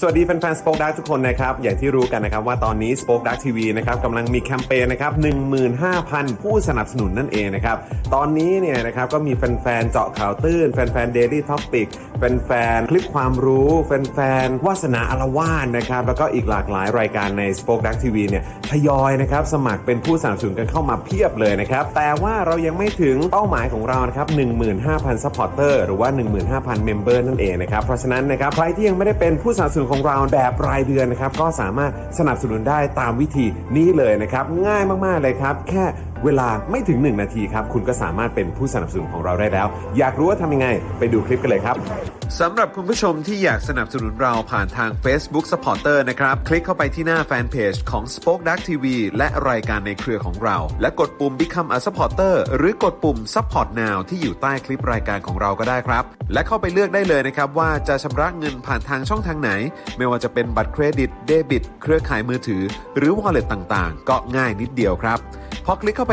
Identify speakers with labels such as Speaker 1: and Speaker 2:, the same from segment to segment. Speaker 1: สวัสดีแฟนๆ Spoke Dark ทุกคนนะครับ อย่างที่รู้กันนะครับว่าตอนนี้ Spoke Dark TV นะครับกำลังมีแคมเปญนะครับ15,000 ผู้สนับสนุนนั่นเองนะครับ ตอนนี้เนี่ยนะครับก็มีแฟนๆ เจาะข่าวตื้น แฟนๆ Daily Topic แฟนๆ คลิปความรู้ แฟนๆ วาสนาอารวาสนะครับ แล้วก็อีกหลากหลายรายการใน Spoke Dark TV เนี่ยทยอยนะครับสมัครเป็นผู้สนับสนุนกันเข้ามาเพียบเลยนะครับ แต่ว่าเรายังไม่ถึงเป้าหมายของเรานะครับ15,000 supporter หรือว่า 15,000 member นั่นเองนะครับ เพราะฉะนั้นนะครับใครที่ยังไม่ได้เป็นผู้สนับสนุนของเราแบบรายเดือนนะครับ ก็สามารถสนับสนุนได้ตามวิธีนี้เลยนะครับ ง่ายมากๆเลยครับ แค่เวลาไม่ถึง 1 นาทีครับ คุณก็สามารถเป็นผู้สนับสนุนของเราได้แล้ว อยากรู้ว่าทำยังไง ไปดูคลิปกันเลยครับ สำหรับคุณผู้ชมที่อยากสนับสนุนเราผ่านทาง Facebook Supporter นะครับ คลิกเข้าไปที่หน้าแฟนเพจของ Spoke Dark TV และรายการในเครือของเรา และกดปุ่ม Become a Supporter หรือกดปุ่ม Support Now ที่อยู่ใต้คลิปรายการของเราก็ได้ครับ และเข้าไปเลือกได้เลยนะครับ ว่าจะชำระเงินผ่านทางช่องทางไหน ไม่ว่าจะเป็นบัตรเครดิตเดบิต เครือข่ายมือถือ หรือ Wallet ต่างๆ ก็ง่ายนิดเดียวครับ พอคลิกเข้าไ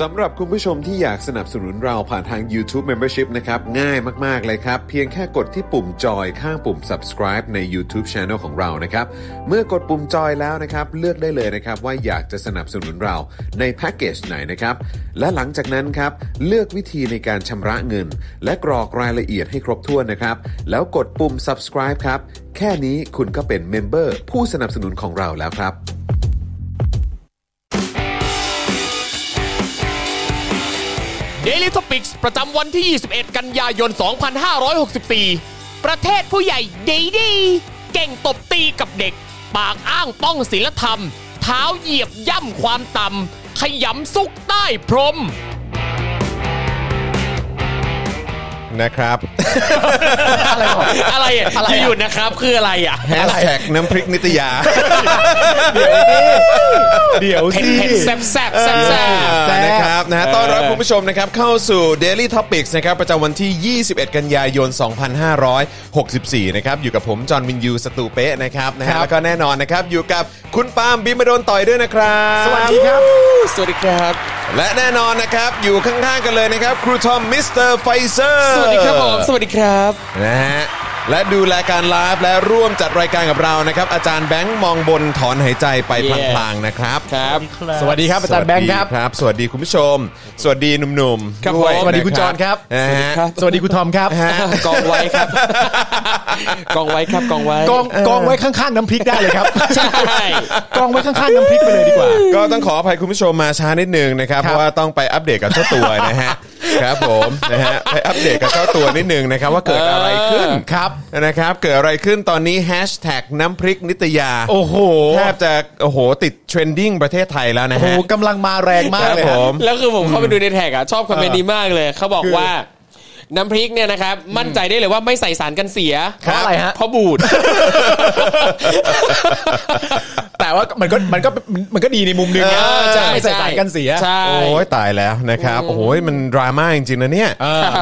Speaker 1: สำหรับคุณผู้ชมที่อยากสนับสนุนเราผ่านทาง YouTube Membership นะครับ ง่ายมาก ๆ เลยครับ เพียงแค่กดที่ปุ่มจอยข้างปุ่ม subscribe ใน YouTube Channel ของเรานะครับ เมื่อกดปุ่มจอยแล้วนะครับ เลือกได้เลยนะครับ ว่าอยากจะสนับสนุนเราในแพ็กเกจไหนนะครับ และหลังจากนั้นครับ เลือกวิธีในการชำระเงิน และกรอกรายละเอียดให้ครบถ้วนนะครับ แล้วกดปุ่ม subscribe ครับ แค่นี้คุณก็เป็นเมมเบอร์ผู้สนับสนุนของเราแล้วครับ
Speaker 2: Daily Topics ประจำวันที่ 21 กันยายน 2564 ประเทศผู้ใหญ่ดีดีเก่งตบตีกับเด็ก ปากอ้างป้องศีลธรรม เท้าเหยียบย่ำความต่ำ ขยำซุกใต้พรม
Speaker 1: นะครับ
Speaker 2: อะไรอ่ะอยู่ๆนะครับ คืออะไรอ่ะ
Speaker 1: แฮชแท็กน้ำพริกนิตยา
Speaker 3: เดี๋ยว
Speaker 2: เผ็ด
Speaker 3: สิ
Speaker 2: เผ็ดแซ่บแซ่บแซ่บแซ่บ
Speaker 3: แซ่บ
Speaker 1: นะครับนะฮะ
Speaker 3: เออ
Speaker 1: ต้อนรับคุณผู้ชมนะครับเข้าสู่ Daily Topics นะครับประจำวันที่ 21 กันยายน 2564 นะครับอยู่กับผม จอห์นวินยู สตูเป้นะครับนะฮะแล้วก็แน่นอนนะครับ อยู่กับคุณปาล์มบิมมาโดนต่อยด้วยนะครับ
Speaker 3: สวัสดีครับ
Speaker 1: และแน่นอนนะครับ อยู่ข้างๆกันเลยนะครับ ครูทอมมิสเตอร์ไฟเซอร์
Speaker 3: สวัสดีครับผม สวัสดีครับ
Speaker 1: นะฮะและดูแลการไลฟ์และร่วมจัดรายการกับเรานะครับ อาจารย์แบงค์มองบนถอนหายใจไป
Speaker 3: เย้
Speaker 1: พลางๆนะครับ
Speaker 3: ครับ
Speaker 4: สวัสดีครับอาจารย์แบงค์ครับ
Speaker 1: สวัสดีสวัสดีคุณผู้ชม สวัสดีหนุ่ม
Speaker 3: ครับ
Speaker 1: ๆด้วย
Speaker 3: ผม
Speaker 4: สวัสดีคุณ
Speaker 1: นะ
Speaker 4: จอนครับ
Speaker 1: นะฮะ
Speaker 4: สวัสดีคุณทอมครับ
Speaker 3: กองไว้ครับ กองไว้ครับกองไว้
Speaker 4: กองกองไว้ข้างๆน้ำพริกได้เลยครับ
Speaker 2: ใช่
Speaker 4: กองไว้ข้างๆน้ำพริกไปเลยดีกว่า
Speaker 1: ก็ต้องขออภัยคุณผู้ชมมาช้านิดนึงนะครับ เพราะว่าต้องไปอัปเดตกับเจ้าตัวนะ ฮะ ครับผมนะฮะไปอัปเดตกับเจ้าตัวนิดนึงนะครับ ว่าเกิดอะไรขึ้น
Speaker 4: ครับ
Speaker 1: นะครับ เกิดอะไรขึ้นตอนนี้แฮชแท็กน้ำพริกนิตยา
Speaker 4: โอ้โห
Speaker 1: แทบจะโอ้โหติดเทรนดิ้งประเทศไทยแล้วนะ
Speaker 4: โอ้โห
Speaker 1: ฮะ
Speaker 4: กำลังมาแรงมา
Speaker 1: ค
Speaker 4: ก
Speaker 1: รับ
Speaker 4: เลย
Speaker 1: ผ
Speaker 4: ฮะ
Speaker 1: ม
Speaker 3: แล้วคือผมเข้าไปดูในแท็กอ่ะ ชอบคอมเมนต์นี้มากเลย เขาบอกว่า น้ำพริกเนี่ยนะครับ มั่นใจได้เลยว่าไม่ใส่สารกันเสีย
Speaker 4: เพราะอะไรฮะ
Speaker 3: เพราะบูด
Speaker 4: แต่ว่ามันก็มันก็มันก็ดีในมุมหนึงนะ
Speaker 3: เออใช่
Speaker 4: ไม่ใส่สารกันเสีย
Speaker 3: ใช่
Speaker 1: โอ้ยตายแล้วนะครับโอ้โหมันดราม่าจริงๆนะเนี่ย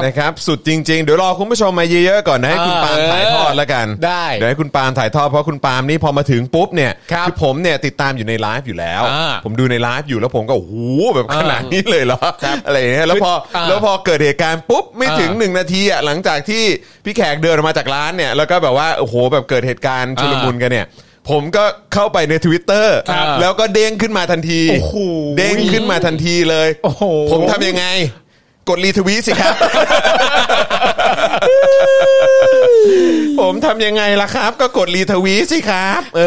Speaker 1: นะครับสุดจริง ๆ เดี๋ยวรอคุณผู้ชมมาเยอะๆก่อนนะให้คุณปาล์มถ่ายทอดแล้วกัน
Speaker 4: ได้
Speaker 1: เดี๋ยวให้คุณปาล์มถ่ายทอดเพราะคุณปาล์มนี่พอมาถึงปุ๊บเนี่ย
Speaker 4: ครับ
Speaker 1: อผมเนี่ยติดตามอยู่ในไลฟ์อยู่แล้ว
Speaker 4: อ่า
Speaker 1: ผมดูในไลฟ์อยู่แล้วผมก็โอ้โหแบบขนาดนี้เลยเหรออะไรอย่างเงี้ยแล้วพอ
Speaker 4: อ่า
Speaker 1: แล้วพอเกิดเหตุการณ์ปุ๊บไม่ถึง
Speaker 4: อ่า
Speaker 1: หนึ่งนาทีอ่ะหลังจากที่พี่แขกเดินออกมาจากร้านเนี่ยแล้วก็แบบว่าโอ้โหแบบเกิดเหตุการณ์ชุลมุนกันเนี่ย ผมก็เข้าไปใน Twitter
Speaker 4: ครับ
Speaker 1: แล้วก็เด้งขึ้นมาทันที
Speaker 4: โอ้โห
Speaker 1: เด้งขึ้นมาทันทีเลย
Speaker 4: โอ้โห
Speaker 1: ผมทำยังไง กดรีทวีตสิครับ ผมทำยังไงล่ะครับ ก็กดรีทวีตสิครับ เอ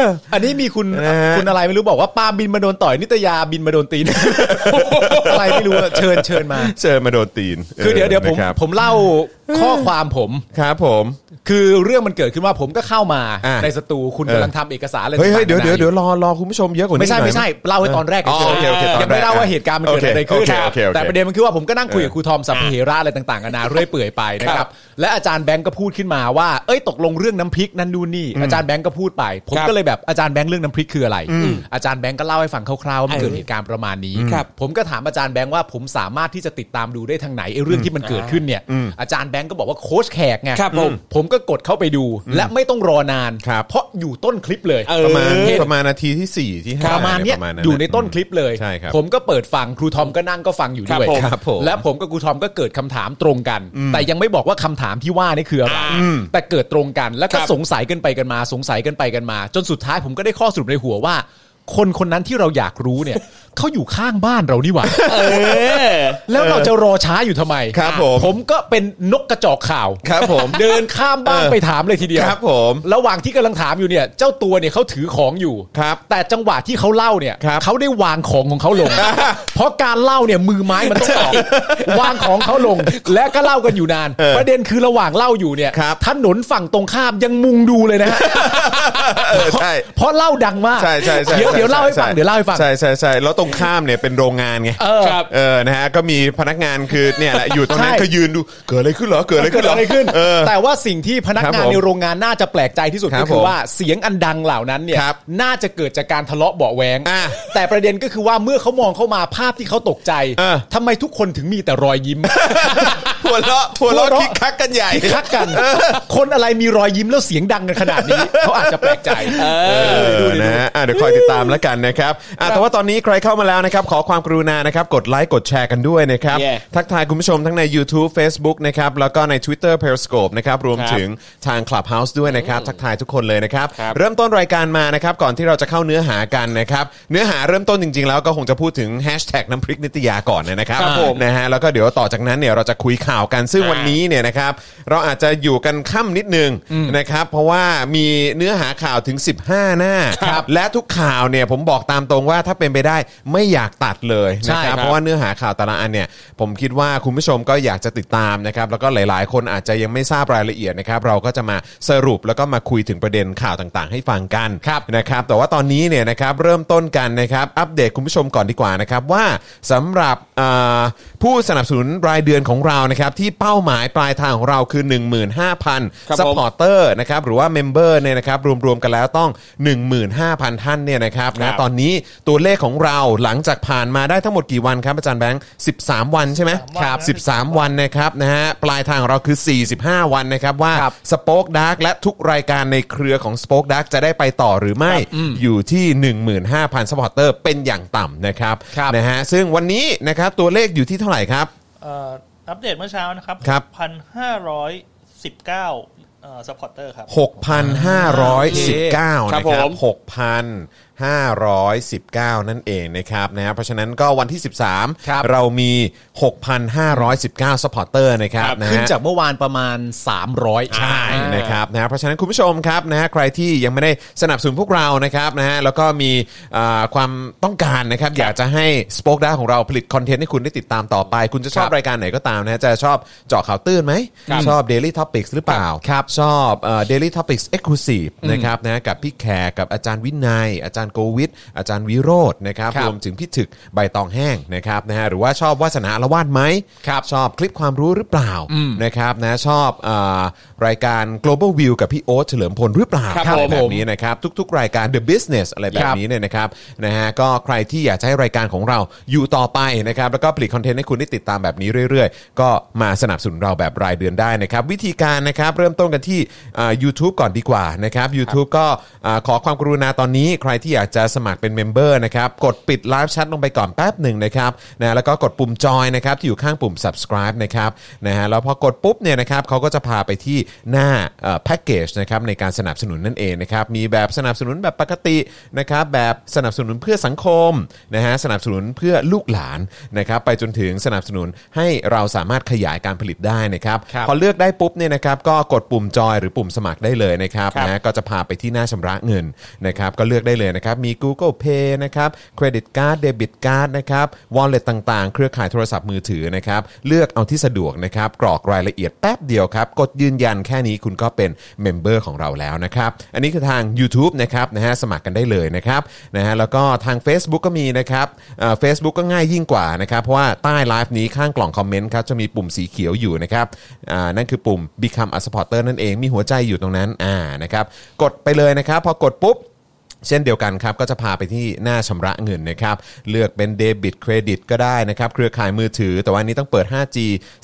Speaker 1: อ
Speaker 4: อันนี้มีคุณ
Speaker 1: นะฮะ
Speaker 4: คุณอะไรไม่รู้บอกว่าป้าบินมาโดนต่อยนิตยาบินมาโดนตี น อะไรไม่รู้อะเชิญเชิญมา
Speaker 1: เจอมาโดนตีน
Speaker 4: คือเดี๋ยวเดี๋ยวผม
Speaker 1: นะครับ
Speaker 4: ผมเล่าข้อความผม
Speaker 1: ครับผม
Speaker 4: คือเรื่องมันเกิดขึ้นว่าผมก็เข้ามา
Speaker 1: อ่ะ
Speaker 4: ในสตูคุณ
Speaker 1: เออ
Speaker 4: กำลังทำเอกสารอะไร
Speaker 1: เฮ้ยเฮ้ย
Speaker 4: ต่างๆ
Speaker 1: เดี๋ยว
Speaker 4: นานา
Speaker 1: เดี๋ยวเดี๋ยวรอรอคุณผู้ชมเยอะกว่านี้
Speaker 4: ไม่ใช่
Speaker 1: หน่อย
Speaker 4: ไม่ใช่เล่าให้ตอนแรก
Speaker 1: อ๋อโอเคโอเคตอนแรก
Speaker 4: ยังไม่เล่าว่าเหตุการณ์มันเกิดอะไรขึ้
Speaker 1: โอน เคโอเคโอเค
Speaker 4: แต่ประเด็นมันคือว่าผมก็นั่งคุยกับครูทอมสัพเพเหระอะไรต่างๆกันานาเรื่อยเปื่อยไปนะ
Speaker 3: ค
Speaker 4: ค
Speaker 3: รั
Speaker 4: รั
Speaker 3: บบ
Speaker 4: และอาจารย์แบงก์ก็พูดขึ้นมาว่าเอ้ยตกลงเรื่องน้ำพริกนั่นนู่นนี่อาจารย์แบงก์ก็พูดไป ผม
Speaker 3: ครับ
Speaker 4: ก็เลยแบบอาจารย์แบงก์เรื่องน้ำพริกคืออะไร อาจารย์แบงก์ก็เล่าให้ฟังคร่าวๆว่ามันเกิดเหตุการณ์ประมาณนี้
Speaker 3: ครับ
Speaker 4: ผมก็ถามอาจารย์แบงก์ว่าผมสามารถที่จะติดตามดูได้ทางไหนไอ้เรื่องที่มันเกิดขึ้นเนี่ยอาจารย์แบงก์ งค์ก็บอกว่าโค้ชแขกไง
Speaker 3: ครับผม
Speaker 4: ผมก็กดเข้าไปดูและไม่ต้องรอนาน
Speaker 5: ครับ
Speaker 4: เพราะอยู่ต้นคลิปเลย
Speaker 3: เออ
Speaker 5: ประมาณประมาณนาทีที่สี่ที่ห้า
Speaker 4: ประมาณเนี้ย
Speaker 5: ประมาณนั้
Speaker 4: อยู่ในต้น
Speaker 5: อืม
Speaker 4: คลิปเลย
Speaker 5: ใช่ครับ
Speaker 4: ผมก็เปิดฟังครูทอมก็นั่งก็ฟังอยู่ด้วย
Speaker 5: ครับผมครับผม
Speaker 4: และผมกับครูทอมก็เกิดคำถามตรงกัน แต่ยังไม่บอกว่าคำถามที่ว่านี่คืออะไรแต่เกิดตรงกันแล้วก็สงสัยกันไปกันมา สงสัยกันไปกันมา จนสุดท้ายผมก็ได้ข้อสรุปในหัวว่า คนคนนั้นที่เราอยากรู้เนี่ย เขาอยู่ข้างบ้านเรานี่หว่า
Speaker 3: เออ
Speaker 4: แล้วเราจะรอช้าอยู่ทำไม
Speaker 5: ครับผม
Speaker 4: ผมก็เป็นนกกระจอกข่าว
Speaker 5: ครับผม
Speaker 4: เดินข้ามบ้าน
Speaker 5: เออ
Speaker 4: ไปถามเลยทีเดียว
Speaker 5: ครับผม
Speaker 4: ระหว่างที่กำลังถามอยู่เนี่ย เจ้าตัวเนี่ยเขาถือของอยู่
Speaker 5: ครับ
Speaker 4: แต่จังหวะที่เขาเล่าเนี่ย
Speaker 5: ครับ
Speaker 4: เขาได้วางของของเขาล ง เพราะการเล่าเนี่ยมือไม้มันต้องออกวางของเขาลง และก็เล่ากันอยู่นาน
Speaker 5: เออ
Speaker 4: ประเด็นคือระหว่างเล่าอยู่เนี่ย
Speaker 5: ครับ
Speaker 4: ถนนฝั่งตรงข้ามยังมุงดูเลยนะฮะ
Speaker 5: เออใช่
Speaker 4: เพราะเล่าดังมาก
Speaker 5: ใช่ใช่ใช่
Speaker 4: เดี๋ยว
Speaker 5: ช่
Speaker 4: เดี๋ยวเล่าให้ฟัง
Speaker 5: ช่
Speaker 4: เดี๋ยวเล่าให้ฟัง
Speaker 5: ใช่ใช่ใช่แล้วตรงข้ามเนี่ยเป็นโรงงานไง
Speaker 4: เออ
Speaker 3: ครับ
Speaker 5: เออนะฮะก็มีพนักงานคือเนี่ยแหละอยู่ตรงนั้น
Speaker 4: ใช่
Speaker 5: ก็ยืนดูเกิดอะไรขึ้นเหรอเกิดอะไร
Speaker 4: เกิ
Speaker 5: ขึ้น
Speaker 4: ด
Speaker 5: เหรอ
Speaker 4: อะไรขึ้น
Speaker 5: เออ
Speaker 4: แต่ว่าสิ่งที่พนัก
Speaker 5: ครับ
Speaker 4: งาน
Speaker 5: ผม
Speaker 4: ในโรงงานน่าจะแปลกใจที่สุด
Speaker 5: ครับ
Speaker 4: ก็คือ
Speaker 5: ผม
Speaker 4: ว่าเสียงอันดังเหล่านั้นเนี่ย
Speaker 5: ครับ
Speaker 4: น่าจะเกิดจากการทะเลาะเบาะแวง
Speaker 5: อ่ะ
Speaker 4: แต่ประเด็นก็คือว่าเมื่อเขามองเข้ามาภาพที่เขาตกใจ
Speaker 5: เออ
Speaker 4: ทำไมทุกคนถึงมีแต่รอยยิ้ม
Speaker 5: หัวเราะหัว
Speaker 4: หั
Speaker 5: เราะ
Speaker 4: วเราะ
Speaker 5: คิกคักกันใหญ่
Speaker 4: ที่คักกัน คนอะไรมีรอยยิ้มแล้วเสียงดังกันขนาดนี้ เขาอาจจะแปลกใจ
Speaker 5: เออนะฮะอ่ะเดี๋ยวคอยติดตามแล้วกันนะครับอ่ะแต่ว่าตอนนี้ใครเข้ามาแล้วนะครับ ขอความกรุณานะครับ กดไลค์กดแชร์กันด้วยนะครับ
Speaker 3: Yeah
Speaker 5: ทักทายคุณผู้ชมทั้งใน YouTube Facebook นะครับ แล้วก็ใน Twitter Periscope นะครับ รวม
Speaker 3: ครับ
Speaker 5: ถึงทาง Clubhouse ด้วยนะครับ ทักทายทุกคนเลยนะครับ
Speaker 3: ครับ
Speaker 5: เริ่มต้นรายการมานะครับ ก่อนที่เราจะเข้าเนื้อหากันนะครับ เนื้อหาเริ่มต้นจริง ๆ แล้วก็คงจะพูดถึงแฮชแท็กน้ำพริกนิตยาก่อนนะครับ
Speaker 3: ครับผม
Speaker 5: นะฮะแล้วก็เดี๋ยวต่อจากนั้นเนี่ยเราจะคุยข่าวกันซึ่งวันนี้ วันนี้เนี่ยนะครับเราอาจจะอยู่กันค่ำนิดนึงนะครับ เพราะว่ามีเนื้อหาข่าวถึง 15 หน้า และทุกข่าวเนี่ยผมบอกตามตรงว่าถ้าเป็นไปได้ไม่อยากตัดเลย
Speaker 4: ใช่
Speaker 5: นะค
Speaker 4: ครั
Speaker 5: รับบ เพราะว่าเนื้อหาข่าวแต่ละอันเนี่ยผมคิดว่าคุณผู้ชมก็อยากจะติดตามนะครับ แล้วก็หลาย ๆ คนอาจจะยังไม่ทราบรายละเอียดนะครับ เราก็จะมาสรุปแล้วก็มาคุยถึงประเด็นข่าวต่าง ๆ ให้ฟังกันนะครับแต่ว่าตอนนี้เนี่ยนะครับเริ่มต้นกันนะครับอัปเดตคุณผู้ชมก่อนดีกว่านะครับว่าสำหรับอ่าผู้สนับสนุนรายเดือนของเรานะครับที่เป้าหมายปลายทางของเราคือ
Speaker 3: ครับ
Speaker 5: 15,000
Speaker 3: ผม
Speaker 5: ซัพพอร์เตอร์นะครับหรือว่าเมมเบอร์เนี่ยนะครับรวม ๆ กันแล้วต้อง 15,000 ท่านเนี่ยนะครับนะตอนนี้ตัวเลขของเราหลังจากผ่านมาได้ทั้งหมดกี่วันครับอาจารย์แบงค์13 วันใช่ไหมครับ 13 วันนะครับนะฮะปลายทางของเราคือ 45 วันนะครับว่า
Speaker 4: ครับ
Speaker 5: สป็อคดักและทุกรายการในเครือของสป็อคดักจะได้ไปต่อหรือไม่อยู่ที่ 15,000สปอร์เตอร์เป็นอย่างต่ำนะครับ
Speaker 4: ครับ
Speaker 5: นะฮะซึ่งวันนี้นะครับตัวเลขอยู่ที่เท่าไหร่ครับ
Speaker 6: เอ่ออัปเดตเมื่อเช้านะครับ
Speaker 5: ครับ
Speaker 6: พันห้าร้อยสิบเก้าสปอร์เตอร์ครับ
Speaker 3: ค
Speaker 5: 6,519
Speaker 3: รั
Speaker 5: นะ
Speaker 3: บ
Speaker 5: ค
Speaker 3: ผ
Speaker 5: รับ
Speaker 3: ม
Speaker 5: 6,519 นั่นเองนะครับนะฮะเพราะฉะนั้นก็วันที่
Speaker 4: ครับ
Speaker 5: 13 เรามี 6,519สปอร์เตอร์นะครับนะฮะ
Speaker 4: ขึ้นจากเมื่อวานประมาณ 300
Speaker 5: ใช่นะครับนะเพราะฉะนั้นคุณผู้ชมครับนะฮะใครที่ยังไม่ได้สนับสนุนพวกเรานะครับนะฮะแล้วก็มีอ่าความต้องการนะครับอยากจะให้สป็อคด้าของเราผลิตคอนเทนต์ให้คุณได้ติดตามต่อไป คุณจะชอบรายการไหนก็ตามนะฮะจะชอบเจาะข่าวตื้นไหม ชอบ Daily Topics หรือเปล่าครับชอบเอ่อ Daily Topics Exclusive นะครับนะกับพี่แขกกับอาจารย์วินัย อาจารย์โกวิทอาจารย์วิโรจน์นะครับ
Speaker 4: ครับ
Speaker 5: รวมถึงพี่ถึกใบตองแห้งนะครับนะฮะหรือว่าชอบวาสนาละวาดไหม
Speaker 4: ครับ
Speaker 5: ชอบคลิปความรู้หรือเปล่านะครับนะชอบเออรายการ global view กับพี่โอ๊ตเฉลิมพลหรือเปล่า
Speaker 4: ครับ
Speaker 5: อะไร
Speaker 4: ผม
Speaker 5: แบบนี้นะครับทุกๆ รายการ the business อะไรแบ
Speaker 4: ครับ บ
Speaker 5: นี้เนี่ยนะครับนะฮะก็ใครที่อยากจะให้รายการของเราอยู่ต่อไปนะครับแล้วก็ผลิตคอนเทนต์ให้คุณได้ติดตามแบบนี้เรื่อย ๆ ก็มาสนับสนุนเราแบบรายเดือนได้นะครับ วิธีการนะครับเริ่มต้นกันที่ยูทูบก่อนดีกว่านะครับ YouTube ก็อ่าขอความกรุณาตอนนี้ ใครที่อยากจะสมัครเป็นเมมเบอร์นะครับกดปิดไลฟ์แชทลงไปก่อนแป๊บหนึ่งนะครับนะแล้วก็กดปุ่มจอยนะครับที่อยู่ข้างปุ่ม subscribe นะครับนะฮะแล้วพอกดปุ๊บเนี่ยนะครับเขาก็จะพาไปที่หน้าแพ็กเกจนะครับในการสนับสนุนนั่นเองนะครับมีแบบสนับสนุนแบบปกตินะครับแบบสนับสนุนเพื่อสังคมนะฮะสนับสนุนเพื่อลูกหลานนะครับไปจนถึงสนับสนุนให้เราสามารถขยายการผลิตได้นะครับ
Speaker 4: ครับ
Speaker 5: พอเลือกได้ปุ๊บเนี่ยนะครับก็กดปุ่มจอยหรือปุ่มสมัครได้เลยนะครับ
Speaker 3: ครับ
Speaker 5: นะ ก็จะพาไปที่หน้าชำระเงินนะครับก็เลือกได้เลยนะครับ มี Google Pay นะครับเครดิตการ์ดเดบิตการ์ดนะครับวอลเล็ตต่างๆ เครือข่ายโทรศัพท์มือถือนะครับเลือกเอาที่สะดวกนะครับกรอกรายละเอียดแป๊บเดียวครับ กดยืนยันแค่นี้คุณก็เป็นเมมเบอร์ของเราแล้วนะครับ อันนี้คือทาง YouTube นะครับนะฮะสมัครกันได้เลยนะครับนะฮะแล้วก็ทาง Facebook ก็มีนะครับเฟซบุ๊กก็ง่ายยิ่งกว่านะครับเพราะว่าใต้ไลฟ์นี้ข้างกล่องคอมเมนต์ครับจะมีปุ่มสีเขียวอยู่นะครับอ่านั่นคือปุ่ม Become a supporter นั่นเองมีหัวใจอยู่ตรงนั้นอ่านะครับกดไปเลยนะครับพอกดปุ๊บ เช่นเดียวกันครับก็จะพาไปที่หน้าชำระเงินนะครับเลือกเป็นเดบิตเครดิตก็ได้นะครับเครือข่ายมือถือ แต่ว่าอันนี้ต้องเปิด 5G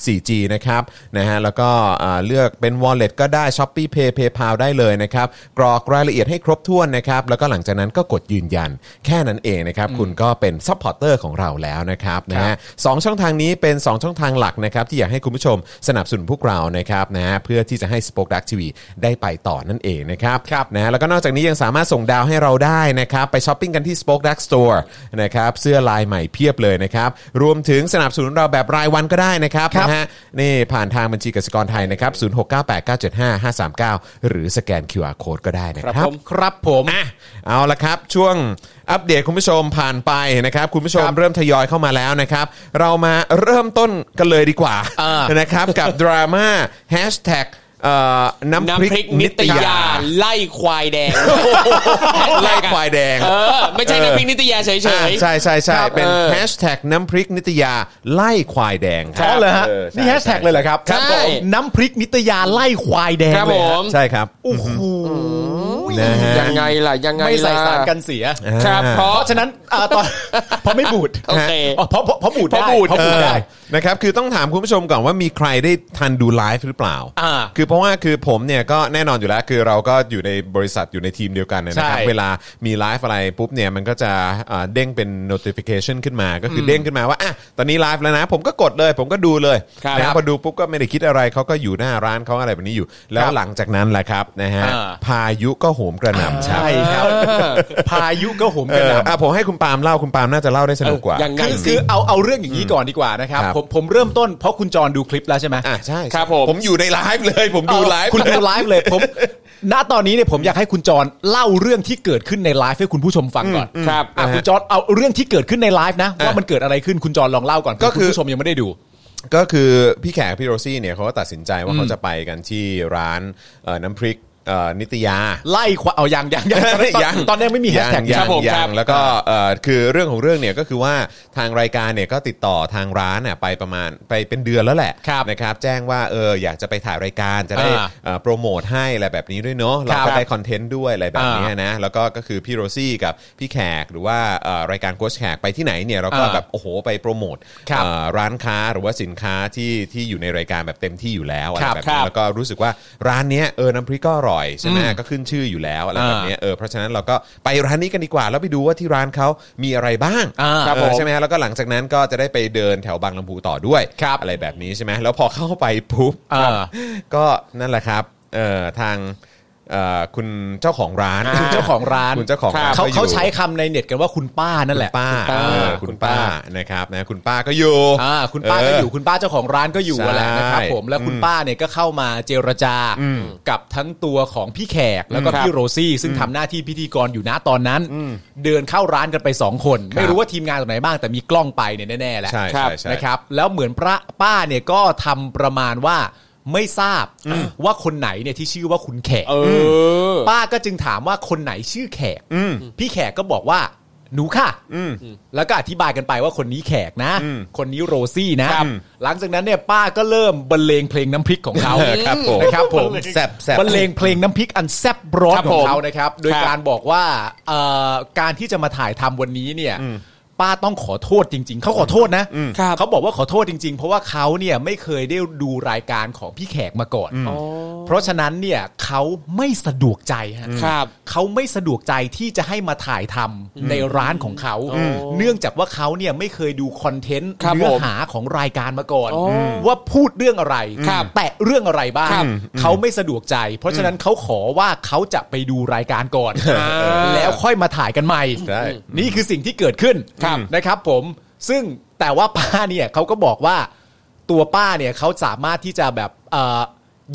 Speaker 5: 4G นะครับนะฮะแล้วก็อ่าเลือกเป็น Wallet ก็ได้ s h o p e e Pay PayPal ได้เลยนะครับกรอกรายละเอียดให้ครบถ้วนนะครับแล้วก็หลังจากนั้นก็กดยืนยัน แค่นั้นเองนะครับคุณก็เป็นซัพพอร์เตอร์ของเราแล้วนะครับนะฮะสองช่องทางนี้เป็น 2 ช่องทางหลักนะครับที่อยากให้คุณผู้ชมสนับสนุนพวกเรานะครับนะฮะเพื่อที่จะให้ Spoke Dark TV ได้ไปต่อนั่นเองนะครับครับนะฮะแล้วก็นอกจากนี้ยังสามารถส่งดาวให้เราได้นะครับไปช้อปปิ้งกันที่ Spoke Dark Store นะครับเสื้อลายใหม่เพียบเลยนะครับรวมถึงสนับสนุนเราแบบรายวันก็ได้นะครับนะฮะนี่ผ่านทางบัญชีกสิกรไทยนะครับ0698975539 หรือสแกน QR Code ก็ได้นะค
Speaker 3: ครั
Speaker 5: รับบ
Speaker 3: ผม
Speaker 5: ครับผมอ่ะเอาละครับช่วงอัปเดตคุณผู้ชมผ่านไปนะครับคุณผู้ชมเริ่มทยอยเข้ามาแล้วนะครับเรามาเริ่มต้นกันเลยดีกว่า
Speaker 4: อ่า
Speaker 5: นะครับกับ ดราม่าแฮชแท็กน้ำ
Speaker 3: น้ำ
Speaker 5: พริ
Speaker 3: พริ
Speaker 5: ก
Speaker 3: ก
Speaker 5: นิ
Speaker 3: นิ
Speaker 5: ต
Speaker 3: ต
Speaker 5: ยาย
Speaker 3: าไล่ควายแดง
Speaker 5: ไล่ควายแดง
Speaker 3: เออ ไม่ใช่น้ำพริกนิตยาเฉ
Speaker 5: อ่าย ใช่ใช่ใช่
Speaker 3: ครับ
Speaker 5: เป็น
Speaker 3: เออ
Speaker 5: แฮชแท็กน้ำพริกนิตยาไล่ควายแดงค
Speaker 4: อ๋
Speaker 5: รับ
Speaker 4: อเหรอฮะ
Speaker 5: ออใช่
Speaker 4: นี่แฮชแท็กเลยเหรอครับ
Speaker 3: ใช่
Speaker 4: ผมน้ำพริกนิตยาไล่ควายแดง
Speaker 3: ๆครับ
Speaker 4: เล
Speaker 3: ผ
Speaker 4: ยฮะ
Speaker 3: ม
Speaker 5: ใช่ครับ
Speaker 4: โอ้โห
Speaker 5: นะฮะ
Speaker 3: ยังไงล่ะ ยังไง
Speaker 4: ไม่ใส่
Speaker 3: ล่ะ
Speaker 4: สารกันเสีย
Speaker 3: ครับเพราะ
Speaker 4: เพราะฉะนั้นอ่าตอน เพราะไม่บูด
Speaker 3: โอเค
Speaker 4: อ๋อเพราะเพราะเพราะบูด
Speaker 3: เพราะ
Speaker 4: ได้
Speaker 3: บูด
Speaker 4: เพราะบูดได้
Speaker 5: เออนะครับ คือต้องถามคุณผู้ชมก่อนว่ามีใครได้ทันดูไลฟ์หรือเปล่า
Speaker 4: อ่า
Speaker 5: คือเพราะว่าคือผมเนี่ยก็แน่นอนอยู่แล้ว คือเราก็อยู่ในบริษัทอยู่ในทีมเดียวกันนะครับ
Speaker 4: ใช่
Speaker 5: เวลามีไลฟ์อะไรปุ๊บเนี่ยมันก็จะอ่าเด้งเป็น notification ขึ้นมา ก็คือเด้งขึ้นมาว่าอ่ะตอนนี้ไลฟ์แล้วนะ ผมก็กดเลย ผมก็ดูเลย
Speaker 3: ครับ
Speaker 5: นะพอดูปุ๊บก็ไม่ได้คิดอะไรเขาก็อยู่หน้าร้านเขาอะไรแบบนี้อยู่ แล้วหลังจากนั้นแหละครับนะฮะ
Speaker 4: อ่า
Speaker 5: พายุก็โหมกระหน่ำครับ
Speaker 4: ใช่ครับ พายุก็โหม
Speaker 5: เอก
Speaker 4: ระห
Speaker 5: อ
Speaker 4: น่ำ
Speaker 5: อ่ะผมให้คุณปาล์มเล่าคุณปาล์มน่าจะเล่าได้สนุกกว่า
Speaker 3: เออยังไง
Speaker 4: คือคือเอาเอาเรื่องอย่างนี้ก่อนดีกว่านะครับ
Speaker 5: ครับ
Speaker 4: ผมผมเริ่มต้นเพราะคุณจรดูคลิปแล้วใช่ไหม
Speaker 5: อ่ะใช่ใช่
Speaker 3: ครับผม
Speaker 5: ผมอยู่ในไลฟ์เลย ผมดูไลฟ์
Speaker 4: คุณ
Speaker 5: เลย
Speaker 4: ดูไลฟ์เลยผม ณตอนนี้เนี่ยผมอยากให้คุณจรเล่าเรื่องที่เกิดขึ้นในไลฟ์ให้คุณผู้ชมฟังก่อน
Speaker 3: ครับ
Speaker 4: อ่ะคุณจรเอาเรื่องที่เกิดขึ้นในไลฟ์นะว่ามันเกิดอะไรขึ้นคุณจรลองเล่าก่อน
Speaker 5: ก็
Speaker 4: ก็
Speaker 5: คื
Speaker 4: คือ อผู้ชมยังไม่ได้ดู
Speaker 5: ก็คือพี่แขกพี่โรซี่เนี่ยเขาก็ตัดสินใจว่าเขาจะไปกันที่ร้านเอ่อน้ำพริกเอ่อนิตยา
Speaker 4: ไล่ควาเอายังยังยังตอนนั้นตอนตอนนี้ไม่มีแฮชแท็ก
Speaker 5: ยัง
Speaker 3: ครับผม
Speaker 5: ยั
Speaker 3: ครั
Speaker 5: ง
Speaker 3: บ
Speaker 5: แล้วก็เอ่อคือเรื่องของเรื่องเนี่ยก็คือว่าทางรายการเนี่ยก็ติดต่อทางร้านน่ะไปประมาณไปเป็นเดือนแล้วแหละ
Speaker 4: ครับ
Speaker 5: นะครับแจ้งว่าเอออยากจะไปถ่ายรายการจะได้
Speaker 4: อ่า
Speaker 5: เอ่อโปรโมทให้อะไรแบบนี้ด้วยเนาะเรา
Speaker 4: ครับ
Speaker 5: ก็ได้คอนเทนต์ด้วยอะไรแบบ
Speaker 4: อ่า
Speaker 5: เนี้ยนะแล้วก็ก็คือพี่โรซี่กับพี่แขกหรือว่าเอ่อรายการโค้ชแขกไปที่ไหนเนี่ยเราก็
Speaker 4: อ่า
Speaker 5: แบบโอ้โหไปโปรโมท
Speaker 4: ครับ
Speaker 5: เอ่อร้านค้าหรือว่าสินค้าที่ที่อยู่ในรายการแบบเต็มที่อยู่แล้วอะไร
Speaker 4: ครับ
Speaker 5: แบบ
Speaker 4: ครั
Speaker 5: นี้
Speaker 4: บ
Speaker 5: แล้วก็รู้สึกว่าร้านเนี้ยเออน้ำพริกก็อร่อยใช่ไหมก็ขึ้นชื่ออยู่แล้ว อะไรแบบ
Speaker 4: อ่า
Speaker 5: เนี้ยเออเพราะฉะนั้นเราก็ไปร้านนี้กันดีกว่า แล้วไปดูว่าที่ร้านเขามีอะไรบ้าง
Speaker 4: อ่า
Speaker 5: เออ
Speaker 4: ครับผม
Speaker 5: ใช่ไหมฮะแล้วก็หลังจากนั้นก็จะได้ไปเดินแถวบางลำพูต่อด้วย
Speaker 4: ครับ
Speaker 5: อะไรแบบนี้ใช่ไหมแล้วพอเข้าไปปุ๊บ
Speaker 4: อ่า
Speaker 5: ก็นั่นแหละครับเอ่อทางเอ่อคุณเจ้าของร้าน
Speaker 4: อ่าคุณเจ้าของร้าน
Speaker 5: คุณเจ้าของร้าน
Speaker 4: เขา
Speaker 5: ก็อยู่
Speaker 4: เขาใช้คำในเน็ตกันว่าคุณป้านั่นแหละ
Speaker 5: ป้า
Speaker 3: คุณป้า
Speaker 5: เออคุณป้านะครับนะคุณป้าก็อยู่
Speaker 4: อ่าคุณป้าก็อยู่คุณป้าเจ้าของร้านก็อยู่
Speaker 5: ใช่
Speaker 4: อะแหละนะครับผมแล้วคุณ
Speaker 5: อืม
Speaker 4: ป้าเนี่ยก็เข้ามาเจรจากับทั้งตัวของพี่แขกแล้วก็พี่โรซี่ ซึ่งทำหน้าที่พิธีกรอยู่นะตอนนั้น เดินเข้าร้านกันไปสองคน ไม่รู้ว่าทีมงานตรงไหนบ้างแต่มีกล้องไปเนี่ยแน่ๆแหละ
Speaker 5: ใช่
Speaker 4: ครับ
Speaker 5: ใช่ใช่
Speaker 4: นะครับแล้วเหมือนพระป้าเนี่ยก็ทำประมาณว่าไม่ทราบว่าคนไหนเนี่ยที่ชื่อว่าคุณแขก
Speaker 3: เออ
Speaker 4: ป้าก็จึงถามว่าคนไหนชื่อแขก พี่แขกก็บอกว่า หนูค่ะแล้วก็อธิบายกันไปว่าคนนี้แขกนะ คนนี้โรซี่นะ หลังจากนั้นเนี่ยป้าก็เริ่มบรรเลงเพลงน้ำพริกของเขา
Speaker 5: เออครับผม
Speaker 4: นะครับผม
Speaker 5: แซ่บแซ่บ
Speaker 4: บรรเลงเพลงน้ำพริกอันแซ่บร้อน
Speaker 3: ครับ
Speaker 4: ข
Speaker 3: ผ
Speaker 4: อ
Speaker 3: ม
Speaker 4: งเขานะครับ โดย
Speaker 3: ครับ
Speaker 4: การบอกว่าเอ่อการที่จะมาถ่ายทำวันนี้เนี่ย ป้าต้องขอโทษจริง ๆ เขาขอโทษนะ เขาบอกว่าขอโทษจริง ๆ เพราะว่าเขาเนี่ยไม่เคยได้ดูรายการของพี่แขกมาก่อน เพราะฉะนั้นเนี่ยเขาไม่สะดวกใจฮะ
Speaker 3: ครับ
Speaker 4: เขาไม่สะดวกใจที่จะให้มาถ่ายทำในร้านของเขา เนื่องจากว่าเขาเนี่ยไม่เคยดูคอนเทนต์
Speaker 3: ครับ
Speaker 4: เนื้อ
Speaker 3: ผม
Speaker 4: หาของรายการมาก่อน
Speaker 3: อ๋ออืม
Speaker 4: ว่าพูดเรื่องอะไร
Speaker 3: ครับ
Speaker 4: แตะเรื่องอะไรบ้าง
Speaker 3: ครับ
Speaker 4: เขาไม่สะดวกใจ เพราะฉะนั้นเขาขอว่าเขาจะไปดูรายการก่อน
Speaker 3: อ่า
Speaker 4: แล้วค่อยมาถ่ายกันใหม่
Speaker 5: ใช่
Speaker 4: นี่คือสิ่งที่เกิดขึ้น
Speaker 3: ครับ
Speaker 4: นะครับผมซึ่งแต่ว่าป้าเนี่ยเขาก็บอกว่าตัวป้าเนี่ยเขาสามารถที่จะแบบเอ่อ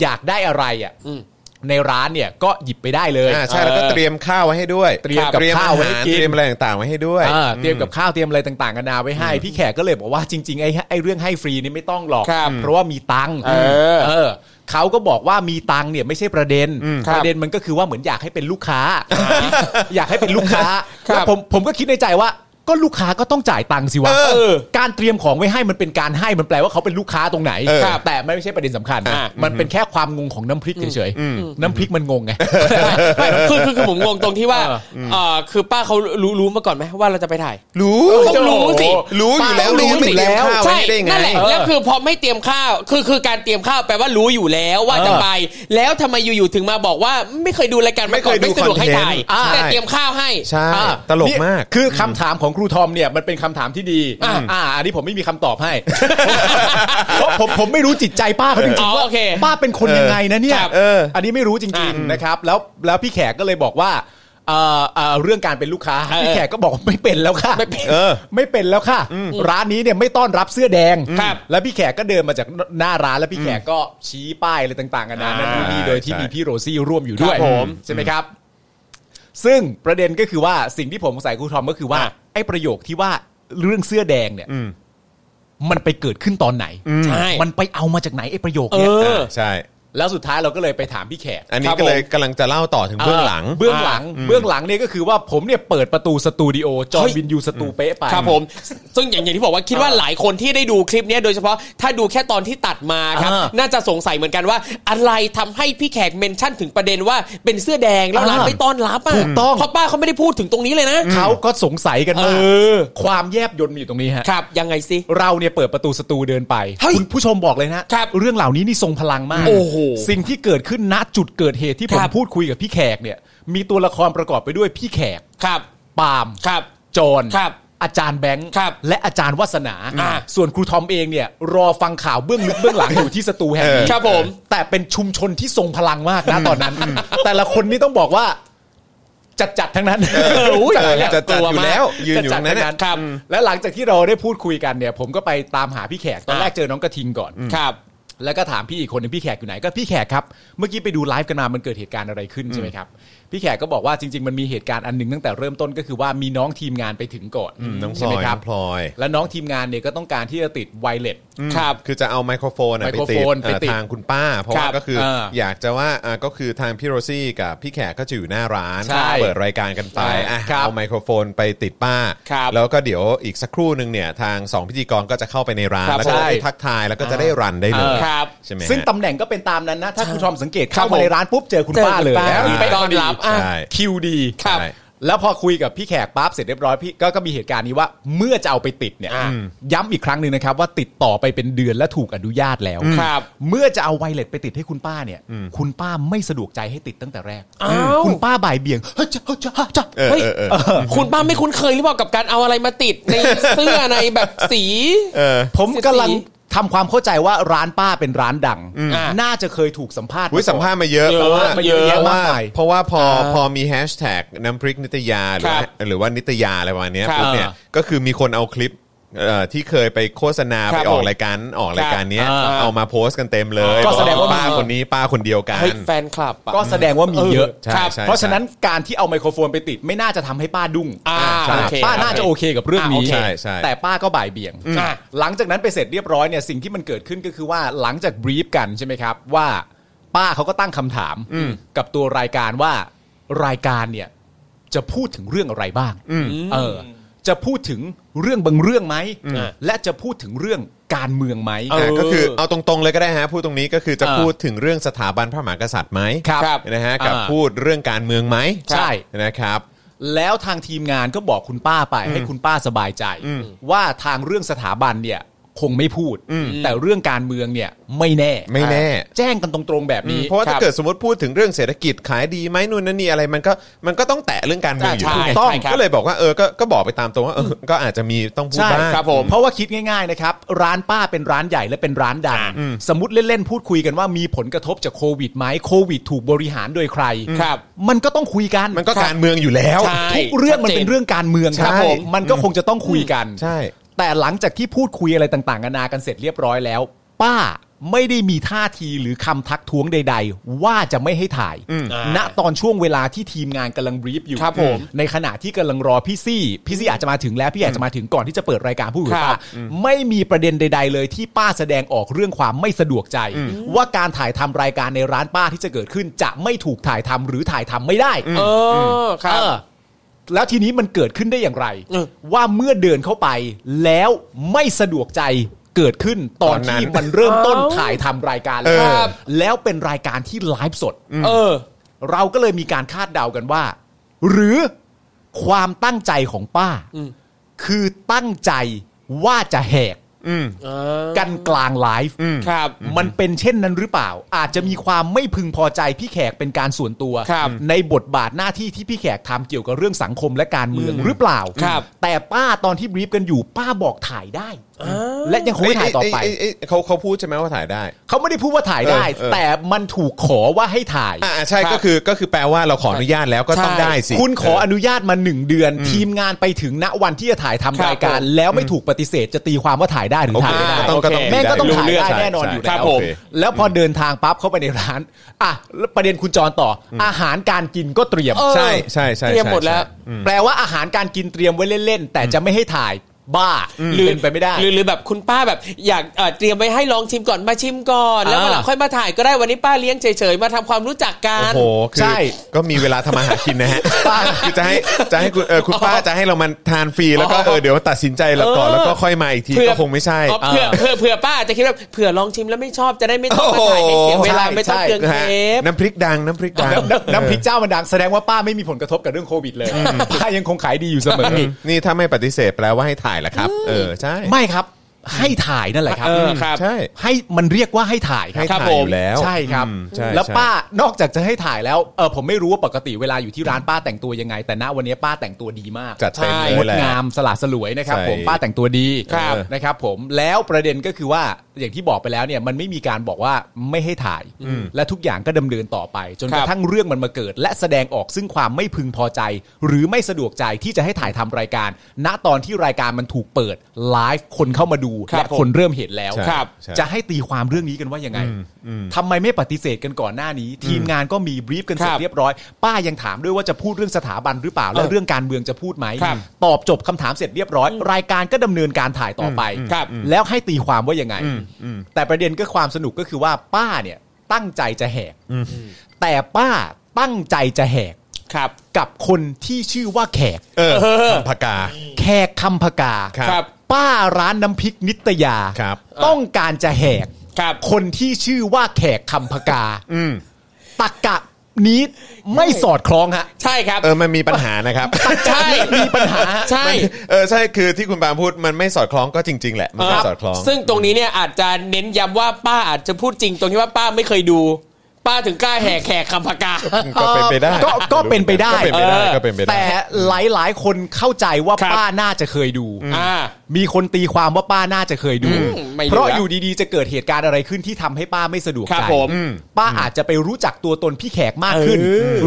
Speaker 4: อยากได้อะไรอ่ะ
Speaker 3: อืม
Speaker 4: ในร้านเนี่ยก็หยิบไปได้เลย
Speaker 5: อ่าใช่แล้วก็เตรียมข้าวไว้ให้ด้วย
Speaker 4: เตรียมกับ
Speaker 5: เตรียม
Speaker 4: ข้าวไว้ให้กิน
Speaker 5: เตรียมอะไรต่างๆไว้ให้ด้วย
Speaker 4: อ่าเตรียมกับข้าวเตรียมอะไรต่างๆกันานาไว้ให้ พี่แขกก็เลยบอกว่าจริงๆไอ้ไอ้เรื่องให้ฟรีนี่ไม่ต้องหรอก
Speaker 3: ครับ
Speaker 4: เพราะว่ามีตังค์
Speaker 3: เออ
Speaker 4: เออเขาก็บอกว่ามีตังค์เนี่ยไม่ใช่ประเด็น
Speaker 3: ครั
Speaker 4: ป
Speaker 3: บ
Speaker 4: ระเด็นมันก็คือว่าเหมือนอยากให้เป็นลูกค้า อยากให้เป็นลูกค้า
Speaker 3: ครับ
Speaker 4: แล้วผมผมก็คิดในใจว่า ก็ลูกค้าก็ต้องจ่ายตังค์สิวะ
Speaker 5: เออ
Speaker 4: การเตรียมของไว้ให้มันเป็นการให้มันแปลว่าเขาเป็นลูกค้าตรงไหน
Speaker 5: เออ
Speaker 4: ครับแต่ไม่ใช่ประเด็นสำคัญ
Speaker 5: อ่ะ
Speaker 4: มันเป็นแค่ความงงของน้ำพริกเฉยๆน้ำพริกมันงงไง
Speaker 3: ไม่คือคือคือผมงงตรงที่ว่าเอ่อคือป้าเขารู้รู้มาก่อนไหมว่าเราจะไปถ่าย
Speaker 5: รู้
Speaker 3: ต้องรู้สิ
Speaker 5: รู้อยู่แล้วรู้อยู่แล้วข้าว
Speaker 3: ใช่
Speaker 5: ไว้ได้ไง
Speaker 3: นั่นแหละแล้วคือพอไม่เตรียมข้าว คือคือการเตรียมข้าวแปลว่ารู้อยู่แล้วว่าจะไป แล้วทำไมอยู่ๆถึงมาบอกว่าไม่เคยดูรายการ
Speaker 5: ไม่เคยดู
Speaker 3: าก่อนไม่สะดวกให้ถ่ายแต่
Speaker 5: คอนเทนต์ใช่
Speaker 3: เตรียมข้าวให้
Speaker 5: ใช่
Speaker 4: อ่ะ
Speaker 5: ตลก
Speaker 4: นี่
Speaker 5: มาก
Speaker 4: คือคำถามของครูทอมเนี่ยมันเป็นคำถามที่ดี
Speaker 3: อ่ะ
Speaker 4: อ่าอันนี้ผมไม่มีคำตอบให้ เพราะ ผมผมไม่รู้จิตใจป้าเขาจริ
Speaker 3: อ๋
Speaker 4: ง
Speaker 3: อ
Speaker 4: ๆว่า
Speaker 3: โอเค
Speaker 4: ป้าเป็นคนยังไงนะเนี่ย
Speaker 3: ครับ
Speaker 5: เออ
Speaker 4: อันนี้ไม่รู้จริง ๆนะครับ แล้วแล้วพี่แขกก็เลยบอกว่าเอ่อเอ่อเรื่องการเป็นลูกค้า
Speaker 3: เออ
Speaker 4: พี่แขกก็บอกว่าไม่เป็นแล้วค่ะ
Speaker 3: ไม่เป็น
Speaker 5: เออ
Speaker 4: ไม่เป็นแล้วค่ะ ร้านนี้เนี่ยไม่ต้อนรับเสื้อแดง
Speaker 3: ครับ
Speaker 4: แล้วพี่แขกก็เดินมาจากหน้าร้านแล้วพี่แขกก็ชี้ป้ายอะไรต่างๆกันานานั่นนู่นนี่โดยที่
Speaker 5: ใช่
Speaker 4: มีพี่โรซี่ร่วมอยู่ด้ว
Speaker 3: ค
Speaker 4: ย
Speaker 3: รับผม
Speaker 4: ใช่ไหมครับ ซึ่งประเด็นก็คือว่าสิ่งที่ผมสงสัยครูทอมก็คือว่า
Speaker 3: อ่ะ
Speaker 4: ไอ้ประโยคที่ว่าเรื่องเสื้อแดงเนี่ย
Speaker 5: อืม
Speaker 4: มันไปเกิดขึ้นตอนไหน
Speaker 3: ใช่
Speaker 4: มันไปเอามาจากไหนไอ้ประโยค
Speaker 3: เอ
Speaker 4: เนี่ย
Speaker 3: อ
Speaker 5: ใช่
Speaker 4: แล้วสุดท้ายเราก็เลยไปถามพี่แขก
Speaker 5: อันนี้ก็เลยกำลังจะเล่าต่อถึงเบื้องหลัง
Speaker 4: เบื้องหลังเบื้องหลังเนี่ยก็คือว่าผมเนี่ยเปิดประตูสตูดิโอจอห์น
Speaker 3: เฮ้ย
Speaker 4: วินยูสตูเป๊ะไป
Speaker 3: ครับผม ซึ่งอย่างอย่างที่บอกว่าคิดว่าหลายคนที่ได้ดูคลิปเนี้ยโดยเฉพาะถ้าดูแค่ตอนที่ตัดมาครับ
Speaker 4: อ่า
Speaker 3: น่าจะสงสัยเหมือนกันว่า อะไรทำให้พี่แขกเมนชั่นถึงประเด็นว่าเป็นเสื้อแดงแล้วร้าน
Speaker 4: อ่า
Speaker 3: ไม่ต้อนรับอ่ะ
Speaker 4: ถูกต้อง
Speaker 3: เพราะป้าเขาไม่ได้พูดถึงตรงนี้เลยนะ
Speaker 4: เขาก็สงสัยกันว่า
Speaker 3: เออ
Speaker 4: ความแยบยลมันอยู่ตรงนี้ฮะ
Speaker 3: ครับ ยังไงสิ
Speaker 4: เราเนี่ยเปิดประตูสตูเดินไป
Speaker 3: เฮ้ย
Speaker 4: คุณผู้ชมบอกเลยนะครับเรื่องเหล่านี้นี่ทรงพลังมาก
Speaker 3: โอ้โห
Speaker 4: สิ่งที่เกิดขึ้นณจุดเกิดเหตุที่ผม
Speaker 3: ครับ
Speaker 4: พูดคุยกับพี่แขกเนี่ย มีตัวละครประกอบไปด้วยพี่แขก
Speaker 3: ครับ
Speaker 4: ปาล์ม
Speaker 3: ครับ
Speaker 4: โจร
Speaker 3: ครับ
Speaker 4: อาจารย์แบงค์
Speaker 3: ครับ
Speaker 4: และอาจารย์วัสนา
Speaker 3: อ่า
Speaker 4: ส่วนครูทอมเองเนี่ย รอฟังข่าวเบื้องลึกเบื้องหลัง อยู่ที่สตูแห่งนี้
Speaker 3: ครับผม
Speaker 4: แต่เป็นชุมชนที่ทรงพลังมากนะตอนนั้น แต่ละคนนี่ต้องบอกว่า จัดจัดๆทั้งนั้น
Speaker 5: เออ
Speaker 4: จัดๆ
Speaker 5: จัดๆอยู่แล้วยืนอยู่
Speaker 4: จัดๆ
Speaker 5: ตรงนั้นเนี่ย
Speaker 4: ทั้ครับและหลังจากที่เราได้พูดคุยกันเนี่ย ผมก็ไปตามหาพี่แขกตอนแรกเจอน้องกระทิงก่อน
Speaker 3: ครับ
Speaker 4: แล้วก็ถามพี่อีกคนหนึ่งพี่แขกอยู่ไหนก็พี่แขกครับเมื่อกี้ไปดูไลฟ์กันมามันเกิดเหตุการณ์อะไรขึ้นใช่ไหมครับพี่แขกก็บอกว่าจริง ๆ มันมีเหตุการณ์อันหนึ่งตั้งแต่เริ่มต้นก็คือว่ามีน้องทีมงานไปถึงก่อน
Speaker 5: อืมน้องพล
Speaker 4: ใช่
Speaker 5: อ
Speaker 4: ไหม
Speaker 5: ย
Speaker 4: ค
Speaker 5: น้
Speaker 4: รั
Speaker 5: องพลอย
Speaker 4: แล้วน้องทีมงานเนี่ยก็ต้องการที่จะติดไวเลส
Speaker 3: ครับ
Speaker 5: คือจะเอาไมโครโฟนอะ
Speaker 4: ไม
Speaker 5: ไป
Speaker 4: โคร
Speaker 5: ติ
Speaker 4: โฟ
Speaker 5: ด
Speaker 4: นไป
Speaker 5: เอ่อ
Speaker 4: ติด
Speaker 5: ทางคุณป้า เพราะ
Speaker 4: ค
Speaker 5: ว่า
Speaker 4: รับ
Speaker 5: ก็คือ
Speaker 4: เออ
Speaker 5: อ
Speaker 4: อย
Speaker 5: ากจะว่าอ่ะก็คือทางพี่โรซี่กับพี่แขกก็จะอยู่หน้าร้าน
Speaker 4: ใช่
Speaker 5: เปิดรายการกันไปอ่ะ
Speaker 4: ครับ
Speaker 5: เอาไมโครโฟนไปติดป้า
Speaker 3: ครับ
Speaker 5: แล้วก็เดี๋ยวอีกสักครู่หนึ่งเนี่ยทางสองพิธีกรก็จะเข้าไปในร้าน
Speaker 3: ครับ
Speaker 5: แล้วก็
Speaker 4: ใช่
Speaker 5: ได้ทักทายแล้วก็จะได้รันได้เลย
Speaker 3: ครับ
Speaker 5: ใช่ไหม
Speaker 4: ซึ่ง
Speaker 5: ฮะ
Speaker 4: ตำแหน่งก็เป็นตามนั้นนะ ถ้าคุณทอมสังเกต
Speaker 3: ครั
Speaker 4: เข้า
Speaker 3: บผม
Speaker 4: มาในร้านปุ๊บเจอคุณ
Speaker 3: เจอ
Speaker 4: ป้าเลย
Speaker 3: คุณป้า
Speaker 4: แล้ว
Speaker 3: ไปต้อนรับอ่ะ
Speaker 5: ใช่
Speaker 4: คิวดี
Speaker 3: ครับ
Speaker 5: ใช่
Speaker 4: แล้วพอคุยกับพี่แขกปั๊บเสร็จเรียบร้อยพี่ก็ก็มีเหตุการณ์นี้ว่าเมื่อจะเอาไปติดเนี่ย
Speaker 3: อ่ะ
Speaker 4: ย้ำอีกครั้งหนึ่งนะครับว่าติดต่อไปเป็นเดือนและถูกอนุญาตแล้ว
Speaker 3: ครับ
Speaker 4: เมื่อจะเอาไวเลสไปติดให้คุณป้าเนี่ย คุณป้าไม่สะดวกใจให้ติดตั้งแต่แรก
Speaker 3: อ้าว
Speaker 4: คุณป้าบ่ายเบี่ยงเฮ้ยจะเฮ้ยจะเฮ้ยจะ
Speaker 5: เออ
Speaker 3: เฮ้ย
Speaker 5: เออเออ
Speaker 3: คุณป้าไม่คุ้นเคยหรือเปล่ากับการเอาอะไรมาติดในเสื้อในแบบสี
Speaker 5: เออ
Speaker 4: ผม
Speaker 3: สิบสี่
Speaker 4: กำลังทำความเข้าใจว่าร้านป้าเป็นร้านดัง
Speaker 3: อ่ะ
Speaker 4: น่าจะเคยถูกสัมภาษณ์
Speaker 5: อุ้ยสัมภาษณ์มาเยอะ
Speaker 3: เยอะ
Speaker 5: เพราะว่า
Speaker 3: มาเยอะ
Speaker 5: เพราะว่า
Speaker 4: ากมาย
Speaker 5: เพราะว่าพอ
Speaker 3: อ่า
Speaker 5: พอมีแฮชแท็กน้ำพริกนิตยาหรือ
Speaker 3: ครับ
Speaker 5: ว่าหรือว่านิตยาอะไรประมาณเนี้ย
Speaker 3: ครับ
Speaker 5: ปุ๊บเนี่ยก็คือมีคนเอาคลิปเอ่อที่เคยไปโฆษณา
Speaker 3: ครั
Speaker 5: ไป
Speaker 3: บ
Speaker 5: ออก
Speaker 3: ผม
Speaker 5: รายการออกรายการเนี้ย
Speaker 4: อ่า
Speaker 5: เอามาโพสต์กันเต็มเลย
Speaker 4: ก็แสดงว่า
Speaker 5: ป้าคนนี้ป้าคนเดียวกัน
Speaker 3: เฮ้ยแฟนคลับอะ
Speaker 4: ก็แสดงว่ามีเยอะ
Speaker 5: ใช่
Speaker 4: ครับ
Speaker 5: ใช่
Speaker 4: เพราะฉะ
Speaker 5: ใช่
Speaker 4: นั้นการที่เอาไมโครโฟนไปติดไม่น่าจะทำให้ป้าดุ้ง
Speaker 3: อ่า
Speaker 4: ใช่
Speaker 3: โอเค
Speaker 4: ป้าน่าจะโอเคกับเรื่องนี้
Speaker 3: อ่าโอเค
Speaker 5: ใช่ใช่
Speaker 4: แต่ป้าก็บ่ายเบี่ยง
Speaker 3: อืม
Speaker 4: อ่ะหลังจากนั้นไปเสร็จเรียบร้อยเนี่ยสิ่งที่มันเกิดขึ้นก็คือว่าหลังจากบรีฟกันใช่ไหมครับ ว่าป้าเขาก็ตั้งคำถามกับตัวรายการว่ารายการเนี่ยจะพูดถึงเรื่องอะไรบ้างเออ จะพูดถึงเรื่องบางเรื่องไหม
Speaker 3: อ่ะ
Speaker 4: และจะพูดถึงเรื่องการเมืองไหม
Speaker 5: อ่ะก็คือเอาตรงๆเลยก็ได้ฮะพูดตรงนี้ก็คือจะ
Speaker 4: อ่า
Speaker 5: พูดถึงเรื่องสถาบันพระมหากษัตริย์ไหม
Speaker 4: ครับครับ
Speaker 5: นะฮะกับ
Speaker 4: อ่า
Speaker 5: พูดเรื่องการเมืองไหม
Speaker 4: ใช่
Speaker 5: นะครับ
Speaker 4: แล้วทางทีมงานก็บอกคุณป้าไป ให้คุณป้าสบายใจ ว่าทางเรื่องสถาบันเนี่ยคงไม่พูด แต่เรื่องการเมืองเนี่ยไม่แน่
Speaker 5: ไม่แน่
Speaker 4: แจ้งกันตรงๆแบบนี้
Speaker 5: เพราะว่าถ้าเกิดสมมติพูดถึงเรื่องเศรษฐกิจขายดีไหมนู่นนั่นนี่อะไรมันก็มันก็ต้องแตะเรื่องการเมืองอยู่
Speaker 3: ใช่
Speaker 5: ถูก
Speaker 3: ใช่
Speaker 5: ต้อง
Speaker 3: ครับ
Speaker 5: ก็เลยบอกว่าเออก็ก็บอกไปตามตรงว่าเออก็อาจจะมีต้องพูด
Speaker 4: ใช่
Speaker 5: บ้าง
Speaker 3: ครับผม
Speaker 4: เพราะว่าคิดง่ายๆนะครับ ร้านป้าเป็นร้านใหญ่และเป็นร้านดัง สมมติเล่นๆพูดคุยกันว่ามีผลกระทบจากโควิดไหมโควิดถูกบริหารโดยใคร
Speaker 3: ครับ
Speaker 4: มันก็ต้องคุยกัน
Speaker 5: มันก็การเมืองอยู่แล้ว
Speaker 3: ใช่
Speaker 4: ทุกเรื่องมันเป็นเรื่องการเมืองครับ
Speaker 5: ใช่
Speaker 4: ผมมันก็คงจะต้องคุยกัน
Speaker 5: ใช่
Speaker 4: แต่หลังจากที่พูดคุยอะไรต่างๆนานากันเสร็จเรียบร้อยแล้ว ป้าไม่ได้มีท่าทีหรือคำทักท้วงใด ๆ ว่าจะไม่ให้ถ่าย ณตอนช่วงเวลาที่ทีมงานกำลังบรีฟอยู่
Speaker 3: ครับผม
Speaker 4: ในขณะที่กำลังรอพี่ซี่ พี่ซี่อาจจะมาถึงแล้วพี่อาจจะมาถึงก่อนที่จะเปิดรายการผู้หญิง
Speaker 3: ครั
Speaker 4: ป้า
Speaker 3: บ
Speaker 4: ไม่มีประเด็นใด ๆ เลยที่ป้าแสดงออกเรื่องความไม่สะดวกใจ ว่าการถ่ายทำรายการในร้านป้าที่จะเกิดขึ้น จะไม่ถูกถ่ายทำหรือถ่ายทำไม่ได้
Speaker 3: เออครับ
Speaker 4: เออ แล้วทีนี้มันเกิดขึ้นได้อย่างไร
Speaker 3: เออ
Speaker 4: ว่าเมื่อเดินเข้าไปแล้วไม่สะดวกใจเกิดขึ้นตอน
Speaker 5: ตอนนั้น
Speaker 4: ที่มันเริ่มต้นถ่ายทำรายการแล้ว
Speaker 3: ครับ
Speaker 4: แล้วเป็นรายการที่ไลฟ์สด
Speaker 3: เออ
Speaker 4: เราก็เลยมีการคาดเดากันว่า หรือความตั้งใจของป้า
Speaker 3: อืม
Speaker 4: คือตั้งใจว่าจะแหกกันกลางไลฟ์
Speaker 3: ครับ
Speaker 4: มันเป็นเช่นนั้นหรือเปล่า อาจจะมีความไม่พึงพอใจพี่แขกเป็นการส่วนตัว
Speaker 3: ครับ
Speaker 4: ในบทบาทหน้าที่ที่พี่แขกทำเกี่ยวกับเรื่องสังคมและการเมือง
Speaker 3: อืม
Speaker 4: หรือเปล่า
Speaker 3: ครับ
Speaker 4: แต่ป้าตอนที่บรีฟกันอยู่ ป้าบอกถ่ายได้
Speaker 3: อ่า
Speaker 4: และยังคงให้ถ่ายต่อไป
Speaker 5: เยเยเยเขาเขาพูดใช่ไหมว่าถ่ายได้
Speaker 4: เขาไม่ได้พูดว่าถ่ายได้
Speaker 5: เออเออ
Speaker 4: แต่มันถูกขอว่าให้ถ่าย
Speaker 5: อ่าใช่
Speaker 3: ครับ
Speaker 5: ก็คือก็คือแปลว่าเราขออนุญาตแล้วก็ต้อง
Speaker 3: ใช่
Speaker 5: ได้สิ
Speaker 4: คุณขอ
Speaker 5: เ
Speaker 4: อนุญาตมาหนึ่งเดือน ทีมงานไปถึงณวันที่จะถ่ายทำ
Speaker 3: ครับ
Speaker 4: รายการ
Speaker 3: ผม
Speaker 4: แล้วไม่ถูกปฏิเสธจะตีความว่าถ่ายได้หรือ
Speaker 5: โอเค
Speaker 4: ถ่ายไม่ได้
Speaker 5: ก็ต้องก็ต้อง
Speaker 4: แม่งก็ต้อง
Speaker 5: รู้
Speaker 4: ถ่ายได้
Speaker 5: เรื่องใช่
Speaker 4: แน่นอน
Speaker 5: ใช่
Speaker 4: อยู่
Speaker 5: ครั
Speaker 4: แล้
Speaker 5: บ
Speaker 4: ว
Speaker 5: ผม
Speaker 4: แล้วพอเดินทางปั๊บเข้าไปในร้านอ่ะแล้วประเด็นคุณจรต่อออาหารการกินก็เตรียม
Speaker 3: เออ
Speaker 5: ใช่ใช่ใช่
Speaker 3: เตรียมหมดแล้ว
Speaker 5: ใช่
Speaker 4: แปลว่าอาหารการกินเตรียมไว้เล่นๆแต่จะไม่ให้ถ่ายบ้าเป็นไปไม่ได้
Speaker 3: หรือหรือแบบคุณป้าแบบอยากเอ่อเตรียมไว้ให้ลองชิมก่อนมาชิมก่อน แล้ว
Speaker 4: อ่า
Speaker 3: วันหลังค่อยมาถ่ายก็ได้วันนี้ป้าเลี้ยงเฉยๆมาทำความรู้จักกัน
Speaker 5: โอ้โหคือ
Speaker 4: ใช่
Speaker 5: ก็มีเวลาทำมาหากินนะฮะคือจะให้จะให้คุณเออคุณป้าจะให้เรามันทานฟรีแล้วก็
Speaker 3: อ๋อ
Speaker 5: เออเดี๋ยวตัดสินใจแล้วก่อนแล้วก็ค่อยมาอีกทีก็คงไม่ใช่
Speaker 3: อ๋อเผื่อเผื่อเผื่อป้าอาจจะคิดว่าเผื่อลองชิมแล้วไม่ชอบจะได้ไม่ต้องมาถ่ายให้เสียเวลา
Speaker 4: โอ้โห
Speaker 3: ไม่ต้องเปลือง
Speaker 5: นะ
Speaker 3: เท
Speaker 5: ฮะ
Speaker 3: ป
Speaker 5: น้ำพริกดังน้ำพริกดัง
Speaker 4: น้ำน้ำน้ำพริกเจ้ามันดังแสดงว่าป้าไม่มีผลกระทบกับเรื่องโควิดเลยป้ายังคงขายดีอยู่เสมอ
Speaker 5: อืมนี่ถ้าไม่ปฏิเสธแปลว่าให้ถ่ายแหละครับ เออใช่
Speaker 4: ไม่ครับให้ถ่ายนั่นแหละครับ
Speaker 3: เออครับ
Speaker 5: ใช่
Speaker 4: ให้มันเรียกว่าให้ถ่ายค
Speaker 5: ให้
Speaker 4: รับ
Speaker 5: ถ่ายอยู่แล้ว
Speaker 4: ใช่ครับ
Speaker 5: อืมใช่
Speaker 4: แล้ว
Speaker 5: ใช่
Speaker 4: ป้านอกจากจะให้ถ่ายแล้วเออผมไม่รู้ว่าปกติเวลาอยู่ที่ร้านป้าแต่งตัวยังไง แต่ณวันนี้ป้าแต่งตัวดีมาก
Speaker 5: จัดเต็ม
Speaker 3: ใช่
Speaker 5: เลย
Speaker 4: งด
Speaker 5: แหละ
Speaker 4: งามสละสลวยนะครับ
Speaker 5: ใช่
Speaker 4: ผมป้าแต่งตัวดี
Speaker 5: ครับ
Speaker 4: นะครับ ผมแล้วประเด็นก็คือว่าอย่างที่บอกไปแล้วเนี่ยมันไม่มีการบอกว่าไม่ให้ถ่าย และทุกอย่างก็ดำเนินต่อไป จนก
Speaker 3: ครั
Speaker 4: ระ
Speaker 3: บ
Speaker 4: ทั่งเรื่องมันมาเกิด และแสดงออกซึ่งความไม่พึงพอใจ หรือไม่สะดวกใจที่จะให้ถ่ายทำรายการ ณตอนที่รายการมันถูกเปิดไลฟ์คนเข้ามาดู
Speaker 3: ครับ
Speaker 4: และคนเริ่มเห็นแล้ว
Speaker 5: ใช่ครับใช่
Speaker 4: จะ ให้ตีความเรื่องนี้กันว่ายังไง ทำไมไม่ปฏิเสธกันก่อนหน้านี้ ทีมงานก็มีบรีฟกันเสร็
Speaker 3: ค
Speaker 4: จ
Speaker 3: รับ
Speaker 4: เรียบร้อย ป้ายังถามด้วยว่าจะพูดเรื่องสถาบันหรือเปล่า แล้ว
Speaker 3: เออ
Speaker 4: เรื่องการเมืองจะพูดไหม
Speaker 3: ครับ
Speaker 4: ตอบจบคำถามเสร็จเรียบร้อย รายการก็ดำเนินการถ่ายต่อไป
Speaker 3: ครับ
Speaker 4: แล้วให้ตีความว่ายังไง แต่ประเด็นก็ความสนุกก็คือว่าป้าเนี่ยตั้งใจจะแหก แต่ป้าตั้งใจจะแหก
Speaker 3: ครับ
Speaker 4: กับคนที่ชื่อว่าแขก
Speaker 5: เออทำผักกา
Speaker 4: แขกคำพกา
Speaker 5: ครับ
Speaker 3: ครับ
Speaker 4: ป้าร้านน้ำพริกนิตยา
Speaker 5: ครับ
Speaker 4: ต้องการจะแหก
Speaker 3: ครับ
Speaker 4: คนที่ชื่อว่าแขกคำพกา
Speaker 5: อืม
Speaker 4: ตักกะนี้ไม่สอดคล้องฮะ
Speaker 3: ใช่ครับ
Speaker 5: เออมันมีปัญหานะครับ
Speaker 3: ใช่
Speaker 4: มีปัญหา
Speaker 3: ใช่
Speaker 5: เออใช่คือที่คุณปาล์มพูดมันไม่สอดคล้องก็จริง ๆ แหละมันไม่สอดคล้อง
Speaker 3: ซึ่งตรงนี้เนี่ยอาจจะเน้นย้ำว่าป้าอาจจะพูดจริง ตรงที่ว่าป้าไม่เคยดู ป้าถึงกล้าแหกแขกคำพกา
Speaker 5: ก็เป็นไปได้
Speaker 4: ก็ก็เป็นไปได้
Speaker 5: ก็เป็นไปได้
Speaker 3: เออ
Speaker 5: ก็เป็นไปได้
Speaker 4: แต่หลายหลายๆคนเข้าใจว่า
Speaker 3: ครับ
Speaker 4: ป้าน่าจะเคยดู
Speaker 3: อ่า
Speaker 4: มีคนตีความว่าป้าน่าจะเคยดู
Speaker 3: อืมไม่รู้
Speaker 4: เพราะ
Speaker 3: ละ
Speaker 4: อยู่ดีๆ จะเกิดเหตุการณ์อะไรขึ้นที่ทำให้ป้าไม่สะดวก
Speaker 3: ครับ
Speaker 4: ใจ
Speaker 3: ผม
Speaker 5: อืม
Speaker 4: ป้าอาจจะไปรู้จักตัวตนพี่แขกมากขึ้น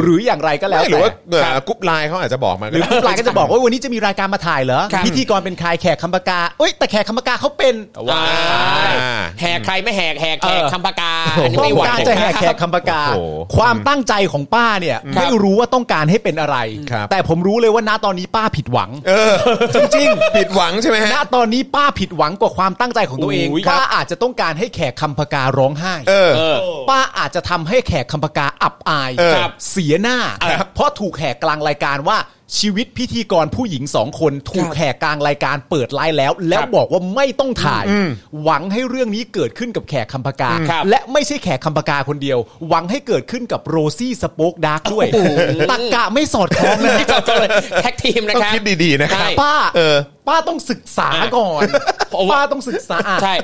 Speaker 4: หรืออย่างไรก็แล้ว
Speaker 5: ไม่หรื
Speaker 4: แต่
Speaker 5: อว่าเอ่อกรุ๊ปไลน์เขาอาจจะบอกมา
Speaker 4: หรือคุณปลายก็จะบอกว่าวันนี้จะมีรายการมาถ่ายเหรอ
Speaker 3: ครับ
Speaker 4: พิธีกรเป็นใครแขกคำปากาเอ้ยแต่แขกคำปากาเขาเป็น
Speaker 3: ว้า
Speaker 5: อ่
Speaker 3: ย
Speaker 5: า
Speaker 3: แหกใครไม่แหกแหกแขกคำพกาอันนี้
Speaker 4: ต้อ
Speaker 3: ไม่
Speaker 4: ง
Speaker 3: ไหว
Speaker 4: การจะแหกแขกคำปากา
Speaker 5: โอ้โห
Speaker 4: ความตั้งใจของป้าเนี่ย
Speaker 3: ครับ
Speaker 4: ไม่รู้ว่าต้องการให้เป็นอะไร
Speaker 5: ครับ
Speaker 4: แต่ผมรู้เลยว่าณตอนนี้ป้าผิดหวัง
Speaker 5: เออจริงๆผิดหวังใช่ไหมฮะ
Speaker 4: ณตอนนี้ป้าผิดหวังกว่าความตั้งใจของตัวเอง
Speaker 3: อุ้ย
Speaker 4: ป้าอาจจะต้องการให้แขกคำปาการ้องไห้
Speaker 5: เออ
Speaker 3: เออ
Speaker 4: ป้าอาจจะทำให้แขกคำปากาอับอาย
Speaker 5: เออ
Speaker 4: ครับเสียหน้า
Speaker 5: ครับ
Speaker 4: เพราะถูกแขกกลางรายการว่าชีวิตพิธีกรผู้หญิงสองคน ถูกแขกกลางรายการเปิดไลน์แล้ว แล้วบอกว่าไม่ต้องถ่าย หวังให้เรื่องนี้เกิดขึ้นกับแขกคำปากา
Speaker 3: ครับ
Speaker 4: และไม่ใช่แขกคำปากาคนเดียว หวังให้เกิดขึ้นกับโรซี่สโป๊กดาร์กด้วย
Speaker 3: โอ้โห
Speaker 4: ตักกะไม่สอดคล้องนะ
Speaker 3: ที่จบเลยแท็กทีมนะ
Speaker 5: ต้อง
Speaker 3: ครับ
Speaker 5: คิดดีๆนะครับ
Speaker 3: ใช่
Speaker 4: ป้า
Speaker 5: เออ
Speaker 4: ป้าต้องศึกษาก่อนป้าต้องศึกษาอ่ะ
Speaker 3: ใช่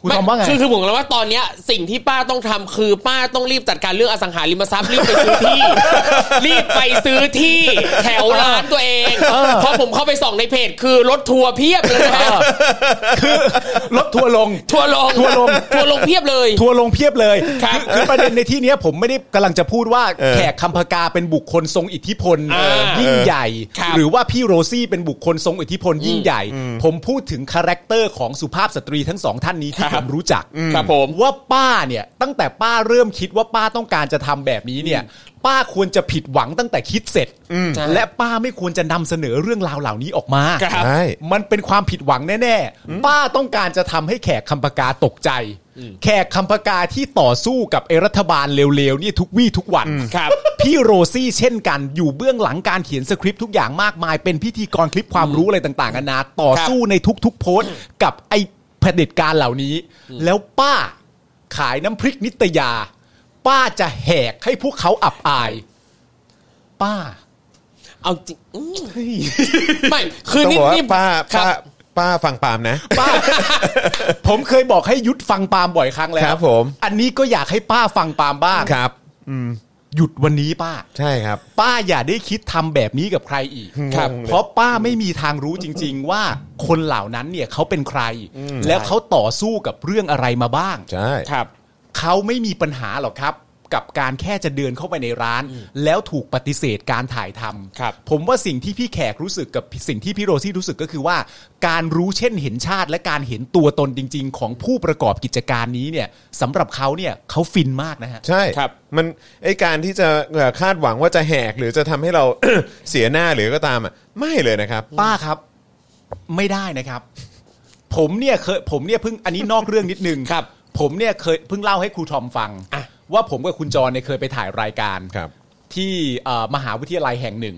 Speaker 4: คุณทอมว่าไง
Speaker 3: คือคือผมกำลังว่าตอนเนี้ยสิ่งที่ป้าต้องทำคือป้าต้องรีบจัดการเรื่องอสังหาริมทรัพย์รีบไปซื้อ ที่ รีบไปซื้อที่แถวร้านตัวเองเพราะผมเข้าไปส่องในเพจคือรถทัวร์เพียบเลยนะฮะ
Speaker 4: คือลดทั วร์ลง
Speaker 3: ทัวร์ลง
Speaker 4: ทัวร์ลง
Speaker 3: ทัวร์ลงเพียบเลย
Speaker 4: ทัวร์ลงเพียบเลย
Speaker 3: ครับ
Speaker 4: อประเด็นในที่เนี้ยผมไม่ได้กำลังจะพูดว่า
Speaker 5: เออ
Speaker 4: แขกคำพกาเป็นบุคคลทรงอิทธิพล
Speaker 3: อ่า
Speaker 4: ยิ่งใหญ่
Speaker 3: ครับ
Speaker 4: หรือว่าพี่โรซี่เป็นบุคคลทรงอิทธิพลยิ่งใหญ่ ผมพูดถึงคาแรคเตอร์ของสุภาพสตรีทั้งสองท่านนี้ที่
Speaker 3: ค
Speaker 4: ผ
Speaker 3: รับ
Speaker 4: มรู้จัก
Speaker 3: ครับผม
Speaker 4: ว่าป้าเนี่ยตั้งแต่ป้าเริ่มคิดว่าป้าต้องการจะทำแบบนี้เนี่ย ป้าควรจะผิดหวังตั้งแต่คิดเสร็จ และป้าไม่ควรจะนำเสนอเรื่องราวเหล่านี้ออกมา
Speaker 3: ครับ
Speaker 5: ใช่
Speaker 4: มันเป็นความผิดหวังแน่ ๆ ป้าต้องการจะทำให้แขกคำปากาตกใจ แขกคำพกาที่ต่อสู้กับไอรัฐบาลเลวๆเนี่ยทุกวี่ทุกวัน
Speaker 3: ครับ
Speaker 4: พี่โรซี่เช่นกันอยู่เบื้องหลังการเขียนสคริปต์ทุกอย่างมากมาย เป็นพิธีกรคลิปความรู้อะไรต่างๆนานาต่อสู้ในทุกๆโพสต์ กับไอ้เผด็จการเหล่านี้ แล้วป้าขายน้ำพริกนิตยา ป้าจะแหกให้พวกเขาอับอาย ป้า
Speaker 3: เอาจริงอืมไม่คือ
Speaker 5: ต้อง
Speaker 3: นี่
Speaker 5: บอกว่า
Speaker 3: นี่
Speaker 5: ป้า
Speaker 3: ครั
Speaker 5: ป้า
Speaker 3: บ
Speaker 5: ป้าฟังปาล์มนะ
Speaker 4: ป้า ผมเคยบอกให้ยุดฟังปาล์มบ่อยครั้งแล้ว
Speaker 5: ครับผม
Speaker 4: อันนี้ก็อยากให้ป้าฟังปาล์มบ้าง
Speaker 5: ครับ
Speaker 4: หยุดวันนี้ป้า
Speaker 5: ใช่ครับ
Speaker 4: ป้าอย่าได้คิดทำแบบนี้กับใครอีก
Speaker 5: ครับ
Speaker 4: เพราะป้าไม่มีทางรู้จริง ๆ ว่าคนเหล่านั้นเนี่ยเขาเป็นใคร แล้วเขาต่อสู้กับเรื่องอะไรมาบ้าง
Speaker 5: ใช่
Speaker 3: ครับ
Speaker 4: เขาไม่มีปัญหาหรอกครับ กับการแค่จะเดินเข้าไปในร้าน แล้วถูกปฏิเสธการถ่ายทำ
Speaker 3: ครับ
Speaker 4: ผมว่าสิ่งที่พี่แขกรู้สึกกับสิ่งที่พี่โรซี่รู้สึกก็คือว่า การรู้เช่นเห็นชาติและการเห็นตัวตนจริง ๆ ของผู้ประกอบกิจการนี้เนี่ยสำหรับเขาเนี่ยเขาฟินมากนะฮะ
Speaker 5: ใช่
Speaker 3: ครับ
Speaker 5: มันไอการที่จะเอ่อคาดหวังว่าจะแหกหรือจะทำให้เรา เสียหน้าหรือก็ตามอ่ะไม่เลยนะครับ
Speaker 4: ป้าครับไม่ได้นะครับ ผมเนี่ยเคยผมเนี่ยเพิ่งอันนี้นอกเรื่องนิดนึง
Speaker 3: ครับ
Speaker 4: ผมเนี่ยเคยเพิ่งเล่าให้ครูทอมฟัง ว่าผมกับคุณจรเนี่ยเคยไปถ่ายรายการ
Speaker 5: ครับ
Speaker 4: ที่เอ่อมหาวิทยาลัยแห่งหนึ่ง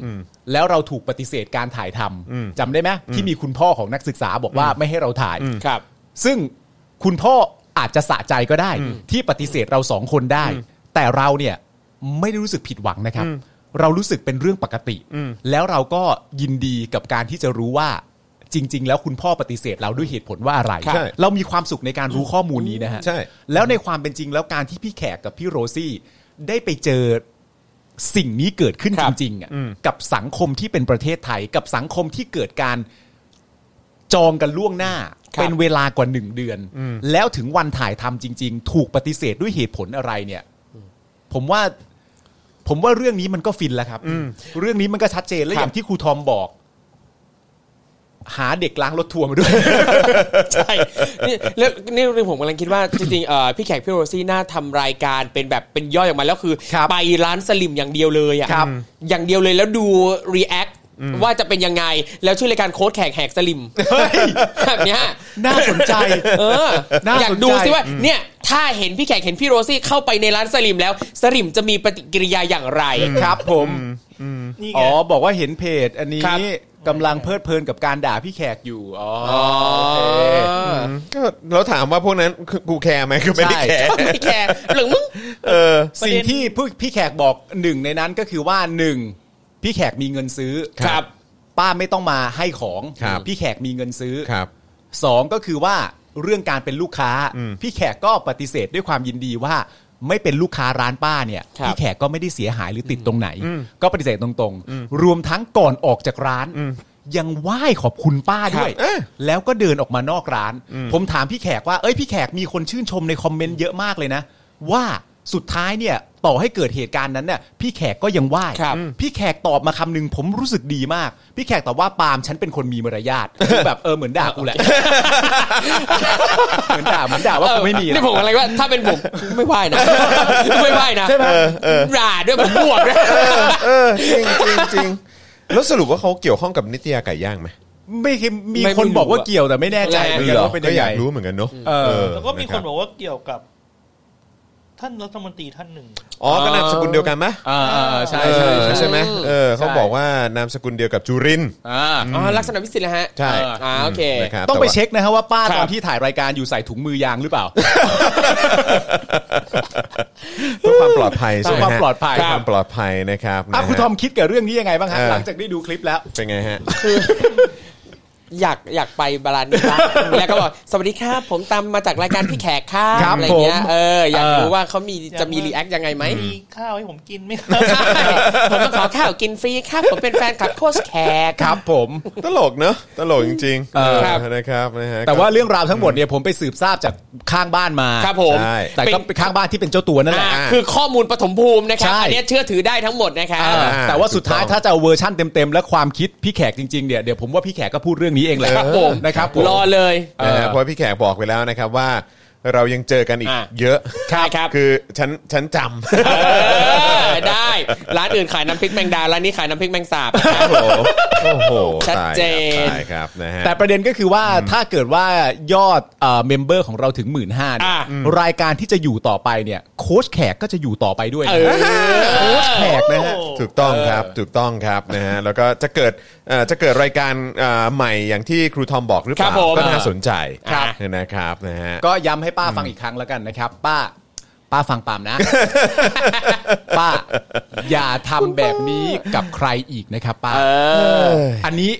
Speaker 4: แล้วเราถูกปฏิเสธการถ่ายทำจำได้ไหมที่มีคุณพ่อของนักศึกษาบอกว่าไม่ให้เราถ่าย
Speaker 3: ครับ
Speaker 4: ซึ่งคุณพ่ออาจจะสะใจก็ได้ ที่ปฏิเสธเราสองคนได้ แต่เราเนี่ยไม่ได้รู้สึกผิดหวังนะครับ เรารู้สึกเป็นเรื่องปกติ แล้วเราก็ยินดีกับการที่จะรู้ว่าจริง ๆ แล้วคุณพ่อปฏิเสธเราด้วยเหตุผลว่าอะไร
Speaker 5: ใช่
Speaker 4: เรามีความสุขในการรู้ข้อมูลนี้นะฮะ
Speaker 5: ใช่
Speaker 4: แล้วในความเป็นจริงแล้วการที่พี่แขกกับพี่โรซี่ได้ไปเจอ สิ่งนี้เกิดขึ้น
Speaker 3: ค
Speaker 4: จ
Speaker 3: รับ
Speaker 4: ริงๆอะกับสังคมที่เป็นประเทศไทย กับสังคมที่เกิดการจองกันล่วงหน้า เป็นเวลากว่าหนึ่งเดือน แล้วถึงวันถ่ายทำจริง ๆ ถูกปฏิเสธด้วยเหตุผลอะไรเนี่ย ผมว่า ผมว่าเรื่องนี้มันก็ฟินแล้วครับเรื่องนี้มันก็ชัดเจนและอย่างที่ครูทอมบอก หาเด็กล้างรถทัวร์มาด้วย
Speaker 3: ใช่นี่แล้วนี่เรื่องผมกำลังคิดว่า จริงๆเอ่อพี่แขกพี่โรซี่น่าทำรายการเป็นแบบเป็นย่อยออกมาแล้วคือ
Speaker 4: ครับ
Speaker 3: ไปร้านสลิมอย่างเดียวเลยอะ
Speaker 4: ครับ
Speaker 3: อย่างเดียวเลยแล้วดูรีแอคว่าจะเป็นยังไง แล้วชื่อรายการโค้ดแขกแหกสลิมแบบเนี้ย
Speaker 4: น่าสนใจ
Speaker 3: เออ
Speaker 4: น่า
Speaker 3: อยาก
Speaker 4: สนใจ
Speaker 3: ดูซิว่าเนี่ยถ้าเห็นพี่แขกเห็นพี่โรซี่เข้าไปในร้านสลิมแล้วสลิมจะมีปฏิกิริยาอย่างไร
Speaker 4: ครับ ผม
Speaker 6: นี่
Speaker 4: อ๋
Speaker 6: ไง
Speaker 4: อ บอกว่าเห็นเพจ อันนี้
Speaker 3: ครับ
Speaker 4: กำลังเพลิดเพลินกับการด่าพี่แขกอยู่อ๋ออ
Speaker 3: อ๋อ
Speaker 4: โอเค
Speaker 5: ก็เราถามว่าพวกนั้นคือกูแคร์ไหมก็ไม่ได้
Speaker 4: ใช่
Speaker 5: แค ร์
Speaker 3: พี่แขกหรือมึง
Speaker 5: เออ
Speaker 4: สิ่งที่ผู้พี่แขกบอกหนึ่งในนั้นก็คือว่าหนึ่งพี่แขกมีเงินซื้อ
Speaker 5: ครับ
Speaker 4: ป้าไม่ต้องมาให้ของ
Speaker 5: ครับ
Speaker 4: พี่แขกมีเงินซื้อ
Speaker 5: ครับ
Speaker 4: สองก็คือว่าเรื่องการเป็นลูกค้า
Speaker 5: อืม
Speaker 4: พี่แขกก็ปฏิเสธด้วยความยินดีว่า ไม่เป็นลูกค้าร้านป้าเนี่ย
Speaker 3: ครับ
Speaker 4: พี่แขกก็ไม่ได้เสียหายหรือติดตรงไหน ก็ปฏิเสธตรงๆ รวมทั้งก่อนออกจากร้าน ยังไหว้ขอบคุณป้าด้วย
Speaker 5: ครับเอ๊ะ
Speaker 4: แล้วก็เดินออกมานอกร้าน ผมถามพี่แขกว่า เอ้ยพี่แขกมีคนชื่นชมในคอมเมนต์เยอะมากเลยนะ ว่าสุดท้ายเนี่ยต่อให้เกิดเหตุการณ์นั้นเนี่ยพี่แขกก็ยังไหว้
Speaker 3: ครับ
Speaker 4: พี่แขกตอบมาคำหนึงผมรู้สึกดีมาก พี่แขกตอบว่าปาล์มฉันเป็นคนมีมารยาทคือแบบเออเหมือนด่ากูแหละ เหมือนด่าเหมือนด่าว่ากูไม่มี
Speaker 3: เออ
Speaker 4: นะ
Speaker 3: นี่ผมอะไรว่าถ้าเป็นผมไม่ไหว นะ ไม่ไหวนะใช่ไหมด่าด้วยผมบวกด้วย
Speaker 5: เออจริงจริงจริงแล้วสรุปว่าเขาเกี่ยวข้องกับนิตยาไก่ย่างไหม
Speaker 4: ไม่เคยมีคนบอกว่าเกี่ยวแต่ไม่แน่ใจเหมือนกันว่าเป็น
Speaker 5: ก็
Speaker 4: ยัง
Speaker 5: อ
Speaker 4: ไง
Speaker 5: ยากรู้เหมือนกันเนอะ
Speaker 4: เออ
Speaker 5: เออ
Speaker 6: แล้วก็มี
Speaker 5: ะ
Speaker 6: ค
Speaker 5: รั
Speaker 6: นบอกว่าเกี่ยวกับ ท่านรัฐมนตรีท่านหนึ่ง
Speaker 5: อ๋อก็นามสกุลเดียวกันไหม
Speaker 4: อ่าอ่าอ่าใช่
Speaker 5: เอ
Speaker 4: ใช่
Speaker 5: อ
Speaker 4: ใช่
Speaker 5: ใช่ไหมเออเขา
Speaker 4: ใช่
Speaker 5: บอกว่านามสกุลเดียวกับจุรินทร์
Speaker 4: อ่า
Speaker 3: อ๋อลักษณะพิสิทธิ์นะฮะ
Speaker 5: ใช่
Speaker 3: อ่าโอเค
Speaker 5: นะครับ
Speaker 4: ต้องไป
Speaker 5: แต่ว่า
Speaker 4: เช็คนะฮะว่าป้า
Speaker 3: ครับ
Speaker 4: ตอนที่ถ่ายรายการอยู่ใส่ถุงมือยางหรือเปล่า
Speaker 5: เพื่อความปลอดภัยใช่ไหมฮะ
Speaker 4: เพื่อความปลอดภัย
Speaker 5: เพื่ความปลอดภัยนะครับ
Speaker 4: อ่ะ
Speaker 5: นะฮะ
Speaker 4: คุณทอมคิดกับเรื่องนี้ยังไงบ้างฮะ
Speaker 5: เออ
Speaker 4: หลังจากได้ดูคลิปแล้ว
Speaker 5: เป็นไงฮะ
Speaker 3: อยากอยากไปบาลานซ์ บ้างแล้วก็บอกสวัสดีครับผมตามมาจากรายการพี่แขกครับ
Speaker 4: ครับ
Speaker 3: อะไรเงี้ย
Speaker 4: ผม
Speaker 3: เอออยากรู้ว่าเขามีจะมี
Speaker 6: อยากรู้
Speaker 3: รีแอคยังไงไหม
Speaker 6: มีข้าวให้ ผมกินไหมครับ
Speaker 3: ใช่ผมต้องขอข้าวกินฟรีครับ ผมเป็นแฟนคลับโค้ชแขก
Speaker 4: ครับผม
Speaker 5: ตลกเนอะตลกจริงๆ
Speaker 4: เออ
Speaker 3: ครับ
Speaker 5: นะครับนะฮะ
Speaker 4: แต่ว่าเรื่องราวทั้งหมดเนี่ยผมไปสืบทราบจากข้างบ้านมา
Speaker 3: ครับผม
Speaker 5: ใช่
Speaker 4: แต่ก็เป็นข้างบ้านที่เป็นเจ้าตัวนั่นแหละ
Speaker 3: อ่าคือข้อมูลปฐมภูมินะครับ
Speaker 4: ใช่
Speaker 3: อันเนี้ยเชื่อถือได้ทั้งหมดนะครับ
Speaker 4: อ่าแต่ว่าสุดท้ายถ้าจะเอาเวอร์ชั่นเต็มๆ และความคิดพี่แขกจริงๆเนี่ยเดี๋ยวผมว่าพี่แขกก็พูดเรื่องนี้เองแหละ
Speaker 3: ครับผม
Speaker 4: นะครับผม
Speaker 3: รอเลย
Speaker 5: นะฮะเพราะพี่แขกบอกไปแล้วนะครับว่า เรายังเจอกันอีก
Speaker 3: อ่ะ
Speaker 5: เยอะ
Speaker 3: ใช่ครับ
Speaker 5: คือฉันฉันจ
Speaker 3: เอ
Speaker 5: ำ
Speaker 3: อได้ร้านอื่นขายน้ำพริกแมงดาร้านนี้ขายน้ำพริกแมงสาบนะครับ
Speaker 5: โอ้โห
Speaker 3: ชัดเจน
Speaker 5: ตายครับตายครับนะฮะ
Speaker 4: แต่ประเด็นก็คือว่าถ้าเกิดว่ายอดเมมเบอร์ของเราถึงหมื่นห้า
Speaker 3: อ่ะ
Speaker 4: รายการที่จะอยู่ต่อไปเนี่ยโค้ชแขกก็จะอยู่ต่อไปด้วยนะ
Speaker 3: เออ
Speaker 4: โค้ชแขกนะฮะ
Speaker 6: โอ้
Speaker 5: ถูกต้องครับถูกต้องครับนะฮะแล้วก็จะเกิดเอ่อจะเกิดรายการเอ่อใหม่อย่างที่ครูทอมบอกหรือเป
Speaker 3: ครั
Speaker 5: ล่า
Speaker 3: บผม
Speaker 5: ก็น่าสนใจ
Speaker 3: ครับ
Speaker 5: นะครับนะฮะ
Speaker 4: ก็ย้ำให้ป้าฟังอีกครั้งแล้วกันนะครับ ป้า ป้าฟังปาม นะ ป้า อย่าทำแบบนี้กับใครอีกนะครับ ป้า
Speaker 3: เออ
Speaker 4: อันนี้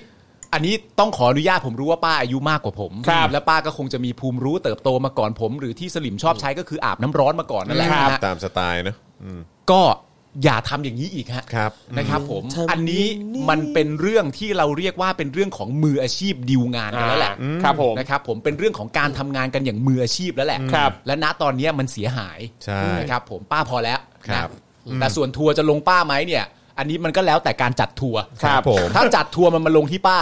Speaker 4: อันนี้ต้องขออนุญาตผมรู้ว่าป้าอายุมากกว่าผม
Speaker 3: ครับ
Speaker 4: และป้าก็คงจะมีภูมิรู้เติบโตมาก่อนผม หรือที่สลิมชอบใช้ก็คืออาบน้ำร้อนมาก่อนนั่นแหละนะฮะ
Speaker 5: ตามสไตล์เนอะอืม
Speaker 4: ก็อย่าทำอย่างนี้อีกฮะ
Speaker 5: ครับ
Speaker 4: นะครับผม อันนี้มันเป็นเรื่องที่เราเรียกว่าเป็นเรื่องของมืออาชีพดีลงานกันแล้วแหละ
Speaker 3: าครับผม
Speaker 4: นะครับผมเป็นเรื่องของการทำงานกันอย่างมืออาชีพแล้วแหละ
Speaker 3: ครับ
Speaker 4: และณตอนเนี้ยมันเสียหาย
Speaker 5: ใช่
Speaker 4: นะครับผมป้าพอแล้ว
Speaker 5: ครั
Speaker 4: นะ
Speaker 5: บ
Speaker 4: แต่ส่วนทัวร์จะลงป้าไหมเนี่ย อันนี้มันก็แล้วแต่การจัดทัวร์
Speaker 5: ครับผม
Speaker 4: ถ้าจัดทัวร์มันมาลงที่ป้า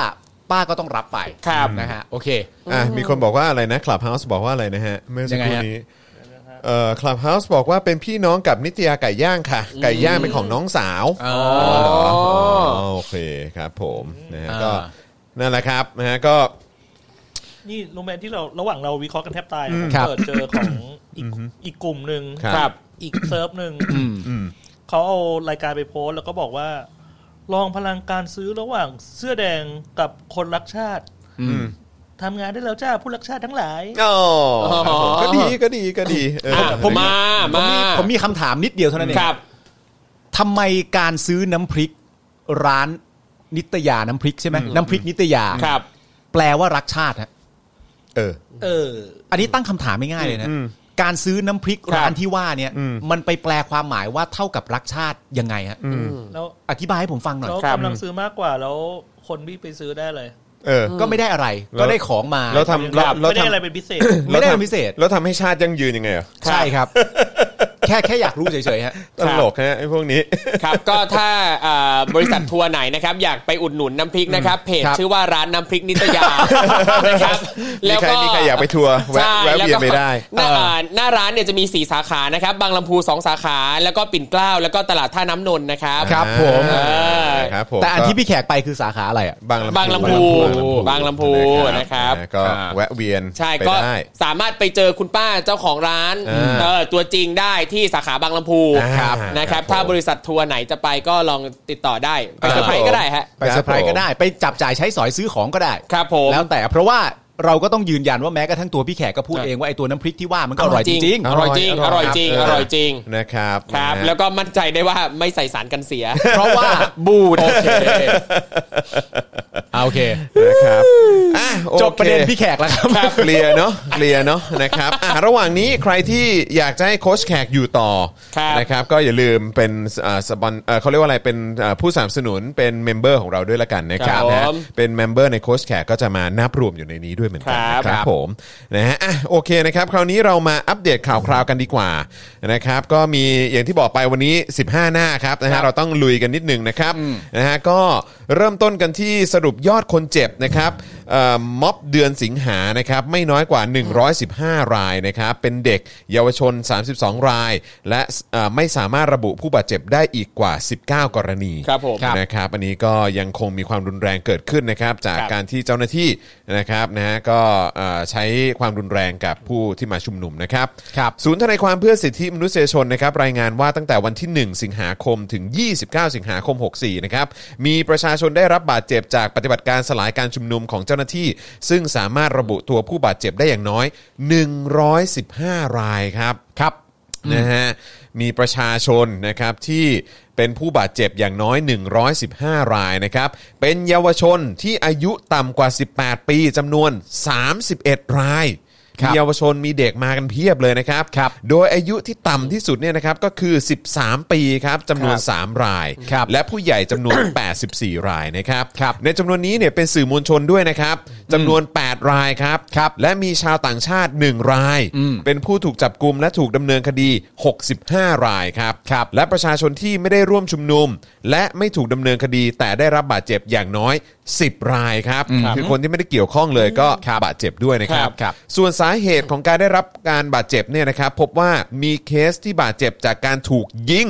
Speaker 4: ป้าก็ต้องรับไป
Speaker 3: ครับ
Speaker 4: นะฮะโอเค
Speaker 5: อ่ะมีคนบอกว่าอะไรนะคลับเฮาส์บอกว่าอะไรนะฮะเมื่อสักครู่
Speaker 4: ยังไงฮะ
Speaker 5: นี้เอ่อคลับเฮาส์บอกว่าเป็นพี่น้องกับนิตยาไก่ย่างค่ะ ไก่ย่างเป็นของน้องสาว
Speaker 4: อ๋อ
Speaker 5: เหรออ๋อโอเคครับผมนะฮะ
Speaker 4: อ่า
Speaker 5: ก็นั่นแหละครับนะฮะก็
Speaker 6: นี่รู้ไหมที่เราระหว่างเราวิเคราะห์กันแทบตายนะผม
Speaker 4: ครับ
Speaker 6: เปิดเจอของอีกอีกกลุ่มหนึ่ง
Speaker 5: ครับ
Speaker 6: อีกเซิร์ฟหนึ่ง
Speaker 4: อืม
Speaker 6: เขาเอารายการไปโพสต์แล้วก็บอกว่า ลองพลังการซื้อระหว่างเสื้อแดงกับคนรักชาติ
Speaker 4: อืม
Speaker 6: ทำงานได้แล้วจ้าผู้รักชาติทั้งหลาย
Speaker 5: อ๋อครับผมก็ดีก็ดีก็ดีเออ
Speaker 3: อ่ะผมมามา
Speaker 4: ผมมีคำถามนิดเดียวเท่านั้นเอง
Speaker 3: ครับ
Speaker 4: ทำไมการซื้อน้ำพริกร้านนิตยาน้ำพริกใช่ไหมน้ำพริกนิตยา
Speaker 3: ครับ
Speaker 4: แปลว่ารักชาติฮะ
Speaker 5: เออ
Speaker 6: เออ
Speaker 4: อันนี้ตั้งคำถามไม่ง่ายเลยนะ
Speaker 5: อืม
Speaker 4: การซื้อน้ำพริก
Speaker 3: ครับ
Speaker 4: ร้านที่ว่าเนี่ย
Speaker 5: อืม
Speaker 4: มันไปแปลความหมายว่าเท่ากับรักชาติยังไงฮะ
Speaker 6: แล้ว
Speaker 4: อธิบายให้ผมฟังหน่อย
Speaker 6: แล้วกำลังซื้อมากกว่าแล้วคนที่ไปซื้อได้เลย
Speaker 5: เออ
Speaker 4: ก็ไม่ได้อะไร
Speaker 5: แล้ว
Speaker 4: ก็ได้ของมา
Speaker 5: แล้วทำแล้วแล้ว
Speaker 6: ไม่ได้อะไร
Speaker 5: ทำ
Speaker 6: เป็นพิเศษ
Speaker 4: ไม่ได้
Speaker 5: แล้วทำ
Speaker 4: เป็นพิเศษ
Speaker 5: แล้วทำให้ชาติยั่งยืนยังไงอ่ะ
Speaker 4: ใช่ครับ แค่แค่อยากรู้เฉยๆฮะ
Speaker 5: ตลกฮะไอ้พวกนี้
Speaker 3: ครับ ก็ถ้าอ่าบริษัททัวร์ไหนนะครับ อยากไปอุดหนุนน้ำพริกนะครับ เพจ
Speaker 4: ครับ
Speaker 3: ชื่อว่าร้านน้ำพริกนิตยานะครับ
Speaker 5: มีใครมีใครอยากไปทัวร์แวะ
Speaker 3: ใช่
Speaker 5: แวะเวียน
Speaker 3: ก็
Speaker 5: ไปได้
Speaker 3: หน้าร้านหน้าร้านเนี่ยจะมี 4 สาขานะครับ บางลำพู 2 สาขา แล้วก็ปิ่นเกล้า แล้วก็ตลาดท่าน้ำนนท์นะครับ
Speaker 4: ครับผม
Speaker 5: อ่า
Speaker 3: เออ
Speaker 5: ครับผม
Speaker 4: แต่อันที่พี่แขกไปคือสาขาอะไรอ่ะ
Speaker 5: บาง
Speaker 3: บางลำพูบางลำพูนะครับ
Speaker 5: นะก็
Speaker 3: อ่า
Speaker 5: แวะเวียน
Speaker 3: ใช่
Speaker 5: ไป
Speaker 3: ก็
Speaker 5: ได้
Speaker 3: สามารถไปเจอคุณป้าเจ้าของร้าน
Speaker 5: อ่า
Speaker 3: เออตัวจริงได้ที่สาขาบางลำพู
Speaker 5: อ่าครับ
Speaker 3: นะครับ
Speaker 5: ครับผม
Speaker 3: ถ้าบริษัททัวร์ไหนจะไปก็ลองติดต่อได้ ไปเซอร์ไพร
Speaker 5: ครับผม
Speaker 3: ส์ก็ได้ฮะ
Speaker 4: ไปเซอร์ไพรส์ก็ได้ ไปจับจ่ายใช้สอยซื้อของก็ได้
Speaker 3: ครับผม
Speaker 4: แล้วแต่เพราะว่าเราก็ต้องยืนยันว่าแม้กระทั่งตัวพี่แขกก็พูดเองว่าไอ้ตัวน้ำพริกที่ว่ามันก็อร่อยจริง
Speaker 3: อร่อยจริงอร่อยจริงอร่อยจริง
Speaker 5: นะครับ
Speaker 3: ครับ
Speaker 5: นะฮะ
Speaker 3: แล้วก็มั่นใจได้ว่าไม่ใส่สารกันเสีย
Speaker 4: ๆ เพราะว่า
Speaker 3: บูด
Speaker 4: โอเคเอาโอเค
Speaker 5: นะครับอ่ะโอค
Speaker 4: จบประเด็นพี่แขกแล้วครับ
Speaker 5: เคลียร์เนาะเคลียร์เนาะนะครับอ่ะระหว่างนี้ใครที่อยากจะให้โค้ชแขกอยู่ต่อ
Speaker 3: ครับ
Speaker 5: นะครับก็อย่าลืมเป็นเอ่อสปอนเอ่อเขาเรียกว่าอะไรเป็นเอ่อผู้สนับสนุนเป็นเมมเบอร์ของเราด้วยละกันนะครับ
Speaker 3: ครับ
Speaker 5: นะ
Speaker 3: ผม
Speaker 5: เป็นเมมเบอร์ในโค้ชแขกก็จะมานับรวมอยู่ในนี้ด้วยเหมือนกัน
Speaker 3: ครับ
Speaker 5: นะครับผมนะฮะอ่ะโอเคนะครับคราวนี้เรามาอัปเดตข่าวคราวกันดีกว่านะครับก็มีอย่างที่บอกไปวันนี้ 15 หน้าครับนะฮะเราต้องลุยกันนิดนึงนะครับนะฮะก็เริ่มต้นกันที่สรุปยอดคนเจ็บนะครับเอ่อม็อบเดือนสิงหานะครับไม่น้อยกว่า 115 รายนะครับเป็นเด็กเยาวชน 32 ราย และเอ่อไม่สามารถระบุผู้บาดเจ็บได้อีกกว่า 19 กรณี
Speaker 3: ครับผม
Speaker 5: นะครับอันนี้ก็ยังคงมีความรุนแรงเกิดขึ้นนะครับ จาก
Speaker 3: ครับ
Speaker 5: การที่เจ้าหน้าที่นะครับนะฮะก็เอ่อใช้ความรุนแรงกับผู้ที่มาชุมนุมนะครับ
Speaker 4: ครับ
Speaker 5: ศูนย์ทนายความเพื่อสิทธิมนุษยชนนะครับรายงานว่าตั้งแต่วันที่ 1 สิงหาคมถึง 29 สิงหาคม 64 นะครับมีประชาชนได้รับบาดเจ็บจากปฏิบัติการสลายการชุมนุมของเจ้าหน้าที่ ซึ่งสามารถระบุตัวผู้บาดเจ็บได้อย่างน้อย 115 รายครับครับนะฮะมีประชาชนนะครับที่ เป็นผู้บาดเจ็บอย่างน้อย 115 รายนะครับ เป็นเยาวชนที่อายุต่ำกว่า 18 ปีจำนวน 31 ราย
Speaker 4: ครับ
Speaker 5: มีเยาวชนมีเด็กมากันเพียบเลยนะครับ
Speaker 4: ครับ
Speaker 5: โดยอายุที่ต่ำที่สุดเนี่ยนะครับก็คือ 13 ปีครับจำนวน 3 ราย
Speaker 4: ครับ
Speaker 5: และผู้ใหญ่จำนวน 84 รายนะครับ
Speaker 4: ครับ
Speaker 5: ในจำนวนนี้เนี่ยเป็นสื่อมวลชนด้วยนะครับจำนวน 8 รายครับ
Speaker 4: ครับ
Speaker 5: และมีชาวต่างชาติ 1 ราย
Speaker 4: อืม
Speaker 5: เป็นผู้ถูกจับกลุมและถูกดำเนินคดี 65 รายครับ
Speaker 4: ครับ
Speaker 5: และประชาชนที่ไม่ได้ร่วมชุมนุม และไม่ถูกดำเนินคดีแต่ได้รับบาดเจ็บอย่างน้อย 10 รายครับ คือคนที่ไม่ได้เกี่ยวข้องเลยก็บาดเจ็บด้วยนะครับ
Speaker 4: ครับ
Speaker 5: ส่วนสาเหตุของการได้รับการบาดเจ็บเนี่ยนะครับ พบว่ามีเคสที่บาดเจ็บจากการถูกยิง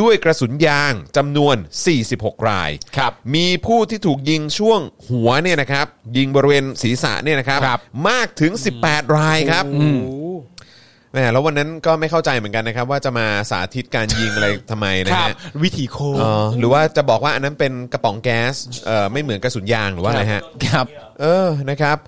Speaker 5: ด้วยกระสุนยางจำนวน 46 ราย
Speaker 4: ครับ
Speaker 5: มีผู้ที่ถูกยิงช่วงหัวเนี่ยนะครับ ยิงบริเวณศีรษะเนี่ยนะครับ
Speaker 4: ครับ
Speaker 5: มากถึง 18 รายครับแหมแล้ววันนั้นก็ไม่เข้าใจเหมือนกันนะครับ ว่าจะมาสาธิตการยิงอะไรทำไมนะฮะ
Speaker 4: วิธีโค
Speaker 5: อ๋อหรือว่าจะบอกว่าอันนั้นเป็นกระป๋องแก๊สเอ่อไม่เหมือนกระสุนยางหรือว่าอะไรฮะ
Speaker 4: ครับ
Speaker 5: เออ นะครับ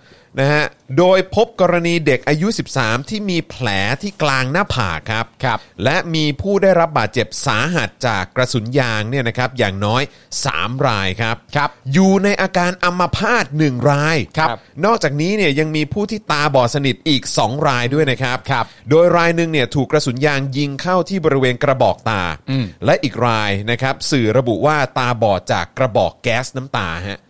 Speaker 5: นะฮะ โดยพบกรณีเด็กอายุ 13 ที่มีแผลที่กลางหน้าผากครับ
Speaker 4: ครับ
Speaker 5: และมีผู้ได้รับบาดเจ็บสาหัสจากกระสุนยางเนี่ยนะครับ อย่างน้อย 3 รายครับ
Speaker 4: ครับ
Speaker 5: อยู่ในอาการอัมพาต1ราย
Speaker 4: ครับ
Speaker 5: นอกจากนี้เนี่ยยังมีผู้ที่ตาบอดสนิทอีก 2 รายด้วยนะครับ
Speaker 4: ครับ
Speaker 5: โดยรายหนึ่งเนี่ยถูกกระสุนยางยิงเข้าที่บริเวณกระบอกตา
Speaker 4: อืม
Speaker 5: และอีกรายนะครับ สื่อระบุว่าตาบอดจากกระบอกแก๊สน้ำตาฮะ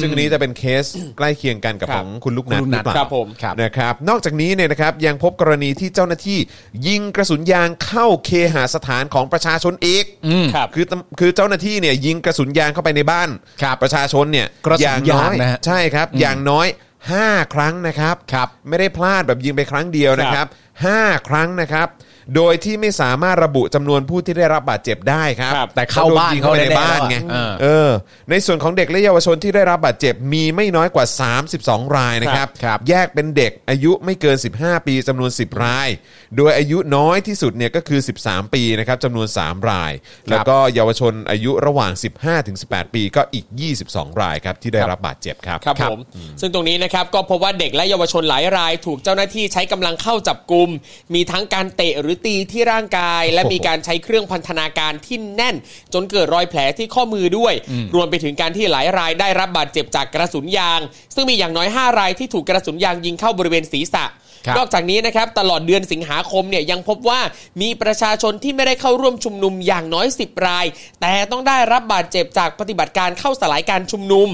Speaker 5: ซึ่งอันนี้จะเป็นเคสใกล้เคียงกันกับ
Speaker 3: ครั
Speaker 5: ข
Speaker 3: บ
Speaker 5: องคุณลูกนัท
Speaker 4: คุณ
Speaker 5: ห
Speaker 4: ลูกนัท
Speaker 5: รือเปล่า
Speaker 4: ครับผมครับ
Speaker 5: นะครับ นอกจากนี้เนี่ยนะครับยังพบกรณีที่เจ้าหน้าที่ยิงกระสุนยางเข้าเคหสถานของประชาชนอีก
Speaker 4: อืม
Speaker 3: ครับ
Speaker 5: คือตำคือเจ้าหน้าที่เนี่ยยิงกระสุนยางเข้าไปในบ้าน
Speaker 4: ครับ
Speaker 5: ประชาชนเนี่ย
Speaker 4: กระสุน
Speaker 5: องน้อย
Speaker 4: างนะฮะ
Speaker 5: ใช่ครับ อย่างน้อย 5 ครั้งนะครับ
Speaker 4: ครับ
Speaker 5: ไม่ได้พลาดแบบยิงไปครั้งเดียวนะครับ 5 ครั้งนะครับ โดยที่ไม่สามารถระบุจำนวนผู้ที่ได้รับบาดเจ็บได้ครับ
Speaker 4: ครับแต่เข้าบ้าน
Speaker 5: พระโดยิงเข้าไปในบ้านไง
Speaker 4: เขาแน่ๆแล้วอะเออ
Speaker 5: เออ ในส่วนของเด็กและเยาวชนที่ได้รับบาดเจ็บมีไม่น้อยกว่า 32 รายนะครับ
Speaker 4: ครับ
Speaker 5: แยกเป็นเด็กอายุไม่เกิน 15 ปีจำนวน 10 ราย โดยอายุน้อยที่สุดเนี่ยก็คือ 13 ปีนะครับจำนวน 3 ราย แล้วก็เยาวชนอายุระหว่าง 15-18 ปีก็อีก 22 รายครับที่ได้รับบาดเจ็บครับ
Speaker 3: ครับผมซึ่งตรงนี้นะครับก็พบว่าเด็กและเยาวชนหลายราย ถูกเจ้าหน้าที่ใช้กำลังเข้าจับกลุ่มมีทั้งการเตะหรือตีที่ร่างกาย และมีการใช้เครื่องพันธนาการที่แน่น จนเกิดรอยแผลที่ข้อมือด้วย รวมไปถึงการที่หลายรายได้รับบาดเจ็บจากกระสุนยาง ซึ่งมีอย่างน้อย 5 รายที่ถูกกระสุนยางยิงเข้าบริเวณศีรษะ
Speaker 4: ครับ
Speaker 3: นอกจากนี้นะครับตลอดเดือนสิงหาคมเนี่ยยังพบว่ามีประชาชนที่ไม่ได้เข้าร่วมชุมนุมอย่างน้อย 10 ราย แต่ต้องได้รับบาดเจ็บจากปฏิบัติการเข้าสลายการชุมนุม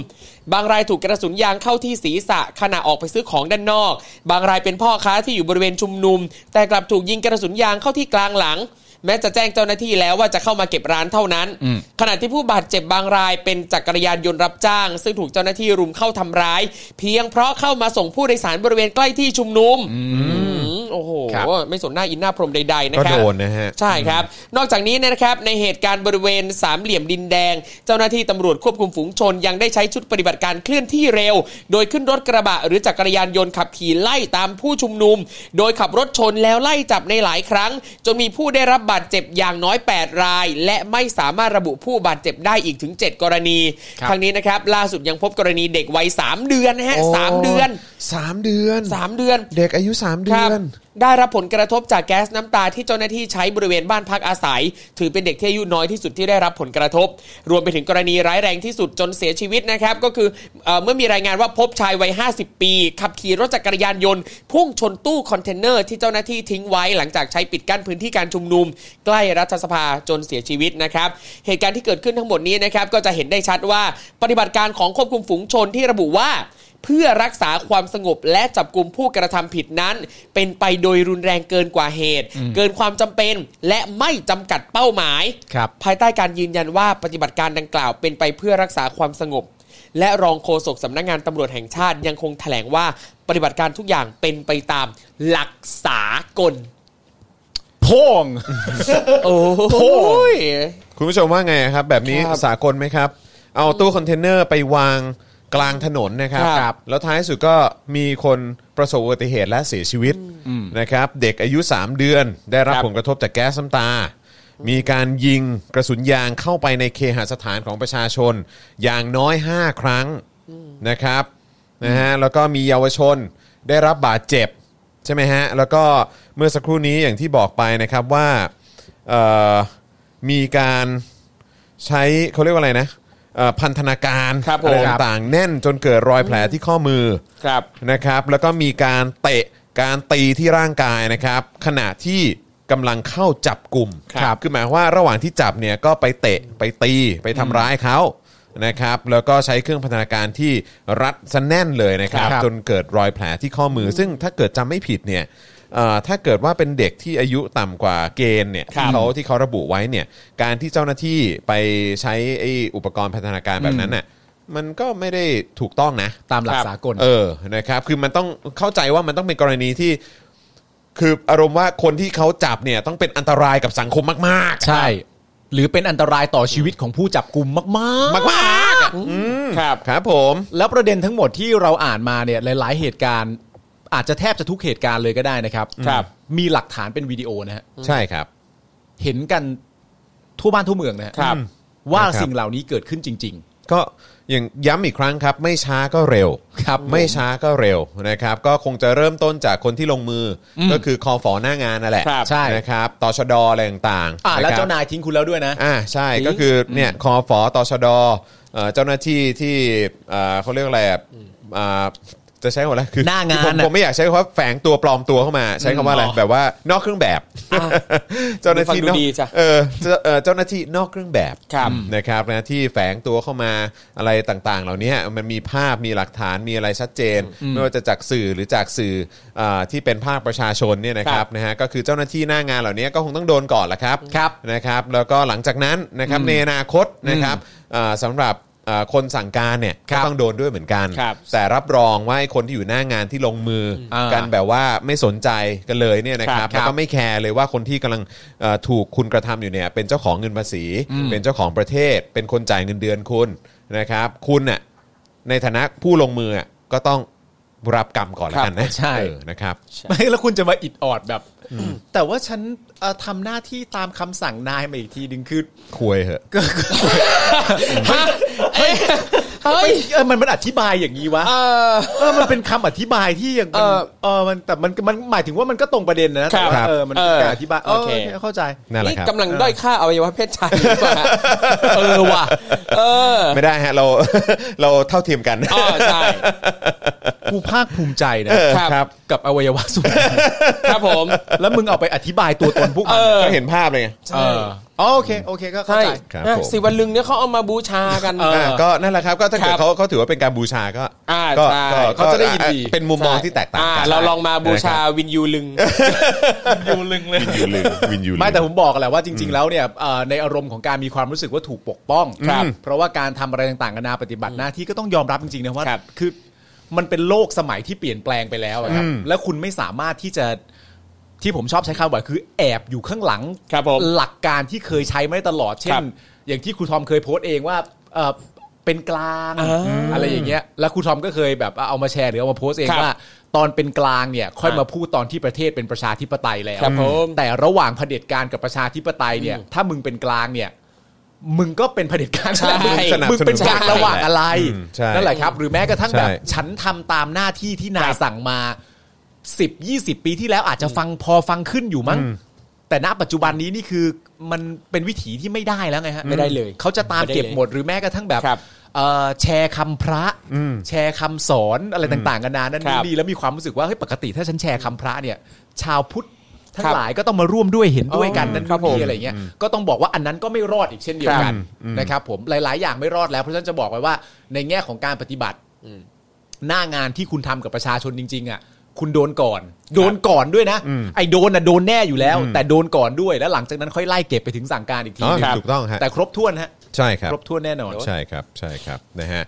Speaker 3: บางรายถูกกระสุนยางเข้าที่ศีรษะขณะออกไปซื้อของด้านนอก บางรายเป็นพ่อค้าที่อยู่บริเวณชุมนุม แต่กลับถูกยิงกระสุนยางเข้าที่กลางหลัง แม้จะแจ้งเจ้าหน้าที่แล้วว่าจะเข้ามาเก็บร้านเท่านั้น ขณะที่ผู้บาดเจ็บบางรายเป็นจักรยานยนต์รับจ้าง ซึ่งถูกเจ้าหน้าที่รุมเข้าทำร้าย เพียงเพราะเข้ามาส่งผู้โดยสารบริเวณใกล้ที่ชุมนุมอืมโอ้โห
Speaker 4: ครับ
Speaker 3: ไม่สนหน้าอินหน้าพรหมใดๆนะค
Speaker 5: ก็
Speaker 3: รับ
Speaker 5: โดนนะฮะ
Speaker 3: ใช่ครับ นอกจากนี้เนี่ยนะครับ ในเหตุการณ์บริเวณสามเหลี่ยมดินแดง เจ้าหน้าที่ตำรวจควบคุมฝูงชน ยังได้ใช้ชุดปฏิบัติการเคลื่อนที่เร็ว โดยขึ้นรถกระบะหรือจักรยานยนต์ขับขี่ไล่ตามผู้ชุมนุม โดยขับรถชนแล้วไล่จับในหลายครั้ง จนมีผู้ได้รับบาดเจ็บอย่างน้อย 8 ราย และไม่สามารถระบุผู้บาดเจ็บได้อีกถึง 7 กรณี
Speaker 4: ครับ
Speaker 3: ทั้งนี้นะครับล่าสุดยังพบกรณีเด็กวัยสามเดือนนะฮะสามเดือน
Speaker 5: สามเดือน
Speaker 3: สามเดือน
Speaker 5: เด็กอายุ 3 เดื
Speaker 3: ครับ
Speaker 5: อน
Speaker 3: ได้รับผลกระทบจากแก๊สน้ำตาที่เจ้าหน้าที่ใช้บริเวณบ้านพักอาศัย ถือเป็นเด็กที่อายุน้อยที่สุดที่ได้รับผลกระทบ รวมไปถึงกรณีร้ายแรงที่สุดจนเสียชีวิตนะครับ ก็คือเอ่อเมื่อมีรายงานว่าพบชายวัย 50 ปี ขับขี่รถจักรยานยนต์ พุ่งชนตู้คอนเทนเนอร์ที่เจ้าหน้าที่ทิ้งไว้หลังจากใช้ปิดกั้นพื้นที่การชุมนุม ใกล้รัฐสภาจนเสียชีวิตนะครับ เหตุการณ์ที่เกิดขึ้นทั้งหมดนี้นะครับก็จะเห็นได้ชัดว่าปฏิบัติการของควบคุมฝูงชนที่ระบุว่า เพื่อรักษาความสงบและจับกลุ่มผู้กระทำผิดนั้น เป็นไปโดยรุนแรงเกินกว่าเหตุ เกินความจำเป็นและไม่จำกัดเป้าหมาย
Speaker 4: ครับ
Speaker 3: ภายใต้การยืนยันว่าปฏิบัติการดังกล่าวเป็นไปเพื่อรักษาความสงบ และรองโฆษกสำนักงานตำรวจแห่งชาติยังคงแถลงว่าปฏิบัติการทุกอย่างเป็นไปตามหลักสากล
Speaker 4: พง
Speaker 3: โอ้ย
Speaker 5: คุณผู้ชมว่าไงครับ แบบนี้สากลไหมครับ เอาตู้คอนเทนเนอร์ไปวางกลางถนนนะครับ
Speaker 3: ครับ
Speaker 5: แล้วท้ายสุดก็มีคนประสบอุบัติเหตุและเสียชีวิตนะครับ เด็กอายุ 3 เดือน ได้รับผลกระทบจากแก๊สน้ำตา มีการยิงกระสุนยางเข้าไปในเคหสถานของประชาชน อย่างน้อย 5 ครั้งนะครับนะฮะแล้วก็มีเยาวชนได้รับบาดเจ็บ ใช่ไหมฮะ แล้วก็เมื่อสักครู่นี้อย่างที่บอกไปนะครับว่าเอ่อมีการใช้เขาเรียกว่าอะไรนะเอ่อพันธนาการ
Speaker 3: ครับผม
Speaker 5: อะไรต่างๆ แน่นจนเกิดรอยแผลที่ข้อมือ
Speaker 3: ครับ
Speaker 5: นะครับแล้วก็มีการเตะการตีที่ร่างกายนะครับ ขณะที่กำลังเข้าจับกลุ่ม
Speaker 4: ครับ
Speaker 5: คือหมายความว่าระหว่างที่จับเนี่ยก็ไปเตะไปตีไปทำร้ายเขานะครับแล้วก็ใช้เครื่องพันธนาการที่รัดซะแน่นเลยนะครับ
Speaker 4: ครับ
Speaker 5: จนเกิดรอยแผลที่ข้อมือ ซึ่งถ้าเกิดจำไม่ผิดเนี่ยเอ่อถ้าเกิดว่าเป็นเด็กที่อายุต่ำกว่าเกณฑ์เนี่ย
Speaker 3: ครับ
Speaker 5: ที่เขาที่เขาระบุไว้เนี่ยการที่เจ้าหน้าที่ไปใช้ไอ้อุปกรณ์พันธนาการแบบนั้นน่ะ มันก็ไม่ได้ถูกต้องนะ
Speaker 4: ตามหลัก
Speaker 5: ครับ
Speaker 4: สากล
Speaker 5: เออนะครับ คือมันต้องเข้าใจว่ามันต้องเป็นกรณีที่ คืออารมณ์ว่าคนที่เขาจับเนี่ยต้องเป็นอันตรายกับสังคมมากๆ
Speaker 4: ใช่ หรือเป็นอันตรายต่อชีวิตของผู้จับกลุ่มมากๆ
Speaker 5: มากๆอ่ะอืม
Speaker 3: ครับ
Speaker 5: ครับผม
Speaker 4: แล้วประเด็นทั้งหมดที่เราอ่านมาเนี่ยหลาย ๆ เหตุการณ์ อาจจะแทบจะทุกเหตุการณ์เลยก็ได้นะครับ
Speaker 5: ครับ
Speaker 4: มีหลักฐานเป็นวิดีโอนะฮะ
Speaker 5: ใช่ครับ
Speaker 4: เห็นกันทั่วบ้านทั่วเมืองนะฮะ
Speaker 3: ครับ
Speaker 4: ว่า
Speaker 5: นะครับ
Speaker 4: สิ่งเหล่านี้เกิดขึ้นจริง
Speaker 5: ก็อย่างย้ำอีกครั้งครับ ไม่ช้าก็เร็ว
Speaker 4: ครับ
Speaker 5: ไม่ช้าก็เร็วนะครับ ก็คงจะเริ่มต้นจากคนที่ลงมืออ
Speaker 4: ม
Speaker 5: ก็คือคอฝอหน้างานนั่นแหละ
Speaker 4: ครับใช่
Speaker 5: นะครับตชดอะไรต่าง
Speaker 4: ๆ อ่าแล้ว
Speaker 5: ะครับ
Speaker 4: เจ้านายทิ้งคุณแล้วด้วยนะ
Speaker 5: อ่าใช่ก็คือเนี่ยคอฟอตชดเอ่อเจ้าหน้าที่ที่เอ่อเขาเรียกอะไรอ่ะอ่าจะใช้คำว่าอะไรคือ
Speaker 4: หน้างาน
Speaker 5: คือผม
Speaker 4: น่ะ
Speaker 5: ผมไม่อยากใช้คำว่าแฝงตัวปลอมตัวเข้ามา ใช้คำว่าอะไรแบบว่านอกเครื่องแบบ เจ้าหน้าที่
Speaker 3: ดู
Speaker 5: น
Speaker 3: ฟั
Speaker 5: อ
Speaker 3: ง
Speaker 5: ก
Speaker 3: ดูดีจ้ะ
Speaker 5: เออเจ้าเออเจ้าหน้าที่นอกเครื่องแบบ
Speaker 3: ครับ
Speaker 5: นะครับนะที่แฝงตัวเข้ามาอะไรต่างๆ เหล่านี้มันมีภาพมีหลักฐานมีอะไรชัดเจน ไม่ว่าจะจากสื่อหรือจากสื่ออ่าที่เป็นภาคประชาชนเนี่ยนะค
Speaker 3: ครั
Speaker 5: รับบ นะฮะก็คือเจ้าหน้าที่หน้างานเหล่านี้ก็คงต้องโดนก่อนละครับ
Speaker 4: ครับ
Speaker 5: นะครับแล้วก็หลังจากนั้นนะครับในอนาคตนะครับเอ่อสำหรับเอ่อคนสั่งการเนี่ย
Speaker 4: ครั
Speaker 5: ก็
Speaker 4: บ
Speaker 5: ต้องโดนด้วยเหมือนกัน
Speaker 3: ครับ
Speaker 5: แต่รับรองว่าไอ้คนที่อยู่หน้างานที่ลงมืออา กันแบบว่าไม่สนใจกันเลยเนี่ยนะค
Speaker 4: ครั
Speaker 5: รับบ แล้วก็ไม่แคร์เลยว่าคนที่กำลังเอ่อถูกคุณกระทำอยู่เนี่ยเป็นเจ้าของเงินภาษี เป็นเจ้าของประเทศ เป็นคนจ่ายเงินเดือนคุณนะครับ คุณน่ะในฐานะผู้ลงมืออ่ะก็ต้องรับกรรมก่อนละกันนะ
Speaker 4: ใช่
Speaker 5: เออนะครับ
Speaker 4: ไม่แล้วคุณจะมาอิดออดแบบ แต่ว่าฉันเอ่อทำหน้าที่ตามคำสั่งนายมาอีกทีหนึ่งคือ
Speaker 5: คุยเหอะ
Speaker 3: ฮะเอ๊ะเฮ้ย
Speaker 4: ไม่เออมันมันอธิบายอย่างนี้วะ
Speaker 3: เออ
Speaker 4: เออ มันเป็นคำอธิบายที่ยังมัน
Speaker 3: เออ
Speaker 4: เออ มันแต่มันมันหมายถึงว่ามันก็ตรงประเด็นนะแต่
Speaker 3: ครับ
Speaker 4: ว่าเออ มันเป็น
Speaker 3: เออ
Speaker 4: การอธิบายเออ
Speaker 3: โอเค
Speaker 4: เข้าใจ
Speaker 5: นั่นแหละ
Speaker 3: นี่
Speaker 5: ครับ
Speaker 3: กำลังด้อยค่าอวัยวะเพศชายหรือเปล่าฮะ
Speaker 4: เออว่ะ
Speaker 3: เออ
Speaker 5: ไม่ได้ฮะเรา เราเท่าเทียมกัน
Speaker 3: อ๋อใช่
Speaker 4: กูภาคภูมิใจนะ
Speaker 5: เออ
Speaker 3: ครับ
Speaker 5: ครับ
Speaker 4: กับอวัยวะ ส่วน
Speaker 3: ครับผม
Speaker 4: แล้วมึงเอาไปอธิบายตัวตนพวก
Speaker 3: เอ
Speaker 4: มัน
Speaker 3: อ
Speaker 5: ก็เห็นภาพเลยไง
Speaker 4: เอออ๋อโอเค โอเค ก็เข้า
Speaker 3: ใช่
Speaker 4: ใจ
Speaker 5: ครับ
Speaker 3: นะ
Speaker 5: ผม
Speaker 3: สิวันลึงเนี่ยเขาเอามาบูชากัน
Speaker 5: อ่าก็นั่นแหละครับก็ถ้าเกิด
Speaker 3: ครับ
Speaker 5: เขาเขาถือว่าเป็นการบูชาก็
Speaker 3: อ่า
Speaker 5: ก็
Speaker 3: ใช่
Speaker 5: ก็
Speaker 4: เขาจะได้ยินดี
Speaker 5: อ่เป็นมุมมองที่แตกต่างกั
Speaker 3: อ่าน เราลองมาบูชาวินยูลึง
Speaker 6: ยูลึงเลย
Speaker 5: วินยูลึงวินยูลึง
Speaker 4: ไม่แต่ผมบอกแหละว่าจริง ๆ แล้วเนี่ยเอ่อในอารมณ์ของการมีความรู้สึกว่าถูกปกป้อง
Speaker 5: ครับ
Speaker 4: เพราะว่าการทำอะไรต่างๆนานาปฏิบัติหน้าที่ก็ต้องยอมรับจริงๆนะว่า
Speaker 3: ครับ
Speaker 4: คือมันเป็นโลกสมัยที่เปลี่ยนแปลงไปแล้วอะครับและคุณไม่สามารถที่จะที่ผมชอบใช้คำว่าคือแอบอยู่ข้างหลัง
Speaker 3: ครับผม
Speaker 4: หลักการที่เคยใช้ไม่ตลอด เช่
Speaker 3: คน รับ
Speaker 4: อย่างที่ครูทอมเคยโพสต์เองว่าเอ่อเป็นกลาง
Speaker 3: อ่า
Speaker 4: อะไรอย่างเงี้ยแล้วครูทอมก็เคยแบบเอามาแชร์หรือเอามาโพสต์เอง
Speaker 3: ครับ
Speaker 4: ว่า ตอนเป็นกลางเนี่ยค่อย
Speaker 3: อ่าม
Speaker 4: มาพูดตอนที่ประเทศเป็นประชาธิปไตยแล้ว
Speaker 3: ครับผม
Speaker 4: แต่ระหว่างเผด็จการกับประชาธิปไตยเนี่ย ถ้ามึงเป็นกลางเนี่ย มึงก็เป็นเผด็จการ
Speaker 3: ใช่
Speaker 4: มึง
Speaker 5: สนับสนุน
Speaker 4: มึงเป็นกลางระหว่างอะไร
Speaker 5: อืมใช่
Speaker 4: นั่นแหละครับ หรือแม้กระทั่งแบบ
Speaker 5: ใช่
Speaker 4: ฉันทำตามหน้าที่ที่นายสั่งมาสิบยี่สิบปีที่แล้วอาจจะฟังพอฟังขึ้นอยู่มั้ง แต่ณปัจจุบันนี้นี่คือมันเป็นวิถีที่ไม่ได้แล้วไงฮะ
Speaker 3: ไม่ได้เลย
Speaker 4: เขาจะตามเก็บ
Speaker 3: ไม่ได้เลย
Speaker 4: หมดหรือแม้กระทั่งแบบ
Speaker 3: ครับ
Speaker 4: เอ่อแชร์คำพระแชร์คำสอนอะไรต่างๆกันานานั่น
Speaker 3: ครับ
Speaker 4: นี่แล้วมีความรู้สึกว่าเฮ้ยปกติถ้าฉันแชร์คำพระเนี่ย ชาวพุทธทั้
Speaker 3: ค
Speaker 4: ง
Speaker 3: รับ
Speaker 4: หลายก็ต้องมาร่วมด้วยเห็นด้วยกัน
Speaker 3: อ๋อ
Speaker 4: นั่น
Speaker 3: ครับ
Speaker 4: นี่
Speaker 3: ผม
Speaker 4: อะไรเงี้ยก็ต้องบอกว่าอันนั้นก็ไม่รอดอีกเช่นเดียวกันนะครับผมหลาย ๆ อย่างไม่รอดแล้วเพราะฉะนั้นจะบอกไว้ว่า ในแง่ของการปฏิบัติ หน้างานที่คุณทำกับประชาชนจริง ๆ อ่ะ คุณโดนก่อน โดนก่อนด้วยนะ ไอ้โดนอ่ะโดนแน่อยู่แล้ว แต่โดนก่อนด้วยแล้วหลังจากนั้นค่อยไล่เก็บไปถึงสั่งการอีกที
Speaker 5: อ๋อ
Speaker 4: หนึ่ง
Speaker 5: ถูกต้องฮะ
Speaker 4: แต่ครบถ้วนฮะ
Speaker 5: ใช่ครับ
Speaker 4: ครบถ้วนแน่นอน
Speaker 5: ใช่ครับใช่ครับนะฮะ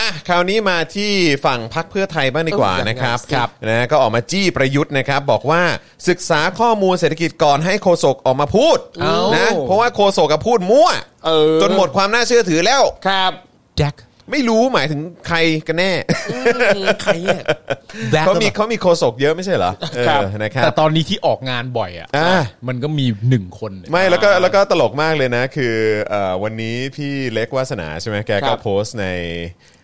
Speaker 5: อ่ะคราวนี้มาที่ฝั่งพักเพื่อไทยบ้างดีกว่า
Speaker 3: เออ
Speaker 5: นะครับ
Speaker 3: ครับ
Speaker 5: นะก็ออกมาจี้ประยุทธ์นะครับ บอกว่าศึกษาข้อมูลเศรษฐกิจก่อนให้โคศกออกมาพูด
Speaker 4: เอ้า
Speaker 5: นะเพราะว่าโคศกก็พูดมั่ว
Speaker 3: เออ
Speaker 5: จนหมดความน่าเชื่อถือแล้ว
Speaker 3: ครับ
Speaker 4: แจ็ค
Speaker 5: ไม่รู้หมายถึงใครกันแน่
Speaker 3: ใครเนี่ย
Speaker 4: แจ็ค
Speaker 5: เขามีเขามีโคศกเยอะไม่ใช่เหรอ
Speaker 3: ครับ
Speaker 5: เออนะครั
Speaker 4: แต่
Speaker 5: บ
Speaker 4: ตอนนี้ที่ออกงานบ่อยอ่ะ
Speaker 5: อ่า
Speaker 4: มันก็มีหนึ่งคนเนี่ย
Speaker 5: ไม่แล้วก็แล้วก็ตลกมากเลยนะ คือเอ่อวันนี้พี่เล็กวาสนาใช่ไหมแก
Speaker 3: ค
Speaker 5: ก็
Speaker 3: รับ
Speaker 5: โพสต์ใน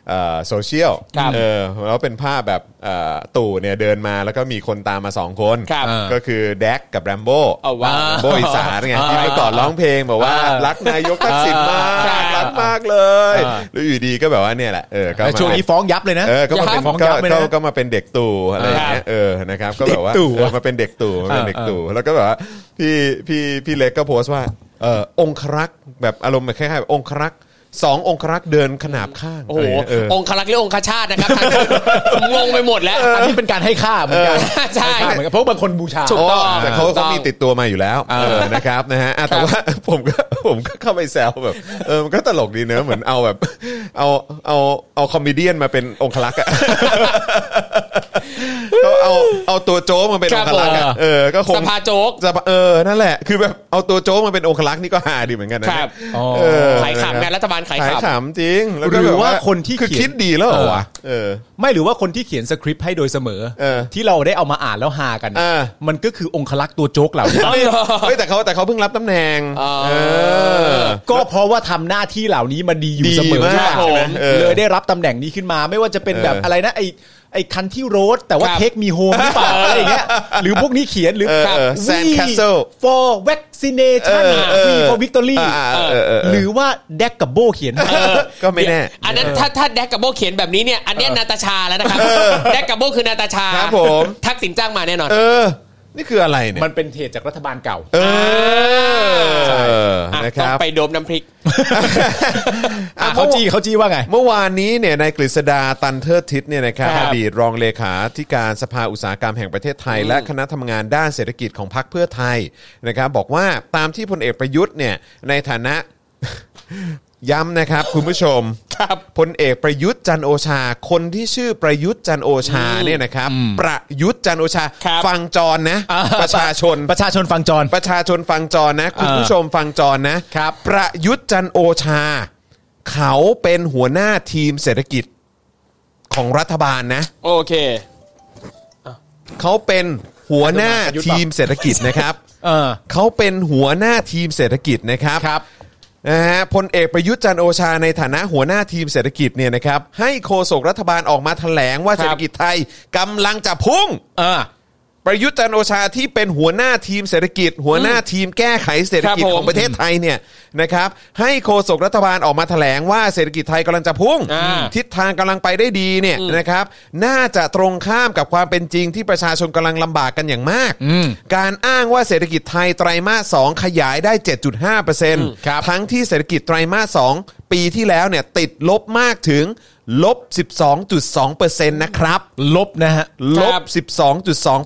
Speaker 5: เอ่อโซเชียล
Speaker 3: ครับ
Speaker 5: เออแล้วเป็นภาพแบบเอ่อตู่เนี่ยเดินมาแล้วก็มีคนตามมา 2 คน
Speaker 3: ครับ
Speaker 5: ก็คือแดกกับแรมโบ้
Speaker 3: เอาว่า
Speaker 5: แรมโบอีสานไง
Speaker 3: อ่า
Speaker 5: ที่เมื่อก่อนร้องเพลงบอกว่า
Speaker 4: อ่ารั
Speaker 5: รักนายกทักษิณมาก
Speaker 3: อ่ารั
Speaker 5: รักมากเลย
Speaker 4: อ่า
Speaker 5: แล้วอยู่ดีก็แบบว่าเนี่ยแหละเออก็
Speaker 4: แต่
Speaker 5: มา
Speaker 4: ช่วงนี้ฟ้องยับเลยนะ
Speaker 5: เออก็มาเป็น
Speaker 4: ยับฟ้อง
Speaker 5: ก็
Speaker 4: ยับเลยนะ
Speaker 5: ก็ก็มาเป็นเด็กตู่อะไรอย่างเงี้ยเออนะครับก็แบบว่า
Speaker 4: เด็กตู่
Speaker 5: เออมาเป็นเด็กตู่มาเป็นเด็กตู่ ตู่แล้วก็แบบว่าพี่พี่พี่เล็กก็โพสต์ว่าเออองครักษ์แบบอารมณ์แบบคล้ายๆแบบองครักษ์ สององครักษ์เดินขนาบข้าง
Speaker 3: โอ้โห
Speaker 5: ะไรเงี้ยเออ
Speaker 3: องคลักษ์หรือองคชาต นะครับ ผมงงไปหมดแล้ว
Speaker 4: อันนี้เป็นการให้ค่าเหมือนกัน
Speaker 3: เออใช่
Speaker 4: ห้ค่าเหมือนกันเพราะบางคนบูชา
Speaker 3: ถูกต้อง
Speaker 5: แต่เขา
Speaker 3: ถูก
Speaker 5: เขา
Speaker 3: ต้อง
Speaker 5: มีติดตัวมาอยู่แล้วเออนะครับนะฮะอ่ะแต่ว่า ผมก็ผมก็เข้าไปแซวแบบเออมันก็ตลกดีเนอะเหมือนเอาแบบ เอาเอาเอาคอมเมเดี้ยนมาเป็นองคลักษณ์อะ ก็เอาเอาตัวโจ๊กมาเป็น
Speaker 3: ค
Speaker 5: อ
Speaker 3: รั
Speaker 5: ง
Speaker 3: บ
Speaker 5: คลักษณ์
Speaker 3: ผ
Speaker 5: อะ
Speaker 3: ม
Speaker 5: เออก็คง
Speaker 3: สภาโจ๊ก
Speaker 5: จะเออนั่นแหละคือแบบเอาตัวโจ๊กมาเป็นองคลักษณ์นี่ก็หาดีเหมือนกันนะครับ เออ
Speaker 3: ขายขำนะรัฐบาลขาย
Speaker 5: ขาย
Speaker 3: ขำ
Speaker 5: ขำจริงแล้วก็
Speaker 4: หรือ
Speaker 5: แบบ
Speaker 4: ว่าคนที่
Speaker 5: คือ
Speaker 4: เขียน
Speaker 5: คิดดีแล้วเหรอวะเออ
Speaker 4: ไม่หรือว่าคนที่เขียนสคริปต์ให้โดยเสมอ
Speaker 5: เออ
Speaker 4: ที่เราได้เอามาอ่านแล้วฮากันน่ะ
Speaker 5: เออ
Speaker 4: มันก็คือองคลักษ์ตัวโจ๊กเหล่านี้
Speaker 3: เอาเหรอ
Speaker 5: เฮ้ยแต่เขาแต่เขาเพิ่งรับตำแหน่ง
Speaker 3: อ๋อ
Speaker 5: เออ
Speaker 4: ก็เพราะว่าทำหน้าที่เหล่านี้มาดีอยู่
Speaker 5: ดี
Speaker 4: เสมอ
Speaker 5: มาก
Speaker 4: ใช่
Speaker 5: ใช่
Speaker 4: ไห
Speaker 5: ไหม
Speaker 4: ม
Speaker 5: เออ
Speaker 4: เลยได้รับตำแหน่งนี้ขึ้นมา ไม่ว่าจะเป็นแบบ
Speaker 5: เอออ
Speaker 4: อะไรนะไอไอคันที่โรดแต่ว่า
Speaker 3: ครับ
Speaker 4: เทคมีโฮมหรือเปล่าอะไรอย่างเงี้ย หรือพวกนี้เขียนหรือ
Speaker 5: เออ
Speaker 4: ครับ
Speaker 5: เออ Sandcastle
Speaker 4: We for vaccination
Speaker 5: เออเออ
Speaker 4: We for victory
Speaker 5: อ่าๆเออเออเออ
Speaker 4: หรือว่าแดกกับโบเขียน
Speaker 5: ก็ไม่แน่
Speaker 3: อันนั้นถ้าถ้าแดกกับโบเขียนแบบนี้เนี่ย อันเนี้ยนาตาชาแล้วนะครับแดกกับโบคือนาตาชา
Speaker 5: ครับผม
Speaker 3: ทักษิณจ้างมาแน่นอน
Speaker 5: เออ นี่คืออะไรเนี่ย
Speaker 4: มันเป็นเหตุจากรัฐบาลเก่า
Speaker 5: เอ
Speaker 3: ใช่
Speaker 5: อ
Speaker 3: อ่ะ
Speaker 5: นะค
Speaker 3: ต้อง
Speaker 5: รับ
Speaker 3: ไปโดมน้ำพริก
Speaker 5: อ่ะ
Speaker 4: อ่ะเขาจี้เขาจี้ว่าไง
Speaker 5: เมื่อวานนี้เนี่ยนายกฤษดาตันเทิดทิศเนี่ยนะครับ
Speaker 3: ค
Speaker 5: อ
Speaker 3: รับ
Speaker 5: ดีตรองเลขาธิการสภาอุตสาหกรรมแห่งประเทศไทย และคณะทำงานด้านเศรษฐกิจของพรรคเพื่อไทยนะครับ บอกว่าตามที่พลเอกประยุทธ์เนี่ยในฐานะ ย้ำนะครับ คุณผู้ชม
Speaker 3: ครับ
Speaker 5: พลเอกประยุทธ์จันทร์โอชา คนที่ชื่อประยุทธ์จันทร์โอชาเนี่ยนะครับ ประยุทธ์จันทร์โอชา
Speaker 3: ครับ
Speaker 5: ฟังจรนะ
Speaker 4: อ่า
Speaker 5: ประชาชน
Speaker 4: ประชาชนฟังจร
Speaker 5: ประชาชนฟังจรนะ คุณผู้ชมฟังจรนะครับ ประยุทธ์จันทร์โอชา เขาเป็นหัวหน้าทีมเศรษฐกิจของรัฐบาลนะ
Speaker 3: โอเค
Speaker 5: เขาเป็นหัวหน้าทีมเศรษฐกิจนะครับ
Speaker 4: เออ
Speaker 5: เขาเป็นหัวหน้าทีมเศรษฐกิจนะครับ
Speaker 4: ครับ
Speaker 5: นะฮะพลเอกประยุทธ์จันทร์โอชาในฐานะหัวหน้าทีมเศรษฐกิจเนี่ยนะครับ ให้โฆษกรัฐบาลออกมาแถลงว่าเศรษฐกิจไทยกำลังจะพุ่ง
Speaker 4: เออ
Speaker 5: ประยุทธ์จันทร์โอชาที่เป็นหัวหน้าทีมเศรษฐกิจ หัวหน้าทีมแก้ไขเศรษฐกิจ
Speaker 3: ครับผม
Speaker 5: ของประเทศไทยเนี่ยนะครับ ให้โฆษกรัฐบาลออกมาแถลงว่าเศรษฐกิจไทยกำลังจะพุ่ง
Speaker 3: อ่า
Speaker 5: ทิศทางกำลังไปได้ดีเนี่ยนะครับ น่าจะตรงข้ามกับความเป็นจริงที่ประชาชนกำลังลำบากกันอย่างมาก การอ้างว่าเศรษฐกิจไทยไตรมาส 2 ขยายได้ 7.5%
Speaker 4: ครับ
Speaker 5: ทั้งที่เศรษฐกิจไตรมาส 2 ปีที่แล้วเนี่ยติดลบมากถึงลบ12.2%นะครับ
Speaker 4: ลบนะฮะ
Speaker 3: ค
Speaker 5: ล
Speaker 3: รับ บ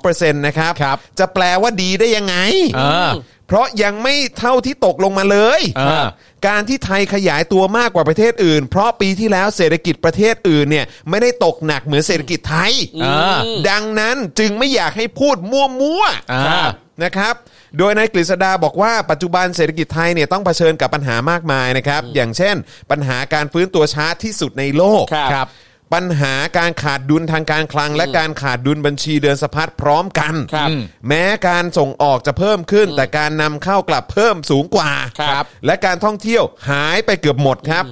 Speaker 5: 12.2%นะครับ
Speaker 4: ครับ
Speaker 5: จะแปลว่าดีได้ยังไง
Speaker 4: เออ
Speaker 5: เพราะยังไม่เท่าที่ตกลงมาเลย
Speaker 4: อ่า
Speaker 5: การที่ไทยขยายตัวมากกว่าประเทศอื่น เพราะปีที่แล้วเศรษฐกิจประเทศอื่นเนี่ยไม่ได้ตกหนักเหมือนเศรษฐกิจไทย
Speaker 4: อ่า
Speaker 5: ดังนั้นจึงไม่อยากให้พูดมั่ว
Speaker 4: อ่า
Speaker 5: ๆนะครับ โดยนายกฤษดาบอกว่าปัจจุบันเศรษฐกิจไทยเนี่ยต้องเผชิญกับปัญหามากมายนะครับ อย่างเช่น ปัญหาการฟื้นตัวช้าที่สุดในโลก
Speaker 3: ครับ
Speaker 5: ปัญหาการขาดดุลทางการคลัง และการขาดดุลบัญชีเดินสะพัดพร้อมกัน
Speaker 3: ครับ
Speaker 5: แม้การส่งออกจะเพิ่มขึ้น แต่การนำเข้ากลับเพิ่มสูงกว่า
Speaker 3: ครับ
Speaker 5: และการท่องเที่ยวหายไปเกือบหมดครับ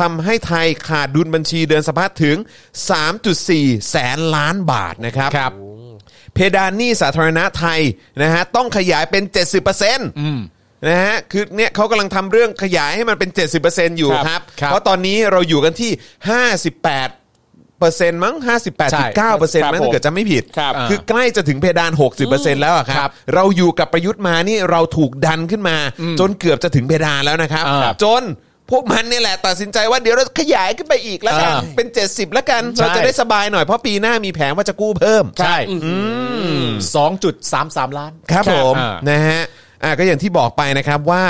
Speaker 5: ทำให้ไทยขาดดุลบัญชีเดินสะพัดถึง 3.4 แสนล้านบาทนะครับ เพดานหนี้สาธารณะไทยนะฮะต้องขยายเป็น 70%นะฮะคือเนี่ยเขากำลังทำเรื่องขยายให้มันเป็น 70%อยู่
Speaker 3: ครับ
Speaker 4: ค
Speaker 5: ครับ
Speaker 4: รับ
Speaker 5: เพราะตอนนี้เราอยู่กันที่ 58เปอร์เซ็นต์มั้ง 58.9เปอร์เซ็นต์มั้งถ้าเกิดจะไม่ผิด
Speaker 3: ครับ
Speaker 5: อใกล้จะถึงเพดาน 60%แล้วอะ
Speaker 4: ค
Speaker 5: ครั
Speaker 4: รับ บ
Speaker 5: เราอยู่กับประยุทธ์มานี่เราถูกดันขึ้นมา จนเกือบจะถึงเพดานแล้วนะครับ
Speaker 4: อ่า
Speaker 5: จนพวกมันเนี่ยแหละตัดสินใจว่าเดี๋ยวเราขยายขึ้นไปอีกแล้วกัน
Speaker 4: อ่า
Speaker 5: เป็น 70แล้วกันเรา
Speaker 4: ใช่
Speaker 5: จะได้สบายหน่อยเพราะปีหน้ามีแผนว่าจะกู้เพิ่ม
Speaker 4: ใช่สองจุดสามสามล้าน
Speaker 5: ครับผม
Speaker 4: อ่าน
Speaker 5: นะฮะอ่ะก็อย่างที่บอกไปนะครับว่า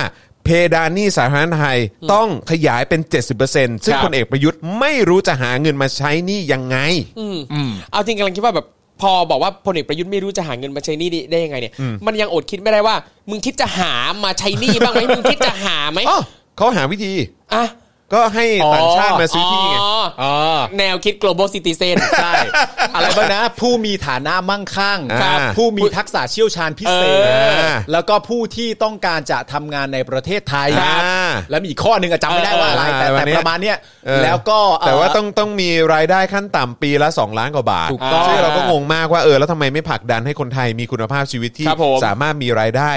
Speaker 5: เพดานหนี้สาธารณะไทยต้องขยายเป็น 70%ซึ่ง
Speaker 3: ครับ
Speaker 5: พลเอกประยุทธ์ไม่รู้จะหาเงินมาใช้หนี้ยังไง
Speaker 3: เอาจริงกำลังคิดว่าแบบพอบอกว่าพลเอกประยุทธ์ไม่รู้จะหาเงินมาใช้หนี้ได้ยังไงเนี่ย มันยังอดคิดไม่ได้ว่า มึงคิดจะหามาใช้ หนี้บ้างไหมมึงคิดจะหาไหม
Speaker 5: อ๋อเขาหาวิธี
Speaker 3: อ่ะ
Speaker 5: ก็ให้ต่างชาติมาซื้อที่ไง
Speaker 3: อ๋อ
Speaker 4: อ๋อ
Speaker 3: แนวคิด global citizen
Speaker 4: ใช่ อะไรบ้างนะ ผู้มีฐานะมั่งคั่ง
Speaker 5: ครับ
Speaker 4: ผู้มีทักษะเชี่ยวชาญพิเศษ
Speaker 3: เอ
Speaker 5: อ่า
Speaker 4: แล้วก็ผู้ที่ต้องการจะทำงานในประเทศไทย
Speaker 5: ครับ
Speaker 4: แล้วมีอีกข้อหนึ่งอะจำไม่ได้ว่าอะไร
Speaker 5: เออ
Speaker 4: แต่
Speaker 5: ประมา
Speaker 4: แต่
Speaker 5: ณเนี้ย
Speaker 4: ประมาณเนี้ย
Speaker 5: เออ
Speaker 4: แล้วก็เ
Speaker 5: แต่ว่าต้องต้องมีรายได้ขั้นต่ำปีละ 2 ล้านกว่าบาท
Speaker 4: ถูกต้อง
Speaker 5: ซึ่งเราก็งงมากว่าเออแล้วทำไมไม่ผลักดันให้คนไทยมีคุณภาพชีวิตที่
Speaker 3: ครับผม
Speaker 5: สามารถมีรายได้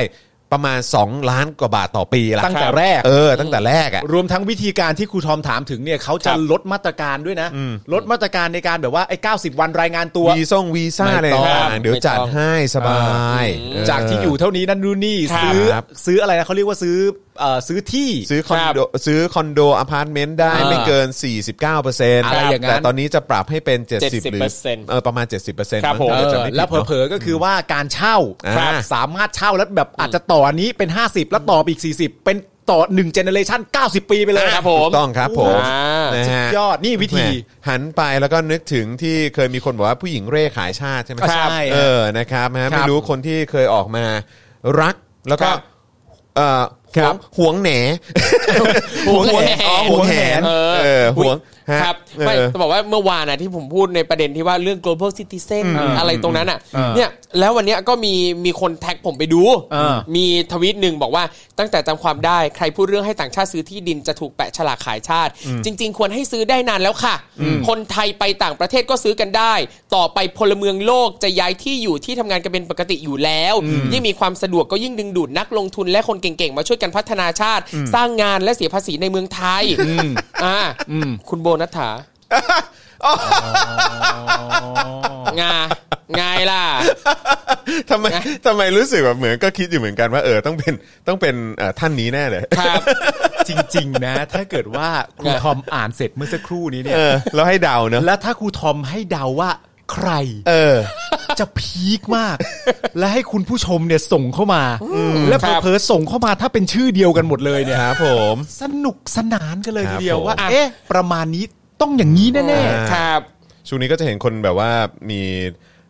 Speaker 5: ประมาณ 2 ล้านกว่าบาทต่อปีละ
Speaker 4: ตั้งแต่แรก
Speaker 5: เออตั้งแต่แรกอ่ะ
Speaker 4: รวมทั้งวิธีการที่ครูทอมถามถึงเนี่ยเขาจะลดมาตรการด้วยนะ ลดมาตรการในการแบบว่าไอ้90 วันรายงานตัว
Speaker 5: วีซ่งวีซ่า
Speaker 4: ไม่
Speaker 5: อะไร
Speaker 4: ต้อง
Speaker 5: ต่างๆเดี๋ยวจัดให้สบายเออ
Speaker 4: จากที่อยู่เท่านี้นั่นนู่นนี่
Speaker 5: ครับ
Speaker 4: ซื้อ
Speaker 5: ครับ
Speaker 4: ซื้ออะไรนะเขาเรียกว่าซื้อ เอ่อซื้อที่
Speaker 5: ซื้อคอนโดซื้อคอนโดอพาร์ตเมนต์ได้
Speaker 4: อ่า
Speaker 5: ไม่เกิน 49%
Speaker 4: อะไรอย่างนั้น
Speaker 5: แต่ตอนนี้จะปรับให้เป็น
Speaker 3: 70%
Speaker 5: 70หรือเออประมาณ 70%
Speaker 3: ครับผม
Speaker 5: ง
Speaker 4: เอ
Speaker 5: ถ้า
Speaker 4: อ
Speaker 5: จำไม่ผิด
Speaker 4: แล้ว
Speaker 5: เนอะ
Speaker 4: เผลอๆก็คือว่าการเช่า
Speaker 5: ครับ
Speaker 4: สามารถเช่าแล้วแบบอาจจะต่ออันนี้เป็น 50 แล้วต่อไปอีก 40 เป็นต่อ1 generation 90 ปีไปเลย
Speaker 3: ครับผม
Speaker 5: ถูกต้องครับผม
Speaker 3: อ่าน
Speaker 5: นะฮะ
Speaker 4: สุดยอดนี่วิธี
Speaker 5: แหมหันไปแล้วก็นึกถึงที่เคยมีคนบอกว่าผู้หญิงเร่ขายชาติใช่ไหม
Speaker 4: ครับใช่
Speaker 5: เออนะครับนะ
Speaker 4: ค
Speaker 5: ฮะ
Speaker 4: รับ
Speaker 5: ไม่รู้คนที่เคยออกมารักแล้วก็
Speaker 4: ครับ
Speaker 5: เอ่อหวงหวงแหน
Speaker 3: หวงแหน
Speaker 5: อ๋อหวงแหนเออหวงฮะ
Speaker 3: ครับ
Speaker 5: เอ
Speaker 3: ไม่
Speaker 5: อ
Speaker 3: จะบอกว่าเมื่อวานนะที่ผมพูดในประเด็นที่ว่าเรื่อง global citizen อะไรตรงนั้นอ่ะ
Speaker 4: เออ
Speaker 3: เนี่ยแล้ววันเนี้ยก็มีมีคนแท็กผมไปดู
Speaker 4: เออ
Speaker 3: มีทวีตหนึ่งบอกว่าตั้งแต่จำความได้ใครพูดเรื่องให้ต่างชาติซื้อที่ดินจะถูกแปะฉลากขายชาติ จริง ๆ ควรให้ซื้อได้นานแล้วค่ะ คนไทยไปต่างประเทศก็ซื้อกันได้ ต่อไปพลเมืองโลกจะย้ายที่อยู่ที่ทำงานกันเป็นปกติอยู่แล้ว ยิ่งมีความสะดวกก็ยิ่งดึงดูดนักลงทุนและคนเก่งๆ มาช่วยกันพัฒนาชาติ สร้างงานและเสียภาษีในเมืองไทยอ่าคุณโบนัฐถางาไงล่ะ
Speaker 5: ทำไมทำไมรู้สึกแบบเหมือนก็คิดอยู่เหมือนกันว่าเออต้องเป็นต้องเป็นเอ่อท่านนี้แน่เลย
Speaker 3: ครับ
Speaker 4: จริง ๆ นะ ถ้าเกิดว่าครูทอมอ่านเสร็จเมื่อสักครู่นี้เนี่ย
Speaker 5: เออแล้วให้เดาเนอะ
Speaker 4: แล้วถ้าครูทอมให้เดาว่าใคร
Speaker 5: เออ
Speaker 4: จะพีคมาก และให้คุณผู้ชมเนี่ยส่งเข้ามา และ
Speaker 3: ครับ
Speaker 4: เผลอๆส่งเข้ามาถ้าเป็นชื่อเดียวกันหมดเลยเนี่ย
Speaker 5: ครับผม
Speaker 4: สนุกสนานกันเลย
Speaker 5: ครั
Speaker 4: ที
Speaker 5: บ
Speaker 4: เดียว
Speaker 5: ผม
Speaker 4: ว่าเอ๊ะประมาณนี้ต้องอย่างนี้แน่
Speaker 5: อ่า
Speaker 3: ครับ
Speaker 5: ช่วงนี้ก็จะเห็นคนแบบว่ามี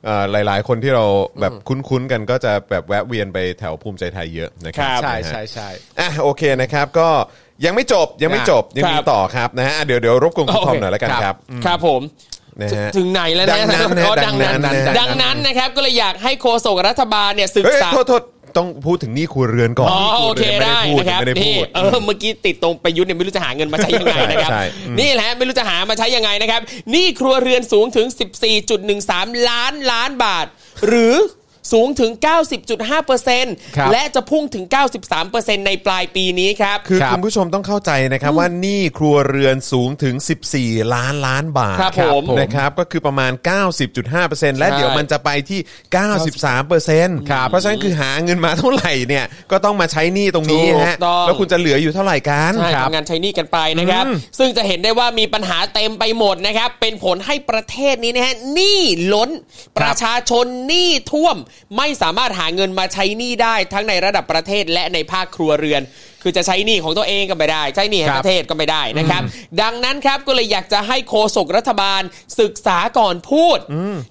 Speaker 5: เอ่อหลาย ๆ คนที่เราแบบคุ้นๆกันก็จะแบบแวะเวียนไปแถวภูมิใจไทยเยอะนะครั
Speaker 4: ๆ
Speaker 5: บ
Speaker 4: ใช่
Speaker 5: นะฮะ
Speaker 4: ใช่ใช่
Speaker 5: อ่ะโอเคนะครับก็ยังไม่จบยังไม่จบยังมีต่อครับนะฮะเดี๋ยวเดี๋ยวรบกวนคุณ
Speaker 3: โอเค
Speaker 5: ทอมหน่อยแล้วกันครับ
Speaker 3: ครับผม
Speaker 5: นะฮะ
Speaker 3: ถึงไหนแล้วนะ
Speaker 5: ดังนั้นนะ
Speaker 3: อ๋อดังนั้น
Speaker 5: ดังนั้นนะ
Speaker 3: ดังนั้นนะครับ ก็เลยอยากให้โฆษกรัฐบาลเนี่ยศึก
Speaker 5: เฮ้ย
Speaker 3: ษา
Speaker 5: โทษโทษต้องพูดถึงหนี่ครัวเรือนก่อน
Speaker 3: อ๋อโอเค
Speaker 5: หนี้
Speaker 3: ได้
Speaker 5: รัวเรื
Speaker 3: นะครั
Speaker 5: อน
Speaker 3: บ
Speaker 5: ไม่ได้พู
Speaker 3: นี่
Speaker 5: ด
Speaker 3: เออเมื่อกี้ติดตรงประยุทธ์เนี่ยไม่รู้จะหาเงินมาใช้ยังไงนะครับ
Speaker 5: ใช่ใช่
Speaker 3: นี่แหละไม่รู้จะหามาใช้ยังไงนะครับหนี่ครัวเรือนสูงถึง 14.13 ล้านล้านบาท หรือสูงถึง
Speaker 4: ครับ
Speaker 3: 90.5%และจะพุ่งถึง 93%ในปลายปีนี้ครับ
Speaker 5: คือ
Speaker 4: ครับ
Speaker 5: คุณผู้ชมต้องเข้าใจนะครับว่าหนี้ครัวเรือนสูงถึง 14 ล้านล้านบาท
Speaker 3: ครับผม
Speaker 5: นะครับก็คือประมาณ 90.5%และ
Speaker 3: ใช่
Speaker 5: เดี๋ยวมันจะไปที่ 93%ครับเพราะฉะนั้นคือหาเงินมาเท่าไหร่เนี่ยก็ต้องมาใช้หนี้ตรงนี้ฮะแล้วคุณจะเหลืออยู่เท่าไหร่กัน
Speaker 3: ใช่ทำงานใช้หนี้กันไปนะครับ ซึ่งจะเห็นได้ว่ามีปัญหาเต็มไปหมดนะครับ เป็นผลให้ประเทศนี้นะฮะหนี้ล้น ประชาชนหนี้ท่วม ไม่สามารถหาเงินมาใช้หนี้ได้ทั้งในระดับประเทศและในภาคครัวเรือน คือจะใช้หนี้ของตัวเองก็ไม่ได้ ใช้หนี้ให้ประเทศก็ไม่ได้นะครับ ดังนั้นครับก็เลยอยากจะให้โฆษกรัฐบาลศึกษาก่อนพูด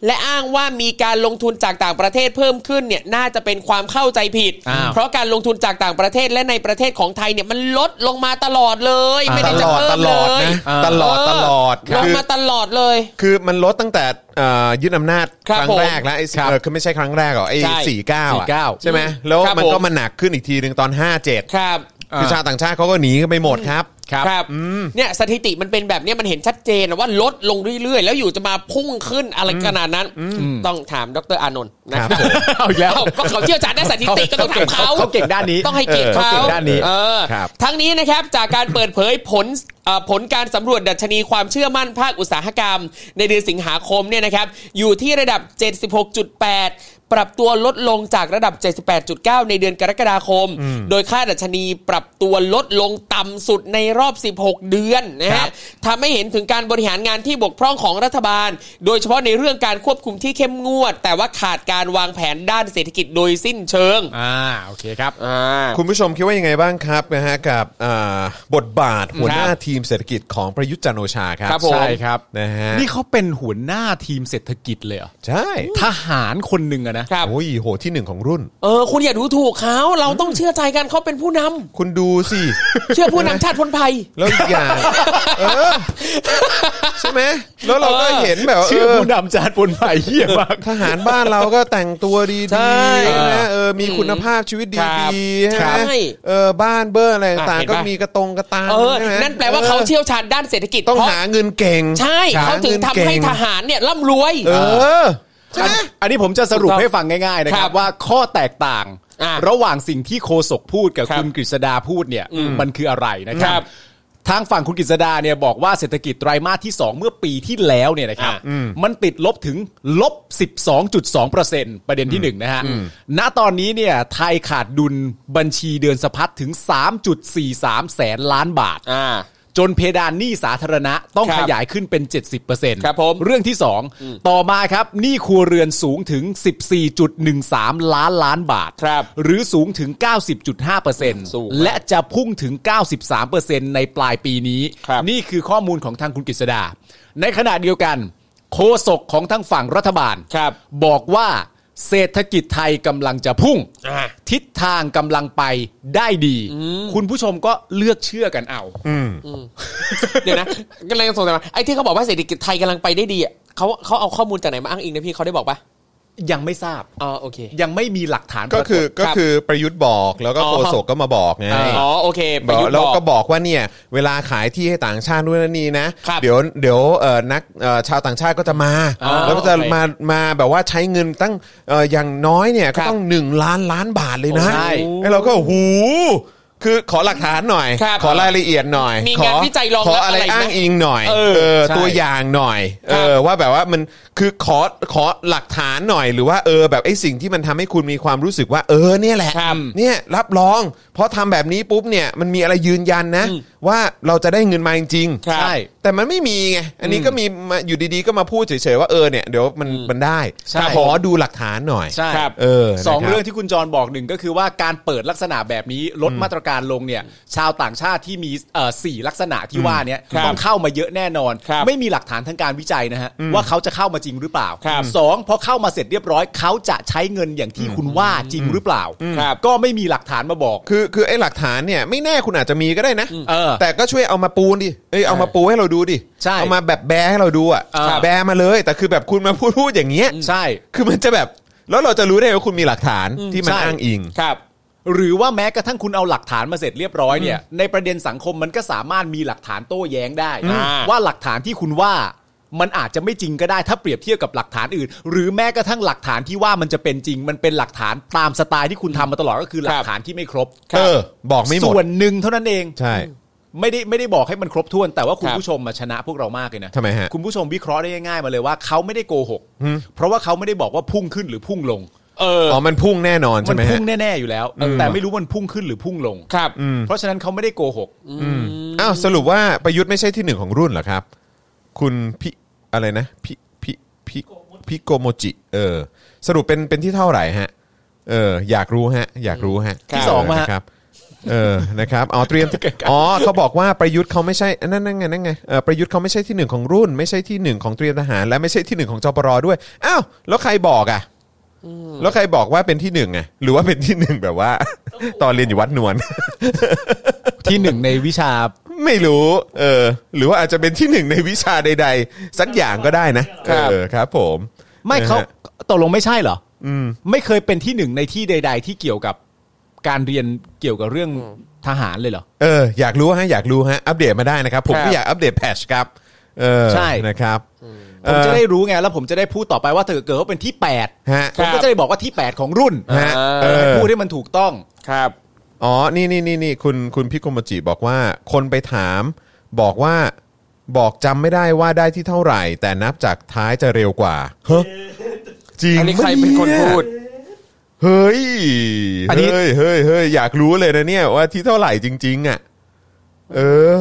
Speaker 3: และอ้างว่ามีการลงทุนจากต่างประเทศเพิ่มขึ้นเนี่ยน่าจะเป็นความเข้าใจผิด
Speaker 4: อ้าว
Speaker 3: เพราะการลงทุนจากต่างประเทศและในประเทศของไทยเนี่ยมันลดลงมาตลอดเลย ไม่
Speaker 5: ต
Speaker 3: ได้จะ
Speaker 5: ลอด
Speaker 3: เพิ่
Speaker 5: ต
Speaker 3: ม
Speaker 5: ล
Speaker 3: เล
Speaker 5: อด
Speaker 3: ย
Speaker 5: นะ
Speaker 4: เออ
Speaker 5: ตลอดตลอด
Speaker 3: ลง
Speaker 5: คือ
Speaker 3: มาตลอดเลย
Speaker 5: คือมันลดตั้งแต่เอ่อยึดอำนาจ
Speaker 3: ค
Speaker 5: ค
Speaker 3: รับ
Speaker 5: รั้งแรกแล้วไอ้เออคือไม่ใช่ครั้งแรกหรอกไอ้
Speaker 3: ใช่
Speaker 5: สี่เก้า
Speaker 4: 49
Speaker 5: ใช่ไหมแล้ว
Speaker 3: ครับ
Speaker 5: มันก็
Speaker 3: ผม
Speaker 5: มาหนักขึ้นอีกทีหนึ่งตอนห้าเจ็ด
Speaker 3: ครับ
Speaker 5: คือชาวต่างชาติเขาก็หนีกันไปหมดครับ
Speaker 4: ครับ
Speaker 3: ครับเนี่ยสถิติมันเป็นแบบเนี้ยมันเห็นชัดเจนนะว่าลดลงเรื่อยๆ แล้วอยู่จะมาพุ่งขึ้นอะไรขนาดนั้น ต้องถามดรอานนท์นะครับ
Speaker 4: เอาอีกแล้ว
Speaker 3: เอ้าก็เขาเชี่ยวชาญด้านสถิติก็ต้องถามเขา
Speaker 4: เขาเก่งด้านนี้
Speaker 3: ต้องให้เกียรติ
Speaker 4: เออ
Speaker 3: เขา
Speaker 4: เขาเก่งด้านนี้
Speaker 3: เออ
Speaker 5: ครับ
Speaker 3: ทั้งนี้นะครับ จาก การเปิดเผยผลเอ่อผลการสำรวจดัชนีความเชื่อมั่นภาคอุตสาหกรรม ในเดือนสิงหาคมเนี่ยนะครับ อยู่ที่ระดับ 76.8 ปรับตัวลดลงจากระดับ 78.9 ในเดือนกรกฎาคม โดยค่าดัชนีปรับตัวลดลงต่ำสุดในรอบ 16 เดือนนะ
Speaker 5: ครั
Speaker 3: ฮะ
Speaker 5: บ
Speaker 3: ทำให้เห็นถึงการบริหารงานที่บกพร่องของรัฐบาล โดยเฉพาะในเรื่องการควบคุมที่เข้มงวด แต่ว่าขาดการวางแผนด้านเศรษฐกิจโดยสิ้นเชิง
Speaker 4: อ่าโอเคครับ
Speaker 3: อ่า
Speaker 5: คุณผู้ชมคิดว่ายังไงบ้างครับนะฮะกับอ่าบทบาทหัวหน้าทีมเศรษฐกิจของประยุทธ์จันทร์โอชาครับ
Speaker 3: ครับผม
Speaker 4: ใช่ครับ
Speaker 5: นะฮะ
Speaker 4: นี่เขาเป็นหัวหน้าทีมเศรษฐกิจเลยเหรอ
Speaker 5: ใช่
Speaker 4: ทหารคนหนึ่งอะนะ
Speaker 3: ครับ
Speaker 5: โอ้ยโหที่หนึ่งของรุ่น
Speaker 3: เออคุณอย่าดูถูกเขาเราต้องเชื่อใจกันเขาเป็นผู้นำ
Speaker 5: คุณดูสิ
Speaker 3: เชื่อผู้นำชาติพ้นภัย
Speaker 5: แล้วอีกอย่างเออใช่ไหมแล้วเราก็เห็นแบบว่า
Speaker 4: ชื่อผู้นำจานปนไผ่เหี้ยมาก
Speaker 5: ทหารบ้านเราก็แต่งตัวดี
Speaker 3: ใช่
Speaker 5: ๆนะเออมีคุณภาพชีวิตดี
Speaker 3: ครับ
Speaker 5: ๆ
Speaker 3: ใช่
Speaker 5: ใช่ไหมเออบ้านเบอร์อะไรต่าง
Speaker 3: อ่ะเห็น
Speaker 5: ๆก็
Speaker 3: ปะ
Speaker 5: มีกระตงกระตาง
Speaker 3: เออ
Speaker 5: ใช่ไหม
Speaker 3: นั่นแปลว่าเขาเชี่ยวชาญด้านเศรษฐกิจ
Speaker 5: ต้อง
Speaker 3: เพระ
Speaker 5: หาเงินเก่ง
Speaker 3: ใช่เขาถึงทำให้ท
Speaker 5: ร
Speaker 3: หารเนี่ยร่ำรวย
Speaker 5: เออใช่ไหม
Speaker 4: อันนี้ผมจะสรุป
Speaker 3: ถูกต้อง
Speaker 4: ให้ฟังง่ายๆนะค
Speaker 3: ครั
Speaker 4: รับบ ว่าข้อแตกต่าง
Speaker 3: อ่ะ
Speaker 4: ระหว่างสิ่งที่โคศกพูดกับ
Speaker 3: ครับ
Speaker 4: คุณกฤษดาพูดเนี่ยมันคืออะไรนะค
Speaker 3: ค
Speaker 4: รั
Speaker 3: รับ บ
Speaker 4: ทางฝั่งคุณกฤษดาเนี่ยบอกว่าเศรษฐกิจไตรมาสที่ 2 เมื่อปีที่แล้วเนี่ยนะครับ มันติดลบถึงลบ 12.2%ประเด็นที่ 1 นะฮะ ณตอนนี้เนี่ยไทยขาดดุลบัญชีเดือนสะพัดถึง 3.43 แสนล้านบาท
Speaker 3: อ่า
Speaker 4: จนเพดานหนี้สาธารณะต้อง
Speaker 3: ครับ
Speaker 4: ขยายขึ้นเป็น 70%
Speaker 3: ครับผม
Speaker 4: เรื่องที่ 2 ต่อมาครับหนี้ครัวเรือนสูงถึง 14.13 ล้านล้านบาท
Speaker 3: ครับ
Speaker 4: หรือสูงถึง 90.5%
Speaker 3: สูงมาก
Speaker 4: และจะพุ่งถึง 93%ในปลายปีนี้
Speaker 3: ครับ
Speaker 4: นี่คือข้อมูลของทางคุณกฤษดา ในขณะเดียวกัน โฆษกของทางฝั่งรัฐบาล
Speaker 3: ครับ
Speaker 4: บอกว่าเศรษฐกิจไทยกำลังจะพุ่ง
Speaker 3: อ่า
Speaker 4: ทิศทางกำลังไปได้ดี คุณผู้ชมก็เลือกเชื่อกันเอา
Speaker 3: เดี๋ยวนะ กำลังสงสัยว่าไอ้ที่เขาบอกว่าเศรษฐกิจไทยกำลังไปได้ดีอะเขาเขาเอาข้อมูลจากไหนมาอ้างอิงนะพี่เขาได้บอกปะ
Speaker 4: ยังไม่ทราบ
Speaker 3: อ๋อโอเค
Speaker 4: ยังไม่มีหลักฐาน
Speaker 5: ก็คือ
Speaker 4: ปรากฏ
Speaker 5: ก็คือประยุทธ์บอกแล้วก็
Speaker 3: อ๋อ
Speaker 5: โฆษกก็มาบอกไง
Speaker 3: อ๋อโอเคประยุทธ์
Speaker 5: แล้ว
Speaker 3: บอก
Speaker 5: ก็บอกว่าเนี่ยเวลาขายที่ให้ต่างชาตินู่นนนนี่นะครับ เดี๋ยวเดี๋ยวเอ่อนักเอ่อชาวต่างชาติก็จะมา
Speaker 3: อ๋อ
Speaker 5: แล้วก็จะ
Speaker 3: โอเค
Speaker 5: มามาแบบว่าใช้เงินตั้งเอ่ออย่างน้อยเนี่ยก็
Speaker 3: ครับ
Speaker 5: ต้อง 1 ล้านล้านบาทเลยนะ
Speaker 4: ใช่
Speaker 5: ไอ้เราก็หูคือขอหลักฐานหน่อย
Speaker 3: ครับ
Speaker 5: ขอรายละเอียดหน่อย
Speaker 3: มี
Speaker 5: ข
Speaker 3: งานวิจัยรอง
Speaker 5: ข
Speaker 3: รั
Speaker 5: อบ อะไร
Speaker 3: อะไรไหม
Speaker 5: อ้างอิงหน่อย
Speaker 3: เออ
Speaker 4: ใช่
Speaker 5: ตัวอย่างหน่อย
Speaker 3: ค
Speaker 5: เอ
Speaker 3: รับ
Speaker 5: อว่าแบบว่ามันคือขอขอหลักฐานหน่อย หรือว่าเออแบบไอ้สิ่งที่มันทำให้คุณมีความรู้สึกว่าเออเนี่ยแหละ
Speaker 3: ครับ
Speaker 5: เนี่ยรับรองเพราะทำแบบนี้ปุ๊บเนี่ยมันมีอะไรยืนยันนะ ว่าเราจะได้เงินมาจริงๆ
Speaker 4: ครับใช่
Speaker 5: แต่มันไม่มีไงอันนี้ก็มีมาอยู่ดีๆก็มาพูดเฉยๆว่าเออเนี่ยเดี๋ยวมันมันได้
Speaker 4: ใช่
Speaker 5: ขอดูหลักฐานหน่อย
Speaker 4: ใช่
Speaker 3: ครับ
Speaker 5: เออ
Speaker 4: สอง
Speaker 5: นะครับ
Speaker 4: เรื่องที่คุณจรบอกหนึ่งก็คือว่าการเปิดลักษณะแบบนี้ลดมาตรการลงเนี่ย ชาวต่างชาติที่มีเอ่อสี่ลักษณะที่ว่าเนี่ย
Speaker 3: ครับ
Speaker 4: ต้องเข้ามาเยอะแน่นอน
Speaker 3: ครับ
Speaker 4: ไม่มีหลักฐานทางการวิจัยนะฮะว่าเขาจะเข้ามาจริงหรือเปล่า
Speaker 3: ครับ
Speaker 4: สองพอเข้ามาเสร็จเรียบร้อยเขาจะใช้เงินอย่างที่คุณว่าจริงหรือเปล่า
Speaker 3: ครับ
Speaker 4: ก็ไม่มีหลักฐานมาบอก
Speaker 5: คือคือไอ้หลักฐานเนี่ยไม่แน่คุณอาจจะมีก็ได้นะ
Speaker 4: เออ
Speaker 5: แต่ก็ช่วยเอามาปูนดิเอ้ยเอามาปูให้เราดูดิ
Speaker 4: ใช่
Speaker 5: เอามาแบบแบให้เราดูอ่ะ
Speaker 4: เออ
Speaker 5: แบมาเลย แต่คือแบบคุณมาพูดพูดอย่างเงี้ย
Speaker 4: ใช่
Speaker 5: คือมันจะแบบ แล้วเราจะรู้ได้ไงว่าคุณมีหลักฐานที่มัน
Speaker 4: ใช่
Speaker 5: อ้างอิง
Speaker 3: ครับ
Speaker 4: หรือว่าแม้กระทั่งคุณเอาหลักฐานมาเสร็จเรียบร้อยเนี่ยในประเด็นสังคมมันก็สามารถมีหลักฐานโต้แย้งได้
Speaker 3: อ่า
Speaker 4: ว่าหลักฐานที่คุณว่ามันอาจจะไม่จริงก็ได้ถ้าเปรียบเทียบกับหลักฐานอื่น หรือแม้กระทั่งหลักฐานที่ว่ามันจะเป็นจริง มันเป็นหลักฐานตามสไตล์ที่คุณทำมาตลอดก็คือหลั
Speaker 3: ค
Speaker 4: ก
Speaker 3: รับ
Speaker 4: ฐานที่ไม่ครบ
Speaker 5: เออ บอกไม่หม
Speaker 4: ส่ว
Speaker 5: ด
Speaker 4: นหนึ่งเท่านั้นเอง
Speaker 5: ใช่
Speaker 4: ไม่ได้ไม่ได้บอกให้มันครบถ้วน แต่ว่าคุณ
Speaker 3: ครับ
Speaker 4: ผู้ชมมาชนะพวกเรามากเลยนะ
Speaker 5: ทำไมฮะ
Speaker 4: คุณผู้ชมวิเคราะห์ได้ง่ายๆมาเลยว่าเขาไม่ได้โกหกเพราะว่าเขาไม่ได้บอกว่าพุ่งขึ้นหรือพุ่งลง
Speaker 3: เออ
Speaker 5: อ๋อมันพุ่งแน่นอน
Speaker 4: มั
Speaker 5: ใช่
Speaker 4: น
Speaker 5: ไหมฮะ
Speaker 4: พุ่งแน่ๆอยู่แล้ว แต่ไม่รู้มันพุ่งขึ้นหรือพุ่งลง
Speaker 3: ครับ
Speaker 4: เพราะฉะนั้นเขาไม่ได้โกหก
Speaker 5: อ้าวสรุปว่าประยุทธ์ไม่ใช่ที่หนึ่งของรุ่นเหรอครับ คุณพี่อะไรนะพี่พี่พี่พี่โกโมจิเออ สรุปเป็นเป็นที่เท่าไหร่ฮะ เออ อยากรู้ฮะ อยากรู้ฮะ
Speaker 4: ที่สองมาฮะ
Speaker 5: นะครับ เออนะครับเอาเตรียมอ๋อเขาบอกว่าประยุทธ์เขาไม่ใช่นั่นนั่นไงนั่นไงเออประยุทธ์เขาไม่ใช่ที่หนึ่งของรุ่น ไม่ใช่ที่หนึ่งของเตรียมทหาร และไม่ใช่ที่หนึ่งของจปรด้วยอ้าวแล้วใครบอกอ่ะแล้วใครบอกว่าเป็นที่หนึ่งไงหรือว่าเป็นที่หนึ่งแบบ ว่า ตอนเรียนอยู่วัดนวล
Speaker 4: ที่หนึ่งในวิชา
Speaker 5: ไม่รู้ เออ หรือว่าอาจจะเป็นที่หนึ่งในวิชาใด ๆ สักอย่างก็ได้นะ เออครับ ผม
Speaker 4: ไม่เขา
Speaker 5: นะฮะ
Speaker 4: ตกลงไม่ใช่เหรอ
Speaker 5: อืม
Speaker 4: ไม่เคยเป็นที่หนึ่งในที่ใด ๆ ที่เกี่ยวกับการเรียนเกี่ยวกับเรื่องทหารเลยเหรอ
Speaker 5: เออ อยากรู้ฮะ อยากรู้ฮะ อัปเดตมาได้นะครับ ผมก็อยากอัปเดตแพทชครับ เออ
Speaker 4: ใช่
Speaker 5: นะครับ
Speaker 4: ผมจะ
Speaker 5: เอ่
Speaker 4: ได้รู้ไงแล้วผมจะได้พูดต่อไปว่าเธอเกิดว่าเป็นที่
Speaker 5: อฮะ
Speaker 4: 8 ผมก็จะได้บอกว่าที่ 8 ของรุ่น
Speaker 5: ฮะ
Speaker 4: เออพูดให้มันถูกต้อง
Speaker 3: ครับ
Speaker 5: อ๋อ นี่นี่นี่นี่คุณคุณพี่โกโมจิบอกว่า คนไปถาม บอกว่าบอกจำไม่ได้ว่าได้ที่เท่าไหร่ แต่นับจากท้ายจะเร็วกว่าเฮ้ยจริง
Speaker 3: อันนี้ใครเป็นคน
Speaker 5: ย
Speaker 3: พูด
Speaker 5: เฮ้ย
Speaker 4: อันนี้
Speaker 5: เฮ้ย เฮ้ย เฮ้ย อยากรู้เลยนะเนี่ยว่าที่เท่าไหร่จริง ๆ อ่ะ เออ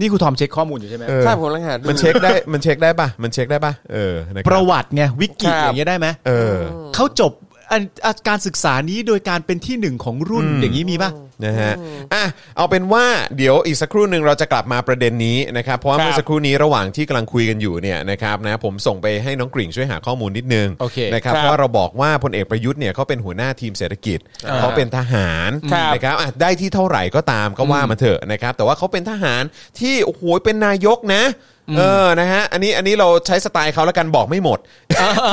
Speaker 4: นี่คุณทอมเช็คข้อมูลอยู่ใช่ไหม
Speaker 5: เออ
Speaker 3: ใช่ผมกำลังหาดู
Speaker 5: มันเช็คได้ มันเช็คได้ป่ะ มันเช็คได้ป่ะ เออนะคบ
Speaker 4: ประวัติไงวิกิ
Speaker 3: ครับ
Speaker 4: อย่างเงี้ยได้ไหม
Speaker 5: เออ
Speaker 4: เขาจบอันอ่ะการศึกษานี้โดยการเป็นที่หนึ่งของรุ่นอย่างนี้มีป่ะ
Speaker 5: นะฮะ อ่ะ เอาเป็นว่าเดี๋ยวอีกสักครู่หนึ่งเราจะกลับมาประเด็นนี้นะครับ เพราะว่า
Speaker 3: ครับ
Speaker 5: เมื่อสักครู่นี้ระหว่างที่กำลังคุยกันอยู่เนี่ยนะครับนะผมส่งไปให้น้องกริ่งช่วยหาข้อมูลนิดนึง
Speaker 4: โอเค
Speaker 5: นะครับ
Speaker 3: ครับ
Speaker 5: เพราะว่าเราบอกว่าพลเอกประยุทธ์เนี่ยเขาเป็นหัวหน้าทีมเศรษฐกิจ
Speaker 4: อ่า
Speaker 5: เขาเป็นทหาร
Speaker 3: ครับ
Speaker 5: นะครับอ่ะได้ที่เท่าไหร่ก็ตามก็ว่ามาเถอะนะครับแต่ว่าเขาเป็นทหารที่โอ้โหเป็นนายกนะ เออนะฮะอันนี้อันนี้เราใช้สไตล์เขาแล้วกันบอกไม่หมด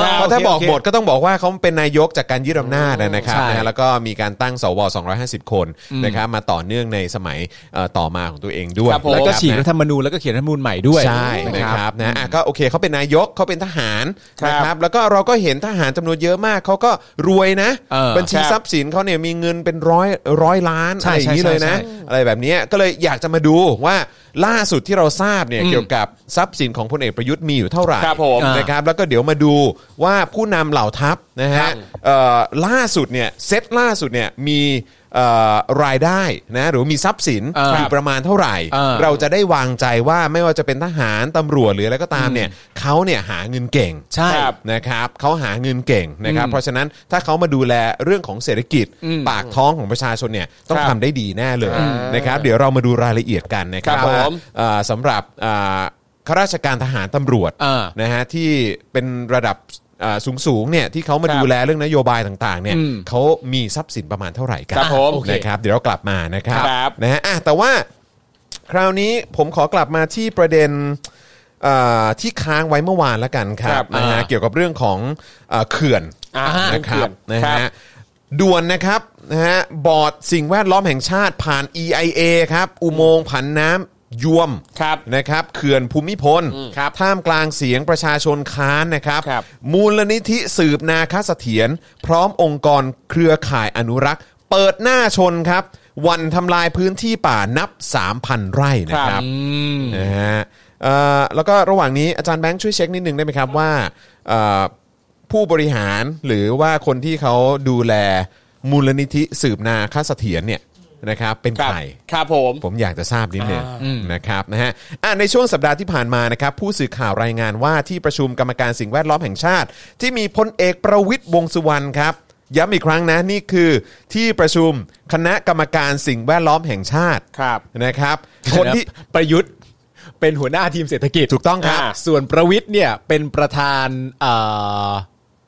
Speaker 5: เพราะถ้า
Speaker 1: โอเค
Speaker 5: บอก
Speaker 1: โอเค
Speaker 5: หมดก็ต้องบอกว่าเขาเป็นนายกจากการยึดอำนาจนะนะครับ
Speaker 4: ใช่
Speaker 5: นะฮะแล้วก็มีการตั้งสว 250 คนนะครับมาต่อเนื่องในสมัยเอ่อต่อมาของตัวเองด้วย
Speaker 3: ครับผม
Speaker 4: แล้วก็ฉีกรั
Speaker 5: นะ
Speaker 4: ฐธรรมนูญแล้วก็เขียนรัฐธรรมนูญใหม่ด้วย
Speaker 5: ใช่
Speaker 4: นะ
Speaker 5: นะ
Speaker 4: ค
Speaker 5: ครับ รับนะอ่ะก็โอเคเขาเป็นนายกเขาเป็นทหาร
Speaker 1: ครับ
Speaker 5: นะครับแล้วก็เราก็เห็นทหารจำนวนเยอะมากเขาก็รวยนะ
Speaker 4: เออ
Speaker 5: บัญชี
Speaker 1: ครับ
Speaker 5: ทรัพย์สินเขาเนี่ยมีเงินเป็นร้อยร้อยล้าน
Speaker 4: ใช่
Speaker 5: อะไรอย่างนี้
Speaker 4: ใช่
Speaker 5: เลยนะ
Speaker 4: ใช่ใช่
Speaker 5: อะไรแบบเนี้ยก็เลยอยากจะมาดูว่าล่าสุดที่เราทราบเนี่ยเกี่ยวกับทรัพย์สินของพลเอกประยุทธ์มีอยู่เท่าไหร่
Speaker 3: ครับผม
Speaker 5: นะครับแล้วก็เดี๋ยวมาดูว่าผู้นำเหล่าทัพนะฮะเอ่อล่าสุดเนี่ยเซตล่าสุดเนี่ยมีเอ่อรายได้นะหรือว่ามีทรัพย์สิน
Speaker 4: เออ
Speaker 5: อยู่ประมาณเท่าไหร่
Speaker 4: เออ
Speaker 5: เรา เราจะได้วางใจว่าไม่ว่าจะเป็นทหารตำรวจหรืออะไรก็ตามเนี่ยเขาเนี่ยหาเงินเก่ง
Speaker 4: ใช่ครับ
Speaker 5: นะครับเขาหาเงินเก่งนะครับ
Speaker 4: อืม
Speaker 5: เพราะฉะนั้นถ้าเขามาดูแลเรื่องของเศรษฐกิจ
Speaker 4: อืม
Speaker 5: ปากท้องของประชาชนเนี่ยต้องทำได้ดีแน่เลย
Speaker 1: อืม
Speaker 5: นะครับเดี๋ยวเรามาดูรายละเอียดกันนะครับ
Speaker 3: ครับ
Speaker 5: ว่า
Speaker 3: ผม
Speaker 5: เอ่อสำหรับเอ่อข้าราชการทหารตำรวจ
Speaker 4: อ่า
Speaker 5: นะฮะที่เป็นระดับสูงสูงๆเนี่ยที่เขามาดูแลเรื่องนโยบายต่างๆเนี่ย
Speaker 4: อืม
Speaker 5: เขามีทรัพย์สินประมาณเท่าไหร่กัน
Speaker 3: ครับผม
Speaker 5: นะครับเดี๋ยวเรากลับมานะครับ
Speaker 3: ครับ
Speaker 5: นะฮะอ่ะแต่ว่า คราวนี้ผมขอกลับมาที่ประเด็นเอ่อที่ค้างไว้เมื่อวานแล้วกันครั
Speaker 3: ครับ บ
Speaker 5: นะฮะ
Speaker 4: อ่า
Speaker 5: เกี่ยวกับเรื่องของเอ่อเขื่อน
Speaker 3: อ่า
Speaker 5: นะครับ
Speaker 3: เขื่
Speaker 5: นะ
Speaker 3: อนครับ
Speaker 5: ฮะด่วนนะครับนะฮะบอร์ดสิ่งแวดล้อมแห่งชาติผ่าน EIA ครับ อุโมงค์ผันน้ำยวม
Speaker 3: ครับ
Speaker 5: นะครับเขื่อนภูมิพลครับท่ามกลางเสียงประชาชนค้านนะครับ
Speaker 3: ครับ
Speaker 5: มูลนิธิสืบนาคเสถียรพร้อมองค์กรเครือข่ายอนุรักษ์ เปิดหน้าชนครับ วันทำลายพื้นที่ป่านับ 3,000 ไร่นะครับนะฮะเอ่อแล้วก็ระหว่างนี้อาจารย์แบงค์ช่วยเช็คนิดนึงได้ไหมครับว่าเอ่อผู้บริหารหรือว่าคนที่เขาดูแลมูลนิธิสืบนาคเสถียรเนี่ยนะครับเป็น
Speaker 3: ครับ
Speaker 5: ใคร
Speaker 3: ครับผม
Speaker 5: ผมอยากจะทราบนิดนึงนะครับนะฮะอ่ะในช่วงสัปดาห์ที่ผ่านมานะครับผู้สื่อข่าวรายงานว่าที่ประชุมกรรมการสิ่งแวดล้อมแห่งชาติ ที่มีพลเอกประวิทย์วงษ์สุวรรณครับ ย้ำอีกครั้งนะนี่คือที่ประชุมคณะกรรมการสิ่งแวดล้อมแห่งชาติ
Speaker 3: ครับ
Speaker 5: นะครับ ค
Speaker 4: คน
Speaker 5: น
Speaker 4: ที่
Speaker 5: ที่
Speaker 4: ประยุทธ์เป็นหัวหน้าทีมเศรษฐกิจ
Speaker 5: ถูกต้องครับ
Speaker 4: าส่วนประวิทย์เนี่ยเป็นประธานเอ่อ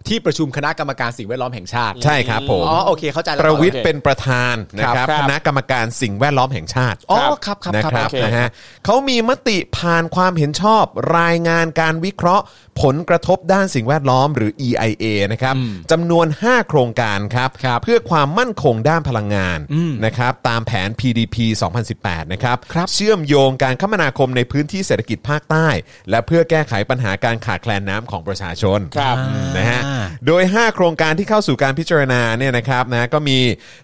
Speaker 4: ที่ประชุมคณะกรรมการสิ่งแวดล้อมแห่งชาติ
Speaker 5: ใช่ครับผม
Speaker 4: อ๋อโอเคเข้าใจแล้
Speaker 5: ประวิทย์เป็นประธานนะครับ
Speaker 3: ครับ
Speaker 5: คณะกรรมการสิ่งแวดล้อมแห่งชาติ
Speaker 4: อ๋อครับครับ
Speaker 5: นะ
Speaker 4: ค
Speaker 5: ครั
Speaker 4: รั
Speaker 5: บบ นะฮะเขามีมติผ่านความเห็นชอบรายงานการวิเคราะห์ ผลกระทบด้านสิ่งแวดล้อมหรือ EIA นะครับจำนวน 5 โครงการครับ
Speaker 4: ครับ
Speaker 5: เพื่อความมั่นคงด้านพลังงานนะครับตามแผน PDP 2018 นะครับ
Speaker 4: ครับ
Speaker 5: เชื่อมโยงการคมนาคมในพื้นที่เศรษฐกิจภาคใต้ และเพื่อแก้ไขปัญหาการขาดแคลนน้ำของประชาชน
Speaker 3: ครับ
Speaker 5: นะฮะ โดย 5 โครงการที่เข้าสู่การพิจารณาเนี่ยนะครับนะก็มี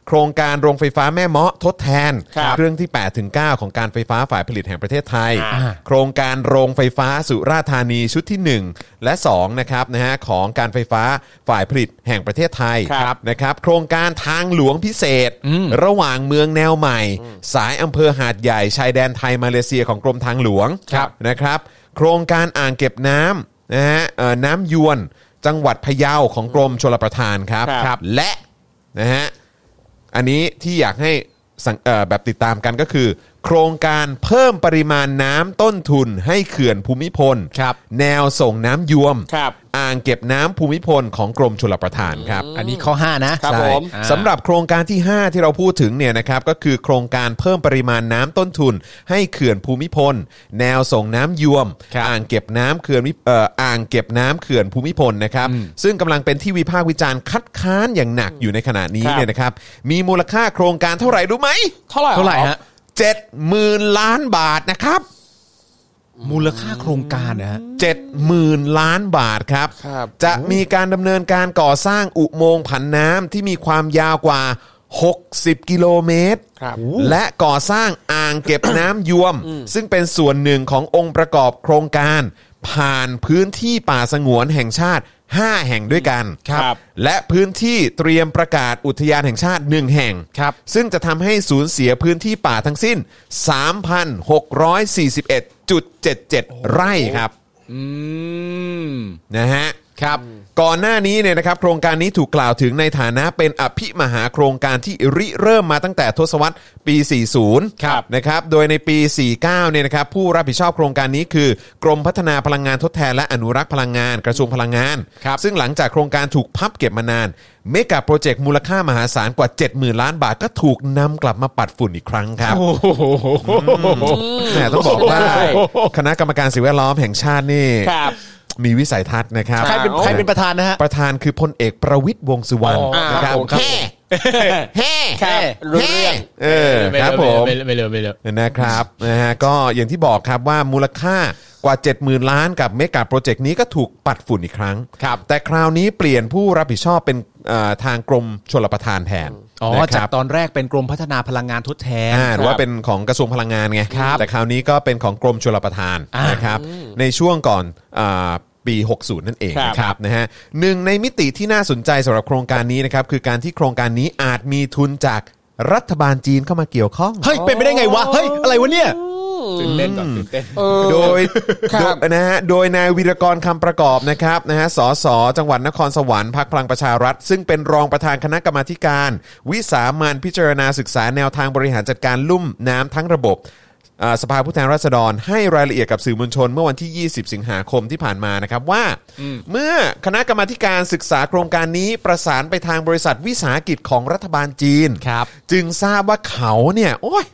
Speaker 5: โครงการโรงไฟฟ้าแม่เมาะทดแทน
Speaker 3: ครับ
Speaker 5: เครื่องที่ 8 ถึง 9 ของการไฟฟ้าฝ่ายผลิตแห่งประเทศไทย
Speaker 3: อ่า
Speaker 5: โครงการโรงไฟฟ้าสุราษฎร์ธานีชุดที่ 1 และ2นะครับนะฮะของการไฟฟ้าฝ่ายผลิตแห่งประเทศไทย
Speaker 3: ครับ
Speaker 5: นะครับ โครงการทางหลวงพิเศษ ระหว่างเมืองแนวใหม่ สายอำเภอหาดใหญ่ชายแดนไทยมาเลเซียของกรมทางหลวง
Speaker 4: ครับ
Speaker 5: นะครับโครงการอ่างเก็บน้ำนะฮะเอ่อน้ำยวน จังหวัดพะเยาของกรมชลประทานครับ
Speaker 3: ครับ
Speaker 5: และนะฮะอันนี้ที่อยากให้สังเอ่อแบบติดตามกันก็คือ โครงการเพิ่มปริมาณน้ำต้นทุนให้เขื่อนภูมิพล
Speaker 4: ครับ
Speaker 5: แนวส่งน้ำยวม
Speaker 3: ครับ
Speaker 5: อ่างเก็บน้ำภูมิพลของกรมชลประทานครับ
Speaker 4: อันนี้ข้อ 5 นะ
Speaker 3: ครับ
Speaker 5: ใช่
Speaker 3: ผม
Speaker 5: สำหรับโครงการที่ 5 ที่เราพูดถึงเนี่ยนะครับก็คือโครงการเพิ่มปริมาณน้ำต้นทุน ให้เขื่อนภูมิพล แนวส่งน้ำยวม
Speaker 4: ครับ
Speaker 5: อ่างเก็บน้ำเขื่อนวิเอ่ออ่างเก็บน้ำเขื่อนภูมิพลนะครับซึ่งกำลังเป็นที่วิพากษ์วิจารณ์คัดค้านอย่างหนักอยู่ในขณะนี้
Speaker 3: ครับ
Speaker 5: เนี่ยนะครับมีมูลค่าโครงการเท่าไหร่รู้ไหม
Speaker 3: เท่าไหร่
Speaker 4: เท่าไหร่ฮะ
Speaker 5: เจ็ดหมื่นล้านบาทนะครับ
Speaker 4: มูลค่าโครงการนะฮะ
Speaker 5: เจ็ดหมื่นล้านบาทครับ
Speaker 3: ครับ
Speaker 5: จะมีการดำเนินการก่อสร้างอุโมงค์ผันน้ำที่มีความยาวกว่า 60 กิโลเมตร
Speaker 3: ครับ
Speaker 5: และก่อสร้างอ่างเก็บน้ำยวม ซึ่งเป็นส่วนหนึ่งขององค์ประกอบโครงการ ผ่านพื้นที่ป่าสงวนแห่งชาติ 5 แห่งด้วยกัน
Speaker 3: ครับ
Speaker 5: และพื้นที่เตรียมประกาศอุทยานแห่งชาติ 1 แห่ง
Speaker 4: ครับ
Speaker 5: ซึ่งจะทำให้สูญเสียพื้นที่ป่าทั้งสิ้น 3,641.77 ไร่ครับ
Speaker 4: อืม
Speaker 5: นะฮะ
Speaker 4: ครับ
Speaker 5: ก่อนหน้านี้เนี่ยนะครับโครงการนี้ถูกกล่าวถึงในฐานะเป็นอภิมหาโครงการที่ริเริ่มมาตั้งแต่ทศวรรษปี 40
Speaker 4: ครับ
Speaker 5: นะครับโดยในปี 49เนี่ยนะครับผู้รับผิดชอบโครงการนี้คือกรมพัฒนาพลังงานทดแทนและอนุรักษ์พลังงานกระทรวงพลังงาน
Speaker 4: ครับ
Speaker 5: ซึ่งหลังจากโครงการถูกพับเก็บมานานเมกะโปรเจกต์มูลค่ามหาศาลกว่า 70,000 ล้านบาทก็ถูกนำกลับมาปัดฝุ่นอีกครั้งครับ แหมต้องบอกว่า
Speaker 3: ใช่
Speaker 5: คณะกรรมการสิ่งแวดล้อมแห่งชาตินี่
Speaker 3: ครับ
Speaker 5: มีวิสัยทัศน์นะครับ
Speaker 4: ใครเป็นใครเป็นประธานนะฮะ
Speaker 5: ประธานคือพลเอกประวิทย์วงษ์สุวรรณ
Speaker 4: อ๋อ
Speaker 5: นะครับ
Speaker 4: ครับผมครับผม
Speaker 5: แฮ่แฮ่
Speaker 3: ครับรู้เรื่อง
Speaker 5: เออครับผม
Speaker 2: ไม่เร็วไม่เร็วไม่เร็ว
Speaker 5: นะครับนะฮะก็อย่างที่บอกครับว่ามูลค่ากว่า 70,000 ล้านกับเมกะโปรเจกต์นี้ก็ถูกปัดฝุ่นอีกครั้ง แต่คราวนี้เปลี่ยนผู้รับผิดชอบเป็นเอ่อทางกรมชลประทานแทน
Speaker 4: อ๋อ
Speaker 5: นะค
Speaker 4: จา
Speaker 5: รั
Speaker 4: ก
Speaker 5: บ
Speaker 4: ตอนแรกเป็นกรมพัฒนาพลังงานทดแทน
Speaker 5: อ่าหรือว่าเป็นของกระทรวงพลังงานไง แต่คราวนี้ก็เป็นของกรมชลประทาน
Speaker 4: อ่าน
Speaker 5: นะครับ ในช่วงก่อนอ่าปี 60 นั่นเอง
Speaker 3: ครับ
Speaker 5: นะครับนะฮะหนึ่งในมิติที่น่าสนใจสำหรับโครงการนี้นะครับ คือการที่โครงการนี้อาจมีทุนจากรัฐบาลจีนเข้ามาเกี่ยวข้อง
Speaker 4: เฮ้ยเป็นไปได้ไงวะเฮ้ยอะไรวะเนี่ยตื่นเต้นก่อนตื่นเต้น
Speaker 5: โดยโดยนะฮะโดยนายวีรกรคำประกอบนะครับนะฮะสสจังหวัดนครสวรรค์พักพลังประชารัฐ ซึ่งเป็นรองประธานคณะกรรมาธิการ วิสามันพิจารณาศึกษาแนวทางบริหารจัดการลุ่มน้ำทั้งระบบอ่าสภาผู้แทนราษฎรให้รายละเอียดกับสื่อมวลชน เมื่อวันที่ 20 สิงหาคมที่ผ่านมานะครับว่า เมื่อคณะกรรมาธิการศึกษาโครงการนี้ประสานไปทางบริษัทวิสาหกิจของรัฐบาลจีน
Speaker 4: ครับ
Speaker 5: จึงทราบว่าเขาเนี่ยโอ้ย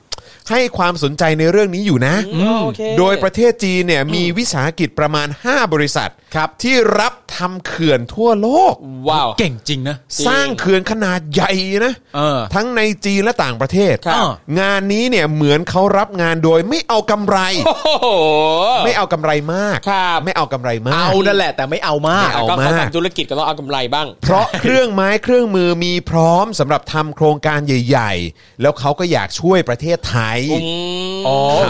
Speaker 5: ให้ความสนใจในเรื่องนี้อยู่นะ
Speaker 3: โอเค
Speaker 5: โดยประเทศจีนเนี่ยมีวิสาหกิจประมาณ 5 บริษัทครับที่รับทำเขื่อนทั่วโลก
Speaker 3: ว้าว
Speaker 4: เก่งจริงนะ
Speaker 5: สร้างเขื่อนขนาดใหญ่นะ
Speaker 4: เออ
Speaker 5: ทั้งในจีนและต่างประเทศ
Speaker 4: ครับ
Speaker 5: งานนี้เนี่ยเหมือนเขารับงานโดยไม่เอากำไร
Speaker 3: โอ้โห
Speaker 5: ไม่เอากำไรมาก
Speaker 3: ครับ
Speaker 5: ไม่เอากำไรมาก
Speaker 4: เอานั่นแหละแต่ไม่เอามาก
Speaker 5: ไม่เอา
Speaker 3: ก็
Speaker 5: มาก
Speaker 3: เขาทำธุรกิจก็ต้องเอากำไรบ้าง
Speaker 5: เพราะเครื่องไม้เครื่องมือมีพร้อมสำหรับทำโครงการใหญ่ ๆ แล้วเขาก็อยากช่วยประเทศไทย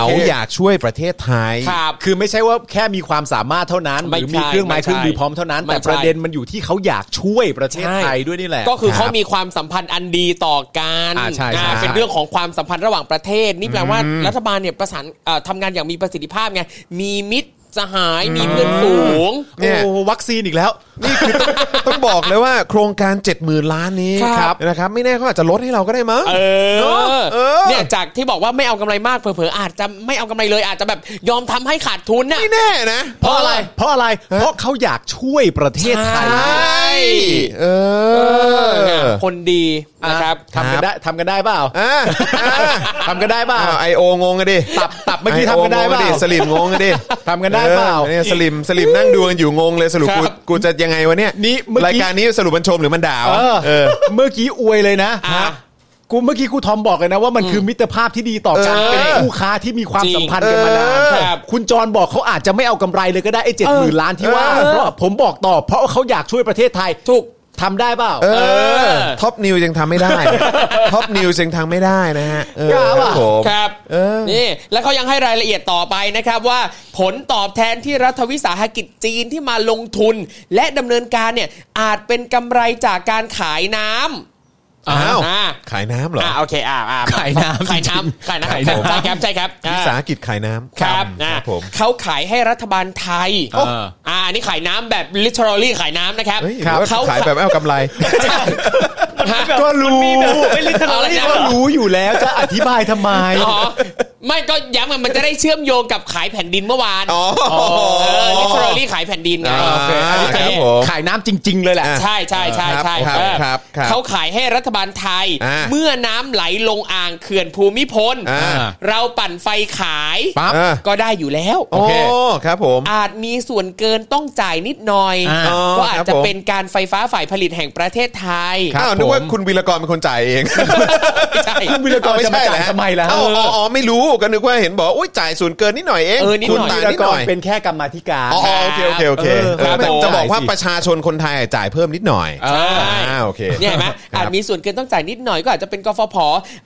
Speaker 5: เขาอยากช่วยประเทศไทย
Speaker 3: ครับ
Speaker 4: คือไม่ใช่ว่าแค่มีความสามารถเท่านั้น ห
Speaker 3: ไม่
Speaker 4: รือ
Speaker 3: ใช่
Speaker 4: มีเครื่องไม้เครื่องมือพร้อมเท่านั้น
Speaker 3: ไม่ใช่
Speaker 4: แต่ประเด็นมันอยู่ที่เขาอยากช่วยประเทศไทยด้วยนี่แหละ
Speaker 3: ก็คือเขามีความสัมพันธ์อันดีต่อกัน
Speaker 4: อ่าใช่ใช่
Speaker 3: อ่าเป็นเรื่องของความสัมพันธ์ระหว่างประเทศ นี่แปลว่ารัฐบาลเนี่ยประสานเอ่อทำงานอย่างมีประสิทธิภาพไง มีมิตรสหาย มีเพื่อนฝูง
Speaker 5: เนี่ย
Speaker 4: โอ้วัคซีนอีกแล้ว
Speaker 5: นี่คือต้อง ต้องบอกเลยว่าโครงการ 70,000 ล้านนี้
Speaker 3: ครับ
Speaker 5: นะครับ ไม่แน่เขาอาจจะลดให้เราก็ได้มั้ง
Speaker 3: เออ
Speaker 5: เออ
Speaker 3: เนี่ยจากที่บอกว่าไม่เอากำไรมากเผลอๆอาจจะไม่เอากำไรเลยอาจจะแบบยอมทำให้ขาดทุนน่ะ
Speaker 5: ไม่แน่นะ
Speaker 4: เพราะอะไร เพราะอะไร เพราะเขาอยากช่วยประเทศไทย
Speaker 3: ใช่
Speaker 5: เออ
Speaker 3: คนดีนะครับ
Speaker 4: ทำกันได้ทำกันได้เปล่า
Speaker 5: อ่ะอ่ะ
Speaker 4: ทำกันได้เปล่า
Speaker 5: ไอโองงกันดิ
Speaker 4: ตับตับเมื่อกี้ทำกันได้เปล่า
Speaker 5: อ้โองงดิสลิมงงกันดิ
Speaker 4: ทำกันได้เปล่า
Speaker 5: ออเนี่ยสลิมสลิมนั่งดูกันอยู่งงเลยสรุปกู
Speaker 3: ครับ
Speaker 5: กูจะยังไงวะเนี่ย
Speaker 4: นี่เมื่อกี้
Speaker 5: รายการนี้สรุปมันชมหรือมันด่าวะ
Speaker 4: เออ
Speaker 5: เออ
Speaker 4: เมื่อกี้อวยเลยนะ
Speaker 3: อ่ะ
Speaker 4: กูเมื่อกี้ครูทอมบอกเลยนะว่ามันคือมิตรภาพที่ดีต่อกัน
Speaker 5: เออ
Speaker 4: เป็นคู่ค้าที่มีความ
Speaker 3: จริง
Speaker 4: สัมพันธ์กันมานาน
Speaker 3: เออ
Speaker 4: ครับคุณจรบอกเขาอาจจะไม่เอากำไรเลยก็ได้ไอ้เจ็ดหมื่นล้านที่ว่า
Speaker 3: เออ
Speaker 4: เพราะผมบอกต่อ เพราะว่าเขาอยากช่วยประเทศไทย
Speaker 3: ถูก
Speaker 4: ทำได้เปล่า
Speaker 5: เออท็อปนิวยังทำไม่ได้ ท็อปนิวยังทำไม่ได้นะฮะเออก
Speaker 4: ล้าว่ะ
Speaker 5: ผม
Speaker 3: ครับ
Speaker 5: เออ
Speaker 3: นี่แล้วเขายังให้รายละเอียดต่อไปนะครับว่าผลตอบแทนที่รัฐวิสาหกิจจีนที่มาลงทุน และดำเนินการเนี่ยอาจเป็นกำไรจากการขายน้ำ
Speaker 5: อ้าว
Speaker 3: อ่ะ
Speaker 5: ขายน้ำเหรอ
Speaker 3: อ่าโอเคอ่าอ่า
Speaker 4: ขายน้ำ
Speaker 3: ขาย
Speaker 4: จริง
Speaker 3: น้ำ
Speaker 4: ๆ
Speaker 3: ขายน้ำ
Speaker 4: ขายน้ำ
Speaker 3: ใช่ครับใช่ครับอ่า
Speaker 5: วิสาหกิจขายน้ำ
Speaker 3: ครับ
Speaker 5: ค
Speaker 3: อ่า
Speaker 5: รับผม
Speaker 3: เขาขายให้รัฐบาลไทย
Speaker 4: เออ
Speaker 3: อ่าอันนี่ขายน้ำแบบ literally ขายน้ำนะครับ
Speaker 5: เฮ้ยหรือว่า
Speaker 3: เขา
Speaker 5: ขายแบบไม่เอากำไร
Speaker 3: ฮะ
Speaker 4: ก็รู้
Speaker 6: ไม่ลิทรอ
Speaker 3: อะไร
Speaker 6: รี่
Speaker 3: นะ
Speaker 4: ก็รู้อยู่แล้วจะอธิบายทำไม
Speaker 3: อ๋อไม่ก็ย้ำมันมันจะได้เชื่อมโยงกับขายแผ่นดินเมื่อวาน
Speaker 5: อ๋อ
Speaker 3: เออ literally ขายแผ่นดินไง
Speaker 5: อ่าครับผม
Speaker 4: ขายน้ำจริง ๆ เลยแหละ
Speaker 5: อ่ะ
Speaker 3: ใช่ใช่ใช่ใช่
Speaker 5: ครับ
Speaker 3: เออ
Speaker 5: ครับครับ
Speaker 3: เขาขายให้รัฐบาลไทย
Speaker 5: อ่า
Speaker 3: เมื่อน้ำไหลลงอ่างเขื่อนภูมิพล
Speaker 5: อ่า
Speaker 3: เราปั่นไฟขาย
Speaker 4: ปั๊บ
Speaker 5: อ่ะ
Speaker 3: ก็ได้อยู่แล้ว
Speaker 5: โอ้ครับผม
Speaker 3: อาจมีส่วนเกินต้องจ่ายนิดหน่อย
Speaker 4: อ่า
Speaker 3: ก็อาจ
Speaker 5: ครับ
Speaker 3: จะ
Speaker 5: ผม
Speaker 3: เป็นการไฟฟ้าฝ่ายผลิตแห่งประเทศไทย
Speaker 5: อ้าวนึกว่าคุณวีรกรเป็นคนจ่ายเอง
Speaker 3: ไม่ใช่
Speaker 4: วีรกร
Speaker 5: เอ
Speaker 4: จะมาจ่าย
Speaker 5: เหอฮ
Speaker 4: ทำไมล่ะ
Speaker 5: อ้าวอ๋ออ๋อไม่รู้ก็นึกว่าเห็นบอกว่าอุ้ยจ่ายส่วนเกินนิดหน่อยเอง
Speaker 3: เออนิดหน่อย
Speaker 4: วี
Speaker 5: คุณต่าง
Speaker 4: ร
Speaker 5: นิด
Speaker 4: ก
Speaker 5: หน่
Speaker 4: ร
Speaker 5: อย
Speaker 4: เป็นแค่กรรมาธิการ
Speaker 5: อ๋อโอเคโอเคโอเค
Speaker 4: เออ
Speaker 5: เออ
Speaker 4: ค
Speaker 5: แต่
Speaker 4: รับผม
Speaker 5: จะบอกว่า
Speaker 4: จ่ายสิ
Speaker 5: ประชาชนคนไทยจ่ายเพิ่มนิดหน่อย
Speaker 3: ใช่
Speaker 5: อ่าโอเค
Speaker 3: เนี่ยเห็นไหม
Speaker 5: ครับ
Speaker 3: อาจมีส่วนเกินต้องจ่ายนิดหน่อยก็อาจจะเป็นกฟผ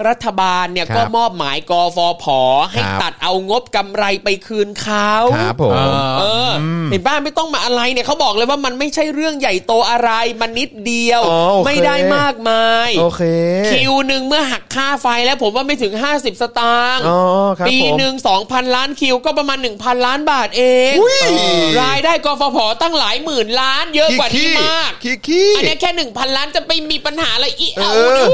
Speaker 3: รัฐบาลเนี่ย
Speaker 5: ครับ
Speaker 3: ก็มอบหมายกฟผ ให้
Speaker 5: ครับ
Speaker 3: ตัดเอางบกำไรไปคืนเขา
Speaker 5: ครับผม
Speaker 3: เอออเห็นบ้านไม่ต้องมาอะไรเนี่ยเขาบอกเลยว่ามันไม่ใช่เรื่องใหญ่โตอะไร มันนิดเดียว
Speaker 5: อ๋อโอเค
Speaker 3: ไม่ได้มากมาย
Speaker 5: โอเค
Speaker 3: คิวหนึ่งเมื่อหักค่าไฟแล้วผมว่าไม่ถึง 50 สตางค์
Speaker 5: อ๋อ ครับ
Speaker 3: ปี
Speaker 5: ผม
Speaker 3: หนึ่ง2,000 ล้านคิวก็ประมาณ 1,000 ล้านบาทเองรายได้กฟผตั้งหลายหมื่นล้านเยอะกว่านี้มาก
Speaker 5: ขี้ขี้
Speaker 3: อันเนี้ยแค่ 1,000 ล้านจะไปมีปัญหาอะไรอีก
Speaker 5: เอ
Speaker 3: เอา
Speaker 5: อ
Speaker 3: ดู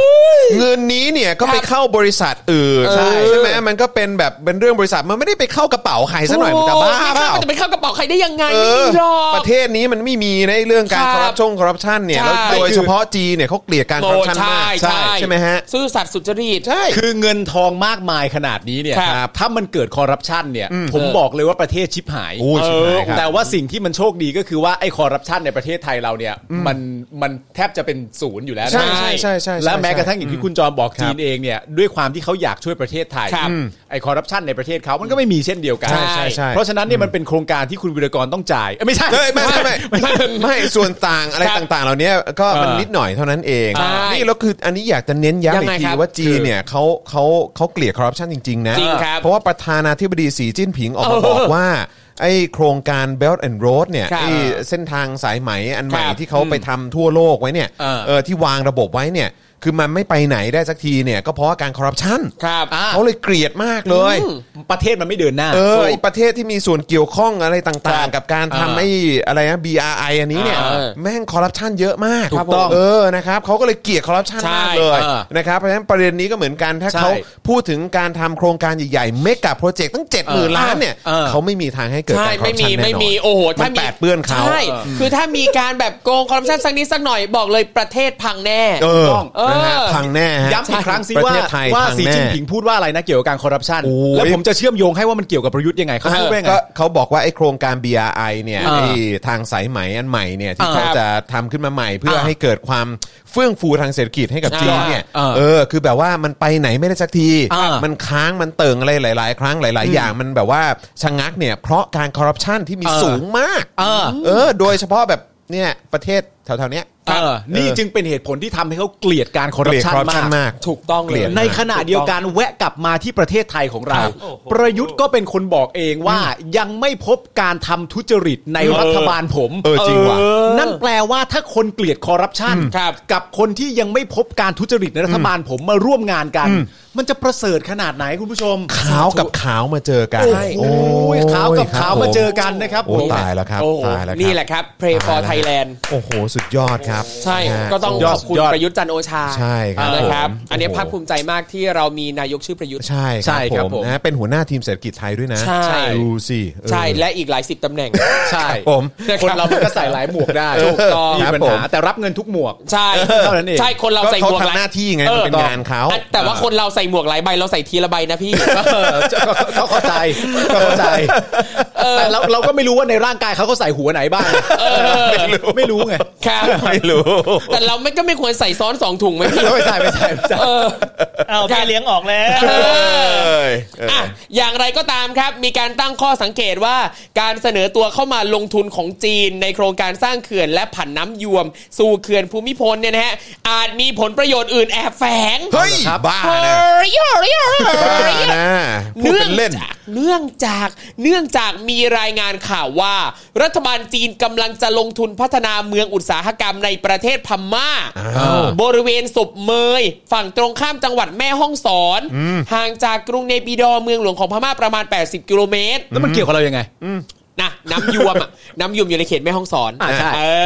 Speaker 5: เงินนี้เนี่ยก็ไป
Speaker 3: ครับ
Speaker 5: เข้าบริษัทอื่น
Speaker 3: เออ
Speaker 5: ใช่ใช่ไหมมันก็เป็นแบบเป็นเรื่องบริษัทมันไม่ได้ไปเข้ากระเป๋าใครซะหน่อยมันจะบ้า
Speaker 3: โอ้ย
Speaker 5: เป
Speaker 3: ไม่เข้
Speaker 5: ล่า
Speaker 3: มันจะไปเข้ากระเป๋าใครได้ยังไง
Speaker 5: เอ
Speaker 3: ไม่
Speaker 5: อ
Speaker 3: มีหรอก
Speaker 5: ประเทศนี้มันไม่มีในะเรื่องการ
Speaker 3: ค
Speaker 5: ครับ อร์รัปชงคอร์รัปชันเนี่ยแล้ว
Speaker 3: ใช่
Speaker 5: โดยเฉพาะจีนเนี่ยเขาเกลียดการคอ
Speaker 3: โอ้
Speaker 5: ร์รัปชั
Speaker 3: ใช่
Speaker 5: นมาก
Speaker 3: ใช่
Speaker 5: ใช่ไหมฮะ
Speaker 3: ซื่อสัตย์สุจริต
Speaker 5: ใช่
Speaker 4: คือเงินทองมากมายขนาดนี้เนี่ย
Speaker 3: ครับ
Speaker 4: ครับถ้ามันเกิดคอร์รัปชันเนี่ย ผม
Speaker 3: เออ
Speaker 4: บอกเลยว่าประเทศชิบหาย
Speaker 5: โอ้ยชิบหายครับ
Speaker 4: แต่ว่าสิ่งที่มันโชคดีก็คือว่าไอ้คอร์รัปชันในประเทศไทยเราเนี่ยมันมันแทบจะเป็นศูนย์อยู่แล้วนะ
Speaker 5: ใช่ใช่ใช่ใช่
Speaker 4: และแม้กระทั่ง
Speaker 5: ใช่
Speaker 4: อย่างที่คุณจอมบอกจีนเองเนี่ยด้วยความที่เขาอยากช่วยประเทศไทย
Speaker 3: ครับ
Speaker 4: อืมไอ้คอร์รัปชันในประเทศเขามันก็ไม่มีเช่นเดียวกัน
Speaker 5: ใช่ใช่ใช่
Speaker 4: เพราะฉะนั้นเนี่ยมันเป็นโครงการที่คุณวิรกรต้องจ่ายเอ้ยไม่ใช่
Speaker 5: เอ้ยไม่ไม่ไม่ไม่ไม่ส่วนต่างอะไร
Speaker 3: ครับ
Speaker 5: ต่างๆ เหล่านี้ก็มัน
Speaker 4: เออ
Speaker 5: นิดหน่อยเท่านั้นเอง
Speaker 3: ใช่
Speaker 5: นี่แล้วคืออันนี้อยากจะเน้น
Speaker 3: ยั
Speaker 5: ย้ำ
Speaker 3: ง
Speaker 5: อี
Speaker 3: ไง
Speaker 5: กที
Speaker 3: ครับ
Speaker 5: ว่าจีนเนี่ยเขาเขาเขาเกลียดคอร์รัปชันจริง ๆ นะ
Speaker 3: จริงครับ
Speaker 5: เพราะว่าประธานาธิบดีสีจิ้นผิงออกมาบอกว่า ไอ้โครงการ Belt and Road เนี่ย
Speaker 3: ครับ
Speaker 5: ไอ้เส้นทางสายไหมอันใหม่
Speaker 3: ครับ
Speaker 5: ที่เขาไปทำทั่วโลกไว้เนี่ย
Speaker 4: เออ
Speaker 5: เออที่วางระบบไว้เนี่ย คือมันไม่ไปไหนได้สักทีเนี่ยก็เพราะว่าการคอร์รัปชัน
Speaker 3: ครับอ่า
Speaker 5: เขาเลยเกลียดมากเลย
Speaker 3: อืม
Speaker 4: ประเทศมันไม่เดินหน้า
Speaker 5: เออไอประเทศที่มีส่วนเกี่ยวข้องอะไรต่างๆ กับการ
Speaker 4: อ่า
Speaker 5: ทำไอ้อะไรนะ BRI อันนี้เนี่ย
Speaker 3: อ่า
Speaker 5: แม่งคอร์รัปชันเยอะมาก
Speaker 4: ถูกต้อง
Speaker 5: เออนะครับเขาก็เลยเกลียดคอร์รัปชัน
Speaker 3: ใช่
Speaker 5: มากเลย
Speaker 4: เออ
Speaker 5: นะครับเพราะฉะนั้นประเด็นนี้ก็เหมือนกันถ้า
Speaker 4: ใช่
Speaker 5: เขาพูดถึงการทำโครงการใหญ่ๆเมกะโปรเจกต์ตั้ง 7 0,000 ล้านเนี่ย
Speaker 4: เออ
Speaker 5: เขาไม่มีทางให้เกิด
Speaker 3: ใช่
Speaker 5: การคอร์
Speaker 3: ไม่
Speaker 5: รัปชั
Speaker 3: มี
Speaker 5: นแน่
Speaker 3: ไม่
Speaker 5: นอ
Speaker 3: มี
Speaker 5: น
Speaker 3: โอ้โห
Speaker 5: มันแปดเปื้อนเขา
Speaker 3: ใช่
Speaker 5: เออ
Speaker 3: คือถ้ามีการแบบโกงคอร์รัปชันสักนิดสักหน่อยบอกเลยประเทศพังแน่
Speaker 5: เออ
Speaker 4: ต้อง
Speaker 5: นะฮะ
Speaker 3: เออ
Speaker 5: พังแน่ฮะ
Speaker 4: ย้ำอีกครั้งสิ
Speaker 5: ประ
Speaker 4: ว่า
Speaker 5: เทศไทย
Speaker 4: ว่า
Speaker 5: พัง
Speaker 4: สี
Speaker 5: แน่
Speaker 4: จิ้นผิงพูดว่าอะไรนะเกี่ยวกับการคอร์รัปชัน
Speaker 5: โอ้ย
Speaker 4: แล้วผมจะเชื่อมโยงให้ว่ามันเกี่ยวกับประยุทธ์ยังไงเขาพูดว่ายังไง
Speaker 5: ก็เขาบอกว่าไอ้โครงการ BRI เนี่ย
Speaker 4: อ่า
Speaker 5: ไอ้ทางสายไหมอันใหม่เนี่ยที่
Speaker 4: อ่า
Speaker 5: เขาจะทำขึ้นมาใหม่ เพื่อให้เกิดความเฟื่องฟูทางเศรษฐกิจให้กับจีนเนี่ย
Speaker 4: อ่า
Speaker 5: เออคือแบบว่ามันไปไหนไม่ได้สักที
Speaker 4: อ่ามั
Speaker 5: มันค้างมันเติ่งอะไรหลาย ๆ ครั้งหลาย ๆ อย่างมันแบบว่าชะงักเนี่ยเพราะการคอร์รัปชันที่มี
Speaker 4: เออ
Speaker 5: สูงมาก
Speaker 4: เออ
Speaker 5: เออ โดยเฉพาะแบบเนี่ยประเทศแถวๆเนี้ย
Speaker 4: เออนี่จึงเป็นเหตุผลที่ทำให้เขาเกลียดการคอร์รัปชัน
Speaker 5: เกลียด corruption
Speaker 4: มาม
Speaker 5: าก ก
Speaker 3: ถูกต้องเล
Speaker 5: เกลี
Speaker 3: ย
Speaker 5: ยด
Speaker 4: ในขณะเดียวกันแวะกลับมาที่ประเทศไทยของเรา
Speaker 6: ครับโอ้โห
Speaker 4: ประยุทธ์ก็เป็นคนบอกเองว่ายังไม่พบการทำทุจริตในรัฐบาลผม
Speaker 5: เออจริงว่ะ
Speaker 4: นั่นแปลว่าถ้าคนเกลียดคอร์รัปชัน
Speaker 3: ครับ
Speaker 4: กับคนที่ยังไม่พบการทุจริตในรัฐบาลผมมาร่วมงานกัน มันจะประเสริฐขนาดไหนคุณผู้ชม
Speaker 5: ขาวกับขาวมาเจอกัน
Speaker 4: โอ้โหขาวกับ
Speaker 5: ครับ
Speaker 4: ขาวมาเจอกันนะครับ
Speaker 5: โอ้
Speaker 4: ผม
Speaker 5: ตายแล้วครับ
Speaker 3: โอ้โห
Speaker 5: ตายแล้วครับ
Speaker 3: นี่แหละครับ Pray for
Speaker 5: ตายแล้ว
Speaker 3: Thailand
Speaker 5: โอ้โห สุดยอดครับ
Speaker 3: ใช่
Speaker 5: นะฮะ
Speaker 3: ก็ต้อง
Speaker 4: ยอ
Speaker 3: ขอ
Speaker 4: ด
Speaker 3: บคุณ
Speaker 4: ยอด
Speaker 3: ประยุทธ์จันทร์โอชา
Speaker 5: ใช่ครับ
Speaker 3: นะครับ
Speaker 5: ผม
Speaker 3: อันนี้ภาคภูมิใจมากที่เรามีนายกชื่อประยุทธ์
Speaker 5: ใช่
Speaker 4: ใช่
Speaker 5: ค
Speaker 4: ครั
Speaker 5: รับบ ผ
Speaker 4: ผม ม
Speaker 5: นะเป็นหัวหน้าทีมเศรษฐกิจไทยด้วยนะ
Speaker 3: ใช่
Speaker 5: ดูสิเออ
Speaker 3: ใช่และอีกหลายสิบตำแหน่ง
Speaker 4: ใช่
Speaker 5: ครับผม
Speaker 4: คนเรามันก็ใส่หลายหมวกได้
Speaker 3: ถูกต้อง
Speaker 4: มีปัญ
Speaker 5: ครับผ
Speaker 4: หาม แต่รับเงินทุกหมว ก
Speaker 3: ใช่
Speaker 4: เท่านั้นเอง
Speaker 3: ใช่คนเรา
Speaker 5: ก็
Speaker 3: ใส่ห
Speaker 5: เขา
Speaker 3: มวกหลาย
Speaker 5: ทำหน้าที่ไง
Speaker 3: อ
Speaker 5: มัน
Speaker 3: อ
Speaker 5: เป็นงานเขา
Speaker 3: อันแต่ว่าคนเราใส่หมวกหลายใบเราใส่ทีละใบนะพี่
Speaker 4: เออก็ก็เข้าใจก็เข้าใจแต่เราเราก็ไม่รู้ว่าในร่างกายเขาเขาใส่หัวไหนบ้างไม่รู้ไม่รู้ไง
Speaker 3: ครับ
Speaker 5: ไม่รู้
Speaker 3: แต่เราไม่ก็ไม่ควรใส่ซ้อนสองถุงไหมพี่
Speaker 4: ไม่ใช่ไม่ใช่ไม่ใช่
Speaker 3: เออ
Speaker 6: เอา
Speaker 3: ครั
Speaker 6: พี่
Speaker 3: บ
Speaker 6: เลี้ยงออกแล้ว
Speaker 3: เออ
Speaker 5: เอ้ยเอออ
Speaker 3: อ่ะอย่างไรก็ตามครับ มีการตั้งข้อสังเกตว่า การเสนอตัวเข้ามาลงทุนของจีน ในโครงการสร้างเขื่อนและผันน้ำยวม สู่เขื่อนภูมิพลเนี่ยนะฮะ อาจมีผลประโยชน์อื่นแอบแฝง
Speaker 5: เฮ้ย
Speaker 4: ครับ
Speaker 5: บ้า
Speaker 3: เฮ้
Speaker 5: นะ
Speaker 3: ยเฮ้ยเฮ้ย
Speaker 5: บ้า
Speaker 3: เฮ้ย
Speaker 5: นะพูด
Speaker 3: เนื่อ
Speaker 5: เป็
Speaker 3: ง
Speaker 5: นเล่น
Speaker 3: จากเนื่องจากเนื่องจากมีรายงานข่าวว่า รัฐบาลจีนกำลังจะลงทุนพัฒนาเมืองอุตสาหกรรมในประเทศพม่า
Speaker 5: อ้าว
Speaker 3: บริเวณศบเมย ฝั่งตรงข้ามจังหวัดแม่ฮ่องสอน ห่างจากกรุงเนปิดอเมืองหลวงของพม่าประมาณ 80 กิโลเมตร
Speaker 4: แล้วมันเกี่ยวกับเรายังไง
Speaker 3: นะน้ำยวมอะ น้ำยวมอยู่ในเขตแม่ฮ่องสอน
Speaker 4: อ่าใช่
Speaker 3: เออ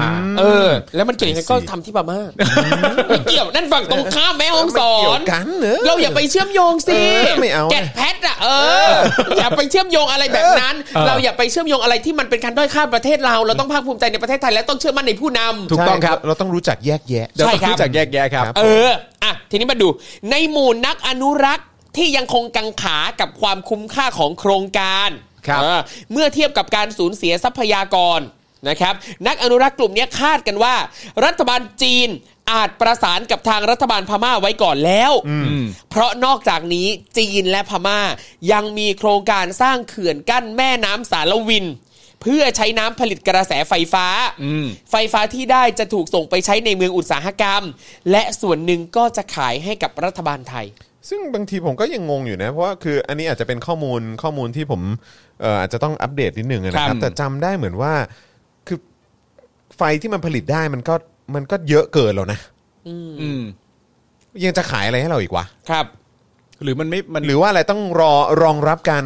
Speaker 3: อเออ แล้วมันเกี่ยวยังไงก็ทำที่พม่าไม่เกี่ยวนั่นฝั่งตรงข้ามแม่ฮ่องสอน
Speaker 5: มันเกี่ยวกันเหรอ
Speaker 3: เราอย่าไปเชื่อมโยงสิ
Speaker 5: เออไม่เอานะ
Speaker 3: แกะแพทอะเออ อย่าไปเชื่อมโยงอะไรแบบนั้น เราอย่าไปเชื่อมโยงอะไรที่มันเป็นการด้อยค่าประเทศเรา เราต้องภาคภูมิใจในประเทศไทยและต้องเชื่อมั่นในผู้นำ
Speaker 4: ถูกต้องครับ
Speaker 5: ใช่เราต้องรู้จักแยกแยะ
Speaker 4: เดี๋ยว
Speaker 3: ใช่
Speaker 4: ต้อง
Speaker 3: ครับ
Speaker 4: รู้จักแยกแยะครับ
Speaker 5: ครับ
Speaker 3: เออ อ่ะ ทีนี้มาดู ในหมู่นักอนุรักษ์ที่ยังคงกังขากับความคุ้มค่าของโครงการ
Speaker 4: ครับ
Speaker 3: เออเมื่อเทียบกับการสูญเสียทรัพยากรนะครับ นักอนุรักษ์กลุ่มเนี้ยคาดกันว่า รัฐบาลจีนอาจประสานกับทางรัฐบาลพม่าไว้ก่อนแล้ว เพราะนอกจากนี้จีนและพม่ายังมีโครงการสร้างเขื่อนกั้นแม่น้ำสารวิน เพื่อใช้น้ำผลิตกระแสไฟฟ้า
Speaker 4: อืม
Speaker 3: ไฟฟ้าที่ได้จะถูกส่งไปใช้ในเมืองอุตสาหกรรม และส่วนหนึ่งก็จะขายให้กับรัฐบาลไทย
Speaker 5: ซึ่งบางทีผมก็ยังงงอยู่นะ เพราะว่าคืออันนี้อาจจะเป็นข้อมูลข้อมูลที่ผมเอ่ออาจจะต้องอัปเดตนิดหนึ่งนะค
Speaker 3: ครั
Speaker 5: รับ
Speaker 3: บ
Speaker 5: แต่จำได้เหมือนว่าคือไฟที่มันผลิตได้มันก็มันก็เยอะเกินแล้วนะ
Speaker 4: อืม
Speaker 5: ยังจะขายอะไรให้เราอีกวะ
Speaker 3: ครับ
Speaker 4: หรือมันไม่มัน
Speaker 5: หรือว่าอะไรต้องรอรองรับการ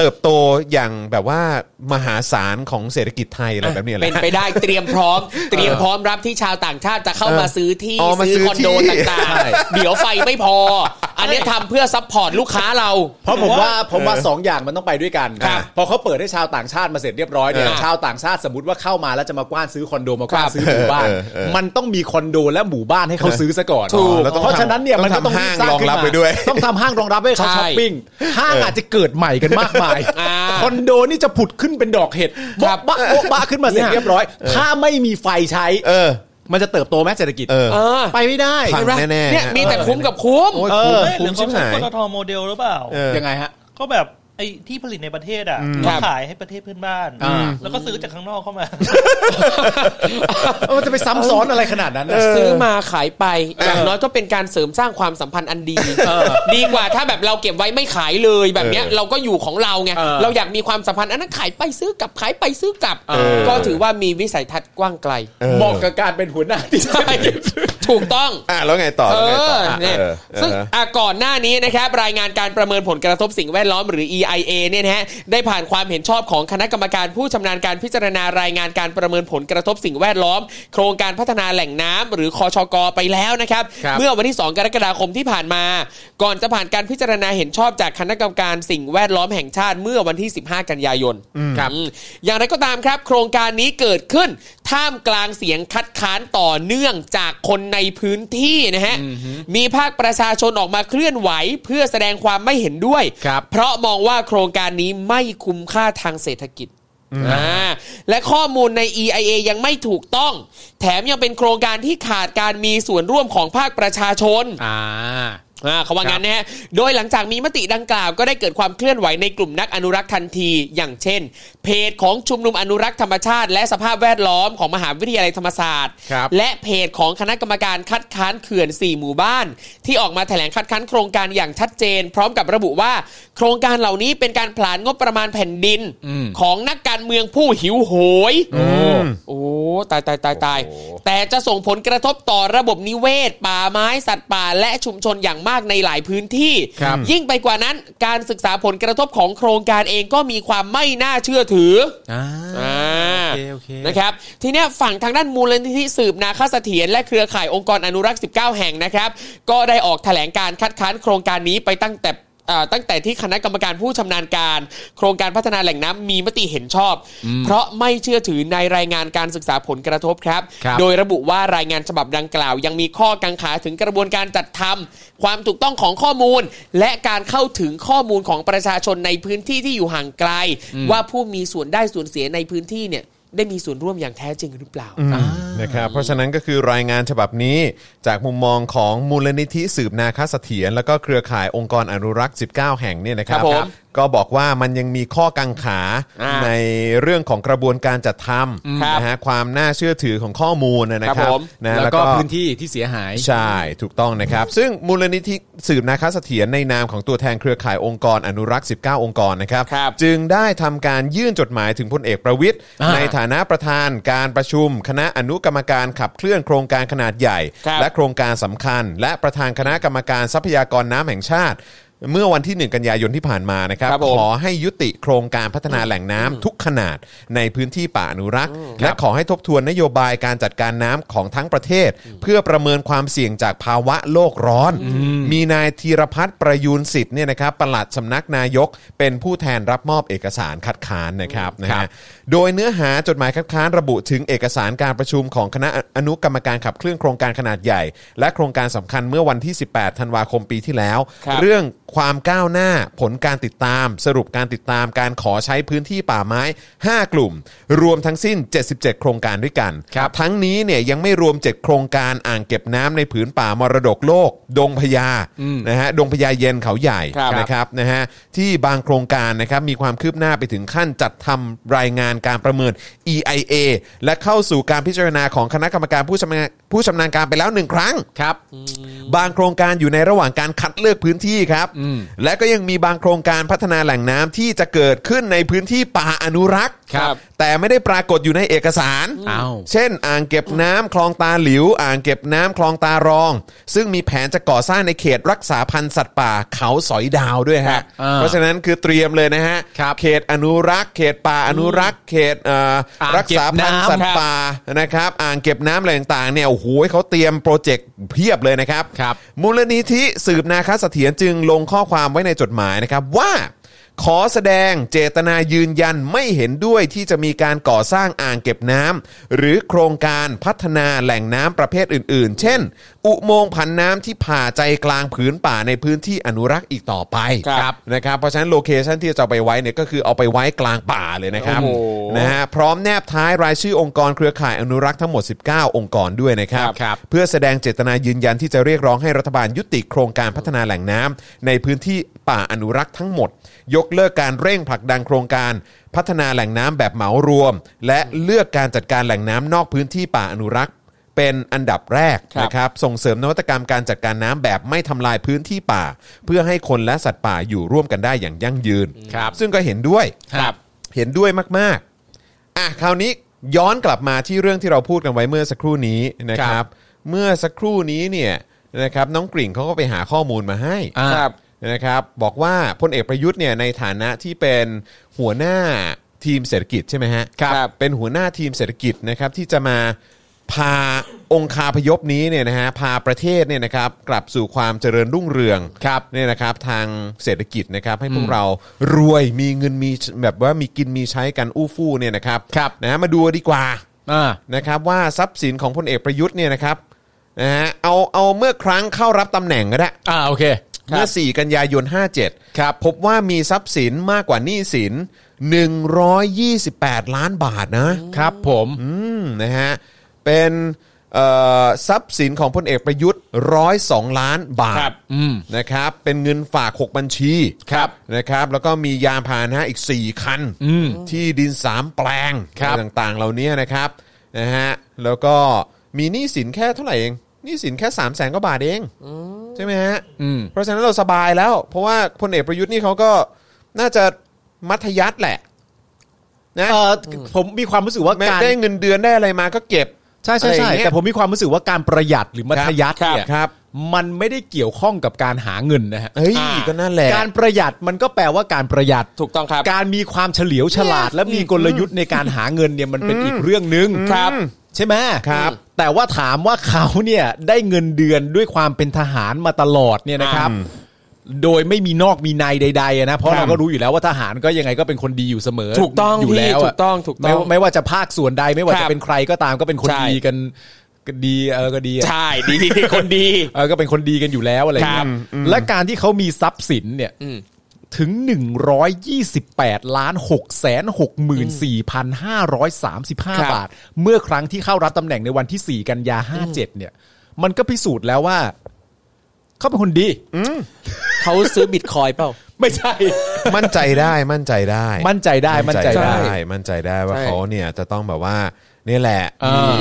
Speaker 5: เติบโตอย่างแบบว่ามหาศาลของเศรษฐกิจไทยอะไรแบบนี้อะไร
Speaker 3: เป็นไปได้เตรียมพ ร้อม เตรียมพร้อมรับที่ชาวต่างชาติจะเข้ามาซื้อที่
Speaker 5: อ๋อมา
Speaker 3: ซื้อ
Speaker 5: ซื้อ
Speaker 3: คอนโด
Speaker 5: ที่
Speaker 3: ต่างๆ เดี๋ยวไฟไม่พอ อันเนี้ยทำเพื่อซัพพอร์ตลูกค้าเรา
Speaker 4: เพราะผมว่าผมว่าสองอย่างมันต้องไปด้วยกัน
Speaker 5: ครับ
Speaker 4: พอเขาเปิดให้ชาวต่างชาติมาเสร็จเรียบร้อยเนี่ย
Speaker 3: อ่า
Speaker 4: ชาวต่างชาติสมมติว่าเข้ามาแล้วจะมากว้านซื้อคอนโดมากว้านซื้อหมู่บ้าน
Speaker 5: เออเออเออ
Speaker 4: มันต้องมีคอนโดและหมู่บ้านให้เขาซื้อซะก่อน
Speaker 5: ถูกแล้วต้อง
Speaker 4: เพราะฉะนั้นเนี่ย
Speaker 5: ทำ
Speaker 4: มันก็ต้อง
Speaker 5: ต้องทำห้า
Speaker 4: บส
Speaker 5: งรองรับ
Speaker 4: ขึ้นมา
Speaker 5: ไปด้วย
Speaker 4: ต้องทำห้างรองรับให้เขา
Speaker 3: ใช่
Speaker 4: ช้อปปิ้งห้างอาจจะเกิดใหม่กันมากมาย
Speaker 3: อ่า
Speaker 4: คอนโดนี่จะผุดขึ้นเป็นดอกเห็ด
Speaker 3: ค
Speaker 4: บ๊
Speaker 3: รั
Speaker 4: อบ บบ้าบ๊อบบ้าขึ้นมาเสร็จเรียบร้อย ถ้าไม่มีไฟใช้
Speaker 5: เออ
Speaker 4: มันจะเติบโตไหมเศรษฐกิจ
Speaker 5: เออ
Speaker 3: เออ
Speaker 4: ไปไม่ได้
Speaker 5: พัง
Speaker 3: เห็นไหม
Speaker 5: แน่ๆ
Speaker 3: เนี่ยมีแต่
Speaker 5: เออ
Speaker 3: คุ้มกับคุ้ม
Speaker 5: โอ้ย
Speaker 4: เออ
Speaker 5: คุ้ม
Speaker 6: หรือ
Speaker 5: ชิบ
Speaker 6: เขาใช้
Speaker 5: หาย
Speaker 6: ปตทโมเดลหรือเปล่า
Speaker 5: เออ
Speaker 4: ยังไงฮะ
Speaker 6: ก็แบบไอ้ที่ผลิตในประเทศอ่ะ
Speaker 3: ค
Speaker 6: ก็
Speaker 3: รับ
Speaker 6: ขายให้ประเทศเพื่อนบ้าน
Speaker 4: อ่า
Speaker 6: แล้วก็ซื้อจากข้างนอกเข้ามา
Speaker 4: เออมันจะไปซ้ำซ้อนอะไรขนาดนั้นนะ
Speaker 3: ซื้อมาขายไป อย่างน้อยก็เป็นการเสริมสร้างความสัมพันธ์อันดี ดีกว่าถ้าแบบเราเก็บไว้ไม่ขายเลยแบบเนี้ย
Speaker 5: เออ
Speaker 3: เราก็อยู่ของเราไง
Speaker 4: เออ
Speaker 3: เราอยากมีความสัมพันธ์อันนั้นขายไปซื้อกลับขายไปซื้อกลับ ก็ถือว่ามีวิสัยทัศน์กว้างไกล
Speaker 5: เออ
Speaker 4: เหมาะกับการเป็นหัวหน้าที่
Speaker 3: ใช่ถูกต้อง
Speaker 5: อ่ะแล้วไงต่อ
Speaker 3: เอ
Speaker 5: แล้วไงต่อ
Speaker 3: อเนี่ย
Speaker 5: เออเออ
Speaker 3: ซึ่งอ่ะก่อนหน้านี้นะครับรายงานการประเมินผลกระทบสิ่งแวดล้อมหรือ EIA เนี่ยนะฮะได้ผ่านความเห็นชอบของคณะกรรมการผู้ชำนาญการพิจารณารายงานการประเมินผลกระทบสิ่งแวดล้อม โครงการพัฒนาแหล่งน้ำหรือคอชกไปแล้วนะครับ
Speaker 4: ครับ
Speaker 3: เมื่อวันที่ 2 กรกฎาคมที่ผ่านมา ก่อนจะผ่านการพิจารณาเห็นชอบจากคณะกรรมการสิ่งแวดล้อมแห่งชาติเมื่อวันที่ 15 กันยายนครับอืมอย่างไรก็ตามครับ โครงการนี้เกิดขึ้น ท่ามกลางเสียงคัดค้านต่อเนื่องจากคนในพื้นที่นะฮะ มีภาคประชาชนออกมาเคลื่อนไหวเพื่อแสดงความไม่เห็นด้วย
Speaker 4: ครับ
Speaker 3: เพราะมองว่าโครงการนี้ไม่คุ้มค่าทางเศรษฐกิจอ่าและข้อมูลใน EIA ยังไม่ถูกต้อง แถมยังเป็นโครงการที่ขาดการมีส่วนร่วมของภาคประชาชน
Speaker 4: อ่า
Speaker 3: อ่าเขาว่างั้นนะฮะ โดยหลังจากมีมติดังกล่าวก็ได้เกิดความเคลื่อนไหวในกลุ่มนักอนุรักษ์ทันที อย่างเช่น เพจของชุมนุมอนุรักษ์ธรรมชาติ และสภาพแวดล้อมของมหาวิทยาลัยธรรมศาสตร์
Speaker 4: ครับ
Speaker 3: และเพจของคณะกรรมการคัดค้านเขื่อน 4 หมู่บ้าน ที่ออกมาแถลงคัดค้านโครงการอย่างชัดเจน พร้อมกับระบุว่า โครงการเหล่านี้เป็นการผลาญงบประมาณแผ่นดิน ของนักการเมืองผู้หิวโหย โอ้ตายตายตายตายแต่จะส่งผลกระทบต่อระบบนิเวศ ป่าไม้สัตว์ป่าและชุมชนอย่างมากในหลายพื้นที่
Speaker 4: ครับ
Speaker 3: ยิ่งไปกว่านั้นการศึกษาผลกระทบของโครงการเองก็มีความไม่น่าเชื่อถือ
Speaker 4: อ่า
Speaker 3: อ่า
Speaker 4: โอเคโอเค
Speaker 3: นะครับทีเนี้ยฝั่งทางด้านมูลนิธิสืบนาคเสถียรและเครือข่ายองค์กรอนุรักษ์ 19 แห่งนะครับ ก็ได้ออกแถลงการคัดค้านโครงการนี้ไปตั้งแต่เอ่อตั้งแต่ที่คณะกรรมการผู้ชำนาญการ โครงการพัฒนาแหล่งน้ำมีมติเห็นชอบ เพราะไม่เชื่อถือในรายงานการศึกษาผลกระทบครับ
Speaker 4: ครับ
Speaker 3: โดยระบุว่ารายงานฉบับดังกล่าว ยังมีข้อกังขาถึงกระบวนการจัดทำความถูกต้องของข้อมูล และการเข้าถึงข้อมูลของประชาชนในพื้นที่ที่อยู่ห่างไกล ว่าผู้มีส่วนได้ส่วนเสียในพื้นที่เนี่ยได้มีส่วนร่วมอย่างแท้จริงหรือเปล่า
Speaker 5: นะครับเพราะฉะนั้นก็คือรายงานฉบับนี้จากมุมมองของมูลนิธิสืบนาคเสถียรแล้วก็เครือข่ายองค์กรอนุรักษ์ 19 แห่งเนี่ยนะครั
Speaker 3: ค
Speaker 5: บ
Speaker 3: รับผม
Speaker 5: ก็บอกว่ามันยังมีข้อกังขา
Speaker 3: อ่า
Speaker 5: ในเรื่องของกระบวนการจัดท
Speaker 3: ครับ
Speaker 5: ำนะฮะความน่าเชื่อถือของข้อมูลนะค
Speaker 3: ครั
Speaker 5: รับบ
Speaker 3: ผม
Speaker 5: นะ
Speaker 4: แล้ว
Speaker 5: แล้ว
Speaker 4: ก็
Speaker 5: ก็
Speaker 4: พื้นที่ที่เสียหาย
Speaker 5: ใช่ ถูกต้องนะครับ ซึ่งมูลนิธิสืบนาคเสถียรในนามของตัวแทนเครือข่ายองค์กรอนุรักษ์ 19 องค์กรนะครับ
Speaker 3: ครับ
Speaker 5: จึงได้ทำการยื่นจดหมายถึงพลเอกประวิทย์
Speaker 4: อ่า
Speaker 5: ในฐานะประธานการประชุม คณะอนุกรรมการขับเคลื่อนโครงการขนาดใหญ่
Speaker 3: ครับ
Speaker 5: และโครงการสำคัญ และประธานคณะกรรมการทรัพยากรน้ำแห่งชาติ เมื่อวันที่ 1 กันยายนที่ผ่านมานะครับ
Speaker 3: ครับผม
Speaker 5: ขอให้ยุติโครงการพัฒนาแหล่งน้ำทุกขนาดในพื้นที่ป่าอนุรักษ์ และขอให้ทบทวนนโยบายการจัดการน้ำของทั้งประเทศ เพื่อประเมินความเสี่ยงจากภาวะโลกร้อน มีนายธีรพัฒน์ประยูนสิทธิ์เนี่ยนะครับปลัดสำนักนายก เป็นผู้แทนรับมอบเอกสารคัดค้านนะครับนะฮะโดยเนื้อหาจดหมายคัดค้านระบุถึงเอกสารการประชุมของคณะอนุกรรมการขับเคลื่อนโครงการขนาดใหญ่ และโครงการสำคัญเมื่อวันที่ 18 ธันวาคมปีที่แล้ว
Speaker 3: ครับ
Speaker 5: เรื่องความก้าวหน้าผลการติดตาม สรุปการติดตามการขอใช้พื้นที่ป่าไม้ 5 กลุ่ม รวมทั้งสิ้น 77 โครงการด้วยกัน
Speaker 4: ครับ
Speaker 5: ทั้งนี้เนี่ยยังไม่รวม 7 โครงการอ่างเก็บน้ำในผืนป่ามรดกโลก ดงพญานะฮะดงพญาเย็นเขาใหญ่
Speaker 3: ครับ
Speaker 5: นะครับนะฮะที่บางโครงการนะครับมีความคืบหน้าไปถึงขั้นจัดทำรายงานการประเมิน EIA และเข้าสู่การพิจารณาของคณะกรรมการผู้ชำนาญผู้ชำนาญการไปแล้วหนึ่งครั้ง
Speaker 4: ครับ
Speaker 5: บางโครงการอยู่ในระหว่างการคัดเลือกพื้นที่ครับ และก็ยังมีบางโครงการพัฒนาแหล่งน้ำที่จะเกิดขึ้นในพื้นที่ป่าอนุรักษ์
Speaker 3: ครับ
Speaker 5: แต่ไม่ได้ปรากฏอยู่ในเอกสาร
Speaker 4: อ้าว
Speaker 5: เช่น อ่างเก็บน้ำคลองตาหลิว อ่างเก็บน้ำคลองตารอง ซึ่งมีแผนจะก่อสร้างในเขตรักษาพันธุ์สัตว์ป่าเขาสอยดาวด้วยฮะ
Speaker 4: อ่า
Speaker 5: เพราะฉะนั้นคือเตรียมเลยนะฮะ เขตอนุรักษ์ เขตป่าอนุรักษ์ เขตเอ่อ
Speaker 4: อ่าง
Speaker 5: รักษาพันธุ์สัตว์ป่านะครับ อ่างเก็บน้ำอะไรต่างๆเนี่ย โอ้โหเขาเตรียมโปรเจกต์เพียบเลยนะครับ
Speaker 4: ครับ
Speaker 5: มูลนิธิสืบนาคเสถียรจึงลงข้อความไว้ในจดหมายนะครับว่า ขอแสดงเจตนายืนยันไม่เห็นด้วยที่จะมีการก่อสร้างอ่างเก็บน้ำหรือโครงการพัฒนาแหล่งน้ำประเภทอื่น ๆ เช่น อุโมงค์ผันน้ำที่ผ่าใจกลางผืนป่าในพื้นที่อนุรักษ์อีกต่อไป
Speaker 3: ครับ
Speaker 5: นะครับเพราะฉะนั้นโลเคชันที่จะเอาไปไว้เนี่ยก็คือเอาไปไว้กลางป่าเลยนะครับ
Speaker 3: โอ้โห
Speaker 5: นะฮะพร้อมแนบท้ายรายชื่อองค์กรเครือข่ายอนุรักษ์ทั้งหมด 19 องค์กรด้วยนะครับ
Speaker 4: ครับ
Speaker 5: เพื่อแสดงเจตนายืนยันที่จะเรียกร้องให้รัฐบาลยุติโครงการพัฒนาแหล่งน้ำในพื้นที่ป่าอนุรักษ์ทั้งหมด ยกเลิกการเร่งผลักดันโครงการพัฒนาแหล่งน้ำแบบเหมารวม และเลือกการจัดการแหล่งน้ำนอกพื้นที่ป่าอนุรักษ์ เป็นอันดับแรก
Speaker 3: ครับ
Speaker 5: นะครับส่งเสริมนวัตกรรมการจัดการน้ำแบบไม่ทำลายพื้นที่ป่า เพื่อให้คนและสัตว์ป่าอยู่ร่วมกันได้อย่างยั่งยืน ซึ่งก็เห็นด้วย
Speaker 3: ครับ
Speaker 5: เห็นด้วยมาก ๆ อ่ะ คราวนี้ย้อนกลับมาที่เรื่องที่เราพูดกันไว้เมื่อสักครู่นี้นะ
Speaker 4: ค
Speaker 5: ค
Speaker 4: รั
Speaker 5: รับ
Speaker 4: บ
Speaker 5: เมื่อสักครู่นี้เนี่ยนะครับน้องกริ่งเขาก็ไปหาข้อมูลมาให้
Speaker 4: อ่า
Speaker 5: นะครับ บอกว่าพลเอกประยุทธ์เนี่ยในฐานะที่เป็นหัวหน้าทีมเศรษฐกิจใช่ไหมฮะ
Speaker 3: ครับครับ
Speaker 5: เป็นหัวหน้าทีมเศรษฐกิจนะครับที่จะมาพาองคาพยพนี้เนี่ยนะฮะพาประเทศเนี่ยนะครับกลับสู่ความเจริญรุ่งเรือง
Speaker 4: ครับ
Speaker 5: เนี่ยนะครับทางเศรษฐกิจนะครับให้พวกเรารวยมีเงินมีแบบว่ามีกินมีใช้กันอู้ฟู่เนี่ยนะครับ
Speaker 4: ครับ
Speaker 5: นะมาดูดีกว่า
Speaker 4: อ่า
Speaker 5: นะครับว่าทรัพย์สินของพลเอกประยุทธ์เนี่ยนะครับนะฮะเอาเอาเมื่อครั้งเข้ารับตำแหน่งก็ได้
Speaker 4: อ่า โอเค
Speaker 5: เมื่อ 4 กันยายน 57
Speaker 4: ครับ
Speaker 5: พบว่ามีทรัพย์สินมากกว่าหนี้สิน 128 ล้านบาทนะ
Speaker 4: ครับผม
Speaker 5: อืมนะฮะเป็นเอ่อทรัพย์สินของพลเอกประยุทธ์102 ล้านบาท
Speaker 3: ครับ
Speaker 4: อืม
Speaker 5: นะครับเป็นเงินฝาก 6 บัญชี
Speaker 4: ครับ
Speaker 5: นะครับแล้วก็มียานพาหนะอีก 4 คัน ที่ดิน 3 แปลง
Speaker 4: ครับ
Speaker 5: ต่างๆ เหล่านี้นะครับนะฮะแล้วก็มีหนี้สินแค่เท่าไหร่เองหนี้สินแค่3 0 0แสนกว่าบาทเองใช่ไหมฮะ
Speaker 4: อืม
Speaker 5: เพราะฉะนั้นเราสบายแล้ว เพราะว่าพลเอกประยุทธ์นี่เขาก็น่าจะมัธยัติแหละนะ
Speaker 4: เออผมมีความรู้สึกว่า
Speaker 5: แม้
Speaker 4: การ
Speaker 5: ได้เงินเดือนได้อะไรมาก็เก็บ
Speaker 4: ใช่ใช่
Speaker 5: อะไรอ
Speaker 4: ใช่
Speaker 5: ย่างเงี้ย
Speaker 4: แต่ผมมีความรู้สึกว่าการประหยัดหรือมัธยัติ
Speaker 5: ครับ
Speaker 4: เนี่ย
Speaker 5: ครับ
Speaker 4: มันไม่ได้เกี่ยวข้องกับการหาเงินนะฮะ
Speaker 5: เฮ้ย ก็นั่นแหละ
Speaker 4: การประหยัดมันก็แปลว่าการประหยัด
Speaker 3: ถูกต้องครับ
Speaker 4: การมีความเฉลียวฉลาด และมีกลยุทธ์ในการหาเงินเนี่ยมันเป็นอีกเรื่องหนึ่ง
Speaker 3: ครับ
Speaker 4: ใช่ไหม
Speaker 5: ครับ
Speaker 4: แต่ว่าถามว่าเขาเนี่ยได้เงินเดือนด้วยความเป็นทหารมาตลอดเนี่ยนะครับ โดยไม่มีนอกมีในใดๆอะนะเพราะ
Speaker 5: ครับ
Speaker 4: เราก็รู้อยู่แล้วว่าทหารก็ยังไงก็เป็นคนดีอยู่เสมอ
Speaker 3: ถูกต้อง
Speaker 4: อยู่
Speaker 3: พี่
Speaker 4: แล้วะ
Speaker 3: ถูกต้องถูกต้อง
Speaker 4: ไม่ว่าไม่ว่าจะภาคส่วนใดไม่ว่า
Speaker 3: ครั
Speaker 4: จะ
Speaker 3: บ
Speaker 4: เป็นใครก็ตามก็เป็นคน
Speaker 3: ใช่
Speaker 4: ดีกันก็ดีเออก็ดีอะ
Speaker 3: ใช่ดีคนดี
Speaker 4: เออก็เป็นคนดีกันอยู่แล้วอะไรอย่างเงี้ย
Speaker 3: ครับ
Speaker 4: และการที่เขามีทรัพย์สินเนี่ยถึง 128ล้าน6แสน64,535 บาท เมื่อครั้งที่เข้ารับตำแหน่งในวันที่ 4 กันยา 57 เนี่ย มันก็พิสูจน์แล้วว่า เขาเป็นคน ดี
Speaker 3: เขาซื้อบิตคอยน์เปล่า
Speaker 4: ไม่ใช่
Speaker 5: มั่นใจได้มั่นใจได้
Speaker 4: มั่นใจได้มั่นใจได้
Speaker 5: มั่นใจได้ว่า
Speaker 3: ใช่
Speaker 5: เขาเนี่ยจะต้องแบบว่าเนี่ยแหละ
Speaker 4: อ่ามี
Speaker 5: มี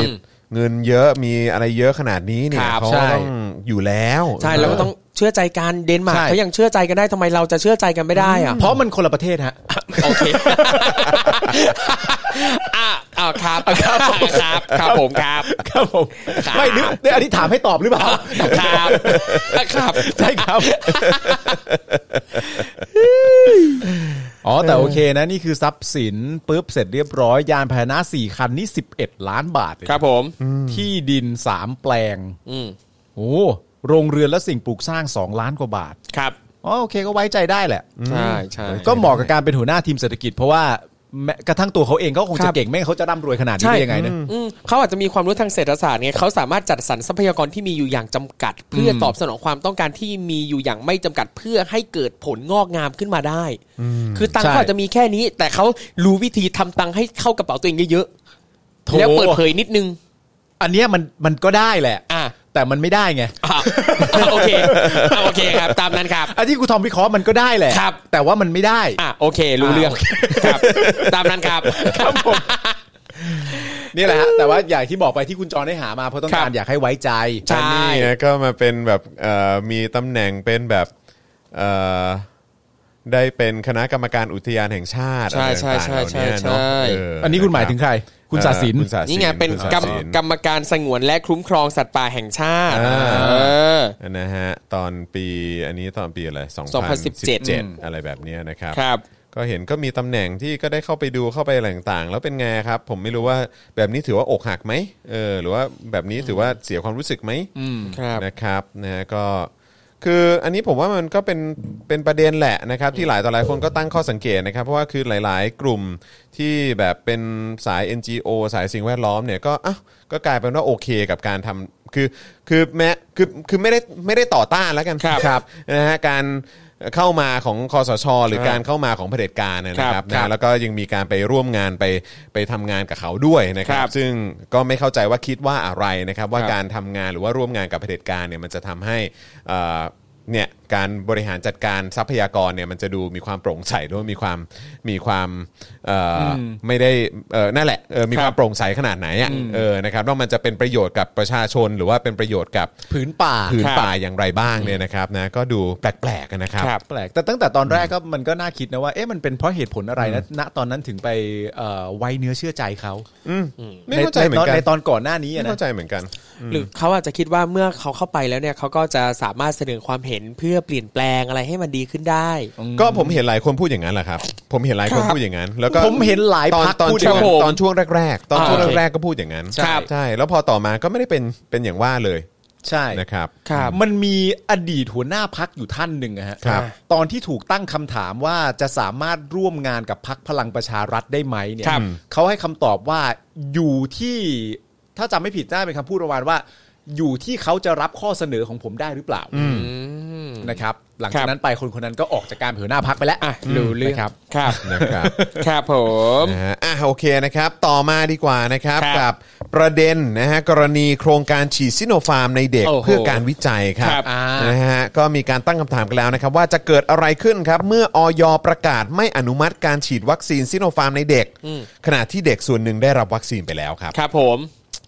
Speaker 5: เงินเยอะมีอะไรเยอะขนาดนี้เนี่ย
Speaker 3: ครับ
Speaker 5: เขา
Speaker 4: ใช่
Speaker 5: ต้องอยู่แล้ว
Speaker 3: ใช่แล้วก็ต้องเชื่อใจกันเดนมาร์ก
Speaker 4: ใช่
Speaker 3: เขายังเชื่อใจกันได้ทำไมเราจะเชื่อใจกันไม่ได้อะ
Speaker 4: เพราะมันคนละประเทศฮะ
Speaker 3: โอ เคอ่ะอ่ะครับครับครับครับผมครับ
Speaker 4: ครับผม
Speaker 3: ครับ
Speaker 4: ไม่นึกเนี่ยอันนี้ถามให้ตอบหรือเปล่า
Speaker 3: ครับครับ
Speaker 4: ใช่ครับ อ๋อ แต่โอเคนะ นี่คือทรัพย์สินปุ๊บเสร็จเรียบร้อย ยานพาหนะ 4 คันนี่ 11 ล้านบาทเลย
Speaker 3: ครับผม
Speaker 4: ที่ดิน 3 แปลง
Speaker 3: อืม
Speaker 4: โอ้โรงเรือนและสิ่งปลูกสร้าง 2 ล้านกว่าบาท
Speaker 3: ครับ
Speaker 4: อ๋อ โอเคก็ไว้ใจได้แหละ
Speaker 3: ใช่ใช่
Speaker 4: ก็เหมาะกับการเป็นหัวหน้าทีมเศรษฐกิจ เพราะว่าแม้กระทั่งตัวเขาเองก็คง
Speaker 3: ครั
Speaker 4: จะ
Speaker 3: บ
Speaker 4: เก่งไม่งั้นเขาจะร่ำรวยขนาดนี้ได้ยังไงนะ
Speaker 3: อืมเขาอาจจะมีความรู้ทางเศรษฐศาสตร์ไงเขาสามารถจัดสรรทรัพยากรที่มีอยู่อย่างจำกัด เพื่อตอบสนองความต้องการที่มีอยู่อย่างไม่จำกัดเพื่อให้เกิดผลงอกงามขึ้นมาได้ คือตังค์
Speaker 4: ใช่
Speaker 3: เขาอาจจะมีแค่นี้ แต่เขารู้วิธีทำตังค์ให้เข้ากระเป๋าตัวเองเยอะ
Speaker 4: โถ
Speaker 3: ๆแล้วเปิดเผยนิดนึง
Speaker 4: อันเนี้ยมันมันก็ได้แหละ
Speaker 3: อ่ะ
Speaker 4: แต่มันไม่ได้ไง
Speaker 3: อ่ะอ่ะโอเคอ่ะโอเคครับ ตามนั้นครับ
Speaker 4: อันที่ครูทอมวิเคราะห์มันก็ได้แหละ
Speaker 3: ครับ
Speaker 4: แต่ว่ามันไม่ได้
Speaker 3: อ่ะโอเค รู้เรื่องครับ ตามนั้นครับ
Speaker 4: ครับผมนี่แหละฮะแต่ว่าอย่างที่บอกไปที่คุณจรได้หามาเพราะต้อง
Speaker 3: ครั
Speaker 4: การ
Speaker 3: บ
Speaker 4: อยากให้ไว้ใจ
Speaker 3: ใช่
Speaker 5: นี่นะก็มาเป็นแบบเอ่อมีตำแหน่งเป็นแบบเอ่อ ได้เป็นคณะกรรมการอุทยานแห่งชาติ
Speaker 3: ใช่
Speaker 5: อะไร
Speaker 3: ใช่
Speaker 5: ต่างๆ
Speaker 3: ใช่
Speaker 5: เหล่านี้
Speaker 3: ใช่
Speaker 5: เนาะ
Speaker 3: ใช่
Speaker 5: เ
Speaker 4: อันนี้คุณหมายถึงใคร คุณศาสิน
Speaker 5: เออคุณศาสิ
Speaker 3: นี่ไงเป็น
Speaker 5: คุณศาก
Speaker 3: รรม
Speaker 5: สิน
Speaker 3: กรรมการสงวนและคุ้มครองสัตว์ป่าแห่งชาติ
Speaker 5: อ่า
Speaker 3: เออ
Speaker 5: นะฮะตอนปีอันนี้ตอนปีอะไร
Speaker 3: 2017
Speaker 5: 2017 อะไรแบบเนี้ยนะครับ
Speaker 3: ครับ
Speaker 5: ก็เห็นก็มีตำแหน่งที่ก็ได้เข้าไปดูเข้าไปอะไรต่างๆ แล้วเป็นไงครับ ผมไม่รู้ว่าแบบนี้ถือว่าอกหักไหมเออหรือว่าแบบนี้ถือว่าเสียความรู้สึกไหม
Speaker 3: ครับ
Speaker 5: นะครับนะฮะก็คืออันนี้ผมว่ามันก็เป็นเป็นประเด็นแหละนะครับ ที่หลายต่อหลายคนก็ตั้งข้อสังเกตนะครับ เพราะว่าคือหลาย ๆ กลุ่มที่แบบเป็นสาย NGO สายสิ่งแวดล้อมเนี่ยก็อ้าวก็กลายเป็นว่าโอเคกับการทำคือคือแม้คือคือไม่ได้ไม่ได้ต่อต้านแล้วกัน
Speaker 3: ครับ
Speaker 5: นะฮะการเข้ามาของคอสช หรือการเข้ามาของเผด็จการเนี่ยนะ
Speaker 3: ค
Speaker 5: ค
Speaker 3: รั
Speaker 5: รับบ นะฮะแล้วก็ยังมีการไปร่วมงานไปไปทำงานกับเขาด้วยนะครั
Speaker 3: ครับ บ
Speaker 5: ซึ่งก็ไม่เข้าใจว่าคิดว่าอะไรนะครับ ว่า
Speaker 3: ครับ
Speaker 5: การทำงานหรือว่าร่วมงานกับเผด็จการเนี่ยมันจะทำให้เอ่อเนี่ยการบริหารจัดการทรัพยากรเนี่ยมันจะดูมีความโปร่งใสด้วยมีความมีความเอ่ออไม่ได้เอ่อนั่นแหละเออมีความโปร่งใสขนาดไหนอ่ะเออนะครับแล้วมันจะเป็นประโยชน์กับประชาชนหรือว่าเป็นประโยชน์กับ
Speaker 4: ผืนป่า
Speaker 5: ผืน
Speaker 3: ครับ
Speaker 5: ป่าอย่างไรบ้างเนี่ยนะครับนะก็ดูแปลกๆกันนะครับ
Speaker 4: แปลกแต่ตั้งแต่ตอนแรกก็มันก็น่าคิดนะว่าเอ๊ะมันเป็นเพราะเหตุผลอะไรนะณตอนนั้นถึงไปเอ่อไว้เนื้อเชื่อใจเขา
Speaker 5: ไม่เข้าใจเหมือนกัน
Speaker 4: ในตอนก่อนหน้านี้อะ
Speaker 5: ไม่
Speaker 4: นะ
Speaker 5: เข้าใจเหมือนกัน
Speaker 3: หรือเขาอาจจะคิดว่าเมื่อเขาเข้าไปแล้วเนี่ยเขาก็จะสามารถเสนอความเห็นเพื่อเปลี่ยนแปลงอะไรให้มันดีขึ้นได้
Speaker 5: ก็ผมเห็นหลายคนพูดอย่างนั้นแหละครับ ผมเห็นหลายคนพูดอย่างนั้น แล้วก็
Speaker 4: ผมเห็นหลาย
Speaker 5: ตอน
Speaker 4: พรรค
Speaker 5: ตอน
Speaker 4: พูดอ
Speaker 5: ช่
Speaker 4: ย่าว งนั้
Speaker 5: ง
Speaker 4: น
Speaker 5: ตอนช่วงแรก ๆ ตอน
Speaker 3: อ่า
Speaker 5: ช่วง
Speaker 3: โอเค
Speaker 5: แรกๆก็พูดอย่างนั้น
Speaker 3: ครับ
Speaker 5: ใช่แล้วพอต่อมาก็ไม่ได้เป็นเป็นอย่างว่าเลย
Speaker 4: ใช่
Speaker 5: นะครับ
Speaker 3: ครับ
Speaker 4: มันมีอดีตหัวหน้าพักอยู่ท่านหนึ่งอะฮะ
Speaker 5: ครับ
Speaker 4: ตอนที่ถูกตั้งคำถามว่าจะสามารถร่วมงานกับพักพลังประชารัฐได้ไหมเนี่ย
Speaker 3: ครับ
Speaker 4: เขาให้คำตอบว่าอยู่ที่ถ้าจำไม่ผิดน่าจะเป็นคำพูดประมาณว่า อยู่ที่เขาจะรับข้อเสนอของผมได้หรือเปล่านะครับ หลัง
Speaker 3: ครั
Speaker 4: จาก
Speaker 3: บ
Speaker 4: นั้นไปคนคนนั้นก็ออกจากการเผยหน้าพักไปแล้ว
Speaker 3: อ่ะรู้เรื่อง
Speaker 4: นะครับ
Speaker 3: ครับ
Speaker 5: นะครับ
Speaker 3: ครับผม
Speaker 5: นะฮะอ่ะโอเคนะครับต่อมาดีกว่านะครับ
Speaker 3: ครับ
Speaker 5: กับประเด็นนะฮะกรณีโครงการฉีดซิโนฟาร์มในเด็ก
Speaker 3: โอ้โห
Speaker 5: เพื่อการวิจัยครั
Speaker 3: ครับ บ
Speaker 4: อ่า
Speaker 5: นะฮะก็มีการตั้งคำถามกันแล้วนะครับว่าจะเกิดอะไรขึ้นครับเมื่อออยประกาศไม่อนุมัติการฉีดวัคซีนซิโนฟาร์มในเด็ก
Speaker 3: อืม
Speaker 5: ขณะที่เด็กส่วนหนึ่งได้รับวัคซีนไปแล้วครับ
Speaker 3: ครับผม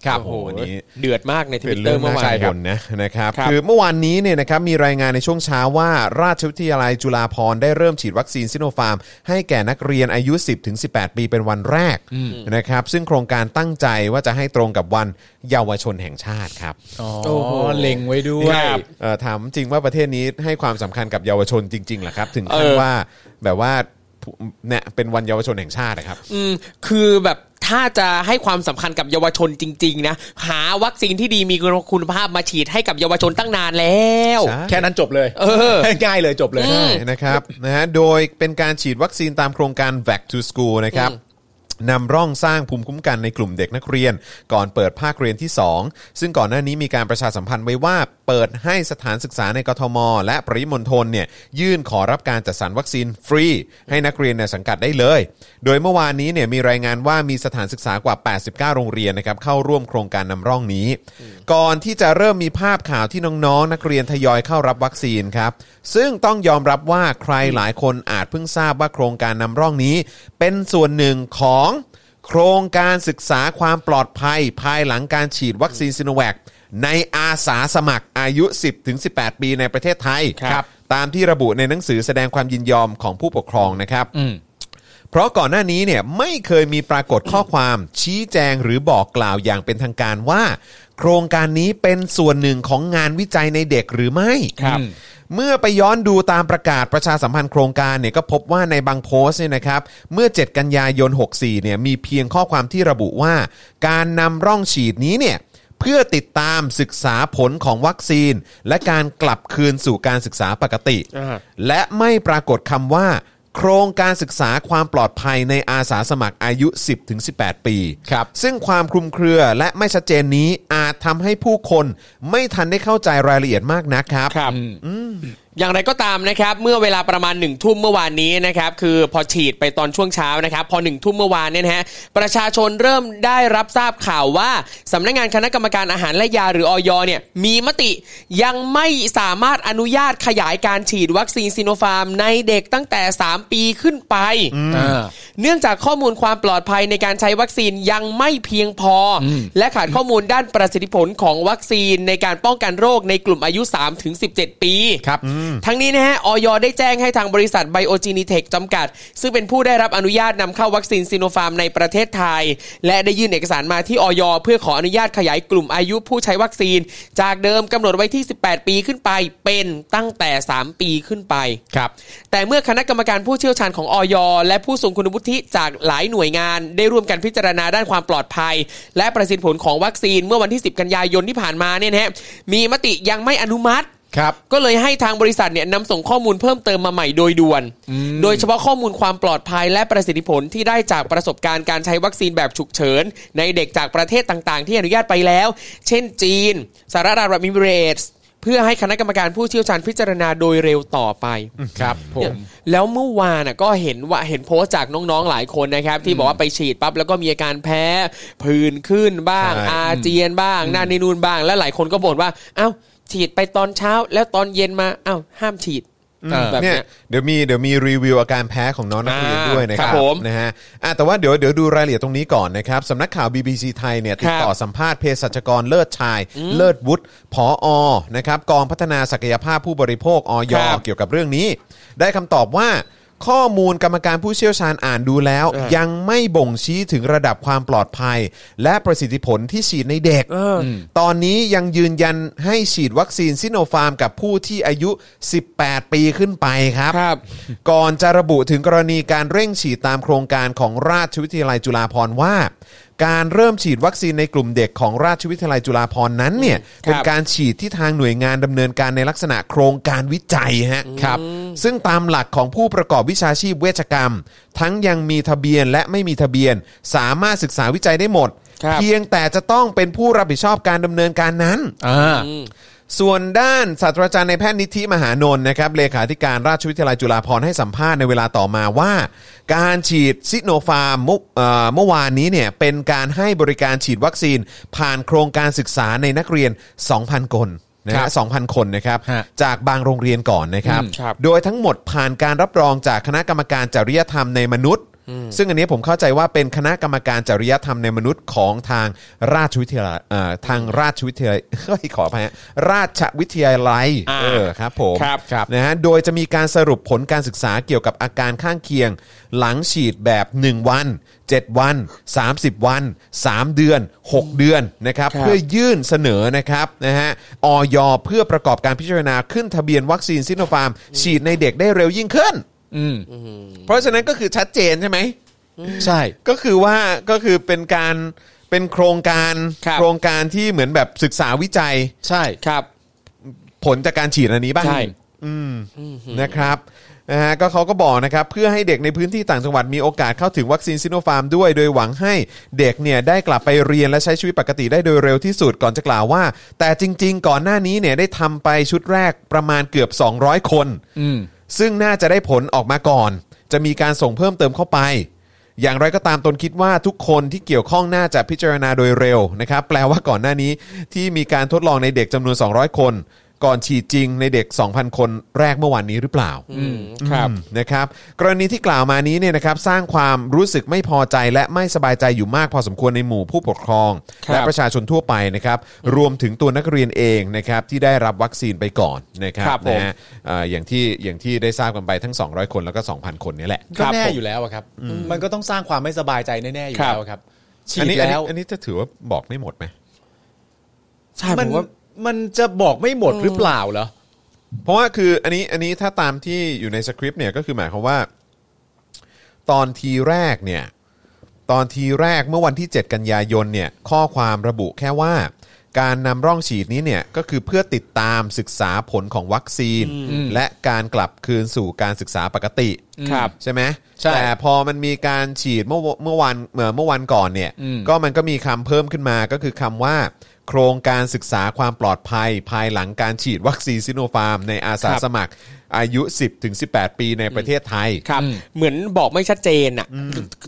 Speaker 5: ครับ
Speaker 3: โอ้โห
Speaker 5: โอ้โหอันนี้
Speaker 3: เดือดมากในทวิ
Speaker 5: เป็
Speaker 3: ต
Speaker 5: น
Speaker 3: เตอ
Speaker 5: เรื่อ
Speaker 3: ร์
Speaker 5: ง
Speaker 3: เมื่อ
Speaker 5: น่าว
Speaker 3: าน
Speaker 5: กังวลนะนะครับ
Speaker 3: ครับ
Speaker 5: คือเมื่อวานนี้เนี่ยนะครับมีรายงานในช่วงเช้าว่าราชวิทยาลัยจุฬาภรณ์ได้เริ่มฉีดวัคซีนซิโนฟาร์ม ให้แก่นักเรียนอายุ 10ถึง18 ปีเป็นวันแรกนะครับซึ่งโครงการตั้งใจว่าจะให้ตรงกับวันเยาวชนแห่งชาติครับ
Speaker 4: อ๋อ
Speaker 3: โอ้โห
Speaker 4: เล็งไว้ด้ว
Speaker 3: ค
Speaker 4: ย
Speaker 3: รับ
Speaker 5: เอ่อถามจริงว่าประเทศนี้ให้ความสำคัญกับเยาวชนจริงๆเหรอครับ ถึงขั้น
Speaker 3: เออ
Speaker 5: ว่าแบบว่าเนี่ยเป็นวันเยาวชนแห่งชาตินะครับ
Speaker 3: อืมคือแบบถ้าจะให้ความสำคัญกับเยาวชนจริง ๆ นะ หาวัคซีนที่ดีมีคุณภาพมาฉีดให้กับเยาวชนตั้งนานแล้ว
Speaker 5: ใช่
Speaker 4: แค่นั้นจบเลย
Speaker 3: เออ
Speaker 4: ง่ายเลยจบเลย
Speaker 5: ใช่นะครับนะฮะโดยเป็นการฉีดวัคซีนตามโครงการ Back to School นะครับนำร่องสร้างภูมิคุ้มกันในกลุ่มเด็กนักเรียน ก่อนเปิดภาคเรียนที่ 2 ซึ่งก่อนหน้านี้มีการประชาสัมพันธ์ไว้ว่า เปิดให้สถานศึกษาในกทม และปริมณฑลเนี่ยยื่นขอรับการจัดสรรวัคซีนฟรี ให้นักเรียนในสังกัดได้เลย โดยเมื่อวานนี้เนี่ยมีรายงานว่ามีสถานศึกษากว่า 89 โรงเรียนนะครับเข้าร่วมโครงการนำร่องนี้ ก่อนที่จะเริ่มมีภาพข่าวที่น้องๆ นักเรียนทยอยเข้ารับวัคซีนครับ ซึ่งต้องยอมรับว่าใครหลายคนอาจเพิ่งทราบว่าโครงการนำร่องนี้ เป็นส่วนหนึ่งของโครงการศึกษาความปลอดภัย ภายหลังการฉีดวัคซีนซิโนแวคในอาสาสมัครอายุ 10-18 ปีในประเทศไทย
Speaker 3: ครับ
Speaker 5: ตามที่ระบุในหนังสือแสดงความยินยอมของผู้ปกครองนะครับ เพราะก่อนหน้านี้เนี่ยไม่เคยมีปรากฏข้อความ ชี้แจงหรือบอกกล่าวอย่างเป็นทางการว่า โครงการนี้เป็นส่วนหนึ่งของงานวิจัยในเด็กหรือไม่
Speaker 3: ครับ
Speaker 5: เมื่อไปย้อนดูตามประกาศประชาสัมพันธ์โครงการเนี่ยก็พบว่าในบางโพสต์เนี่ยนะครับเมื่อ 7 กันยายน 64เนี่ยมีเพียงข้อความที่ระบุว่า การนำร่องฉีดนี้เนี่ยเพื่อติดตามศึกษาผลของวัคซีน และการกลับคืนสู่การศึกษาปกติ
Speaker 3: อ่า
Speaker 5: และไม่ปรากฏคำว่า โครงการศึกษาความปลอดภัยในอาสาสมัครอายุ 10-18 ปี
Speaker 4: ครับ
Speaker 5: ซึ่งความคลุมเครือและไม่ชัดเจนนี้อาจทำให้ผู้คนไม่ทันได้เข้าใจรายละเอียดมากนักครับ
Speaker 3: ครับอย่างไรก็ตามนะครับ เมื่อเวลาประมาณ1นึ่ทุ่มเมื่อวานนี้นะครับ คือพอฉีดไปตอนช่วงเช้านะครับ พอ1นึ่ทุ่มเมื่อวานเนี่ยนะฮะประชาชนเริ่มได้รับทราบข่าวว่าสำนักงานคณะกรรมการอาหารและยาหรือออยเนี่ยมีมติยังไม่สามารถอนุญาตขยายการฉีดวัคซีนซิโนฟาร์ม ในเด็กตั้งแต่ 3 ปีขึ้นไป
Speaker 4: อ่า
Speaker 3: เนื่องจากข้อมูลความปลอดภัยในการใช้วัคซีนยังไม่เพียงพอ และขาดข้อมูลด้านประสิทธิผลของวัคซีนในการป้องกันโรคในกลุ่มอายุ 3-17 ปี
Speaker 4: ครับ
Speaker 3: ทั้งนี้นะฮะออยได้แจ้งให้ทางบริษัทไบโอจีนิเทคจำกัด ซึ่งเป็นผู้ได้รับอนุญาตนำเข้าวัคซีนซิโนฟาร์มในประเทศไทย และได้ยื่นเอกสารมาที่ออยเพื่อขออนุญาตขยายกลุ่มอายุผู้ใช้วัคซีน จากเดิมกำหนดไว้ที่ 18 ปีขึ้นไปเป็นตั้งแต่ 3 ปีขึ้นไป
Speaker 4: ครับ
Speaker 3: แต่เมื่อคณะกรรมการผู้เชี่ยวชาญของออยและผู้ทรงคุณวุฒิจากหลายหน่วยงาน ได้ร่วมกันพิจารณาด้านความปลอดภัย และประสิทธิผลของวัคซีนเมื่อวันที่ 10 กันยายนที่ผ่านมาเนี่ยนะฮะมีมติยังไม่อนุมัติ
Speaker 4: ครับ
Speaker 3: ก็เลยให้ทางบริษัทเนี่ยนำส่งข้อมูลเพิ่มเติมมาใหม่โดยด่วน โดยเฉพาะข้อมูลความปลอดภัยและประสิทธิผลที่ได้จากประสบการณ์การใช้วัคซีนแบบฉุกเฉิน ในเด็กจากประเทศต่างๆ ที่อนุญาตไปแล้ว เช่นจีนสหรัฐอาหรับเอมิเรตส์เพื่อให้คณะกรรมการผู้เชี่ยวชาญพิจารณาโดยเร็วต่อไป
Speaker 4: ครับผม
Speaker 3: แล้วเมื่อวานน่ะก็เห็นว่าเห็นโพสต์จากน้องๆหลายคนนะครับ ที่บอกว่าไปฉีดปั๊บแล้วก็มีอาการแพ้ผื่นขึ้นบ้าง
Speaker 5: ใช่
Speaker 3: อาเจียนบ้างหน้าในนูนบ้าง แล้วหลายคนก็บ่นว่าเอ้าฉีดไปตอนเช้า แล้วตอนเย็นมาเอ้าห้ามฉีดแบบ
Speaker 5: เนี่ย
Speaker 3: เนี้ย
Speaker 5: เดี๋ยวมีเดี๋ยวมีรีวิวอาการแพ้ของน้องนักเรียน
Speaker 3: อ่า
Speaker 5: ด้วยนะค
Speaker 3: ครั
Speaker 5: รับบ
Speaker 3: ผม
Speaker 5: นะฮะอ่ะแต่ว่าเดี๋ยวเดี๋ยวดูรายละเอียดตรงนี้ก่อนนะครับสำนักข่าว BBC ไทยเนี่ยติดต่อสัมภาษณ์เภสัชกรเลิศชาย เลิศวุฒิผออนะครับกองพัฒนาศักยภาพผู้บริโภคออย
Speaker 3: ครับ
Speaker 5: เกี่ยวกับเรื่องนี้ ได้คำตอบว่าข้อมูลกรรมการผู้เชี่ยวชาญอ่านดูแล้ว
Speaker 3: เออ
Speaker 5: ยังไม่บ่งชี้ถึงระดับความปลอดภัย และประสิทธิผลที่ฉีดในเด็ก ตอนนี้ยังยืนยันให้ฉีดวัคซีนซิโนฟาร์มกับผู้ที่อายุ 18 ปีขึ้นไปครับ
Speaker 3: ครับ
Speaker 5: ก่อนจะระบุถึงกรณีการเร่งฉีดตามโครงการของราชวิทยาลัยจุฬาภรณ์ว่า การเริ่มฉีดวัคซีนในกลุ่มเด็กของราชวิทยาลัยจุฬาภรณ์นั้นเนี่ย
Speaker 3: ครั
Speaker 5: เป็
Speaker 3: บ
Speaker 5: นการฉีดที่ทางหน่วยงานดำเนินการในลักษณะโครงการวิจัยฮะครับ ซึ่งตามหลักของผู้ประกอบวิชาชีพเวชกรรม ทั้งยังมีทะเบียนและไม่มีทะเบียน สามารถศึกษาวิจัยได้หมด
Speaker 3: ครับ
Speaker 5: เพียงแต่จะต้องเป็นผู้รับผิดชอบการดำเนินการนั้น
Speaker 4: อ่า
Speaker 5: ส่วนด้านศาสตราจารย์ในแพทย์นิธิมหานนท์นะครับเลขาธิการราชวิทยาลัยจุฬาภรณ์ให้สัมภาษณ์ในเวลาต่อมาว่า การฉีดซิโนฟาร์มเมื่อเอ่อเมื่อวานนี้เนี่ยเป็นการให้บริการฉีดวัคซีน ผ่านโครงการศึกษาในนักเรียน 2,000 คนนะ
Speaker 4: ครั
Speaker 5: ฮะ
Speaker 4: บ
Speaker 5: 2,000 คนนะครับ
Speaker 4: ฮะ
Speaker 5: จากบางโรงเรียนก่อนนะครับ
Speaker 3: อืมครับ
Speaker 5: โดยทั้งหมดผ่านการรับรองจากคณะกรรมการจริยธรรมในมนุษย์ ซึ่งอันนี้ผมเข้าใจว่าเป็นคณะกรรมการจริยธรรมในมนุษย์ของทางราชวิทยาลัยเอ่อทางราชวิทยาลั ย เฮ้ยขออภัยฮะราชวิทยาลัย
Speaker 3: อ่า
Speaker 5: เออครับผม
Speaker 3: ครับครับ
Speaker 5: นะฮะโดยจะมีการสรุปผลการศึกษาเกี่ยวกับอาการข้างเคียง หลังฉีดแบบ 1 วัน 7 วัน 30 วัน 3 เดือน 6 เดือนนะครับเพื่อยื่นเสนอนะครับนะฮะออยเพื่อประกอบการพิจารณาขึ้นทะเบียนวัคซีนซิโนฟาร์ม ฉีดในเด็กได้เร็วยิ่งขึ้น
Speaker 4: อืม
Speaker 5: เพราะฉะนั้นก็คือชัดเจนใช่ไหม
Speaker 4: ใช่
Speaker 5: ก็คือว่าก็คือเป็นการเป็นโครงการ
Speaker 3: ครับ
Speaker 5: โครงการที่เหมือนแบบศึกษาวิจัย
Speaker 4: ใช่
Speaker 3: ครับ
Speaker 5: ผลจากการฉีดอันนี้บ้าง
Speaker 3: ใช่
Speaker 5: อืมนะครับนะฮะก็เขาก็บอกนะครับ เพื่อให้เด็กในพื้นที่ต่างจังหวัดมีโอกาสเข้าถึงวัคซีนซิโนฟาร์มด้วย โดยหวังให้เด็กเนี่ยได้กลับไปเรียนและใช้ชีวิตปกติได้โดยเร็วที่สุดก่อนจะกล่าวว่า แต่จริง ๆ ก่อนหน้านี้เนี่ยได้ทำไปชุดแรกประมาณเกือบ 200 คน
Speaker 4: อืม
Speaker 5: ซึ่งน่าจะได้ผลออกมาก่อน จะมีการส่งเพิ่มเติมเข้าไป อย่างไรก็ตามตนคิดว่าทุกคนที่เกี่ยวข้องน่าจะพิจารณาโดยเร็วนะครับ แปลว่าก่อนหน้านี้ที่มีการทดลองในเด็กจำนวน 200 คน ก่อนฉีดจริงในเด็ก 2,000 คนแรกเมื่อวานนี้หรือเปล่า
Speaker 3: อืมครับ
Speaker 5: อืมนะครับกรณีที่กล่าวมานี้เนี่ยนะครับสร้างความรู้สึกไม่พอใจและไม่สบายใจอยู่มากพอสมควรในหมู่ผู้ปกครอง
Speaker 3: ครับ
Speaker 5: และประชาชนทั่วไปนะครับรวมถึงตัวนักเรียนเองนะครับที่ได้รับวัคซีนไปก่อนนะครับ
Speaker 3: ครับผม
Speaker 5: นะฮะเอ่ออย่างที่อย่างที่ได้ทราบกันไปทั้ง 200 คนแล้วก็ 2,000 คนเนี่ยแหละ
Speaker 4: ก็แน่อยู่แล้วอะครับ มันก็ต้องสร้างความไม่สบายใจแน่ๆอยู่
Speaker 3: ครับ
Speaker 4: แล้วอะครับฉี
Speaker 5: อัน
Speaker 4: ด
Speaker 5: นี้อัน
Speaker 4: แล้
Speaker 5: นี้
Speaker 4: ว
Speaker 5: อันนี้จะถือว่าบอกไม่หมดไหม
Speaker 3: ใช่ผ
Speaker 4: มั
Speaker 3: ม
Speaker 4: น
Speaker 3: ว่า
Speaker 4: มันจะบอกไม่หมดหรือเปล่าเหรอ
Speaker 5: เพราะว่าคืออันนี้อันนี้ถ้าตามที่อยู่ในสคริปต์เนี่ยก็คือหมายความว่า ตอนทีแรกเนี่ย ตอนทีแรกเมื่อวันที่ 7 กันยายนเนี่ยข้อความระบุแค่ว่า การนำร่องฉีดนี้เนี่ยก็คือเพื่อติดตามศึกษาผลของวัคซีน และการกลับคืนสู่การศึกษาปกติ
Speaker 3: ครับ
Speaker 5: ใช่ไหม
Speaker 4: ใช่
Speaker 5: แต่พอมันมีการฉีดเมื่อวเมื่อวันเอ่อเมื่อวันก่อนเนี่ย
Speaker 4: อืม
Speaker 5: ก็มันก็มีคำเพิ่มขึ้นมาก็คือคำว่า โครงการศึกษาความปลอดภัย ภายหลังการฉีดวัคซีนซิโนฟาร์ม ในอาสาสมัครอายุ 10-18 ปีในประเทศไทย
Speaker 3: ครับ เหมือนบอกไม่ชัดเจนอ่ะ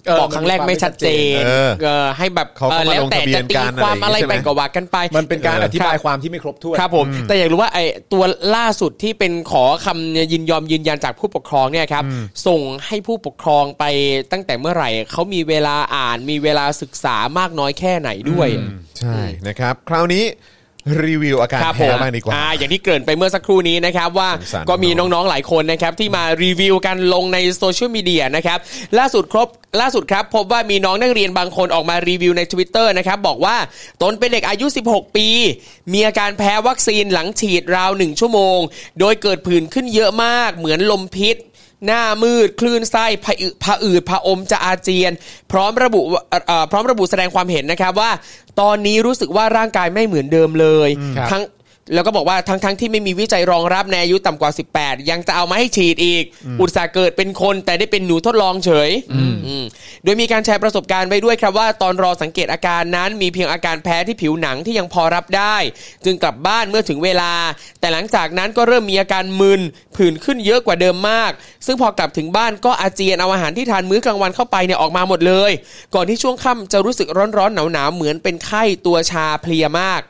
Speaker 4: เออ
Speaker 3: บอกครั้งแรกไม่ชัดเจน
Speaker 5: เออ
Speaker 3: เออให้แบบ
Speaker 5: เขาก็
Speaker 3: อ
Speaker 5: มา
Speaker 3: อแล้วแต่
Speaker 5: ลงทะเบีย
Speaker 3: จะ
Speaker 5: น
Speaker 3: ตี
Speaker 5: กัน
Speaker 3: ความ
Speaker 5: อะ
Speaker 3: อะไร ไร
Speaker 5: อ
Speaker 3: ไป
Speaker 5: ย่างงี้ใช่ไหม
Speaker 3: ก็ว่ากันไป
Speaker 4: มันเป็นการ
Speaker 5: เออ
Speaker 4: อ
Speaker 5: อ
Speaker 4: ธิบายความที่ไม่ครบถ้วน
Speaker 3: ครับผม แต่อยากรู้ว่าไอ้ตัวล่าสุดที่เป็นขอคำยินยอมยืนยันจากผู้ปกครองเนี่ยครับ ส่งให้ผู้ปกครองไปตั้งแต่เมื่อไหร่เขามีเวลาอ่านมีเวลาศึกษามากน้อยแค่ไหนด้วย
Speaker 5: ใช่นะครับ คราวนี้ รีวิวอาการ
Speaker 3: ครับผ
Speaker 5: แพ้
Speaker 3: ม
Speaker 5: มากดีกว่า
Speaker 3: อ่าอย่างที่เกริ่นไปเมื่อสักครู่นี้นะครับ ว่า
Speaker 5: สงสาร
Speaker 3: ก็มี
Speaker 5: น้อง
Speaker 3: น้องๆหลายคนนะครับที่มารีวิวกันลงในโซเชียลมีเดียนะครับล่าสุดครบล่าสุดครับ พบว่ามีน้องนักเรียนบางคนออกมารีวิวใน Twitter นะครับ บอกว่าตนเป็นเด็กอายุ 16 ปี มีอาการแพ้วัคซีนหลังฉีดราว 1 ชั่วโมง โดยเกิดผื่นขึ้นเยอะมาก เหมือนลมพิษ หน้ามืด คลื่นไส้ผะอึผะอืดผะอมจะอาเจียน พร้อมระบุว่าเอ่อพร้อมระบุแสดงความเห็นนะครับว่า ตอนนี้รู้สึกว่าร่างกายไม่เหมือนเดิมเลยทั้งแล้วก็บอกว่าทั้งทั้งที่ไม่มีวิจัยรองรับในอายุต่ำกว่า 18 ยังจะเอามาให้ฉีดอีก อุตส่าห์เกิดเป็นคนแต่ได้เป็นหนูทดลองเฉยอืมโดยมีการแชร์ประสบการณ์ไว้ด้วยครับว่าตอนรอสังเกตอาการนั้นมีเพียงอาการแพ้ที่ผิวหนังที่ยังพอรับได้ จึงกลับบ้านเมื่อถึงเวลา แต่หลังจากนั้นก็เริ่มมีอาการมึนผื่นขึ้นเยอะกว่าเดิมมาก ซึ่งพอกลับถึงบ้านก็อาเจียนเอาอาหารที่ทานมื้อกลางวันเข้าไปเนี่ยออกมาหมดเลย ก่อนที่ช่วงค่ำจะรู้สึกร้อนๆหนาวๆเหมือนเป็นไข้ตัวชาเพลียมาก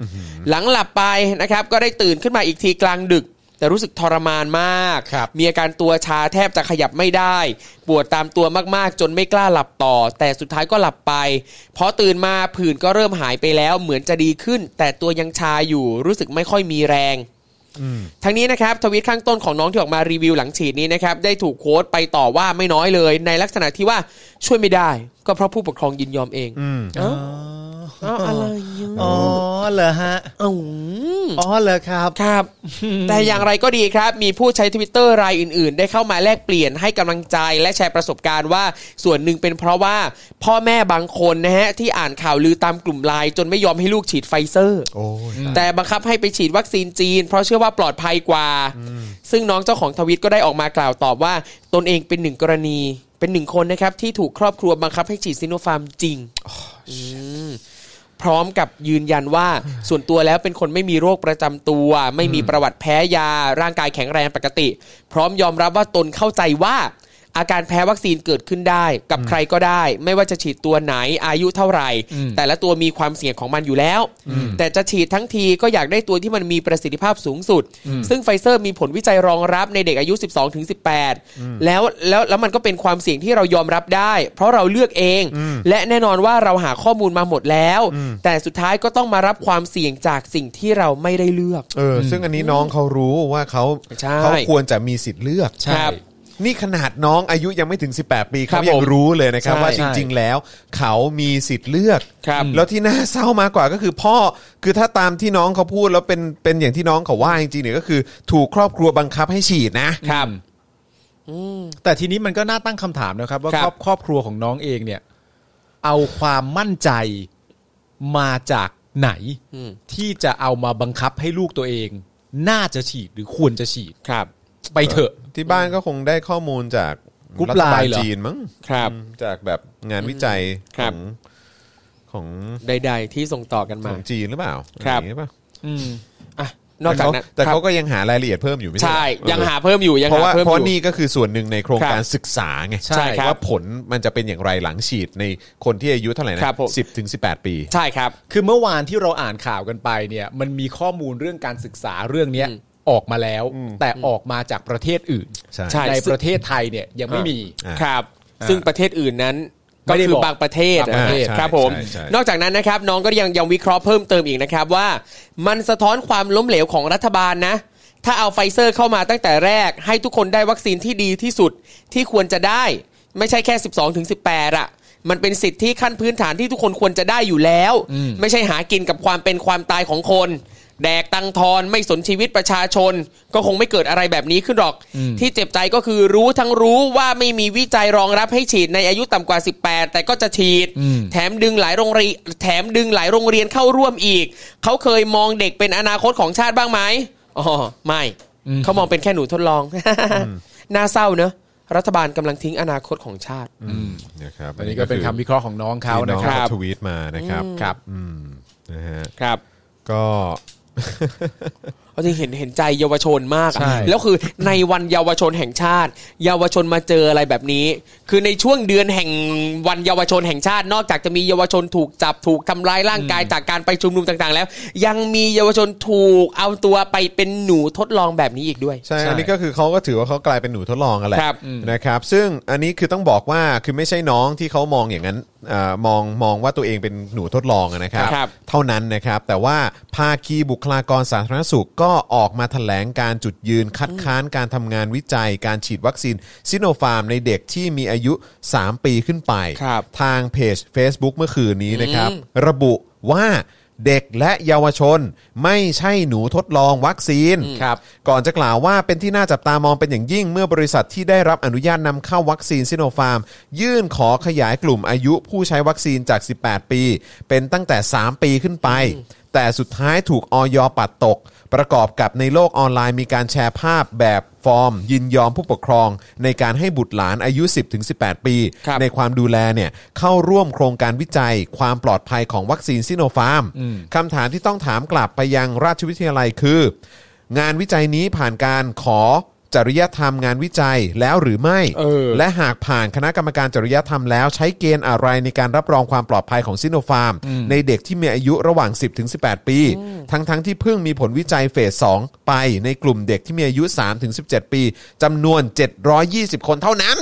Speaker 3: หลังหลับไปนะครับก็ได้ตื่นขึ้นมาอีกทีกลางดึก แต่รู้สึกทรมานมาก
Speaker 4: ครับ
Speaker 3: มีอาการตัวชาแทบจะขยับไม่ได้ ปวดตามตัวมากๆ จนไม่กล้าหลับต่อ แต่สุดท้ายก็หลับไปพอตื่นมาผื่นก็เริ่มหายไปแล้วเหมือนจะดีขึ้น แต่ตัวยังชาอยู่รู้สึกไม่ค่อยมีแรง ทั้งนี้นะครับทวิตข้างต้นของน้องที่ออกมารีวิวหลังฉีดนี้นะครับได้ถูกโค้ดไปต่อว่าไม่น้อยเลย ในลักษณะที่ว่าช่วยไม่ได้ ก็เพราะผู้ปกครองยินยอมเองเอ้าเอ้าอะไรอะ
Speaker 4: อ๋อเหรอฮะ
Speaker 3: เอ้า
Speaker 4: อ๋อเหรอครับ
Speaker 3: ครับ แต่อย่างไรก็ดีครับ มีผู้ใช้ทวิตเตอร์รายอื่น ๆ ได้เข้ามาแลกเปลี่ยนให้กำลังใจและแชร์ประสบการณ์ว่า ส่วนหนึ่งเป็นเพราะว่าพ่อแม่บางคนนะฮะ ที่อ่านข่าวลือตามกลุ่มไลน์จนไม่ยอมให้ลูกฉีดไฟเซอร์
Speaker 5: โอ้ย
Speaker 3: แต่บังคับให้ไปฉีดวัคซีนจีน เพราะเชื่อว่าปลอดภัยกว่า ซึ่งน้องเจ้าของทวิตก็ได้ออกมากล่าวตอบว่า ตนเองเป็นหนึ่งกรณี เป็นหนึ่งคนนะครับที่ถูกครอบครัวบังคับให้ฉีดซิโนฟาร์มจริงมพร้อมกับยืนยันว่า ส่วนตัวแล้วเป็นคนไม่มีโรคประจำตัว ไม่มีประวัติแพ้ยา ร่างกายแข็งแรงปกติ พร้อมยอมรับว่าตนเข้าใจว่า อาการแพ้วัคซีนเกิดขึ้นได้ กับใครก็ได้ ไม่ว่าจะฉีดตัวไหนอายุเท่าไหร่ แต่ละตัวมีความเสี่ยงของมันอยู่แล้ว แต่จะฉีดทั้งทีก็อยากได้ตัวที่มันมีประสิทธิภาพสูงสุด ซึ่งไฟเซอร์มีผลวิจัยรองรับในเด็กอายุ 12ถึง18 แล้วแล้วแล้วมันก็เป็นความเสี่ยงที่เรายอมรับได้ เพราะเราเลือกเอง และแน่นอนว่าเราหาข้อมูลมาหมดแล้ว แต่สุดท้ายก็ต้องมารับความเสี่ยงจากสิ่งที่เราไม่ได้เลือก
Speaker 5: เออซึ่งอันนี้น้องเขารู้ว่าเขา
Speaker 3: ใช่
Speaker 5: เขาควรจะมีสิทธิ์เลือก
Speaker 4: ใช่
Speaker 3: ครับ
Speaker 5: นี่ขนาดน้องอายุยังไม่ถึง 18 ปี
Speaker 3: ครั
Speaker 5: เขา
Speaker 3: บ
Speaker 5: ยัง
Speaker 3: ผม
Speaker 5: รู้เลยนะครับ
Speaker 3: ใช่
Speaker 5: ว่าจริง ๆ แล้ว เขามีสิทธิ์เลือก
Speaker 3: ครับ
Speaker 5: แล้วที่น่าเศร้ามากกว่าก็คือพ่อคือถ้าตามที่น้องเขาพูดแล้วเป็นเป็นอย่างที่น้องเขาว่าจริงๆเนี่ยก็คือถูกครอบครัวบังคับให้ฉีดนะ
Speaker 4: ครับแต่ทีนี้มันก็น่าตั้งคำถามนะครับ ว่า
Speaker 3: ครั
Speaker 4: ครอบบ ครอบครัวของน้องเองเนี่ย เอาความมั่นใจมาจากไหน ที่จะเอามาบังคับให้ลูกตัวเอง น่าจะฉีดหรือควรจะฉีด
Speaker 3: ครับ
Speaker 4: ไปเถอะ
Speaker 5: ที่บ้านก็คงได้ข้อมูลจาก
Speaker 4: กรุ๊ป
Speaker 5: รัฐบาล
Speaker 4: ไลน์เหรอ
Speaker 5: จีนมั้ง
Speaker 3: ครับ
Speaker 5: อืมจากแบบงานวิจัย
Speaker 3: ค
Speaker 5: ข
Speaker 3: รั
Speaker 5: อบ งของ
Speaker 3: ใด ๆ ที่ส่งต่อกัน
Speaker 5: ข
Speaker 3: มา
Speaker 5: องจีนหรือเปล่า
Speaker 3: ครับ
Speaker 5: อย่างนี้ป่ะ
Speaker 3: อ่ะนอกจากนั้น
Speaker 5: แต่
Speaker 3: ค
Speaker 5: เขา
Speaker 3: รับ
Speaker 5: ก็ยังหารายละเอียดเพิ่มอยู่ไม่ใช่
Speaker 3: ใช่
Speaker 5: เหรอ
Speaker 3: ยังหาเพิ่มอยู่ยัง
Speaker 5: เพราะ
Speaker 3: หา
Speaker 5: ว่า
Speaker 3: เพิ่ม
Speaker 5: เพราะ
Speaker 3: อยู่
Speaker 5: นี่ก็คือส่วนหนึ่งในโครงการ
Speaker 3: ครับ
Speaker 5: ศึกษาไง
Speaker 3: ใช่ครับ
Speaker 5: ว่าผลมันจะเป็นอย่างไรหลังฉีดในคนที่อายุเท่าไหร่นะครับ
Speaker 3: ผม
Speaker 5: สิบถึงสิบแปดปี
Speaker 3: ใช่ครับ
Speaker 4: คือเมื่อวานที่เราอ่านข่าวกันไปเนี่ย มันมีข้อมูลเรื่องการศึกษาเรื่องเนี้ยออกมาแล้ว แต่ออกมาจากประเทศอื่น
Speaker 5: ใช่
Speaker 4: ในประเทศไทยเนี่ยยังไม่มี
Speaker 5: อ่า
Speaker 3: ครับ ซึ่งประเทศอื่นนั้น
Speaker 4: ไม่
Speaker 3: ก็
Speaker 4: ได้
Speaker 3: คื
Speaker 4: บ
Speaker 3: อ
Speaker 4: อก
Speaker 3: บางประเทศ
Speaker 4: บางประเทศ
Speaker 3: อ่าครับ
Speaker 5: ใช่
Speaker 3: ผม
Speaker 5: ใช่ใช่
Speaker 3: นอกจากนั้นนะครับ น้องก็ยังยังวิเคราะห์เพิ่มเติมอีกนะครับว่า มันสะท้อนความล้มเหลวของรัฐบาลนะ ถ้าเอาไฟเซอร์เข้ามาตั้งแต่แรก ให้ทุกคนได้วัคซีนที่ดีที่สุดที่ควรจะได้ ไม่ใช่แค่ 12ถึง18อะมันเป็นสิทธิขั้นพื้นฐานที่ทุกคนควรจะได้อยู่แล้ว ไม่ใช่หากินกับความเป็นความตายของคน แดกตังทอนไม่สนชีวิตประชาชน ก็คงไม่เกิดอะไรแบบนี้ขึ้นหรอก ที่เจ็บใจก็คือรู้ทั้งรู้ว่าไม่มีวิจัยรองรับให้ฉีดในอายุต่ำกว่า 18 แต่ก็จะฉีด แถมดึงหลายโรงเรียนแถมดึงหลายโรงเรียนเข้าร่วมอีก เขาเคยมองเด็กเป็นอนาคตของชาติบ้างไหมอ๋อไม่เขามองเป็นแค่หนูทดลอง น่าเศร้าเนอะรัฐบาลกำลังทิ้งอนาคตของชาติ
Speaker 5: นะครับ
Speaker 4: อันนี้ก็เป็นคำวิเคราะห์ของน้องเขา
Speaker 5: ที่น้
Speaker 4: นะ
Speaker 5: อง
Speaker 4: ครับ
Speaker 5: ทวีตมานะครับ
Speaker 4: ครับ
Speaker 5: อืมนะฮะ
Speaker 3: ครับ
Speaker 5: ก็
Speaker 3: เขาจะเห็นเห็นใจเยาวชนมากอะ
Speaker 4: ใช่
Speaker 3: แล้วคือในวันเยาวชนแห่งชาติ เยาวชนมาเจออะไรแบบนี้ คือในช่วงเดือนแห่งวันเยาวชนแห่งชาติ นอกจากจะมีเยาวชนถูกจับถูกทำร้ายร่างกายจากการไปชุมนุมต่างๆ แล้ว ยังมีเยาวชนถูกเอาตัวไปเป็นหนูทดลองแบบนี้อีกด้วย
Speaker 5: ใช่
Speaker 4: ใช่
Speaker 5: อันนี้ก็คือเขาก็ถือว่าเขากลายเป็นหนูทดลองกันแหละ
Speaker 3: ครับ
Speaker 5: นะครับ ซึ่งอันนี้คือต้องบอกว่าคือไม่ใช่น้องที่เขามองอย่างนั้นเออมองมองว่าตัวเองเป็นหนูทดลองอะนะครับ
Speaker 3: ครับ
Speaker 5: เท่านั้นนะครับ แต่ว่าภาคีบุคลากรสาธารณสุขก็ออกมาแถลงการจุดยืนคัดค้านการทำงานวิจัย การฉีดวัคซีนซิโนฟาร์มในเด็กที่มีอายุ 3 ปีขึ้นไป
Speaker 3: ครับ
Speaker 5: ทางเพจ Facebook เมื่อคืนนี้นะครับ ระบุว่าเด็กและเยาวชนไม่ใช่หนูทดลองวัคซีนครับก่อนจะกล่าวว่าเป็นที่น่าจับตามองเป็นอย่างยิ่งเมื่อบริษัทที่ได้รับอนุญาตนำเข้าวัคซีนซิโนฟาร์ม ยื่นขอขยายกลุ่มอายุผู้ใช้วัคซีนจาก 18 ปี เป็นตั้งแต่ 3 ปีขึ้นไป แต่สุดท้ายถูกออยปัดตก ประกอบกับในโลกออนไลน์มีการแชร์ภาพแบบฟอร์ม ยินยอมผู้ปกครอง ในการให้บุตรหลานอายุ 10-18 ปี
Speaker 3: ครับ
Speaker 5: ในความดูแลเนี่ยเข้าร่วมโครงการวิจัย ความปลอดภัยของวัคซีนซิโนฟาร์มคำถามที่ต้องถามกลับไปยังราชวิทยาลัยคือ งานวิจัยนี้ผ่านการขอจริยธรรมงานวิจัยแล้วหรือไม่ และหากผ่านคณะกรรมการจริยธรรมแล้วใช้เกณฑ์อะไรในการรับรองความปลอดภัยของซิโนฟาร์ม ในเด็กที่มีอายุระหว่าง 10-18 ปี ทั้งๆทที่เพิ่งมีผลวิจัยเฟส 2 ไปในกลุ่มเด็กที่มีอายุ 3-17 ปีจำนวน 720 คนเท่านั้น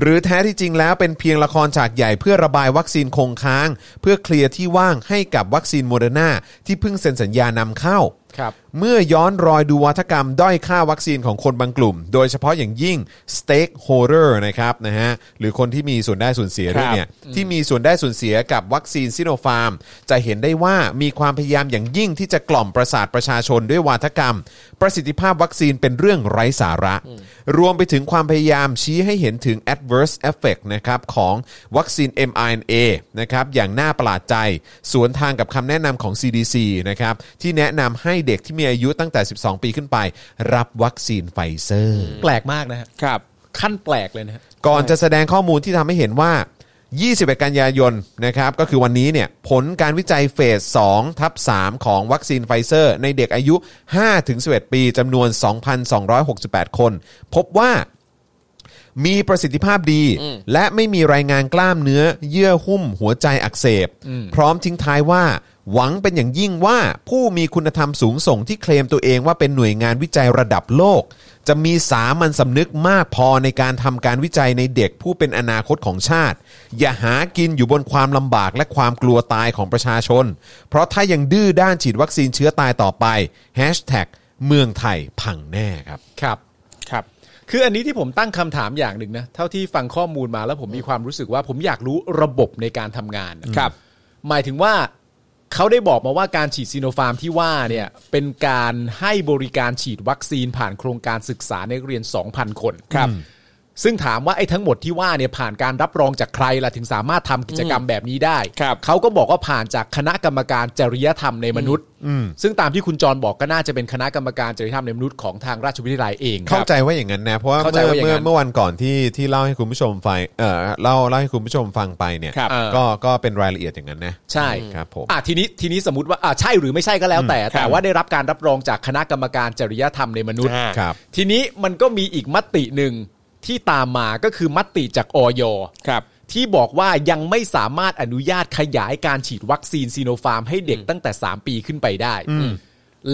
Speaker 5: หรือแท้ที่จริงแล้วเป็นเพียงละครฉากใหญ่เพื่อระบายวัคซีนคงค้าง เพื่อเคลียร์ที่ว่างให้กับวัคซีนโมเดอร์นาที่เพิ่งเซ็นสัญญานำเข้า
Speaker 4: ครับ
Speaker 5: เมื่อย้อนรอยดูวัฒกรรมด้อยค่าวัคซีนของคนบางกลุ่ม โดยเฉพาะอย่างยิ่ง stakeholder นะครับนะฮะหรือคนที่มีส่วนได้ส่วนเสียด้วยเนี่ยที่มีส่วนได้ส่วนเสียกับวัคซีนซิโนฟาร์ม จะเห็นได้ว่ามีความพยายามอย่างยิ่งที่จะกล่อมประสาทประชาชนด้วยวาทกรรม ประสิทธิภาพวัคซีนเป็นเรื่องไร้สาระ รวมไปถึงความพยายามชี้ให้เห็นถึง adverse effect นะครับของวัคซีน mRNA นะครับอย่างน่าประหลาดใจ สวนทางกับคำแนะนำของ CDC นะครับที่แนะนำให้เด็กที่มีอายุตั้งแต่ 12 ปีขึ้นไป รับวัคซีนไฟเซอร์
Speaker 4: แปลกมากนะฮะ
Speaker 3: ครับ
Speaker 4: ขั้นแปลกเลยนะฮะ
Speaker 5: ก่อนจะแสดงข้อมูลที่ทำให้เห็นว่า 21 กันยายนนะครับ ก็คือวันนี้เนี่ย ผลการวิจัยเฟส 2 ทับ 3 ของวัคซีนไฟเซอร์ ในเด็กอายุ 5-11 ปีจำนวน 2,268 คน พบว่า มีประสิทธิภาพดี และไม่มีรายงานกล้ามเนื้อเยื่อหุ้มหัวใจอักเสบ พร้อมทิ้งท้ายว่า หวังเป็นอย่างยิ่งว่าผู้มีคุณธรรมสูงส่งที่เคลมตัวเองว่าเป็นหน่วยงานวิจัยระดับโลก จะมีสามัญสำนึกมากพอในการทำการวิจัยในเด็กผู้เป็นอนาคตของชาติ อย่าหากินอยู่บนความลำบากและความกลัวตายของประชาชน เพราะถ้ายังดื้อด้านฉีดวัคซีนเชื้อตายต่อไปแฮชแท็กเมืองไทยพังแน่ครับ
Speaker 4: ครับ
Speaker 3: ครับ
Speaker 4: คืออันนี้ที่ผมตั้งคำถามอย่างหนึ่งนะ เท่าที่ฟังข้อมูลมาแล้วผมมีความรู้สึกว่าผมอยากรู้ระบบในการทำงานนะครับ หมายถึงว่าเขาได้บอกมาว่าการฉีดซีโนฟาร์มที่ว่าเนี่ยเป็นการให้บริการฉีดวัคซีนผ่านโครงการศึกษาในเรียน 2,000 คนครับ ซึ่งถามว่าไอ้ทั้งหมดที่ว่าเนี่ยผ่านการรับรองจากใครล่ะถึงสามารถทำกิจกรรมแบบนี้ได้
Speaker 3: ครับ
Speaker 4: เขาก็บอกว่าผ่านจากคณะกรรมการจริยธรรมในมนุษย์ ซึ่งตามที่คุณจรบอกก็น่าจะเป็นคณะกรรมการจริยธรรมในมนุษย์ของทางราชวิทยาลัยเองครับ
Speaker 5: เข้าใจว่าอย่างนั้นนะเพราะว่า
Speaker 4: เข้าใจ
Speaker 5: เมื่อ
Speaker 4: ว่าอย่าง
Speaker 5: เมื่อ
Speaker 4: นั้น
Speaker 5: เมื่อวันก่อนที่ที่เล่าให้คุณผู้ชมฟังเออเล่าเล่าให้คุณผู้ชมฟังไปเนี่ย
Speaker 4: ครับ
Speaker 5: ก็ก็เป็นรายละเอียดอย่างนั้นนะ
Speaker 4: ใช่
Speaker 5: ครับผม
Speaker 4: อ่ะทีนี้ทีนี้สมมติว่าอ่ะใช่หรือไม่ใช่ก็แล้วแต่ แต่ว่าได้รับการรับรองจากคณะกรรมการจริยธรรมในมนุษย์
Speaker 3: อ่า
Speaker 5: ครับ
Speaker 4: ทีนี้มันก็มีอีกมติหนึ่งที่ตามมาก็คือมติจากออย
Speaker 3: ครับ
Speaker 4: ที่บอกว่ายังไม่สามารถอนุญาตขยายการฉีดวัคซีนซีโนฟาร์มให้เด็กตั้งแต่ 3 ปีขึ้นไปได้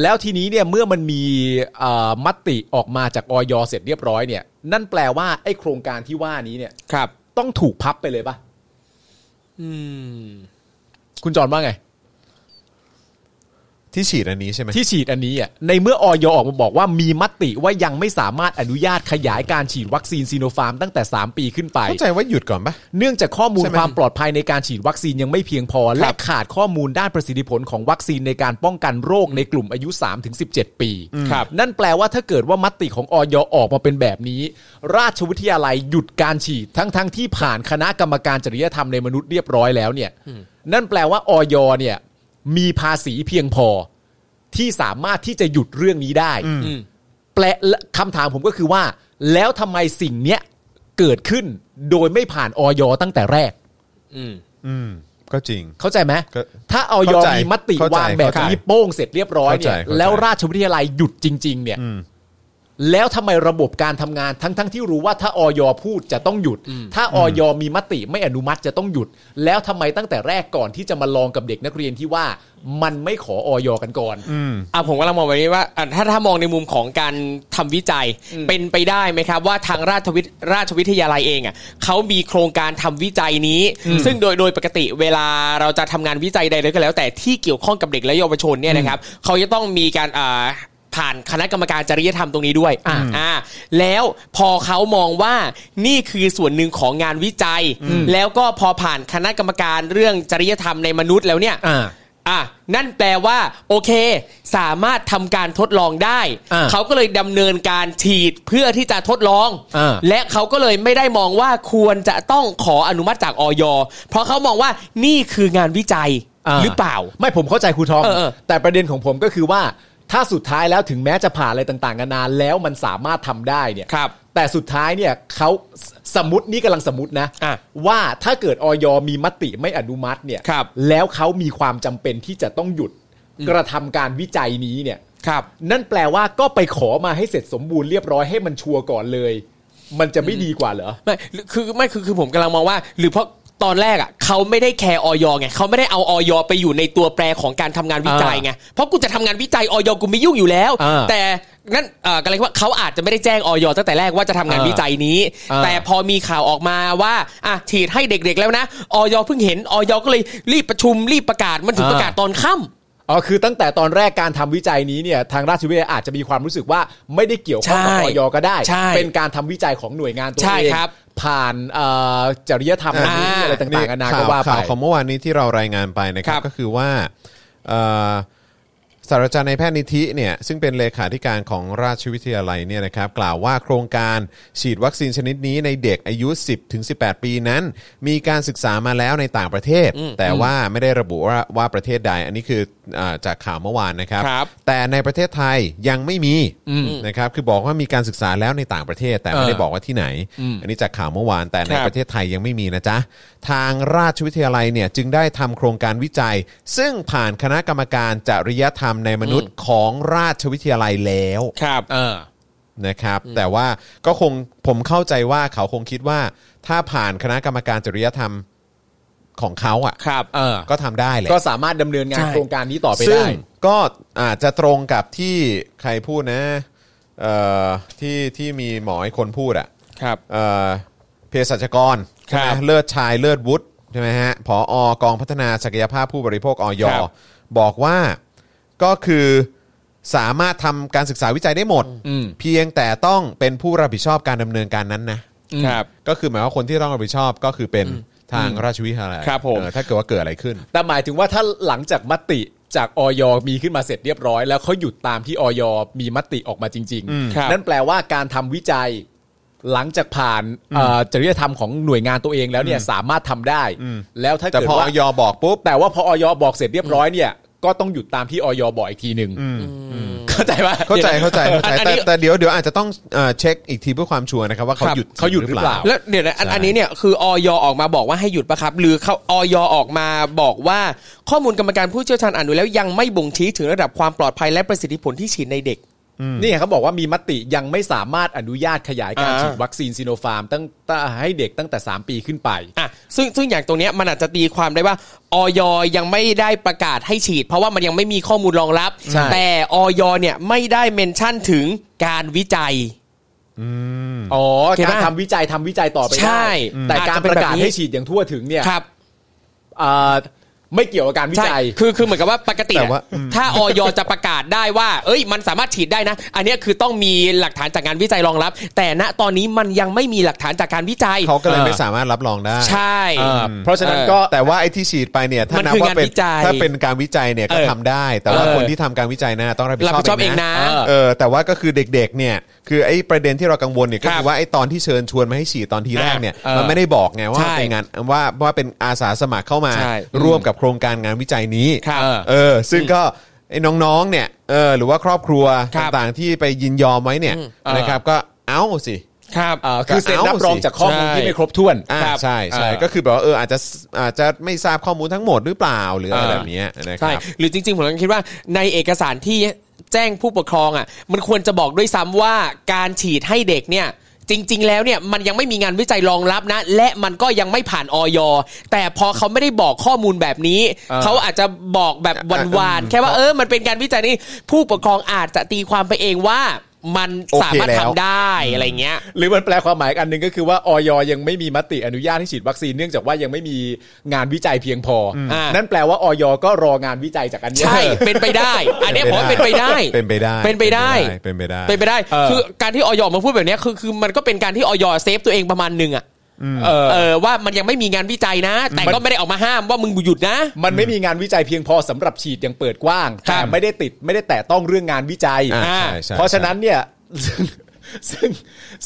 Speaker 4: แล้วทีนี้เนี่ยเมื่อมันมีเอ่อมติออกมาจากออยเสร็จเรียบร้อยเนี่ยนั่นแปลว่าไอ้โครงการที่ว่านี้เนี่ย
Speaker 3: ครับ
Speaker 4: ต้องถูกพับไปเลยปะ
Speaker 3: อืม
Speaker 4: คุณจอนว่าไง
Speaker 5: ที่ฉีดอันนี้ใช่ไหม
Speaker 4: ที่ฉีดอันนี้อ่ะในเมื่อออยออกมาบอกว่ามีมติว่ายังไม่สามารถอนุญาตขยายการฉีดวัคซีนซีโนฟาร์มตั้งแต่ 3 ปีขึ้นไป
Speaker 5: เข้าใจว่าหยุดก่อนปะ
Speaker 4: เนื่องจากข้อมูล
Speaker 5: ใช่ไหม
Speaker 4: ความปลอดภัยในการฉีดวัคซีนยังไม่เพียงพอ และขาดข้อมูลด้านประสิทธิผลของวัคซีนในการป้องกันโรคในกลุ่มอายุ 3-17 ปี
Speaker 3: ครับ
Speaker 4: นั่นแปลว่าถ้าเกิดว่ามติของออยออกมาเป็นแบบนี้ ราชวิทยาลัยหยุดการฉีดทั้งๆทที่ผ่านคณะกรรมการจริยธรรมในมนุษย์เรียบร้อยแล้วเนี่ย นั่นแปลว่าออยเนี่ยมีภาษีเพียงพอ ที่สามารถที่จะหยุดเรื่องนี้ได้
Speaker 3: อืม
Speaker 4: แปลและคำถามผมก็คือว่า แล้วทำไมสิ่งเนี้ยเกิดขึ้นโดยไม่ผ่านออยตั้งแต่แรก
Speaker 3: อืม
Speaker 5: ก็จริง
Speaker 4: เข้าใจไหม
Speaker 5: ก็
Speaker 4: ถ้าออย
Speaker 5: เข้าใจ
Speaker 4: มีมติ
Speaker 5: เข้าใจ
Speaker 4: วางแบบ
Speaker 5: เข้าใจ
Speaker 4: นี้โป้งเสร็จเรียบร้อยเนี่ย
Speaker 5: เข้าใจเข้าใจ
Speaker 4: แล้วราชวิทยาลัยหยุดจริง ๆ เนี่ยแล้วทำไมระบบการทำงานทั้งๆที่รู้ว่าถ้าออยพูดจะต้องหยุด ถ้าออยมีมติไม่อนุมัติจะต้องหยุด แล้วทำไมตั้งแต่แรกก่อนที่จะมาลองกับเด็กนักเรียนที่ว่ามันไม่ขอออยกันก่อน
Speaker 3: อ่ะผมกำลังมองแบบนี้ว่าอ่ะถ้าถ้ามองในมุมของการทำวิจัยเป็นไปได้ไหมครับ ว่าทางราชวิทราชวิทยาลัยเองอ่ะเขามีโครงการทำวิจัยนี้ ซึ่งโดยโดยปกติเวลาเราจะทำงานวิจัยใดๆก็แล้ว แต่ที่เกี่ยวข้องกับเด็กและเยาวชนเนี่ยนะครับเขาจะต้องมีการอ่าผ่านคณะกรรมการจริยธรรมตรงนี้ด้วยอ่าแล้วพอเขามองว่านี่คือส่วนหนึ่งของงานวิจัย แล้วก็พอผ่านคณะกรรมการเรื่องจริยธรรมในมนุษย์แล้วเนี่ย
Speaker 4: อ่า
Speaker 3: อ่ะนั่นแปลว่า โอเค สามารถทำการทดลองได้
Speaker 4: อ่า
Speaker 3: เขาก็เลยดำเนินการฉีดเพื่อที่จะทดลอง
Speaker 4: อ่า
Speaker 3: และเขาก็เลยไม่ได้มองว่าควรจะต้องขออนุมัติจากออยเพราะเขามองว่านี่คืองานวิจัยหรือเปล่า
Speaker 4: ไม่ผมเข้าใจครูทอม
Speaker 3: เออเออ
Speaker 4: แต่ประเด็นของผมก็คือว่า ถ้าสุดท้ายแล้วถึงแม้จะผ่านอะไรต่างๆกันานาแล้วมันสามารถทำได้เนี่ย
Speaker 3: ครับ
Speaker 4: แต่สุดท้ายเนี่ยเขาสสมมตินี่กำลังสมมตินะ
Speaker 3: อ่ะ
Speaker 4: ว่าถ้าเกิดออยมีมติไม่อนุมัติเนี่ย
Speaker 3: ครับ
Speaker 4: แล้วเขามีความจำเป็นที่จะต้องหยุดกระทำการวิจัยนี้เนี่ย
Speaker 3: ครับ
Speaker 4: นั่นแปลว่าก็ไปขอมาให้เสร็จสมบูรณ์เรียบร้อยให้มันชัวร์ก่อนเลย มันจะไม่ดีกว่าเหรอ
Speaker 3: ไม่คือไม่คือคือผมกำลังมองว่า หรือเพราะตอนแรกอ่ะเขาไม่ได้แคร์ออยไงเขาไม่ได้เอาออยไปอยู่ในตัวแปรของการทำงานวิจัยไงเพราะกูจะทำงานวิจัยออยกูไม่ยุ่งอยู่แล้ว
Speaker 4: อ่า
Speaker 3: แต่นั่นเอ่อกำลังว่าเขาอาจจะไม่ได้แจ้งออยตั้งแต่แรกว่าจะทำงาน
Speaker 4: อ่า
Speaker 3: วิจัยนี้
Speaker 4: อ่า
Speaker 3: แต่พอมีข่าวออกมาว่าอ่ะฉีดให้เด็กๆแล้วนะออยเพิ่งเห็นออยก็เลยรีบประชุมรีบประกาศมันถึง
Speaker 4: อ่า
Speaker 3: ประกาศตอนค่ำ
Speaker 4: อ๋อคือตั้งแต่ตอนแรกการทำวิจัยนี้เนี่ยทางราชวิทยาอาจจะมีความรู้สึกว่าไม่ได้เกี่ยวข้องกับ
Speaker 3: ใช่
Speaker 4: ออยก็ได้
Speaker 3: ใช่
Speaker 4: เป็นการทำวิจัยของหน่วยงานตัว
Speaker 3: ใช่
Speaker 4: เอง
Speaker 3: ครับ
Speaker 4: ผ่านเอ่อจริยธรรม
Speaker 5: อ่า
Speaker 4: อะไรต่างๆนานาก็ว่าไป
Speaker 5: ข่าวของเมื่อวานนี้ที่เรารายงานไปนะครั
Speaker 3: ค
Speaker 5: บ
Speaker 3: รับ
Speaker 5: ก็คือว่าเอ่อศาสตราจารย์ในายแพทย์นิธิเนี่ยซึ่งเป็นเลขาธิการของราชวิทยาลัยเนี่ยนะครับกล่าวว่าโครงการฉีดวัคซีนชนิดนี้ในเด็กอายุ 10ถึง18 ปีนั้น มีการศึกษามาแล้วในต่างประเทศ แต่ว่าไม่ได้ระบุว่าว่าประเทศใด อันนี้คืออาจากข่าวเมื่อวานนะครับ
Speaker 3: ครับ
Speaker 5: แต่ในประเทศไทยยังไม่มีนะครับคือบอกว่ามีการศึกษาแล้วในต่างประเทศ แต่ไม่ได้บอกว่าที่ไหน อันนี้จากข่าวเมื่อวานแต่ใน
Speaker 3: ครับ
Speaker 5: ประเทศไทยยังไม่มีนะจ๊ะ ทางราชวิทยาลัยเนี่ยจึงได้ทำโครงการวิจัย ซึ่งผ่านคณะกรรมการจริยธรรมในมนุษย์ของราชวิทยาลัยแล้ว
Speaker 3: ครับ
Speaker 5: นะครับ แต่ว่าก็คงผมเข้าใจว่าเขาคงคิดว่า ถ้าผ่านคณะกรรมการจริยธรรมของเขาอ่ะ
Speaker 3: ครับเออ
Speaker 5: ก็ทำได้แหละ
Speaker 4: ก็สามารถดำเนินงาน
Speaker 3: ใช่
Speaker 4: โครงการนี้ต่อไป
Speaker 5: ซึ่ง
Speaker 4: ได้
Speaker 5: ก็อาจจะตรงกับที่ใครพูดนะเอ่อที่ที่มีหมอไอ้คนพูดอะ
Speaker 3: ครับ
Speaker 5: เอ่อเภสัชกรใช่ไหม
Speaker 3: ครับ
Speaker 5: เลิศชายเลิศวุฒิใช่ไหมฮะผออกองพัฒนาศักยภาพผู้บริโภคออย
Speaker 3: ครับ
Speaker 5: บอกว่าก็คือสามารถทำการศึกษาวิจัยได้หมด เพียงแต่ต้องเป็นผู้รับผิดชอบการดำเนินการนั้นนะ
Speaker 3: ครับ
Speaker 5: ก็คือหมายว่าคนที่ต้องรับผิดชอบก็คือเป็นทางราชวิทยาลัย
Speaker 3: ครับผม
Speaker 5: เออถ้าเกิดว่าเกิดอะไรขึ้น
Speaker 4: แต่หมายถึงว่าถ้าหลังจากมติจากออยมีขึ้นมาเสร็จเรียบร้อย แล้วเขาหยุดตามที่ออยมีมติออกมาจริง
Speaker 3: ครับ
Speaker 4: ๆ นั่นแปลว่าการทำวิจัย หลังจากผ่านเอ่อจริยธรรมของหน่วยงานตัวเองแล้วเนี่ยสามารถทำได้ แล้วถ้า
Speaker 5: แต่
Speaker 4: เกิด
Speaker 5: พออ
Speaker 4: ว่า
Speaker 5: อยบอกปุ๊บ
Speaker 4: แต่ว่าพอออยบอกเสร็จเรียบร้อยเนี่ย ก็ต้องหยุดตามที่ออยบอกอีกทีหนึ่งเข้าใจปะ
Speaker 5: เข้าใจเข้าใจเข้าใจ
Speaker 3: อัน
Speaker 5: แต่
Speaker 3: นี้
Speaker 5: แต่เดี๋ยวเดี๋ยวอาจจะต้องเอ่อเช็คอีกทีเพื่อความชัวร์นะครับว่าเขา
Speaker 4: ครับ
Speaker 5: หยุดจริง
Speaker 4: เขาหยุดหรือเปล่า
Speaker 3: แล้วเดี๋ยวนะอัน
Speaker 5: ใช่
Speaker 3: อันนี้เนี่ยคือออยออกมาบอกว่าให้หยุดปะครับ หรือเขาออยออกมาบอกว่าข้อมูลกรรมการผู้เชี่ยวชาญอ่านดูแล้วยังไม่บ่งชี้ถึงระดับความปลอดภัยและประสิทธิผลที่ฉีดในเด็ก
Speaker 4: นี่ไงเขาบอกว่ามีมติยังไม่สามารถอนุญาตขยายการ
Speaker 3: อ่า
Speaker 4: ฉีดวัคซีนซีโนฟาร์มตั้งแต่ให้เด็กตั้งแต่ 3 ปีขึ้นไป
Speaker 3: อ่ะซึ่งซึ่งอย่างตรงเนี้ยมันอาจจะตีความได้ว่าออยยังไม่ได้ประกาศให้ฉีด เพราะว่ามันยังไม่มีข้อมูลรองรับ
Speaker 4: ใช่
Speaker 3: แต่ออยเนี่ยไม่ได้เมนชั่นถึงการวิจัย
Speaker 4: อ๋อ
Speaker 3: เห็น
Speaker 4: กา
Speaker 3: ปะ
Speaker 4: รทำวิจัยทำวิจัยต่อไป
Speaker 3: ใช่
Speaker 4: ได้
Speaker 3: อืม
Speaker 4: แต่
Speaker 3: อาจ
Speaker 4: การ
Speaker 3: จะเป็
Speaker 4: ป
Speaker 3: น
Speaker 4: ระกาศ
Speaker 3: แบบนี้
Speaker 4: ให้ฉีดอย่างทั่วถึงเนี่ย
Speaker 3: ครับ
Speaker 4: เอ่อไม่เกี่ยวกับการวิจัย
Speaker 3: คือคือเหมือนกับว่าปกติ
Speaker 5: แต่
Speaker 3: อะ
Speaker 5: ว่าอืม
Speaker 3: ถ้าออยจะประกาศได้ว่า เอ้ย มันสามารถฉีดได้นะ อันเนี้ยคือต้องมีหลักฐานจากงานวิจัยรองรับ แต่ณตอนนี้มันยังไม่มีหลักฐานจากการวิจัย
Speaker 5: เขาก็เลยไม่สามารถรับรองได้
Speaker 3: ใช่
Speaker 4: อ่า
Speaker 3: อืม
Speaker 4: เพราะฉะนั้นก็
Speaker 5: แต่ว่าไอ้ที่ฉีดไปเนี่ยถ้า
Speaker 3: มัน
Speaker 5: นับ
Speaker 3: คื
Speaker 5: ว่าง
Speaker 3: อาน
Speaker 5: เป็น
Speaker 3: วิจัย
Speaker 5: ถ้าเป็นการวิจัยเนี่ยก็
Speaker 3: เออ
Speaker 5: ทำได้ แต่ว่า
Speaker 3: เออ
Speaker 5: คนที่ทำการวิจัยนะต้องรับผิด
Speaker 3: รับผิด
Speaker 5: ช
Speaker 3: ช
Speaker 5: อ
Speaker 3: อ
Speaker 5: บบ เอ
Speaker 3: เอง ง
Speaker 5: นะ
Speaker 3: นะ
Speaker 5: เออแต่ว่าก็คือเด็กๆเนี่ยคือไอ้ประเด็นที่เรากังวลเนี่ยก็
Speaker 3: ครั
Speaker 5: คื
Speaker 3: บ
Speaker 5: อว่าไอ้ตอนที่เชิญชวนมาให้ฉีดตอนทีแรกเนี่ย
Speaker 4: เออ
Speaker 5: มันไม่ได้บอกไงว่า
Speaker 3: ใช่
Speaker 5: เป็นงานว่าว่าเป็นอาสาสมัครเข้ามา
Speaker 3: ใช่
Speaker 5: ร่วมกับโครงการงานวิจัยนี้
Speaker 3: ครับ
Speaker 5: เออซึ่งก็ไอ้น้องๆ เนี่ยเออหรือว่าครอบครัว
Speaker 3: ครับ
Speaker 5: ต่างๆ ที่ไปยินยอมไว้เนี่ย
Speaker 3: อืมเออ
Speaker 5: นะครับก็เอาสิ
Speaker 3: ครับ
Speaker 4: เอ่อคือเซ็นรับรองจากข้อมูลที่
Speaker 3: ใช่
Speaker 4: ไม่ครบถ้วน
Speaker 5: อ่า
Speaker 3: ครับ
Speaker 5: ใช่ใช่
Speaker 4: อ่า
Speaker 5: ก็คือแบบว่าเอออาจจะอาจจะไม่ทราบข้อมูลทั้งหมดหรือเปล่าหรืออะไรแบบเนี้ยนะค
Speaker 3: ใช่
Speaker 5: รับ
Speaker 3: หรือจริงๆผมกำลังคิดว่าในเอกสารที่แจ้งผู้ปกครองอ่ะมันควรจะบอกด้วยซ้ำว่าการฉีดให้เด็กเนี่ยจริง ๆ แล้วเนี่ยมันยังไม่มีงานวิจัยรองรับนะ และมันก็ยังไม่ผ่านออยแต่พอเขาไม่ได้บอกข้อมูลแบบนี้ เขาอาจจะบอกแบบหวานๆแค่ว่าเออมันเป็นการวิจัยนี่ผู้ปกครองอาจจะตีความไปเองว่ามันสามารถ
Speaker 5: โอเคแล้ว
Speaker 3: ทำได้อะไรเงี้ย
Speaker 4: หรือมันแปลความหมายอีกอันหนึ่งก็คือว่าออยยังไม่มีมติอนุญาตให้ฉีดวัคซีนเนื่องจากว่ายังไม่มีงานวิจัยเพียงพออา
Speaker 3: นั่
Speaker 4: นั่นแปลว่าออยก็รองานวิจัยจากอันเนี้ย
Speaker 3: ใช่ เป็นไปได้ อันเนี้ยผมว่าเป็นไปได้
Speaker 5: เป็นไปได้
Speaker 3: เป็นไปได้
Speaker 5: เป็นไปได้
Speaker 3: เป็นไปได้
Speaker 4: เออ
Speaker 3: คือการที่ออยออกมาพูดแบบเนี้ยคือคือมันก็เป็นการที่ออยอเซฟตัวเองประมาณหนึ่งอะ
Speaker 4: เออ
Speaker 3: เออว่ามันยังไม่มีงานวิจัยนะ แต่ก็ไม่ได้ออกมาห้ามว่ามึงหยุดนะ
Speaker 4: มันไม่มีงานวิจัยเพียงพอสำหรับฉีดอย่างเปิดกว้าง
Speaker 3: ครั
Speaker 4: แต่
Speaker 3: บ
Speaker 4: ไม่ได้ติดไม่ได้แตะต้องเรื่องงานวิจัย
Speaker 5: อ่า
Speaker 4: อ่า
Speaker 5: ใช่ใช่
Speaker 4: เพราะฉะนั้นเนี่ย ซึ่งซึ่ง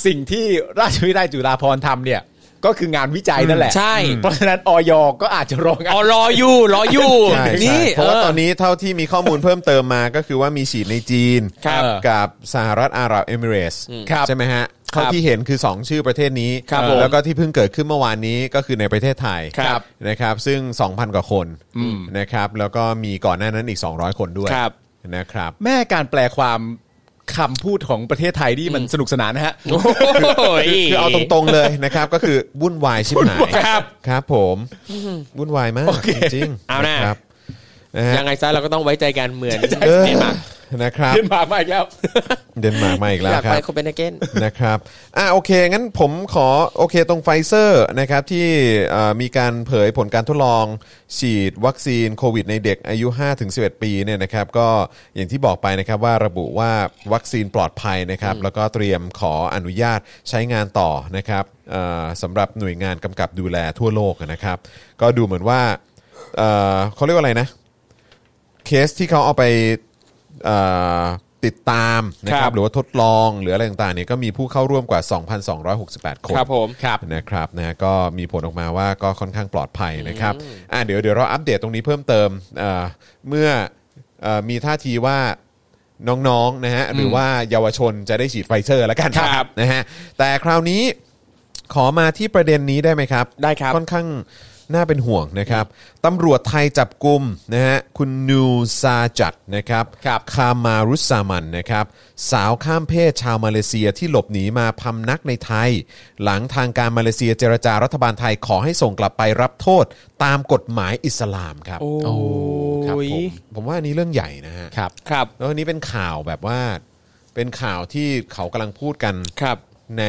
Speaker 4: สิ่งที่ราชวิทยาลัยจุฬาภรณ์ทำเนี่ยก็คืองานวิจัยนั่นแหละ
Speaker 3: ใช่
Speaker 4: เพราะฉะนั้นออยก็อาจจะรองาน
Speaker 3: อ๋อรออยู่ รออยู่
Speaker 5: ใช่ใช่
Speaker 3: นี่
Speaker 5: เพราะว่า
Speaker 3: เออ
Speaker 5: ตอนนี้เท่าที่มีข้อมูลเพิ่มเติมมาก็คือว่ามีฉีดในจีน
Speaker 4: ครับ
Speaker 5: กับสหรัฐอาหรับเอมิเรตส
Speaker 4: ครับ
Speaker 5: ใช่ไหมฮะเท่าที่เห็นคือ 2 ชื่อประเทศนี้
Speaker 4: ครับผม
Speaker 5: แล้วก็ที่เพิ่งเกิดขึ้นเมื่อวานนี้ก็คือในประเทศไทย
Speaker 3: ครับ
Speaker 5: นะครับซึ่ง 2,000 กว่าคนนะครับแล้วก็มีก่อนหน้านั้นอีก 200 คนด้วย
Speaker 3: ครับ
Speaker 5: นะครับ
Speaker 4: แม่การแปลความคำพูดของประเทศไทยนี่มันสนุกสนานนะฮะ
Speaker 3: โอ้โหย
Speaker 5: คือเอาตรงๆเลย นะครับ ก็คือวุ่นวายชิบหาย
Speaker 3: ครับ
Speaker 5: ครับผมวุ่นวายมากจริงๆ
Speaker 3: เอานะ
Speaker 5: ครับนะฮะ
Speaker 3: ยังไงซะเราก็ต้องไว้ใจกันเหมือน
Speaker 5: เออ
Speaker 3: เดนมาร์ก
Speaker 5: นะครับ
Speaker 4: เดนมาร์กมาอีกแล้ว
Speaker 5: เดนมาร์กมาอีกแล้ว
Speaker 3: อยาก
Speaker 5: ครั
Speaker 3: ไป
Speaker 5: บ
Speaker 3: โคเปนเฮเกน
Speaker 5: นะครับอ่ะโอเค งั้นผมขอโอเคตรงไฟเซอร์นะครับที่เอ่อมีการเผยผลการทดลองฉีดวัคซีนโควิดในเด็กอายุ 5-11 ปีเนี่ยนะครับก็อย่างที่บอกไปนะครับว่าระบุว่าวัคซีนปลอดภัยนะครับแล้วก็เตรียมขออนุญาตใช้งานต่อนะครับเอ่อสำหรับหน่วยงานกำกับดูแลทั่วโลกนะครับ ก็ดูเหมือนว่าเอ่อเขาเรียกว่าอะไรนะ เคสที่เขาเอาไปเอ่อติดตามนะค
Speaker 3: ครั
Speaker 5: รับบ หรือว่าทดลอง หรืออะไรต่างๆเนี่ยก็มีผู้เข้าร่วมกว่า 2,268 คน
Speaker 3: ครับผมครับ
Speaker 5: นะครับนะก็มีผลออกมาว่าก็ค่อนข้างปลอดภัยนะครับอ่ะเดี๋ยวเดี๋ยวเราอัปเดตตรงนี้เพิ่มเติมเอ่อเมื่อเอ่อมีท่าทีว่าน้องๆนะฮะหรือว่าเยาวชนจะได้ฉีดไฟเซอร์แล้วกัน
Speaker 3: ครับ
Speaker 5: นะฮะแต่คราวนี้ขอมาที่ประเด็นนี้ได้ไหมครับ
Speaker 3: ได้ครับ
Speaker 5: ค่อนข้างน่าเป็นห่วงนะครับตำรวจไทยจับกลุ่มนะฮะคุณนูซาจัดนะครับครับคามารุสซามันนะครับสาวข้ามเพศชาวมาเลเซียที่หลบหนีมาพำนักในไทย หลังทางการมาเลเซียเจรจารัฐบาลไทยขอให้ส่งกลับไปรับโทษตามกฎหมายอิสลามครับ
Speaker 3: โอ้
Speaker 5: ครับผม
Speaker 3: ย
Speaker 5: ผมว่าอันนี้เรื่องใหญ่นะฮะ
Speaker 4: ครับ
Speaker 3: ครับ
Speaker 5: แล้วอันนี้เป็นข่าวแบบว่าเป็นข่าวที่เขากำลังพูดกัน
Speaker 3: ครับ
Speaker 5: ใน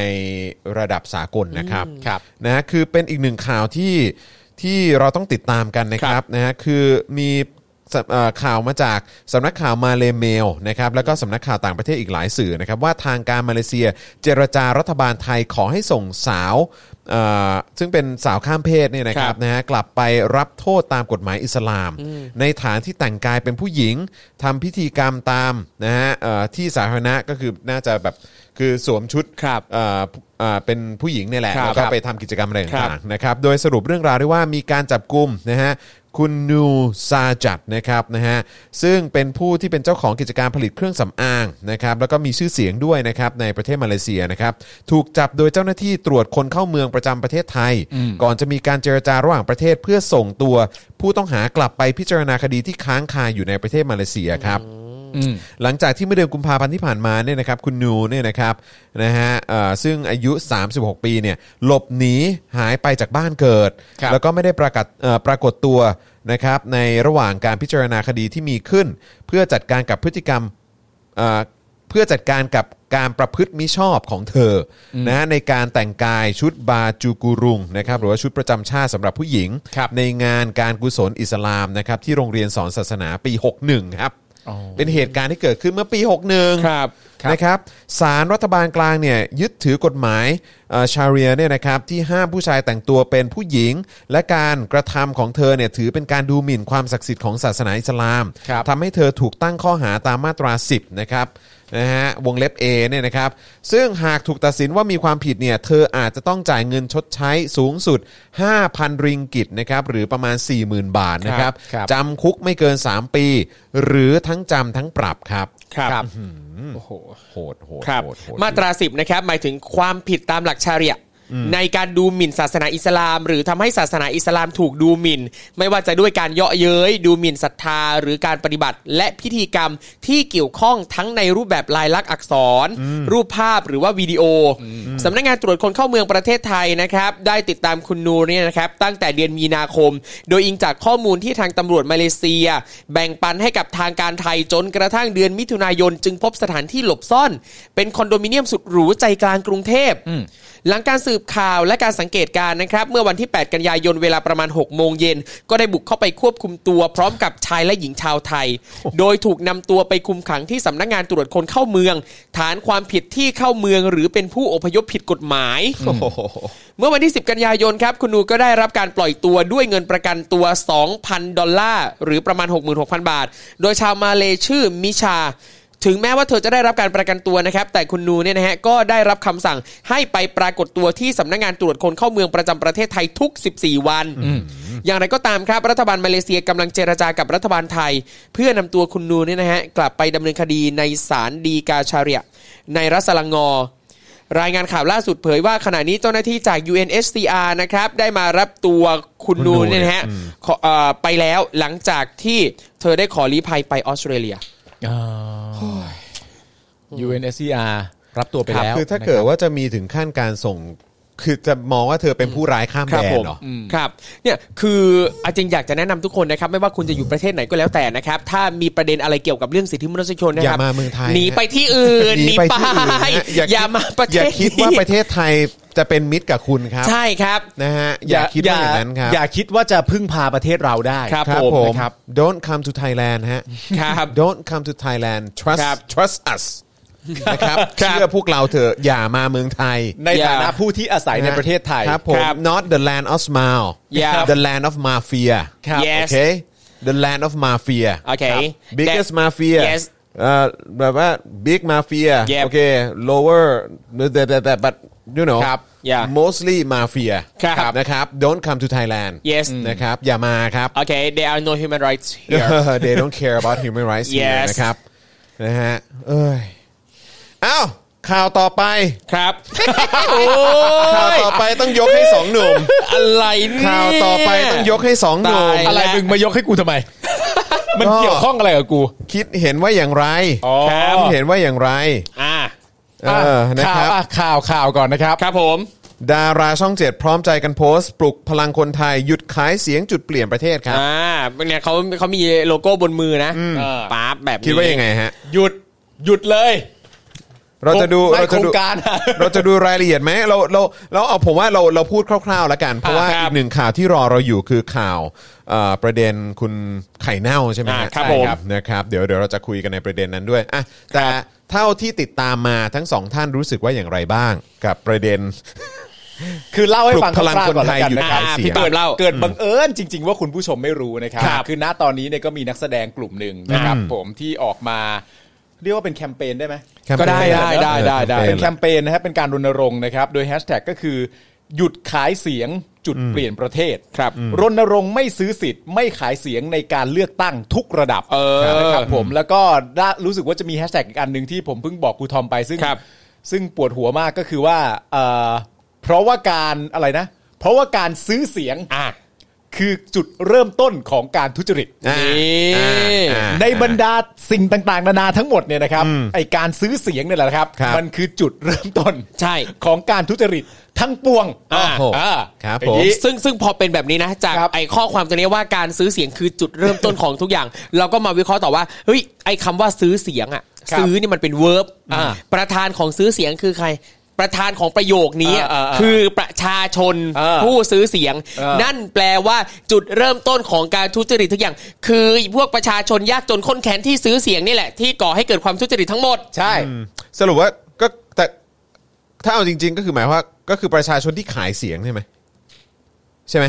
Speaker 5: ระดับสากลนะครับครับนะฮะคือเป็นอีกหนึ่งข่าวที่ที่เราต้องติดตามกันนะครับนะฮะคือมีสำเอ่อข่าวมาจากสำนักข่าวมาเลเมลนะครับแล้วก็สำนักข่าวต่างประเทศอีกหลายสื่อนะครับว่าทางการมาเลเซียเจรจารัฐบาลไทยขอให้ส่งสาวเอ่อซึ่งเป็นสาวข้ามเพศเนี่ยนะค
Speaker 3: ค
Speaker 5: รั
Speaker 3: รั
Speaker 5: บบ นะฮะกลับไปรับโทษตามกฎหมายอิสลาม ในฐานที่แต่งกายเป็นผู้หญิงทำพิธีกรรมตามนะฮะเอ่อที่สาธารณะก็คือน่าจะแบบคือสวมชุด
Speaker 3: ครับ
Speaker 5: เอ่อเอ่อเป็นผู้หญิงเนี่ยแหละ
Speaker 3: ครับ
Speaker 5: แล้ว
Speaker 3: ค
Speaker 5: ก็
Speaker 3: รับ
Speaker 5: ไปทำกิจกรรมอะไร
Speaker 3: ครั
Speaker 5: ต่าง
Speaker 3: บ
Speaker 5: ๆนะครับโดยสรุปเรื่องราวได้ว่ามีการจับกลุ่มนะฮะคุณนูซาจัดนะครับนะฮะซึ่งเป็นผู้ที่เป็นเจ้าของกิจการผลิตเครื่องสำอางนะครับแล้วก็มีชื่อเสียงด้วยนะครับในประเทศมาเลเซียนะครับถูกจับโดยเจ้าหน้าที่ตรวจคนเข้าเมืองประจำประเทศไทย ก่อนจะมีการเจรจาระหว่างประเทศเพื่อส่งตัว ผู้ต้องหากลับไปพิจารณาคดีที่ค้างคาอยู่ในประเทศมาเลเซียครับ หลังจากที่เมื่อเดือนกุมภาพันธ์ที่ผ่านมาเนี่ยนะครับคุณนูเนี่ยนะครับนะฮะเอ่อซึ่งอายุ 36 ปีเนี่ยหลบหนีหายไปจากบ้านเกิด
Speaker 4: ครับ
Speaker 5: แล้วก็ไม่ได้ปรากฏเอ่อปรากฏตัวนะครับในระหว่างการพิจารณาคดีที่มีขึ้น เพื่อจัดการกับพฤติกรรมเอ่อเพื่อจัดการกับการประพฤติมิชอบของเธออนะฮะในการแต่งกายชุดบาจูกูรุงนะครับหรือว่าชุดประจำชาติสำหรับผู้หญิง
Speaker 4: ครับ
Speaker 5: ในงานการกุศลอิสลามนะครับที่โรงเรียนสอนศาสนาปี 61 ครับ เป็นเหตุการณ์ที่เกิดขึ้นเมื่อปี 61
Speaker 3: ครับ
Speaker 5: นะครับสารรัฐบาลกลางเนี่ยยึดถือกฎหมายชาเรียเนี่ยนะครับที่ห้ามผู้ชายแต่งตัวเป็นผู้หญิง และการกระทำของเธอเนี่ยถือเป็นการดูหมิ่นความศักดิ์สิทธิ์ของศาสนาอิสลาม
Speaker 4: ครับ
Speaker 5: ทำให้เธอถูกตั้งข้อหาตามมาตรา 10นะครับ นะฮะวงเล็บ A เนี่ยนะครับซึ่งหากถูกตัดสินว่ามีความผิดเนี่ยเธออาจจะต้องจ่ายเงินชดใช้สูงสุด 5,000 ริงกิตนะครับหรือประมาณ 40,000 บาทนะครับ
Speaker 4: ครับ
Speaker 5: จำคุกไม่เกิน 3 ปี หรือทั้งจำทั้งปรับครับ
Speaker 3: ครับ
Speaker 5: โอ้โหโหดโหด
Speaker 3: ครับ
Speaker 5: โหดโหด
Speaker 3: มาตราสิบนะครับหมายถึงความผิดตามหลักชาเรียะในการดูหมิ่นศาสนาอิสลาม หรือทำให้ศาสนาอิสลามถูกดูหมิ่น ไม่ว่าจะด้วยการเยาะเย้ยดูหมิ่นศรัทธา หรือการปฏิบัติ และพิธีกรรมที่เกี่ยวข้องทั้งในรูปแบบลายลักษณ์อักษร รูปภาพหรือว่าวิดีโออสำนักงานตรวจคนเข้าเมืองประเทศไทยนะครับได้ติดตามคุณนูเนี่ยนะครับตั้งแต่เดือนมีนาคม โดยอิงจากข้อมูลที่ทางตำรวจมาเลเซีย แบ่งปันให้กับทางการไทยจนกระทั่งเดือนมิถุนายนจึงพบสถานที่หลบซ่อน เป็นคอนโดมิเนียมสุดหรูใจกลางกรุงเทพ หลังการสืบข่าวและการสังเกตการณ์นะครับ เมื่อวันที่ 8 กันยายนเวลาประมาณ 6 โมงเย็น ก็ได้บุกเข้าไปควบคุมตัวพร้อมกับชายและหญิงชาวไทย โดยถูกนำตัวไปคุมขังที่สำนักงานตรวจคนเข้าเมือง ฐานความผิดที่เข้าเมือง หรือเป็นผู้อพยพผิดกฎหมาย เมื่อวันที่ 10 กันยายนครับ คุณนูก็ได้รับการปล่อยตัวด้วยเงินประกันตัว 2,000 ดอลลาร์ หรือประมาณ 66,000 บาท โดยชาวมาเลชื่อมิชา ถึงแม้ว่าเธอจะได้รับการประกันตัวนะครับ แต่คุณนูเนี่ยนะฮะก็ได้รับคำสั่งให้ไปปรากฏตัวที่สำนักงานตรวจคนเข้าเมืองประจำประเทศไทยทุก 14 วัน อย่างไรก็ตามครับ รัฐบาลมาเลเซียกำลังเจรจากับรัฐบาลไทย เพื่อนำตัวคุณนูเนี่ยนะฮะกลับไปดำเนินคดีในศาลฎีกาชาเรียะในรัสลังงอ รายงานข่าวล่าสุดเผยว่าขณะนี้เจ้าหน้าที่จาก UNHCR นะครับ ได้มารับตัวคุณนูนเนี่ยนะฮะขอเอ่อไปแล้วหลังจากที่เธอได้ขอลี้ภัยไปออสเตรเลีย
Speaker 4: UNSCR รับตัวไปแล้ว
Speaker 5: คือถ้าเกิดว่าจะมีถึงขั้นการส่ง คือจะมองว่าเธอเป็นผู้ร้ายข้ามแดนเหรอ
Speaker 3: ครับเนี่ยคืออาจริงอยากจะแนะนำทุกคนนะครับ ไม่ว่าคุณจะอยู่ประเทศไหนก็แล้วแต่นะครับ ถ้ามีประเด็นอะไรเกี่ยวกับเรื่องสิทธิมนุษยชนนะ
Speaker 5: อ
Speaker 3: ค
Speaker 5: ย่า
Speaker 3: รับ
Speaker 5: มาเมืองไทย
Speaker 3: หนีไปที่อื่นหนีไป
Speaker 5: ที่อื่นนะอย่า
Speaker 3: อย่า
Speaker 5: คิด
Speaker 3: มาประเทศ
Speaker 5: อย่าคิดว่า
Speaker 3: นี้
Speaker 5: ประเทศไทยจะเป็นมิตรกับคุณครับ
Speaker 3: ใช่ครับ
Speaker 5: นะฮะอย่าคิดว่าอย่างนั้นครับ
Speaker 4: อย่าคิดว่าจะพึ่งพาประเทศเราได้
Speaker 3: ครับ
Speaker 5: ครับ
Speaker 3: ผม
Speaker 5: ผม
Speaker 3: นะครับ
Speaker 5: don't come to Thailand ฮะ
Speaker 3: ครับ
Speaker 5: don't come to Thailand trust
Speaker 3: ครับ
Speaker 5: trust us นะครับ
Speaker 3: ครับ
Speaker 5: เชื่อพวกเราเถอะอย่ามาเมืองไทย
Speaker 4: ในฐานะผู้ที่อาศัยในประเทศไทย
Speaker 5: ครับผม
Speaker 3: ครับ
Speaker 5: not the land of smile
Speaker 3: Yeah
Speaker 5: the land of mafia
Speaker 3: ครับ Yes
Speaker 5: okay the land of mafia
Speaker 3: โอเค
Speaker 5: biggest mafia
Speaker 3: Yes
Speaker 5: เอ่อแบบว่า big mafia
Speaker 3: Yep.
Speaker 5: โอเค lower but but but- but you know
Speaker 3: ครับ Yeah.
Speaker 5: mostly mafia
Speaker 3: ครับ
Speaker 5: นะครับ don't come to Thailand
Speaker 3: Yes
Speaker 5: นะครับ อย่ามาครับ
Speaker 3: โอเค there are no human rights here
Speaker 5: they don't care about human rights here
Speaker 3: Yes
Speaker 5: นะครับนะฮะเอ้ยเอ้าข่าวต่อไป
Speaker 3: ครับ
Speaker 5: ข่าวต่อไปต้องยกให้สองหนุ่ม
Speaker 3: อะไรเนี่ย
Speaker 5: ข่าวต่อไปต้องยกให้สองหนุ่ม
Speaker 3: ตาย
Speaker 4: อะไรมึงมายกให้กูทำไม มันเกี่ยวข้องอะไรกับกู
Speaker 5: คิดเห็นว่าอย่างไร
Speaker 3: ครับ
Speaker 5: เห็นว่าอย่างไร
Speaker 3: อ่า
Speaker 5: เออนะ
Speaker 4: ข่า
Speaker 5: คว รับ
Speaker 4: อ่ะข่าวข่าวก่อนนะครับ
Speaker 3: ครับผม
Speaker 5: ดาราช่องเจ็ดพร้อมใจกันโพสต์ ปลุกพลังคนไทยหยุดขายเสียงจุดเปลี่ยนประเทศครับ
Speaker 3: อ่าเนี่ยเขาเขามีโลโก้บนมือนะเออป๊าบแบบนี้
Speaker 5: คิดว่ายังไงฮะ
Speaker 4: หยุดหยุดเลย
Speaker 5: เราจะดู
Speaker 4: ไม่
Speaker 5: เรา
Speaker 4: โค
Speaker 5: จะ
Speaker 4: ร
Speaker 5: ดู
Speaker 4: งการอะ
Speaker 5: เราจะดูรายละเอียดไหมเราเราเราเอาผมว่าเราเราพูดคร่าวๆแล้วกัน เพราะว่า
Speaker 3: อ่าครับ
Speaker 5: อีกหนึ่งข่าวที่รอเราอยู่คือข่าวเอ่อประเด็นคุณไข่เน่าใช่ไหมฮะ
Speaker 3: อ่าครับ
Speaker 5: ใช่
Speaker 3: ผม
Speaker 5: นะครับเดี๋ยวเดี๋ยวเราจะคุยกันในประเด็นนั้นด้วยอ่ะแต่เท่าที่ติดตามมาทั้งสองท่านรู้สึกว่าอย่างไรบ้าง กับประเด็น
Speaker 4: คือเล่าให้ฟัง
Speaker 5: ปลุกพลังคนไทยอยู่
Speaker 4: คร่าวๆก่อนละกัะ
Speaker 5: ในเสียง
Speaker 4: พี่
Speaker 3: เล่า
Speaker 4: เกิดบังเอิญจริง ๆ ว่าคุณผู้ชมไม่รู้นะครับ
Speaker 3: ครับ
Speaker 4: คือณตอนนี้เนี่ยก็มีนักแสดงกลุ่มหนึ่งนะครับผมที่ออกมา เรียกว่าเป็นแคมเปญได้ไหม
Speaker 5: แคมเปญก็ได้
Speaker 4: ได้ได้ได้ได้
Speaker 5: ได้ได้
Speaker 4: เป็นแคมเปญนะครับเป็นการรณรงค์นะครับ โดยแฮชแท็กก็คือ หยุดขายเสียงจุดเปลี่ยนประเทศ
Speaker 3: ครับอืม
Speaker 4: รณรงค์ไม่ซื้อสิทธิ์ไม่ขายเสียงในการเลือกตั้งทุกระดับ
Speaker 3: เออ
Speaker 4: นะครับผมแล้วก็ได้รู้สึกว่าจะมีแฮชแท็กอีกอันหนึ่งที่ผมเพิ่งบอกครูทอมไปซึ่ง
Speaker 3: ครับ
Speaker 4: ซึ่งปวดหัวมากก็คือว่าเอ่อเพราะว่าการอะไรนะ เพราะว่าการซื้อเสียง
Speaker 3: อ่ะ
Speaker 4: คือจุดเริ่มต้นของการทุจริต
Speaker 5: อ่าอ่าอ่า
Speaker 4: ในบรรดาสิ่งต่างๆ นานาทั้งหมดเนี่ยนะครับไอการซื้อเสียงเนี่ยแหละครับ
Speaker 5: ครับ
Speaker 4: มันคือจุดเริ่มต้น
Speaker 3: ใช่
Speaker 4: ของการทุจริตทั้งปวง
Speaker 3: อ่า
Speaker 5: โอ้โห
Speaker 4: อ่า
Speaker 5: ครับ
Speaker 4: อย่าง
Speaker 5: ผม
Speaker 4: นี้
Speaker 3: ซึ่งซึ่งพอเป็นแบบนี้นะ จาก
Speaker 4: ครับ
Speaker 3: ไอข้อความตัวนี้ว่าการซื้อเสียงคือจุดเริ่มต้นของทุกอย่าง เราก็มาวิเคราะห์ต่อว่าเฮ้ยไอคำว่าซื้อเสียงอะ
Speaker 4: ครับ
Speaker 3: ซื้อนี่มันเป็นเวิร์บ
Speaker 4: อ่า
Speaker 3: ประธานของซื้อเสียงคือใคร ประธานของประโยคนี้
Speaker 4: อ่าอ่าอ่า
Speaker 3: คือประชาชน
Speaker 4: อ่า
Speaker 3: ผู้ซื้อเสียง
Speaker 4: อ่านั่
Speaker 3: นั่นแปลว่าจุดเริ่มต้นของการทุจริตทุกอย่าง คือพวกประชาชนยากจนข้นแค้นที่ซื้อเสียงนี่แหละ ที่ก่อให้เกิดความทุจริตทั้งหมด
Speaker 4: ใช่
Speaker 5: สรุปว่าก็แต่ถ้าเอาจริง ๆ ก็คือหมายความว่าก็คือประชาชนที่ขายเสียงใช่ไหมใช่ไหม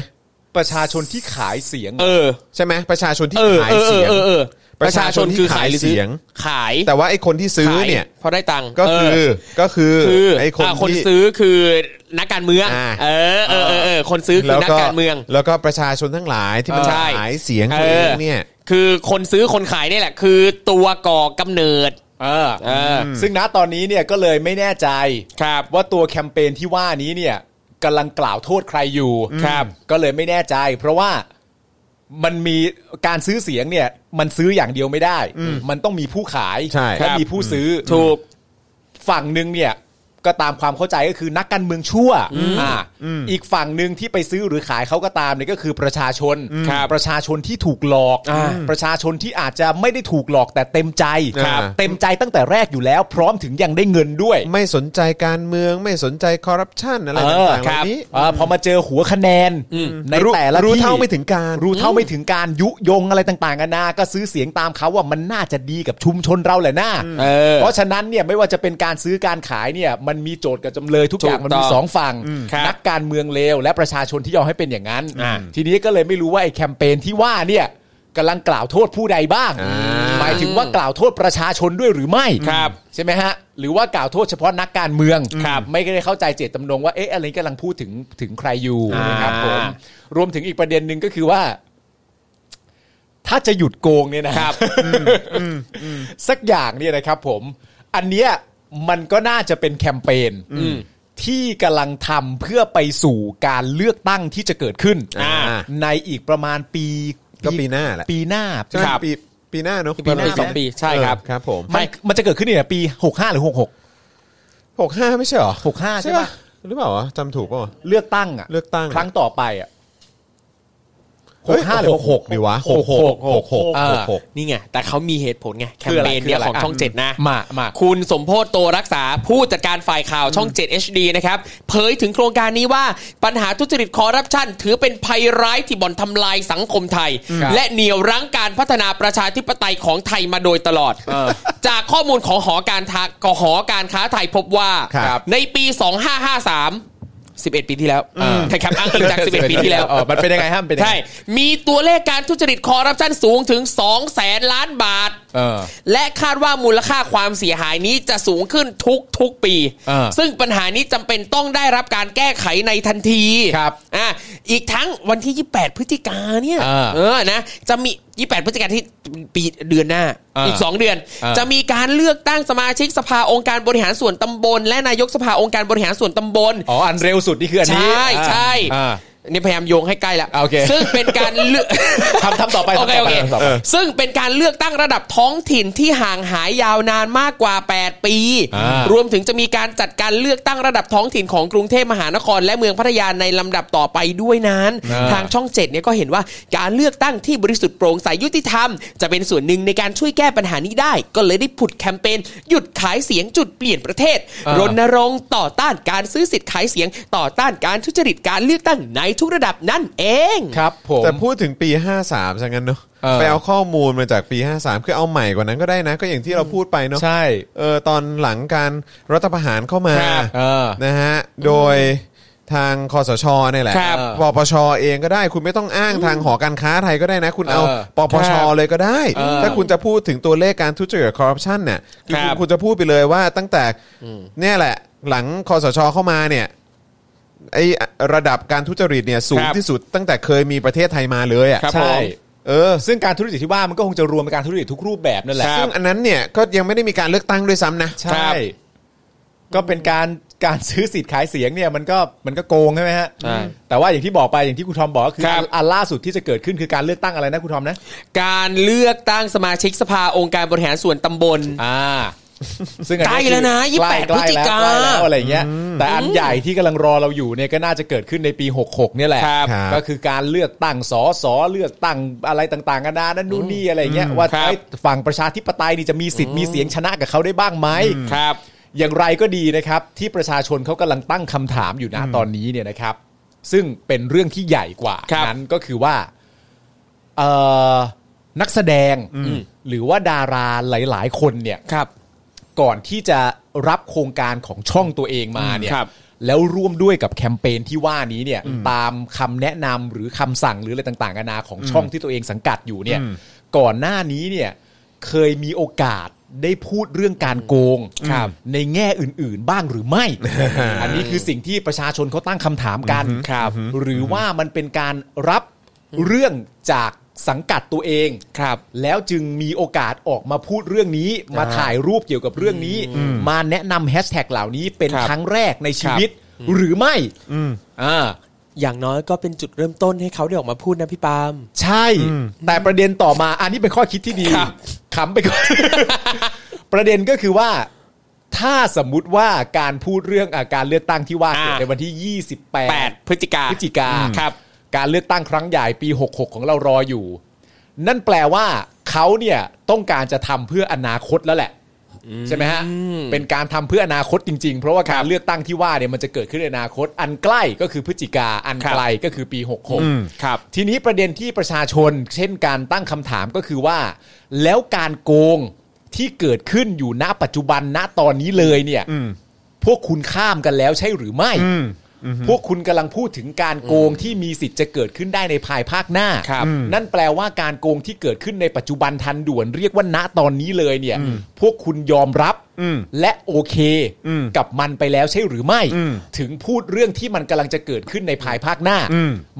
Speaker 4: ประชาชนที่ขายเสียง
Speaker 3: เออ
Speaker 5: ใช่ไหมประชาชนที่
Speaker 3: เออ
Speaker 5: ขาย
Speaker 3: เออเอ
Speaker 5: เสี
Speaker 3: อย
Speaker 5: ง
Speaker 3: เออเออ ประชาชนคือขายหรือซื้อ
Speaker 5: เสียง
Speaker 3: ขาย
Speaker 5: แต่ว่าไอ้คนที่ซื้อ
Speaker 3: ขาย
Speaker 5: เนี่ย
Speaker 3: เพราะได้ตังค์
Speaker 5: ก็คือ
Speaker 3: เ
Speaker 5: ก็คือ
Speaker 3: คือ
Speaker 5: ไอ้คน
Speaker 3: อ่าคน
Speaker 5: ที่
Speaker 3: ซื้อคือนักการเมือง
Speaker 5: อ่า
Speaker 3: เออเออเออเออคนซื้อคือนักการเมือง
Speaker 5: แล้วก็ประชาชนทั้งหลายที่มัน
Speaker 3: ใช่
Speaker 5: ขายเสียงตัวเองเนี่ย
Speaker 3: คือคนซื้อคนขายนี่แหละ คือตัวก่อกำเนิด
Speaker 4: เออ
Speaker 3: เออ
Speaker 4: ซึ่งณตอนนี้เนี่ยก็เลยไม่แน่ใจ
Speaker 3: ครับ
Speaker 4: ว่าตัวแคมเปญที่ว่านี้เนี่ยกำลังกล่าวโทษใครอยู่
Speaker 3: ครับ
Speaker 4: ก็เลยไม่แน่ใจ เพราะว่ามันมีการซื้อเสียงเนี่ย มันซื้ออย่างเดียวไม่ได้ มันต้องมีผู้ขาย
Speaker 5: ใช่
Speaker 4: และ
Speaker 3: ครับ
Speaker 4: มีผู้ซื้ออ
Speaker 3: ถูก
Speaker 4: ฝั่งหนึ่งเนี่ยก็ตามความเข้าใจก็คือนักการเมืองชั่วอ่าอีกฝั่งหนึ่งที่ไปซื้อหรือขายเขาก็ตามเนี่ยก็คือประชาชน
Speaker 3: ครับ
Speaker 4: ประชาชนที่ถูกหลอก
Speaker 3: อ่า
Speaker 4: ประชาชนที่อาจจะไม่ได้ถูกหลอกแต่เต็มใจ
Speaker 5: ครับ
Speaker 4: เต็มใจตั้งแต่แรกอยู่แล้ว พร้อมถึงยังได้เงินด้วย
Speaker 5: ไม่สนใจการเมืองไม่สนใจคอร์รัปชันอะไร
Speaker 4: เออ
Speaker 5: ต่างๆเห
Speaker 4: ครั
Speaker 5: ล่า
Speaker 4: บ
Speaker 5: นี้
Speaker 4: เออพอมาเจอหัวคะแนนใน
Speaker 5: รู้
Speaker 4: แต่ละที่
Speaker 5: รู้เท่าไม่ถึงการ
Speaker 4: รู้เท่าไม่ถึงการยุยงอะไรต่างๆกันานาก็ซื้อเสียงตามเขาว่ามันน่าจะดีกับชุมชนเราแหละนะ
Speaker 3: เออ
Speaker 4: เพราะฉะนั้นเนี่ยไม่ว่าจะเป็นการซื้อการขายเนี่ยมันมีโจทย์กับจำเลยทุกอย่าง
Speaker 3: ถูก
Speaker 4: มันมี
Speaker 3: ต้อง
Speaker 4: สองฝั่ง
Speaker 3: ครับ
Speaker 4: นักการเมืองเลวและประชาชนที่ยอมให้เป็นอย่างนั้น
Speaker 3: อ่า
Speaker 4: ทีนี้ก็เลยไม่รู้ว่าไอ้แคมเปญที่ว่าเนี่ยกำลังกล่าวโทษผู้ใดบ้าง
Speaker 5: อ่า
Speaker 4: หมายถึงว่ากล่าวโทษประชาชนด้วยหรือไม่
Speaker 3: ครับ
Speaker 4: ใช่ไหมฮะ หรือว่ากล่าวโทษเฉพาะนักการเมือง ไม่ได้เข้าใจเจตจำนงว่าเอ๊ะอะไรกำลังพูดถึงถึงใครอยู่
Speaker 3: อ่าน
Speaker 4: นะครับผมรวมถึงอีกประเด็นหนึ่งก็คือว่า ถ้าจะหยุดโกงเนี่ยนะครับสักอย่างเนี่ยนะครับ ผม อันเนี้ยมันก็น่าจะเป็นแคมเปญที่กำลังทำเพื่อไปสู่การเลือกตั้งที่จะเกิดขึ้น
Speaker 5: อ่า
Speaker 4: ในอีกประมาณปี
Speaker 5: ก็ปีหน้าแหละ
Speaker 4: ปีหน้า
Speaker 5: ใช่ไหมปีปีหน้าเนอะ
Speaker 3: ปีหน้าสองปีใช่ครับ
Speaker 5: เออครับผม
Speaker 4: มันมันจะเกิดขึ้นเนี่ยปี 65 หรือ 66
Speaker 5: หกห้าไม่ใช่เหรอ
Speaker 4: 65 ใช่
Speaker 5: ใช่
Speaker 4: ปะ
Speaker 5: ป่ะหรือเปล่าวะจำถูกป่ะวะ
Speaker 4: เลือกตั้งอ่ะ
Speaker 5: เลือกตั้ง
Speaker 4: ครั้งต่อไปอ่ะ
Speaker 5: เฮ้ย
Speaker 4: 65หรือ
Speaker 5: หก
Speaker 4: 66
Speaker 5: ดีวะหกหกหกหก
Speaker 4: อ่า
Speaker 5: หกหก
Speaker 3: นี่ไง แต่เขามีเหตุผลไง แคม
Speaker 4: คืออะ
Speaker 3: เป
Speaker 4: ไร
Speaker 3: ญเนี่ย
Speaker 4: คืออะ
Speaker 3: ขอ
Speaker 4: ไร
Speaker 3: งช่อง
Speaker 4: อ่ะ
Speaker 3: เจ็ดนะ
Speaker 4: มามา
Speaker 3: คุณสมโพศโตรักษาผู้จัดการฝ่ายข่าวช่อง 7 HD นะครับ เผยถึงโครงการนี้ว่าปัญหาทุจริตคอร์รัปชันถือเป็นภัยร้ายที่บ่อนทำลายสังคมไทย
Speaker 4: ครับ
Speaker 3: และเหนี่ยวรั้งการพัฒนาประชาธิปไตยของไทยมาโดยตลอด จากข้อมูลของหอการทากหอการค้าไทยพบว่า
Speaker 5: ครับ
Speaker 3: ในปี 2553 11 ปีที่แล้วนะครับอ้างอิงจาก 11 ปีที่แล้ว
Speaker 4: เออมันเป็นยังไงฮะมันเป็นยังไง
Speaker 3: ใช่ มีตัวเลขการทุจริตคอร์รัปชันสูงถึง 2 แสนล้านบาท
Speaker 4: เออ
Speaker 3: และคาดว่ามูลค่าความเสียหายนี้จะสูงขึ้นทุกทุกๆปี
Speaker 4: อ่า
Speaker 3: ซึ่งปัญหานี้จำเป็นต้องได้รับการแก้ไขในทันที
Speaker 4: ครับ
Speaker 3: อ่ะอีกทั้งวันที่ 28 พฤศจิกาเนี่ย
Speaker 4: อ่า
Speaker 3: เออนะจะมี 28 พฤศจิกาที่ปีเดือนหน้า
Speaker 4: อ่า
Speaker 3: อีก 2 เดือน
Speaker 4: อ่า
Speaker 3: จะมีการเลือกตั้งสมาชิกสภาองค์การบริหารส่วนตำบล และนายกสภาองค์การบริหารส่วนตำบล
Speaker 4: อ๋อ อันเร็วสุดนี่คืออันนี้
Speaker 3: ใช่
Speaker 4: อ่า
Speaker 3: ใช่
Speaker 4: อ่า
Speaker 3: นี่พยายามโยงให้ใกล้แล้ว
Speaker 4: โอเค
Speaker 3: ซึ่งเป็นการเลือก
Speaker 4: ทำทำต่อไป
Speaker 3: โอเค
Speaker 4: ทำต่
Speaker 3: โอ
Speaker 4: อไป
Speaker 3: เค
Speaker 4: ทำต่อไป
Speaker 3: ซึ่งเป็นการเลือกตั้งระดับท้องถิ่นที่ห่างหายยาวนานมากกว่า 8 ปี
Speaker 4: อ่าร ร
Speaker 3: วมถึงจะมีการจัดการเลือกตั้งระดับท้องถิ่นของกรุงเทพมหานคร และเมืองพัทยาในลำดับต่อไปด้วยนั้น ทางช่องเจ็ดเนี่ยก็เห็นว่าการเลือกตั้งที่บริสุทธิ์โปร่งใสยุติธรรม จะเป็นส่วนหนึ่งในการช่วยแก้ปัญหานี้ได้ ก็เลยได้ผุดแคมเปญหยุดขายเสียงจุดเปลี่ยนประเทศ
Speaker 4: อ่าร ร
Speaker 3: ณรงค์ต่อต้านการซื้อสิทธิ์ขายเสียง ต่อต้านการทุจริตการเลือกตั้งในทุกระดับนั่นเอง
Speaker 4: ครับผม
Speaker 5: แต่พูดถึงปี 53ซะงั้นเนอะ
Speaker 4: เออ
Speaker 5: ไปเอาข้อมูลมาจากปี 53 คือเอาใหม่กว่านั้นก็ได้นะ ก็อย่างที่เราพูดไปเนอะ
Speaker 4: ใช่
Speaker 5: เออตอนหลังการรัฐประหารเข้ามา
Speaker 4: ครับเออ
Speaker 5: นะฮะโดยทางคอสชเนี่ยแหละ
Speaker 4: ครับ
Speaker 5: ปปชเองก็ได้ คุณไม่ต้องอ้างทางหอการค้าไทยก็ได้นะ คุณเอา
Speaker 4: เออ
Speaker 5: ปปชเลยก็ได้
Speaker 4: เออ
Speaker 5: ถ้าคุณจะพูดถึงตัวเลขการทุจริตคอร์รัปชันเนี่ยคือ
Speaker 4: ครับ
Speaker 5: คุณจะพูดไปเลยว่าตั้งแต่เนี่ยแหละ หลังคอสชเข้ามาเนี่ย ไอ้ระดับการทุจริตเนี่ยสูง
Speaker 4: ครับ
Speaker 5: ที่สุดตั้งแต่เคยมีประเทศไทยมาเลยอ่ะ
Speaker 4: ใช่
Speaker 5: เออ
Speaker 4: ซึ่งการทุจริตที่ว่ามันก็คงจะรวมเป็นการทุจริตทุกรูปแบบนั่นแหละ
Speaker 5: ซึ่งอันนั้นเนี่ยก็ยังไม่ได้มีการเลือกตั้งด้วยซ้ำนะ
Speaker 4: ใช่ ก็เป็นการการซื้อสิทธิ์ขายเสียงเนี่ยมันก็มันก็โกงใช่ไหมฮะ
Speaker 3: ใช่
Speaker 4: แต่ว่าอย่างที่บอกไปอย่างที่คุณทอมบอกก็คือ
Speaker 3: ครับ
Speaker 4: อันอันล่าสุดที่จะเกิดขึ้นคือการเลือกตั้งอะไรนะคุณทอมนะ
Speaker 3: การเลือกตั้งสมาชิกสภาองค์การบริหารส่วนตำบล
Speaker 4: อ่า ซึ่งอั
Speaker 3: ใกล้แล้วนะ
Speaker 4: คือ
Speaker 3: 28
Speaker 4: ใล้
Speaker 3: พฤศจิกา
Speaker 4: ใล้แล้วอะไรเงี้ย แต่อันใหญ่ที่กำลังรอเราอยู่เนี่ยก็น่าจะเกิดขึ้นในปี 66 เนี่ยแหละ ก็คือการเลือกตั้งสอสอเลือกตั้งอะไรต่างๆกันานานั่นนู่นนี่อะไรเงี้ยว่าเอ้ยฝั่งประชาธิปไตยนี่จะมีสิทธิ์มีเสียงชนะกับเขาได้บ้างไหม
Speaker 3: ครับ
Speaker 4: อย่างไรก็ดีนะครับ ที่ประชาชนเขากำลังตั้งคำถามอยู่นะตอนนี้เนี่ยนะครับ ซึ่งเป็นเรื่องที่ใหญ่กว่า
Speaker 3: ครับ
Speaker 4: นั้นก็คือว่าเอ่อนักแสดงหรือว่าดาราหลาย ๆ คนเนี่ย
Speaker 3: ครับ
Speaker 4: ก่อนที่จะรับโครงการของช่องตัวเองมาเนี่ย
Speaker 3: ครับ
Speaker 4: แล้วร่วมด้วยกับแคมเปญที่ว่านี้เนี่ยตามคำแนะนำหรือคำสั่งหรืออะไรต่างๆนานาของช่องที่ตัวเองสังกัดอยู่เนี่ย ก่อนหน้านี้เนี่ย เคยมีโอกาสได้พูดเรื่องการโกงในแง่อื่นๆบ้างหรือไม่ อันนี้คือสิ่งที่ประชาชนเขาตั้งคำถามกันครับหรือว่ามันเป็นการรับเรื่องจากสังกัดตัวเองครับ แล้วจึงมีโอกาสออกมาพูดเรื่องนี้ มาถ่ายรูปเกี่ยวกับเรื่องนี้ มาแนะนำแฮชแท็กเหล่านี้เป็น
Speaker 3: ครับ
Speaker 4: ครั้งแรกในชีวิต หรือไม่อ่า
Speaker 3: อย่างน้อยก็เป็นจุดเริ่มต้นให้เขาได้ออกมาพูดนะพี่ปาล์ม
Speaker 4: ใช่ แต่ประเด็นต่อมาอันนี้เป็นข้อคิดที่ดี
Speaker 3: ครับ
Speaker 4: ขำไปก่อน ประเด็นก็คือว่า ถ้าสมมุติว่าการพูดเรื่องอาการเลือกตั้งที่ว่าเกิด
Speaker 3: อ่า
Speaker 4: ในวันที่ 28
Speaker 3: 8พฤศจิกา
Speaker 4: พฤศจิกา
Speaker 3: ครับ
Speaker 4: การเลือกตั้งครั้งใหญ่ปี 66 ของเรารออยู่ นั่นแปลว่าเขาเนี่ยต้องการจะทำเพื่ออนาคตแล้วแหละ ใช่ไหมฮะ เป็นการทำเพื่ออนาคตจริง ๆ เพราะว่าการเลือกตั้งที่ว่าเนี่ยมันจะเกิดขึ้นในอนาคต อันใกล้ก็คือพฤศจิกา อันไกลก็คือปี 66
Speaker 3: ครับ
Speaker 4: ทีนี้ประเด็นที่ประชาชน เช่นการตั้งคำถามก็คือว่า แล้วการโกงที่เกิดขึ้นอยู่ณปัจจุบันณตอนนี้เลยเนี่ยพวกคุณข้ามกันแล้วใช่หรือไม่ พวกคุณกำลังพูดถึงการโกงที่มีสิทธิ์จะเกิดขึ้นได้ในภายภาคหน้า
Speaker 3: ครับอืม
Speaker 4: นั่นแปลว่าการโกงที่เกิดขึ้นในปัจจุบันทันด่วนเรียกว่าณตอนนี้เลยเนี่ย พวกคุณยอมรับและโอเคกับมันไปแล้วใช่หรือไม่ ถึงพูดเรื่องที่มันกำลังจะเกิดขึ้นในภายภาคหน้า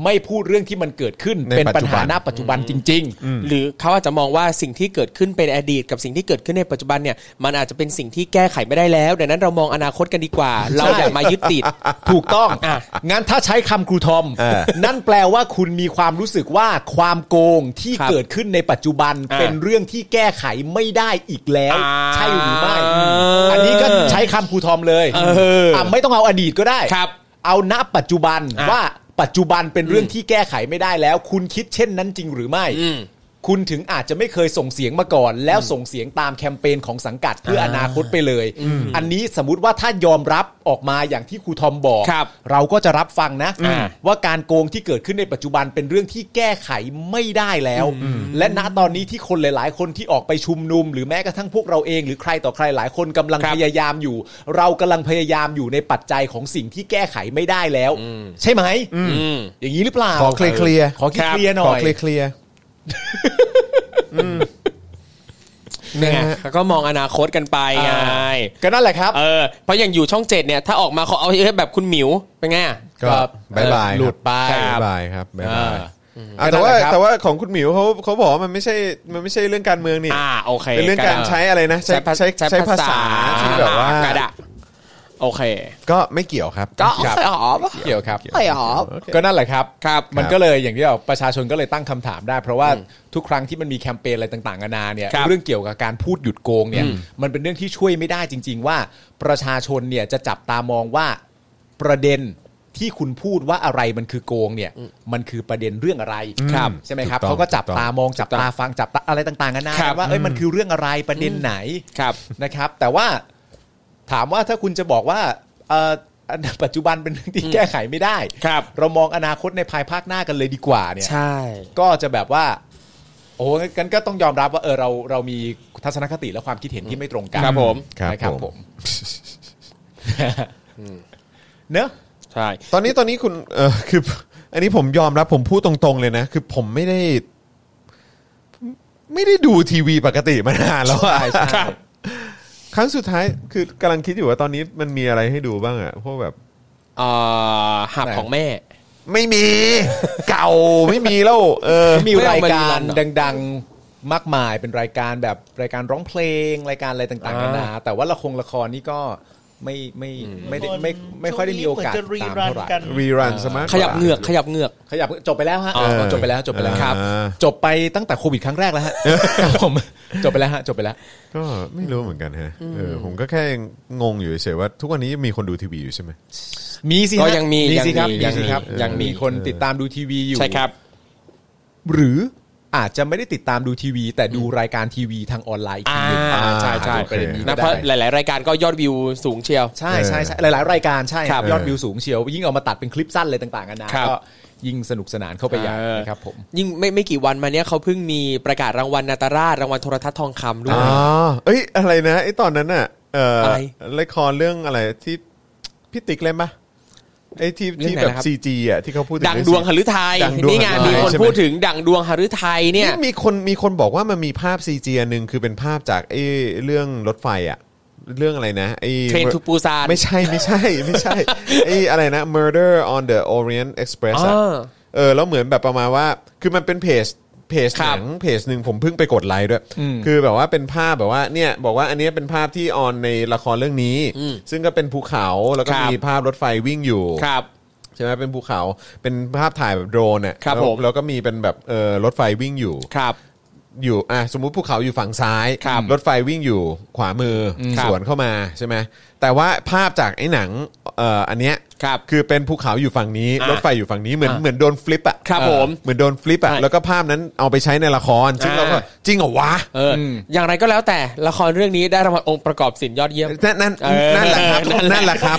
Speaker 4: ไม่พูดเรื่องที่มันเกิดขึ้น
Speaker 5: ใน
Speaker 4: เป็น
Speaker 5: ปั
Speaker 4: ปั
Speaker 5: จ
Speaker 4: ญ
Speaker 5: จุบั
Speaker 4: หาน ณปัจจุบันจริง
Speaker 3: หรือเขาอาจจะมองว่าสิ่งที่เกิดขึ้นเป็นอดีต กับสิ่งที่เกิดขึ้นในปัจจุบันเนี่ยมันอาจจะเป็นสิ่งที่แก้ไขไม่ได้แล้วดังนั้นเรามองอนาคตกันดีกว่า เราอย่ามายึดติด
Speaker 4: ๆ ถูกต้อง
Speaker 3: อ่ะ
Speaker 4: งั้นถ้าใช้คำครูทอม นั่นแปลว่าคุณมีความรู้สึกว่าความโกงที่
Speaker 3: ครับ
Speaker 4: เกิดขึ้นในปัจจุบัน
Speaker 3: อ่ะ
Speaker 4: เป็นเรื่องที่แก้ไขไม่ได้อีกแล้ว
Speaker 3: อ่า
Speaker 4: ใช่หรือไม่อันนี้ก็ใช้คำครูทอมเลย
Speaker 3: ออ่
Speaker 4: ะไม่ต้องเอาอดีตก็ได้
Speaker 3: ครับ
Speaker 4: เอาณปัจจุบัน
Speaker 3: อ่ะ
Speaker 4: ว่าปัจจุบันเป็นเรื่องที่แก้ไขไม่ได้แล้ว คุณคิดเช่นนั้นจริงหรือไม่
Speaker 3: อืม
Speaker 4: คุณถึงอาจจะไม่เคยส่งเสียงมาก่อน แล้วส่งเสียงตามแคมเปญของสังกัดเพื่ออนาคตไปเลย อันนี้สมมติว่าถ้ายอมรับออกมาอย่างที่ครูทอมบอก
Speaker 3: ครับ
Speaker 4: เราก็จะรับฟังนะ
Speaker 3: อ่า
Speaker 4: ว่าการโกงที่เกิดขึ้นในปัจจุบันเป็นเรื่องที่แก้ไขไม่ได้แล้ว และณตอนนี้ที่คนหลาย ๆ คนที่ออกไปชุมนุม หรือแม้กระทั่งพวกเราเอง หรือใครต่อใครหลายคนกำลัง
Speaker 3: ครับ
Speaker 4: พยายามอยู่ เรากำลังพยายามอยู่ในปัจจัยของสิ่งที่แก้ไขไม่ได้แล้ว ใช่ไหม
Speaker 3: อืม
Speaker 4: อย่างนี้หรือเปล่า
Speaker 5: ขอเคลียร์
Speaker 4: ขอเคลียร์หน่
Speaker 5: ขอ
Speaker 4: อย
Speaker 5: เคลียร์ๆ
Speaker 3: นี่
Speaker 5: นะ
Speaker 3: ไง
Speaker 5: ฮะ
Speaker 3: เขาก็มองอนาคตกันไปไง
Speaker 4: อ่า ก็นั่นแหละครับ
Speaker 3: เออเพราะอย่างอยู่ช่องเจ็ดเนี่ย ถ้าออกมาเขาเอาแบบคุณหมิวเป็นไงอะ
Speaker 5: ก็บายบาย
Speaker 4: หลุดไป
Speaker 5: บายบายครับบายบาย
Speaker 4: อ่า
Speaker 5: อ่ะแต่
Speaker 4: ก็
Speaker 5: ว่า
Speaker 4: นั่นแหละครับ
Speaker 5: แต่ว่าของคุณหมิวเขาเขาบอกว่ามันไม่ใช่มันไม่ใช่เรื่องการเมืองนี่
Speaker 3: อ่าโอเค
Speaker 5: เป็นเรื่องการใช้อะไรนะใช้
Speaker 3: ภา
Speaker 5: ใช้ใช้ภาษาที่แบบว่า
Speaker 3: กระดะโอเค
Speaker 5: ก็ไม่เกี่ยวครับ
Speaker 3: ก็
Speaker 5: ครับ
Speaker 3: หอม
Speaker 4: เกี่ยวครับ
Speaker 3: เกี่ยวครับ
Speaker 5: โอเค
Speaker 4: ก็นั่นแหละครับ
Speaker 3: ครับ
Speaker 4: มันก็เลยอย่างที่บอกประชาชนก็เลยตั้งคำถามได้ เพราะว่าทุกครั้งที่มันมีแคมเปญอะไรต่างๆนานาเนี่ย
Speaker 3: ครับ
Speaker 4: เรื่องเกี่ยวกับการพูดหยุดโกงเนี่ยมันเป็นเรื่องที่ช่วยไม่ได้จริง ๆ ว่าประชาชนเนี่ยจะจับตามองว่าประเด็นที่คุณพูดว่าอะไรมันคือโกงเนี่ยมันคือประเด็นเรื่องอะไร
Speaker 5: ครับ
Speaker 4: ใช่ไหมครับ
Speaker 5: ถูกต้อง
Speaker 4: เขาก็จับตามองจับตาฟังจับตาอะไรต่างๆนานา
Speaker 3: ครับ
Speaker 4: ว่าเอ้ยมันคือเรื่องอะไรประเด็นไหน
Speaker 3: ครับ
Speaker 4: นะครับแต่ว่าถามว่าถ้าคุณจะบอกว่าเอ่อ อันปัจจุบันเป็นเรื่องที่แก้ไขไม่ได้
Speaker 3: ครับ
Speaker 4: เรามองอนาคตในภายภาคหน้ากันเลยดีกว่าเนี่ย
Speaker 3: ใช่
Speaker 4: ก็จะแบบว่า โอ้โหงั้นก็ต้องยอมรับว่าเออเราเรามีทัศนคติและความคิดเห็นที่ไม่ตรงกัน
Speaker 3: ครับผม
Speaker 4: นะครับผมเนอะ
Speaker 3: ใช่
Speaker 5: ตอนนี้ตอนนี้คุณเออคือ อันนี้ผมยอมรับผมพูดตรงๆเลยนะ คือผมไม่ได้ ไม่ได้ดูทีวีปกติมานานแล้วอะ
Speaker 3: ครับ
Speaker 5: ครั้งสุดท้ายคือกำลังคิดอยู่ว่าตอนนี้มันมีอะไรให้ดูบ้างอะพวกแบบ
Speaker 3: เอ่อหับของแม่
Speaker 5: ไม่ มี เก่าไม่มีแล้ว เออ
Speaker 4: มี
Speaker 3: ไม่เอา
Speaker 4: ราย
Speaker 3: มาร
Speaker 4: กา
Speaker 3: รั
Speaker 4: ร
Speaker 3: นเหรอ
Speaker 4: ดังๆมากมายเป็นรายการแบบรายการร้องเพลงรายการอะไรต่างๆ
Speaker 3: อ่า
Speaker 4: นานาแต่ว่าละครละครนี่ก็ไม่ไม่ไม่ได้ไม่ไม่ค่อยได้มีโอกาส
Speaker 6: ช่วงนี้
Speaker 4: ตาม
Speaker 6: เหมือนจะรีรัน
Speaker 4: เท่าไหร่
Speaker 5: รีรันส
Speaker 6: กัน
Speaker 5: มากกว่า
Speaker 3: ขยับเหงือกขยับเหงือก
Speaker 4: ขยับจบไปแล้วฮะ
Speaker 5: อ๋อ
Speaker 4: จบไปแล้วจบไปแล้ว
Speaker 5: ครับ
Speaker 4: จบไปตั้งแต่โควิดครั้งแรกแล้วฮะครับผมจบไปแล้วฮะจบไปแล้ว
Speaker 5: ก็ไม่รู้เหมือนกันฮะเออผมก็แค่งงอยู่เฉยๆว่าทุกวันนี้มีคนดูทีวีอยู่ใช่ไหม
Speaker 4: มีสิฮะ
Speaker 3: ก็ยังมี
Speaker 4: มีสิครับ
Speaker 3: ยั
Speaker 4: มี
Speaker 3: งมี
Speaker 4: สิครับ
Speaker 3: ยั
Speaker 4: ยัง
Speaker 3: งมี
Speaker 4: มีคนติดตามดูทีวีอยู่
Speaker 3: ใช่ครับ
Speaker 4: หรืออาจจะไม่ได้ติดตามดูทีวี แต่ดูรายการทีวีทางออนไลน์อีกทีหนึง
Speaker 3: อ่าใช่ใช่
Speaker 4: อาจจะเป็นประเด็นนี้ก็
Speaker 3: นะเพ
Speaker 4: ได้
Speaker 3: ราะหลาย ๆ รายการก็ยอดวิวสูงเชียว
Speaker 4: ใช่
Speaker 5: เออ
Speaker 4: ใช่ใช่หลาย ๆ รายการใช่ครับ
Speaker 5: ครับ
Speaker 4: ยอดวิวสูงเชียว ยิ่งเอามาตัดเป็นคลิปสั้นอะไรต่างๆกันานะครับ ก็ยิ่งสนุกสนานเข้าไปใหญ่
Speaker 3: เออ
Speaker 4: นะครับผม
Speaker 3: ยิ่งไม่ไม่กี่วันมาเนี้ยเขาเพิ่งมีประกาศรางวัลนาตาราชรางวัลโทรทัศน์ทองคำด้ว
Speaker 5: อ๋
Speaker 3: ย
Speaker 5: อเอ้ยอะไรนะไอ้ตอนนั้นน่ะเอ่ออะไร ละครเรื่องอะไรที่พี่ติ๊กเล่นปะ ไอ้ที่
Speaker 3: เรื่อง
Speaker 5: ที่
Speaker 3: ไหน
Speaker 5: แบบ
Speaker 3: นะครับ
Speaker 5: ซีจีอ่ะที่เขาพูดถึ
Speaker 3: ดัง
Speaker 5: ใน
Speaker 3: ดวงหฤทัย
Speaker 5: ดังดวง
Speaker 3: นี่ไง
Speaker 5: หฤทัย
Speaker 3: มีคน
Speaker 5: ใช่ไหม
Speaker 3: พูดถึงดังดวงหฤทัยเนี่ย
Speaker 5: มีคนมีคนบอกว่ามันมีภาพซีจีอันหนึ่งคือเป็นภาพจากไอ้เรื่องรถไฟอ่ะ เรื่องอะไรนะไอ้
Speaker 3: Train to Busan
Speaker 5: ไม่ใช่ ไม่ใช่ไม่ใช่ ไอ้อะไรนะ Murder on the Orient Express อะ
Speaker 3: อ่า
Speaker 5: เออแล้วเหมือนแบบประมาณว่า คือมันเป็นเพจเพจหนังเพจหนึ่งผมเพิ่งไปกดไลค์ด้วย คือแบบว่าเป็นภาพแบบว่าเนี่ยบอกว่าอันเนี้ยเป็นภาพที่ออนในละครเรื่องนี้ ซึ่งก็เป็นภูเขาแล้วก็
Speaker 3: ครับ
Speaker 5: มีภาพรถไฟวิ่งอยู่
Speaker 3: ครับ
Speaker 5: ใช่ไหมเป็นภูเขาเป็นภาพถ่ายแบบโดรนเนี่ย
Speaker 3: ครับ
Speaker 5: แล้ว
Speaker 3: ผม
Speaker 5: แล้วก็มีเป็นแบบเออรถไฟวิ่งอยู่
Speaker 3: ครับ
Speaker 5: อยู่อ่ะสมมุติภูเขาอยู่ฝั่งซ้าย
Speaker 3: ครับ
Speaker 5: ถไฟวิ่งอยู่ขวามืออ
Speaker 3: ครั
Speaker 5: ส
Speaker 3: บ
Speaker 5: วนเข้ามาใช่ไหมแต่ว่าภาพจากไอ้หนังเอ่ออันเนี้ย
Speaker 3: ครับ
Speaker 5: คือเป็นภูเขาอยู่ฝั่งนี้
Speaker 3: อ่ะ
Speaker 5: รถไฟอยู่ฝั่งนี้เหมือนเหมือนโดนฟลิปอ่ะ
Speaker 3: ครับ
Speaker 5: เออ
Speaker 3: ผม
Speaker 5: เหมือนโดนฟลิปอ่ะ
Speaker 3: ใช่
Speaker 5: แล้วก็ภาพนั้นเอาไปใช้ในละครซึ่ง
Speaker 3: อ่า
Speaker 5: เราก็จริงเหรอวะ
Speaker 3: เออออย่างไรก็แล้วแต่ละครเรื่องนี้ได้รางวัลองค์ประกอบศิลป์ยอดเยี่ยม
Speaker 5: นั่นนั่น
Speaker 3: เออ
Speaker 5: นั่นแหละครับ
Speaker 3: นั่
Speaker 5: นั่น
Speaker 3: น
Speaker 5: แห
Speaker 3: แห
Speaker 5: ละ
Speaker 3: ละ
Speaker 5: ครับ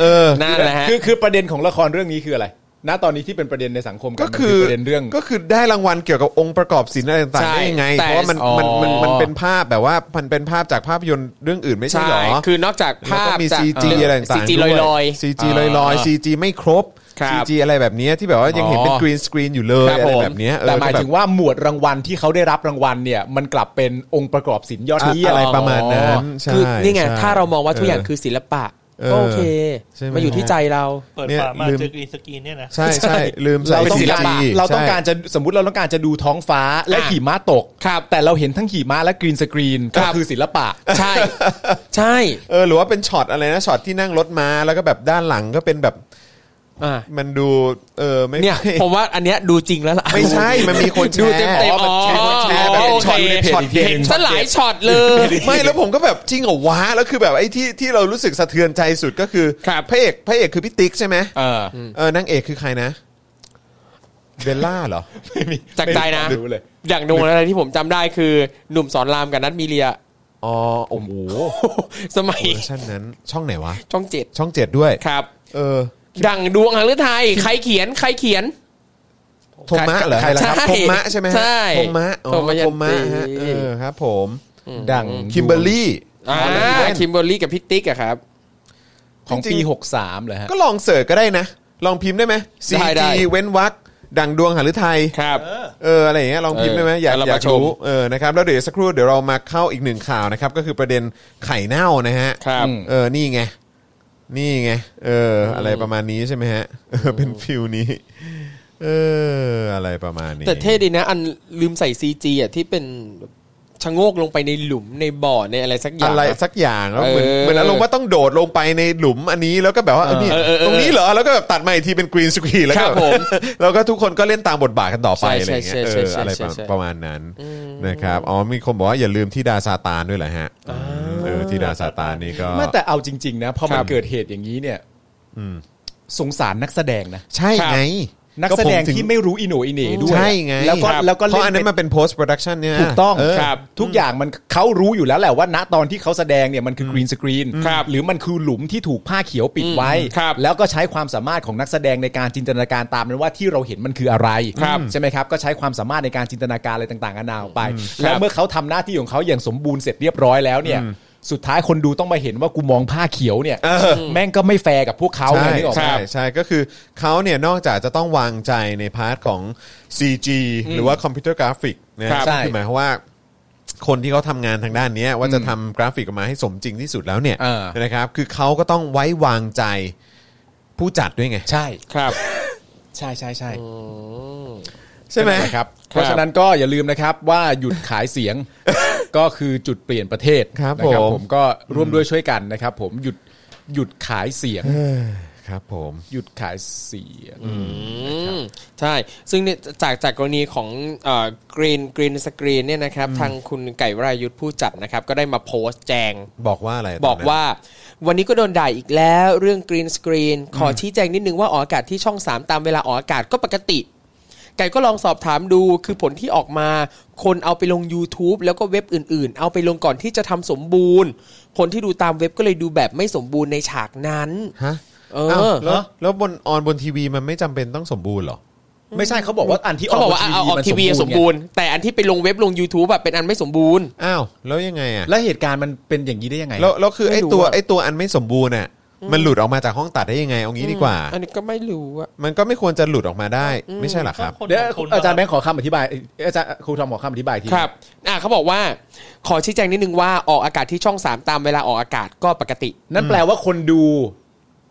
Speaker 5: เออ
Speaker 3: นั่นแหละฮะ
Speaker 4: คือคือประเด็นของละครเรื่องนี้คืออะไร ณตอนนี้ที่เป็นประเด็นในสังคมน
Speaker 5: ก็คือ
Speaker 4: มันประเด็นเรื่อง
Speaker 5: ก็คือได้รางวัลเกี่ยวกับองค์ประกอบศิลป์อะไรต่างๆ
Speaker 3: ใช่
Speaker 5: ได้ยังไง
Speaker 3: แต่
Speaker 5: เพราะว่ามัน
Speaker 4: อ๋อ
Speaker 5: มันมันมันเป็นภาพแบบว่ามันเป็นภาพจากภาพยนตร์เรื่องอื่นไม่ใช่
Speaker 3: ใช่
Speaker 5: หรอ
Speaker 3: คือนอกจาก
Speaker 5: แล้ว
Speaker 3: ภาพ
Speaker 5: ก็มี
Speaker 3: จาก
Speaker 5: ซีจีอะไรต่างๆ
Speaker 3: ซีจีลอ
Speaker 5: ด้วย
Speaker 3: ลอย
Speaker 5: ซีจีลอยลอยซีจีไม่ครบ
Speaker 3: ครับ
Speaker 5: ซีจีอะไรแบบเนี้ยที่แบบว่ายังเห็นเป็น
Speaker 4: อ๋อ
Speaker 5: กรีนสกรีนอยู่เลย
Speaker 3: ครับ
Speaker 5: อะไร
Speaker 3: ผม
Speaker 5: แบบเนี้ยเออ
Speaker 4: แต่หมายถึง
Speaker 5: แบบ
Speaker 4: ว่าหมวดรางวัลที่เขาได้รับรางวัลเนี่ย มันกลับเป็นองค์ประกอบศิลป์ยอดเยี่ยม
Speaker 5: อะไรประมาณนั้นใช่
Speaker 3: คือนี่ไง
Speaker 5: ใช่
Speaker 3: ถ้าเรามองว่าทุกอย่างคือศิลปะ
Speaker 5: เออ
Speaker 3: ก็โอเค
Speaker 5: ใช่ไหม
Speaker 3: มาอยู่ที่ใจเรา
Speaker 6: เปิด
Speaker 5: เนี่ย
Speaker 6: ฝามา
Speaker 5: ลืม
Speaker 6: เจอกรีนสกรีนเนี่ยนะ
Speaker 5: ใช่ใช่ลืมใส่
Speaker 4: เราต้อง
Speaker 5: ซี
Speaker 4: การ
Speaker 5: จี
Speaker 4: เราต้องการจะสมมติเราต้องการจะดูท้องฟ้าและ
Speaker 3: อ่ะ
Speaker 4: หิมะตก
Speaker 3: ครับ
Speaker 4: แต่เราเห็นทั้งหิมะและกรีนสกรีน
Speaker 3: ค
Speaker 4: ก็
Speaker 3: รับ
Speaker 4: คือศิลปะ
Speaker 3: ใช่ ใช่
Speaker 5: เออหรือว่าเป็นช็อตอะไรนะช็อตที่นั่งรถม้าแล้วก็แบบด้านหลังก็เป็นแบบ
Speaker 3: อ่ะ
Speaker 5: มันดูเออไม่
Speaker 3: เนี่ยผมว่าอันเนี้ยดูจริงแล้วล่ะ
Speaker 5: ไม่ใช่ มันมีคนแช
Speaker 3: ดู
Speaker 5: ร์
Speaker 3: เต็มเต็มอ๋อ
Speaker 5: อ๋อมันแชร์แบบ
Speaker 3: โอเค
Speaker 5: ช็อตเลยช็อตเด็ด
Speaker 3: เห็นซะหลายช็อตเลย
Speaker 5: ไม่แล้วผมก็แบบจริงเหรอวะแล้วคือแบบไอ้ที่ที่เรารู้สึกสะเทือนใจสุดก็คือ
Speaker 4: ครับ
Speaker 5: พระเอกพระเอกคือพี่ติ๊กใช่ไหม
Speaker 4: เออ
Speaker 5: เออนางเอกคือใครนะเบลล่าเหรอ
Speaker 3: จากใจนะ
Speaker 4: รู้เลย
Speaker 3: อย่างหนึ่งอะไรที่ผมจำได้คือหนุ่มสอนรามกับนัทมีเลีย
Speaker 5: อ๋อโอ้โห
Speaker 3: สมัย
Speaker 5: เวอร์ชันนั้นช่องไหนวะ
Speaker 3: ช่องเจ็ด
Speaker 5: ช่องเจ็ดด้วย
Speaker 3: ครับ
Speaker 5: เออ
Speaker 3: ดังดวงหฤทัยใครเขียนใครเขียน
Speaker 5: โทมะเหรอ
Speaker 4: ใช่
Speaker 5: ใครล่ะครับ
Speaker 3: ใช่
Speaker 5: โทมะใช่ไหมฮะ
Speaker 3: ใช่
Speaker 5: โทมะอ๋อ
Speaker 3: โทมะยันตี
Speaker 5: โทมะฮะเออครับ ผม
Speaker 4: ดัง
Speaker 5: คิมเบอร์รี่
Speaker 3: อ่าคิมเบอร์รี่กับพิติกอะครับ
Speaker 4: ของปี 63เลยฮะ
Speaker 5: ก็ลองเสิร์ชก็ได้นะ ลองพิมพ์ได้ไหม
Speaker 3: ได้ได้
Speaker 5: CG เว้นวรรคดังดวงหฤทัย
Speaker 3: ครับ
Speaker 5: เอออะไรอย่างเงี้ยลองพิมพ์ได้ไหม
Speaker 3: เออ
Speaker 5: อยาก
Speaker 3: แล้ว
Speaker 5: อยา
Speaker 3: เรา
Speaker 5: ก
Speaker 3: มาชม
Speaker 5: รู้เออนะครับแล้วเดี๋ยวสักครู่เดี๋ยวเรามาเข้าอีกหนึ่งข่าวนะครับ ก็คือประเด็นไข่เน่านะฮะ
Speaker 3: ครับ
Speaker 5: เออนี่ไงนี่ไงเอออะไรประมาณนี้ใช่ไหมฮะเออเป็นฟิลนี้เอออะไรประมาณนี้
Speaker 3: แต่เท่ดีนะ อันลืมใส่ซีจีอะที่เป็นชะโงกลงไปในหลุมในบ่อในอะไรสักอย่าง
Speaker 5: อะไรสักอย่างแล้วเหมือน
Speaker 3: เออ
Speaker 5: เหมือนอารมณ์ว่าต้องโดดลงไปในหลุมอันนี้แล้วก็แบบว่าเออนี่
Speaker 3: เออเออเออ
Speaker 5: ตรงนี้เหรอแล้วก็แบบตัดมาอีกทีเป็นกรีนสกรีนแล้ว
Speaker 3: ค
Speaker 5: ก็
Speaker 3: รับผม
Speaker 5: แล้วก็ทุกคนก็เล่นตามบทบาทกันต่อไป
Speaker 3: ใช่
Speaker 5: อะไรอย่างเงี้ยเอ
Speaker 3: ใช่
Speaker 5: อ
Speaker 3: ใช่
Speaker 5: อะไร
Speaker 3: ใช่ใช่
Speaker 5: ประมาณนั้นนะครับอ๋อมีคนบอกว่าอย่าลืมที่ดาซาตานด้วยแหละฮะเออที่ดาซาตานนี่ก็
Speaker 4: ไม่แต่เอาจริง ๆ นะพอ
Speaker 3: ค
Speaker 4: มัน
Speaker 3: รับ
Speaker 4: เกิดเหตุอย่างนี้เนี่ย
Speaker 5: อืม
Speaker 4: สงสารนักแสดงนะ
Speaker 5: ใช่ไง
Speaker 4: นักแสดงที่ไม่รู้อิโหนอิเหน่ด้วย
Speaker 5: ใช่ไง
Speaker 4: แล้วก็แล้วก็
Speaker 5: เพ
Speaker 4: เล่
Speaker 5: ราะอัน
Speaker 4: น
Speaker 5: นั้นมันเป็น post production เนี่ย
Speaker 4: ถูกต้อง
Speaker 5: เ
Speaker 4: ครับ ทุกอย่างมันเขารู้อยู่แล้วแหละว่าณตอนที่เขาแสดงเนี่ยมันคือกรีนสกรีน
Speaker 3: ครับ
Speaker 4: หรือมันคือหลุมที่ถูกผ้าเขียวปิดไว้
Speaker 3: ครับ
Speaker 4: แล้วก็ใช้ความสามารถของนักแสดงในการจินตนาการตามนั้นว่าที่เราเห็นมันคืออะไรใช่ไหมครับก็ใช้ความสามารถในการจินตนาการอะไรต่างๆนานาออกไป แล้วเมื่อเขาทำหน้าที่ของเขาอย่างสมบูรณ์เสร็จเรียบร้อยแล้วเนี่ย สุดท้ายคนดูต้องมาเห็นว่ากูมองผ้าเขียวเนี่ย
Speaker 5: เออ
Speaker 4: แม่งก็ไม่แฟร์กับพวกเขาไง
Speaker 5: ใช่
Speaker 4: นึกออกไหม
Speaker 5: ใช่ใช่ก็คือเขาเนี่ยนอกจากจะต้องวางใจในพาร์ทของ CG หรือว่าคอมพิวเตอร์กราฟิกนะ
Speaker 4: ครั
Speaker 5: ฮะ
Speaker 4: บ
Speaker 5: ซึ่งคือหมายความว่า คนที่เขาทำงานทางด้านเนี้ยว่าจะทำกราฟิกออกมาให้สมจริงที่สุดแล้วเนี่ย
Speaker 4: เออ
Speaker 5: นะครับ คือเขาก็ต้องไว้วางใจผู้จัดด้วยไง
Speaker 4: ใช่
Speaker 3: ครับ
Speaker 4: ใช่ใช่ใช่
Speaker 5: ใช่ไหม
Speaker 4: นะครับเพราะฉะนั้นก็อย่าลืมนะครับว่าหยุดขายเสีย ง ก็คือจุดเปลี่ยนประเทศ
Speaker 5: ครับ
Speaker 4: นะ
Speaker 5: ผม
Speaker 4: ผมก็ร่วมด้วยช่วยกันนะครับ ผมหยุดหยุดขายเสียง
Speaker 5: ครับผม
Speaker 4: หยุดขายเสียง
Speaker 3: อืมใช่ ซึ่งเนี่ยจากจากกรณีของกรีนกรีนสกรีนเนี่ยนะครับ ทางคุณไก่วรายุทธ์ผู้จัดนะครับ ก็ได้มาโพสต์แจง
Speaker 5: บอกว่าอะไรตนนั้น
Speaker 3: บอกว่าวันนี้ก็โดนด่าอีกแล้วเรื่องกรีนสกรีนขอชี้แจงนิดนึงว่าออกอากาศที่ช่อง 3 ตามเวลาออกอากาศก็ปกติ ไก่ก็ลองสอบถามดูคือผลที่ออกมา คนเอาไปลง YouTube แล้วก็เว็บอื่นๆ เอาไปลงก่อนที่จะทำสมบูรณ์ คนที่ดูตามเว็บก็เลยดูแบบไม่สมบูรณ์ในฉากนั้น
Speaker 5: ฮะ
Speaker 3: เออ
Speaker 5: เอ้าแล้วแล้วบนออนบนทีวีมันไม่จำเป็นต้องสมบูรณ์เหรอ
Speaker 4: ไม่ใช่เขาบอกว่าอันที่
Speaker 3: เขาบอกว่าเอาออกทีวี
Speaker 4: น
Speaker 3: สมบูรณ์ แต่อันที่ไปลงเว็บลง YouTube แบบเป็นอันไม่สมบูรณ์
Speaker 5: อ้าว แล้วยังไงอ่ะ
Speaker 4: ไงแล้วเหตุการณ์มันเป็นอย่างนี้ได้ยังไง
Speaker 5: แล้วแล้วคือไอ้
Speaker 3: ไม่รู้
Speaker 5: ตัว
Speaker 3: อะ
Speaker 5: ไอ้ตัวอันไม่สมบูรณ์น่ะ มันหลุดออกมาจากห้องตัดได้ยังไงเอางี้ดีกว่า
Speaker 3: อันนี้ก็ไม่รู้อะ
Speaker 5: มันก็ไม่ควรจะหลุดออกมาได้ ไม่ใช่เหรอครับ
Speaker 6: คน
Speaker 4: เดี๋ยว
Speaker 6: คน
Speaker 4: อาจารย์แบงค์ขอคำอธิบายเอ่ออาจารย์ครูทอมขอคำอธิบายที
Speaker 3: ครับ อ่าเขาบอกว่า ขอชี้แจงนิดนึงว่าออกอากาศที่ช่อง 3 ตามเวลาออกอากาศก็ปกติ
Speaker 4: นั่นแปลว่าคนดู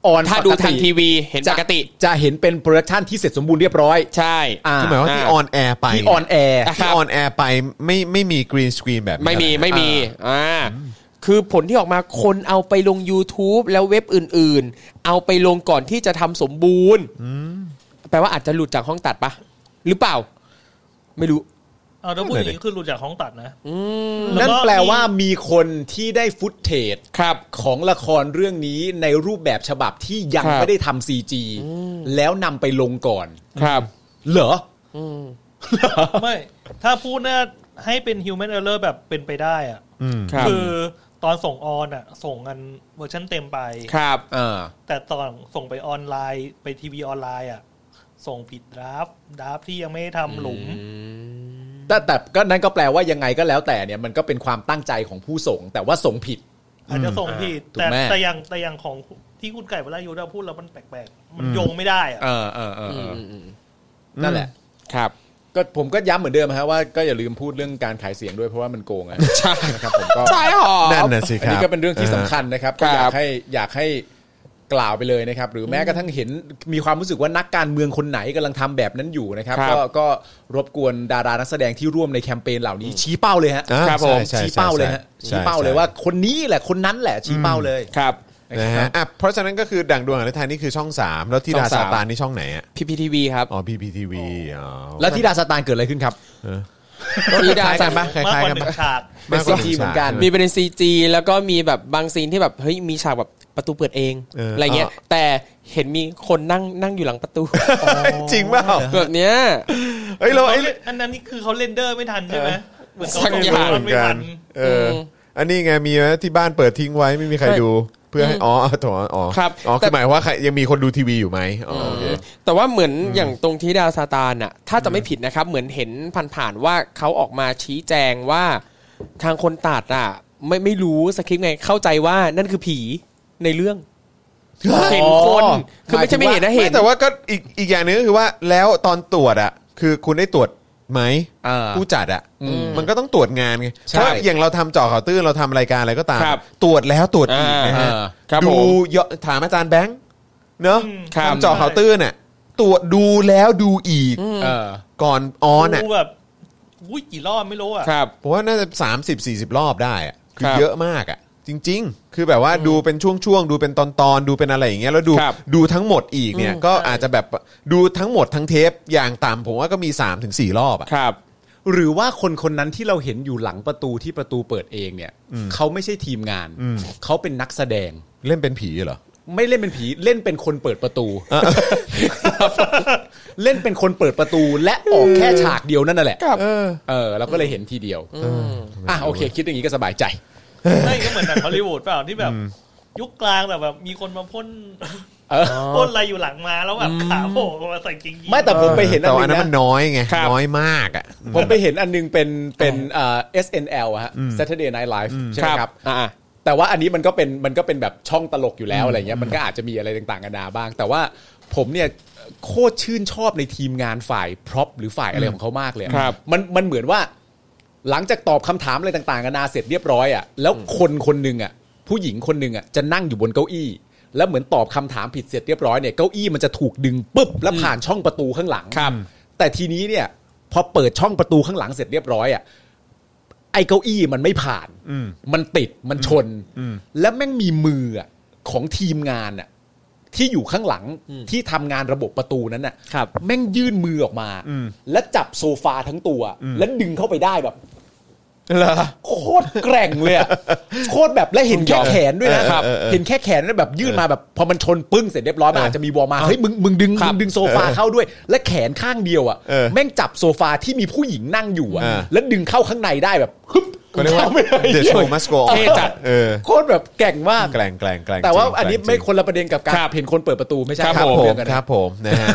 Speaker 4: ออน
Speaker 3: ถ้าดู
Speaker 4: ปก
Speaker 3: ทางทีวีเห็น
Speaker 4: จะ
Speaker 3: ปกติ
Speaker 4: จะเห็นเป็นโปรดักชันที่เสร็จสมบูรณ์เรียบร้อย
Speaker 3: ใช่
Speaker 4: อ่า
Speaker 5: คือหมายว่าที่ออนแอร์ไป
Speaker 4: ที่ออนแอร์
Speaker 5: ที่ออนแอร์ไปไม่ไม่มีกรีนสกรีนแบบนี้
Speaker 3: ไม่มี
Speaker 5: เหรอ
Speaker 3: ไม่มี อ่า คือผลที่ออกมาคนเอาไปลง YouTube แล้วเว็บอื่นๆ เอาไปลงก่อนที่จะทำสมบูรณ์แปลว่าอาจจะหลุดจากห้องตัดปะหรือเปล่า ไม่รู้
Speaker 6: เอาถ้าพูดอย่างนี้คือหลุดจากห้องตัดนะ
Speaker 4: นั่
Speaker 6: นั่
Speaker 4: นแปลว่ามีคนที่ได้ฟุตเทจ
Speaker 3: ครับ
Speaker 4: ของละครเรื่องนี้ในรูปแบบฉบับที่ยัง
Speaker 3: ครับ
Speaker 4: ไม่ได้ทำซีจีแล้วนำไปลงก่อน
Speaker 3: ครับ
Speaker 4: เหรอ
Speaker 6: ไม่ถ้าพูดน่าให้เป็น human error แบบเป็นไปได้อ่ะ
Speaker 3: ครับ
Speaker 6: คือตอนส่งออนอ่ะ ส่งกันเวอร์ชันเต็มไป
Speaker 3: ครับ
Speaker 4: อ่า
Speaker 6: แต่ตอนส่งไปออนไลน์ไปทีวีออนไลน์อ่ะ ส่งผิดดราฟต์ดราฟต์ที่ยังไม่ได้ทำหลุม
Speaker 4: แต่แต่ก็นั่นก็แปลว่ายังไงก็แล้วแต่เนี่ยมันก็เป็นความตั้งใจของผู้ส่ง แต่ว่าส่งผิด
Speaker 6: อาจจะส่งผิด
Speaker 4: ถูก
Speaker 6: แต่
Speaker 4: ไหม
Speaker 6: แต่อย่างแต่อย่างของที่คุณไก่เวลายุทธพูดแล้วมันแปลกๆ มันโยงไม่ได้อ่ะ
Speaker 4: เออเออเออเออ
Speaker 3: อืม
Speaker 4: นั่นแหละ
Speaker 3: ครับ
Speaker 4: ก็ผมก็ย้ำเหมือนเดิมฮะว่าก็อย่าลืมพูดเรื่องการขายเสียงด้วยเพราะว่ามันโกงอะ
Speaker 3: ใช่
Speaker 4: นะครับผมก็
Speaker 3: ใช่หรอ
Speaker 5: นั่นน่ะสิค
Speaker 4: อัน
Speaker 5: รับ
Speaker 4: นี้ก็เป็นเรื่องที่สำคัญนะครับก็อ
Speaker 3: ค
Speaker 4: ยา
Speaker 3: รั
Speaker 4: ก
Speaker 3: บ
Speaker 4: ให้อยากให้กล่าวไปเลยนะครับ หรือแม้กระทั่งเห็นมีความรู้สึกว่านักการเมืองคนไหนกำลังทำแบบนั้นอยู่นะครับ
Speaker 3: ครับ
Speaker 4: ก็ก็รบกวนดารานักแสดงที่ร่วมในแคมเปญเหล่านี้ ชี้เป้าเลยฮะ
Speaker 5: อ่า
Speaker 3: ครับผม
Speaker 5: ใช่
Speaker 4: ชี้
Speaker 5: ใช่
Speaker 4: เป้าเลยฮะ
Speaker 5: ใช่
Speaker 4: ชี้เป้าเลยว่าคนนี้แหละคนนั้นแหละชี้เป้าเลย
Speaker 3: ครับ
Speaker 5: นะ
Speaker 4: ครั
Speaker 5: ฮะ
Speaker 4: บ
Speaker 5: อ่ะเพราะฉะนั้นก็คือดังดวงอนุทานนี่คือช่อง 3 แล้วที่ดา
Speaker 3: ช่อง
Speaker 5: ซา
Speaker 3: สาม
Speaker 5: ตานนี่ช่องไหนอ่ะ
Speaker 3: พีพีทีวีครับ
Speaker 5: อ๋อพีพีทีวีอ๋อ
Speaker 4: แล้วที่ดาสตาร์เกิดอะไรขึ้นครับ
Speaker 3: ที่ดา
Speaker 5: คล้ายกันปะคล้ายๆกัน
Speaker 6: มากกว่าหนึ่
Speaker 5: ปะ
Speaker 6: งฉาก
Speaker 4: เป็น
Speaker 5: ากกว่า
Speaker 4: CG เหมือนกัน
Speaker 3: มีเป็นซีจีแล้วก็มีแบบบางซีนที่แบบเฮ้ยมีฉากแบบประตูเปิดเอง
Speaker 5: เอออ
Speaker 3: อะไรเงี้ย แต่เห็นมีคนนั่งนั่งอยู่หลังประตู
Speaker 5: จริงเปล่า
Speaker 3: แบบเนี้ย
Speaker 5: เฮ้ยเราไอ้
Speaker 6: อันนั้นนี่คือเขาเรนเดอร์ไม่ทันใช่ไหมเหมือนเขา
Speaker 3: สักอย่าง
Speaker 6: เรนเดอร์ไม่ทัน
Speaker 5: เออ อันนี้ไงมีไหมที่บ้านเปิดทิ้งไว้ไม่มีใครดู เพื่อให้อ๋อถออ๋อ
Speaker 3: ครับ
Speaker 5: อ๋อ
Speaker 3: แต่
Speaker 5: คือหมายว่าใครยังมีคนดูทีวีอยู่ไหมอ๋อโอเค
Speaker 3: แต่ว่าเหมือนอย่างตรงที่ดาวซาตานอะถ้าจะไม่ผิดนะครับ เหมือนเห็นผ่านๆว่าเขาออกมาชี้แจงว่าทางคนตัดอะไม่ไม่รู้สคริปต์ไงเข้าใจว่านั่นคือผีในเรื่อง เห็นคนคือไม่ใช่ไม่เห็นนะเห็น
Speaker 5: ไม่แต่ว่าก็อีกอีกอย่างหนึงก็คือว่าแล้วตอนตรวจอ่ะ คือคุณได้ตรวจไหม
Speaker 4: อ่า
Speaker 5: ผู้จัดอ่ะมันก็ต้องตรวจงานไง
Speaker 4: ใช่
Speaker 5: เพราะอย่างเราทำเจาะข่าวตื้นเราทำรายการอะไรก็ตาม
Speaker 3: ครับ
Speaker 5: ตรวจแล้วตรวจอีกนะฮะ
Speaker 4: อ่า
Speaker 3: ครับ
Speaker 5: ดู
Speaker 3: ผม
Speaker 5: เยอะถามอาจารย์แบงค์เนาะ
Speaker 6: อืมครับ
Speaker 5: ทำเจาะข่าวตื้นอ่ะตรวจดูแล้วดูอีก
Speaker 4: เออ
Speaker 5: ก่อนออนอ่ะ
Speaker 6: ดูแบบอุ้ยกี่รอบไม่รู้อ่ะ
Speaker 3: ครับ
Speaker 5: ผมว่าน่าจะ 30 40 รอบได้อ่ะ
Speaker 3: ค
Speaker 5: คือ
Speaker 3: รับ
Speaker 5: เยอะมากอ่ะ จริง ๆ คือแบบว่าดูเป็นช่วงๆดูเป็นตอนๆดูเป็นอะไรอย่างเงี้ยแล้วดู
Speaker 3: ครับ
Speaker 5: ดูทั้งหมดอีกเนี่ย
Speaker 3: อืม
Speaker 5: ก็อาจจะแบบดูทั้งหมดทั้งเทปอย่างต่ำผมว่าก็มี 3-4ถึงรอบอะ
Speaker 3: ครับ
Speaker 4: หรือว่าคนคนนั้นที่เราเห็นอยู่หลังประตูที่ประตูเปิดเองเนี่ยเขาไม่ใช่ทีมงานเขาเป็นนักแสดง
Speaker 5: เล่นเป็นผีเหรอ
Speaker 4: ไม่เล่นเป็นผีเล่นเป็นคนเปิดประตู เล่นเป็นคนเปิดประตูและออกแค่ฉากเดียวนั่นนะแหละ
Speaker 3: ครับ
Speaker 5: เออ
Speaker 4: เออเราก็เลยเห็นทีเดียวอ่ะโอเค คิดอย่างนี้ก็สบายใจ
Speaker 6: ไม่ก็เหมือนหนังฮอลลีวูดเปล่าที่แบบ ยุคกลางแต่แบบมีคนมาพ่น
Speaker 4: เออ
Speaker 6: พ่นอะไรอยู่หลังมาแล้วแบบขาโผล่ออกมาใส่กิงยีน
Speaker 4: ไม่แต่ผมไปเห็น
Speaker 5: แต่ว่าอัน
Speaker 4: นึ
Speaker 5: นั้
Speaker 4: ง
Speaker 5: นมันน้อยไง
Speaker 3: ครับ
Speaker 5: น้อยมากอ่ะ
Speaker 4: ผมไปเห็นอันนึงเป็นเป็นเอ่อ SNL อะฮะ Saturday Night Live ใช่ไหมครับ
Speaker 3: อ่า
Speaker 4: แต่ว่าอันนี้มันก็เป็นมันก็เป็นแบบช่องตลกอยู่แล้วอะไรเงี้ยมันก็อาจจะมีอะไรต่างๆกันานาบ้าง แต่ว่าผมเนี่ยโคตรชื่นชอบในทีมงานฝ่ายพร็อพหรือฝ่ายอะไรของเขามากเลยอะ
Speaker 3: ครับ
Speaker 4: มันมันเหมือนว่า หลังจากตอบคำถามอะไรต่างๆกันานาเสร็จเรียบร้อยอ่ะแล้วคนคนหนึ่งอ่ะผู้หญิงคนหนึ่งอ่ะจะนั่งอยู่บนเก้าอี้ แล้วเหมือนตอบคำถามผิดเสร็จเรียบร้อยเนี่ยเก้าอี้มันจะถูกดึงปุ๊บแล้วผ่านช่องประตูข้างหลัง
Speaker 3: ครับ
Speaker 4: แต่ทีนี้เนี่ยพอเปิดช่องประตูข้างหลังเสร็จเรียบร้อยอ่ะ ไอ้เก้าอี้มันไม่ผ่าน มันติด มันชน แล้วแม่งมีมืออะของทีมงานอะที่อยู่ข้างหลังที่ทำงานระบบประตูนั้นน่ะ
Speaker 3: ครับ
Speaker 4: แม่งยื่นมือออกมา และจับโซฟาทั้งตัว แล้วดึงเข้าไปได้แบบ
Speaker 5: เหรอ
Speaker 4: โคตรแกร่ง เลยอะโคตรแบบและเห็นแค่แขนด้วยนะครับ
Speaker 5: เออเออเออ
Speaker 4: เห็นแค่แขนแล้วแบบยื่นมาแบบพอมันชนปึ้งเสร็จเรียบร้อยมันอาจจะมีวอลมาเฮ้ยมึงมึงดึง
Speaker 3: ครั
Speaker 4: มึ
Speaker 3: บ
Speaker 4: งดึงโซฟาเข้าด้วย และแขนข้างเดียวอ่ะ
Speaker 5: เออ
Speaker 4: แม่งจับโซฟาที่มีผู้หญิงนั่งอยู่อะ
Speaker 5: อ่า
Speaker 4: แล้วดึงเข้าข้างในได้แบบฮึบ
Speaker 5: ก็เรียกว่า
Speaker 4: ข้ไม่ได้
Speaker 5: The Show Must Go On
Speaker 4: เท่จัด
Speaker 5: เออ
Speaker 4: โคตรแบบแกร่งมาก
Speaker 5: แกล้งแกล้งแกล้ง
Speaker 4: แต่ว่า
Speaker 5: จริง
Speaker 4: อันนี้
Speaker 5: แกล้งจริง
Speaker 4: ไม่คนละประเด็นกับการ
Speaker 3: ครับ
Speaker 4: เห็นคนเปิดประตูไม่ใช่
Speaker 5: ครับ
Speaker 4: นละ
Speaker 5: ผ
Speaker 4: เรื่
Speaker 5: ม
Speaker 4: องกัน
Speaker 5: ค
Speaker 4: นะ
Speaker 5: รับผมนะฮะ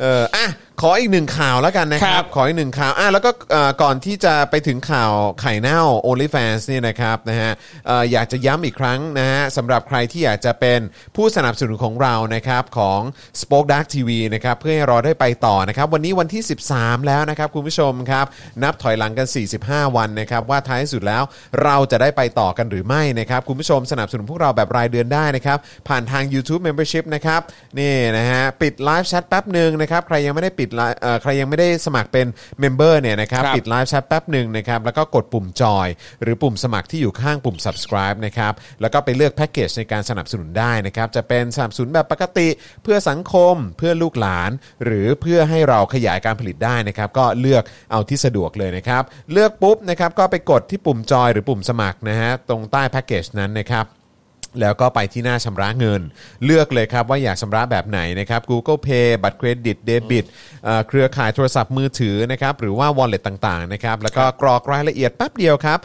Speaker 5: เอออ่ะขออีกหนึ่งข่าวแล้วกันนะค
Speaker 3: ครั
Speaker 5: รับ
Speaker 3: บ
Speaker 5: ขออีกหนึ่งข่าวอ่ะแล้วก็เอ่อก่อนที่จะไปถึงข่าวไข่เน่า OnlyFans เนี่ยนะครับนะฮะเอ่ออยากจะย้ำอีกครั้งนะฮะสำหรับใครที่อยากจะเป็นผู้สนับสนุนของเรานะครับของ Spoke Dark TV นะครับเพื่อให้เราได้ไปต่อนะครับ วันนี้วันที่ 13 แล้วนะครับคุณผู้ชมครับ นับถอยหลังกัน 45 วันนะครับ ว่าท้ายสุดแล้วเราจะได้ไปต่อกันหรือไม่นะครับ คุณผู้ชมสนับสนุนพวกเราแบบรายเดือนได้นะครับ ผ่านทาง YouTube Membership นะครับนี่นะฮะปิดไลฟ์แชทแป๊บหนึ่งนะครับใครยังไม่ได้ปิด li- เอ่อใครยังไม่ได้สมัครเป็นเมมเบอร์เนี่ยนะครับ
Speaker 3: ครับ
Speaker 5: ปิดไลฟ์แชทแป๊บหนึ่งนะครับแล้วก็กดปุ่มจอยหรือปุ่มสมัครที่อยู่ข้างปุ่ม subscribe นะครับแล้วก็ไปเลือกแพ็กเกจในการสนับสนุนได้นะครับจะเป็นสนับสนุนแบบปกติเพื่อสังคมเพื่อลูกหลาน หรือเพื่อให้เราขยายการผลิตได้นะครับก็เลือกเอาที่สะดวกเลยนะครับเลือกปุ๊บนะครับก็ไปกดที่ปุ่มจอยหรือปุ่มสมัครนะฮะตรงใต้แพ็กเกจนั้นนะครับ แล้วก็ไปที่หน้าชำระเงิน เลือกเลยครับว่าอยากชำระแบบไหนนะครับ Google Pay บัตรเครดิตเดบิตเอ่อเครือข่ายโทรศัพท์มือถือนะครับหรือว่า wallet ต่างๆนะครับแล้วก็กรอกรายละเอียดแป๊บเดียวครับ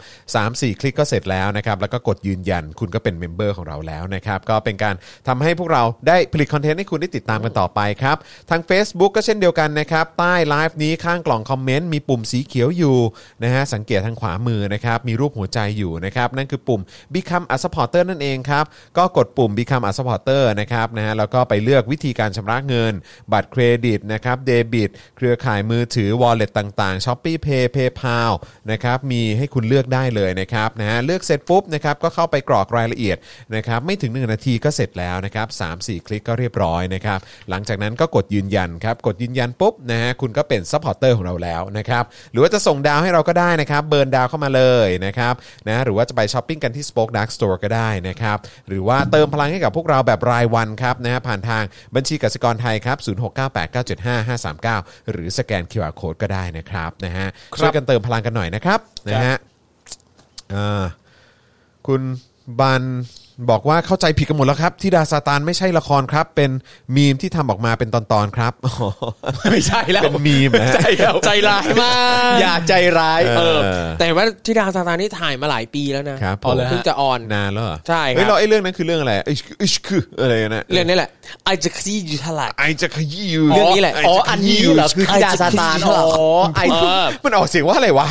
Speaker 5: 3-4 คลิกก็เสร็จแล้วนะครับแล้วก็กดยืนยันคุณก็เป็นเมมเบอร์ของเราแล้วนะครับก็เป็นการทำให้พวกเราได้ผลิตคอนเทนต์ให้คุณได้ติดตามกันต่อไปครับทาง Facebook ก็เช่นเดียวกันนะครับใต้ไลฟ์นี้ข้างกล่องคอมเมนต์มีปุ่มสีเขียวอยู่นะฮะสังเกตทางขวามือนะครับมีรูปหัวใจอยู่นะครับนั่นคือปุ่ม Become a supporter นั่นเองครับ ก็กดปุ่ม Become a supporter นะครับนะฮะแล้วก็ไปเลือกวิธีการชำระเงิน บัตรเครดิตนะครับเดบิต เครือข่ายมือถือ wallet ต่างๆ s h o p e e Pay PayPal นะครับมีให้คุณเลือกได้เลยนะครับนะฮะเลือกเสร็จปุ๊บนะครับก็เข้าไปกรอกรายละเอียดนะครับไม่ถึง 1 นาทีก็เสร็จแล้วนะครับ3 4 คลิกก็เรียบร้อยนะครับหลังจากนั้นก็กดยืนยันครับกดยืนยันปุ๊บนะฮะคุณก็เป็นซัพพอร์เตอร์ของเราแล้วนะครับหรือว่าจะส่งดาวให้เราก็ได้นะครับเบิร์นดาวเข้ามาเลยนะครับนะหรือว่าจะไปช้อปปิ้งกันที่ Spoke Dark Store ก็ได้นะครับหรือว่าเติมพลังให้กับพวกเราแบบรายวันครับนะฮะผ่านทางบัญชีกสิกรไทยครับ0698975539 หรือสแกน QR Code ก็ได้นะครับนะฮะช่วยกันเติมพลังกันหน่อยนะครับนะฮะอ่า คุณบันบอกว่าเข้าใจผิดกันหมดแล้วครับที่ดาซาตานไม่ใช่ละครครับ เป็นมีมที่ทำออกมาเป็นตอนๆครับอ๋อ
Speaker 4: ไม่ใช่แล้ว
Speaker 5: เป็นมีมนะฮะ
Speaker 4: ใช่แล้ว
Speaker 3: ใจร้ายมาก
Speaker 4: อย่าใจร้าย
Speaker 5: เอ
Speaker 3: เอ
Speaker 5: อ
Speaker 3: อ แต่ว่าที่ดาวซาตานนี่ถ่ายมาหลายปีแล้วนะครับ อ๋อเหรอ
Speaker 5: ผม
Speaker 3: เพิ่งจะออน
Speaker 5: นานแล้วเหรอ
Speaker 3: ใช่ครับ
Speaker 5: เฮ้ยเราไอ้เรื่องนั้นคือเรื่องอะไรอิชคืออิชคืออะไรนะ
Speaker 3: เรื่องนี้แหละไอจะขี้อยู่เทลาด
Speaker 5: ไอจะขยี้อยู่
Speaker 3: เรื่องนี้แหละ
Speaker 5: ไ
Speaker 4: อ๋อ
Speaker 5: จะขยี้
Speaker 4: อันนี้เหรอคือที่ดาซาตานอ๋อไอ
Speaker 3: เออ
Speaker 5: มันออกเสียงว่าอะไรวะ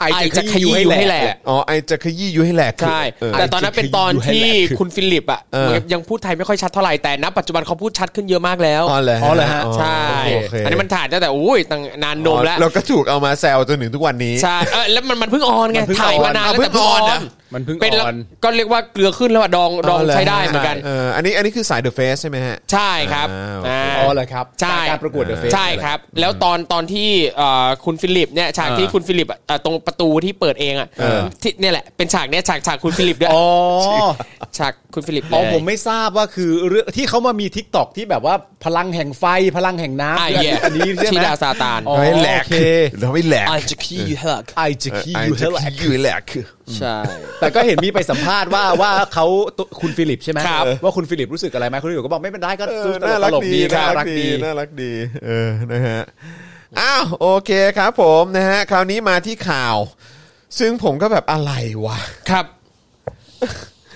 Speaker 3: ไอจะขยี้อยู่ให้แหลก
Speaker 5: อ๋อไอจะขยี้อยู่ให้แหลกคือ
Speaker 3: ใช่
Speaker 5: เ
Speaker 3: แต่ตอนนั้นเป็นตอนที่คุณฟิลิปอ่ะ
Speaker 5: เออ
Speaker 3: เหมือนยังพูดไทยไม่ค่อยชัดเท่าไหร่ แต่ณปัจจุบันเขาพูดชัดขึ้นเยอะมากแล้ว
Speaker 5: อ๋อเหรอ
Speaker 4: อ๋อเหรอฮะ
Speaker 3: ใช่
Speaker 5: โเค
Speaker 3: อันนี้มันถ่ายตั้งแต่อุ้ยตั้งนานนมแล้ว
Speaker 5: อ๋อเราก็ถูกเอามาแซวจนถึงทุกวันนี้
Speaker 3: ใช่เออแล้วมันมันเพิ่งออนไง
Speaker 4: มันเพิ่งออน
Speaker 3: ถ่ายมานานแล้วแต่เพิ่งออน
Speaker 5: อ่ะ
Speaker 4: มันเพิ่ง
Speaker 3: เป็นละ
Speaker 4: ออน
Speaker 3: ก็เรียกว่าเกลือขึ้นแล้วอะดองดอง
Speaker 5: หร
Speaker 3: ใช้ได้เหมือนกัน
Speaker 5: เอออันนี้อันนี้คือสายเดอะเฟสใช่ไหมฮะ
Speaker 3: ใช่ครับ
Speaker 5: อ่า
Speaker 3: า
Speaker 4: อ๋อเหรอครับ
Speaker 3: ใช่
Speaker 4: จากการประกวดเดอะเฟส
Speaker 3: ใช่ครับ แล้วตอนตอนที่เอ่อคุณฟิลิปเนี่ยฉากที่
Speaker 4: อ่า
Speaker 3: คุณฟิลิปอะเอ่อตรงประตูที่เปิดเองอ่ะ
Speaker 5: เออ
Speaker 3: ที่เนี่ยแหละเป็นฉากเนี่ยฉากฉากคุณฟิลิปด้วย
Speaker 4: อ๋อ
Speaker 3: ฉากคุณฟิลิป
Speaker 4: อ๋อ
Speaker 3: เลย
Speaker 4: ผมไม่ทราบว่าคือเรื่องที่เขามามีทิกตอกที่แบบว่าพลังแห่งไฟพลังแห่งน้ำ
Speaker 3: ไอ้เหี้ย
Speaker 4: อันนี้ใช่
Speaker 3: ที่
Speaker 4: ไหม
Speaker 3: ดาซาตาน
Speaker 4: อ๋อ
Speaker 5: เราให้แหลก
Speaker 4: โอเค
Speaker 5: เราให้แหลก
Speaker 3: ไอจะขี้เหัก
Speaker 4: ไอจิคิยูเทล
Speaker 5: ไอ้จะขี้แหลกคือ
Speaker 3: ใช่
Speaker 4: แต่ก็เห็นมีไปสัมภาษณ์ว่าว่าเขาตัวคุณฟิลิปใช่ไหม
Speaker 3: ครับ
Speaker 4: ว่าคุณฟิลิปรู้สึกอะไรไหมคุณฟิลิปก็บอกไม่เป็นไรก็
Speaker 5: เออ
Speaker 4: ต
Speaker 5: น่า
Speaker 4: ล
Speaker 5: รัก
Speaker 4: ก
Speaker 5: ดี
Speaker 4: ดี
Speaker 5: น่ารักดี น่ารักดี เออ นะฮะ อ้าว โอเคครับผมนะฮะ คราวนี้มาที่ข่าว ซึ่งผมก็แบบอะไรวะ
Speaker 3: ครับ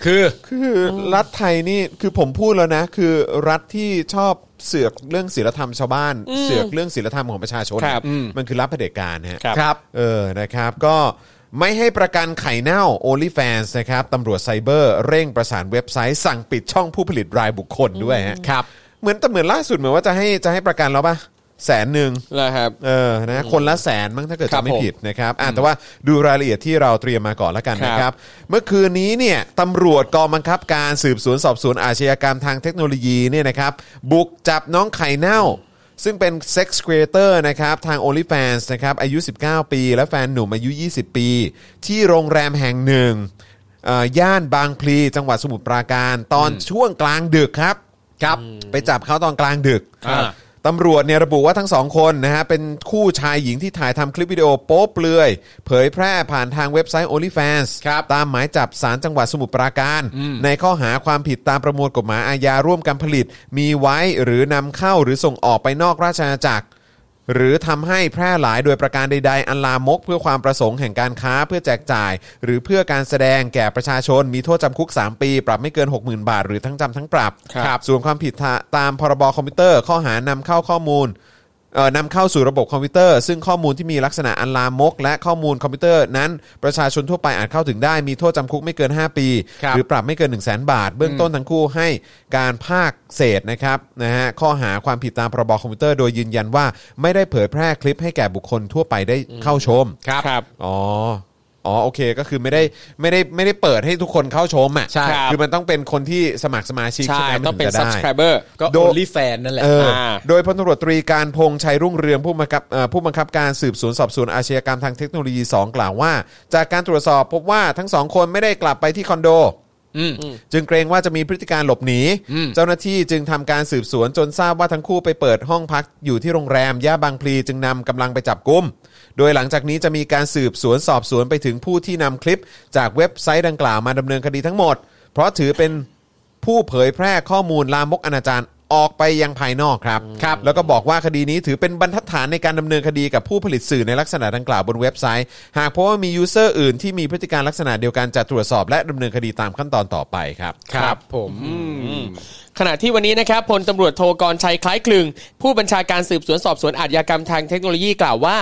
Speaker 4: คือ
Speaker 5: คือรัฐไทยนี่ คือผมพูดแล้วนะ คือรัฐที่ชอบเสือกเรื่องศีลธรรมชาวบ้าน เสือกเรื่องศีลธรรมของประชาชน
Speaker 4: ครับอืม
Speaker 5: มันคือรัฐเผด็จการนะฮะ
Speaker 4: ครับ
Speaker 5: เออ นะครับ ก็ไม่ให้ประกันไข่เน่า OnlyFans นะครับ ตำรวจไซเบอร์เร่งประสานเว็บไซต์ สั่งปิดช่องผู้ผลิตรายบุคคลด้วยฮะ
Speaker 4: ครับ
Speaker 5: เหมือนแต่เหมือนล่าสุดเหมือนว่าจะให้จะให้ประกันแล้วปะแสนหนึ่ง
Speaker 3: เลยครับ
Speaker 5: เออนะคนละแสนมั้งถ้าเกิด
Speaker 3: ครั
Speaker 5: จะ
Speaker 3: บ
Speaker 5: ไม่ผิดนะครับอ่ะแต่ว่าดูรายละเอียดที่เราเตรียมมาก่อนละกันนะค
Speaker 3: ครั
Speaker 5: รับ
Speaker 3: บ
Speaker 5: เมื่อคืนนี้เนี่ยตำรวจกองบังคับการสืบสวนสอบสวนอาชญากรรมทางเทคโนโลยีเนี่ยนะครับบุกจับน้องไข่เน่า ซึ่งเป็นเซ็กซ์ครีเอเตอร์นะครับทาง OnlyFans นะครับอายุ 19 ปี และแฟนหนุ่มอายุ 20 ปี ที่โรงแรมแห่งหนึ่งเอ่อย่านบางพลีจังหวัดสมุทรปราการตอนช่วงกลางดึกครับครับ ไปจับเขาตอนกลางดึก
Speaker 4: อ่า
Speaker 5: ตำรวจเนี่ยระบุว่าทั้งสองคนนะฮะ เป็นคู่ชายหญิงที่ถ่ายทำคลิปวิดีโอโป๊เปลือย เผยแพร่ผ่านทางเว็บไซต์ OnlyFans ครับตามหมายจับสารจังหวัดสมุทรปราการ ในข้อหาความผิดตามประมวลกฎหมายอาญาร่วมกันผลิต มีไว้หรือนำเข้าหรือส่งออกไปนอกราชอาณาจักร หรือทำให้แพร่หลายโดยประการใด ๆ อันลามกเพื่อความประสงค์แห่งการค้าเพื่อแจกจ่าย หรือเพื่อการแสดงแก่ประชาชน มีโทษจำคุก 3 ปี ปรับไม่เกิน 60,000 บาท หรือทั้งจำทั้งปรับ
Speaker 3: ครับ
Speaker 5: ส่วนความผิดตามพรบคอมพิวเตอร์ข้อหานำเข้าข้อมูล เอ่อนำเข้าสู่ระบบคอมพิวเตอร์ ซึ่งข้อมูลที่มีลักษณะอันลามก และข้อมูลคอมพิวเตอร์นั้นประชาชนทั่วไปอาจเข้าถึงได้มีโทษจำคุกไม่เกิน 5 ปี
Speaker 4: ครับ
Speaker 5: หรือปรับไม่เกิน 1 0 0 0 0แบาท เบื้องต้นทั้งคู่ให้การภาคเศษนะครับนะฮะข้อหาความผิดตามพรบคอมพิวเตอร์โดยยืนยันว่าไม่ได้เผยแพร่คลิปให้แก่บุคคลทั่วไปได้เข้าชม
Speaker 3: ครับครับ
Speaker 5: อ๋อ อ๋อ โอเค ก็คือไม่ได้ไม่ได้ไม่ได้เปิดให้ทุกคนเข้าชมอ่ะ
Speaker 4: ใช่
Speaker 3: ครับ
Speaker 5: คือมันต้องเป็นคนที่สมัครสมาชิก
Speaker 3: ใช่
Speaker 5: ใช่ไหม
Speaker 3: ต้องเป็น
Speaker 5: มัถึจะได้
Speaker 3: subscriber
Speaker 4: ก็
Speaker 5: โด
Speaker 4: โอลิแฟนนั่นแหละ
Speaker 5: เออ
Speaker 3: อ่า
Speaker 5: โดยพลตำรวจตรีการพงษ์ชัยรุ่งเรืองผู้บังคับเอ่อผู้บังคับการสืบสวนสอบสวนอาชญากรรมทางเทคโนโลยี 2 กล่าวว่า จากการตรวจสอบพบว่าทั้งสองคนไม่ได้กลับไปที่คอนโด จึงเกรงว่าจะมีพฤติการหลบหนี เจ้าหน้าที่จึงทำการสืบสวนจนทราบว่าทั้งคู่ไปเปิดห้องพักอยู่ที่โรงแรม ย่านบางพลีจึงนำกำลังไปจับกุม โดยหลังจากนี้จะมีการสืบสวนสอบสวนไปถึงผู้ที่นำคลิป จากเว็บไซต์ดังกล่าวมาดำเนินคดีทั้งหมด เพราะถือเป็น ผู้เผยแพร่ข้อมูลลามกอนาจารออกไปยังภายนอกครับครับ แล้วก็บอกว่าคดีนี้ถือเป็นบรรทัดฐานในการดำเนินคดีกับผู้ผลิตสื่อในลักษณะดังกล่าวบนเว็บไซต์ หากเพราะว่ามียูเซอร์อื่นที่มีพฤติการลักษณะเดียวกันจะตรวจสอบและดำเนินคดีตามขั้นตอนต่อไปครับ
Speaker 4: ครับผม
Speaker 3: ขณะที่วันนี้นะครับพลตำรวจโทกรชัยคล้ายคลึง ผู้บัญชาการสืบสวนสอบสวนอาชญากรรมทางเทคโนโลยีกล่าวว่า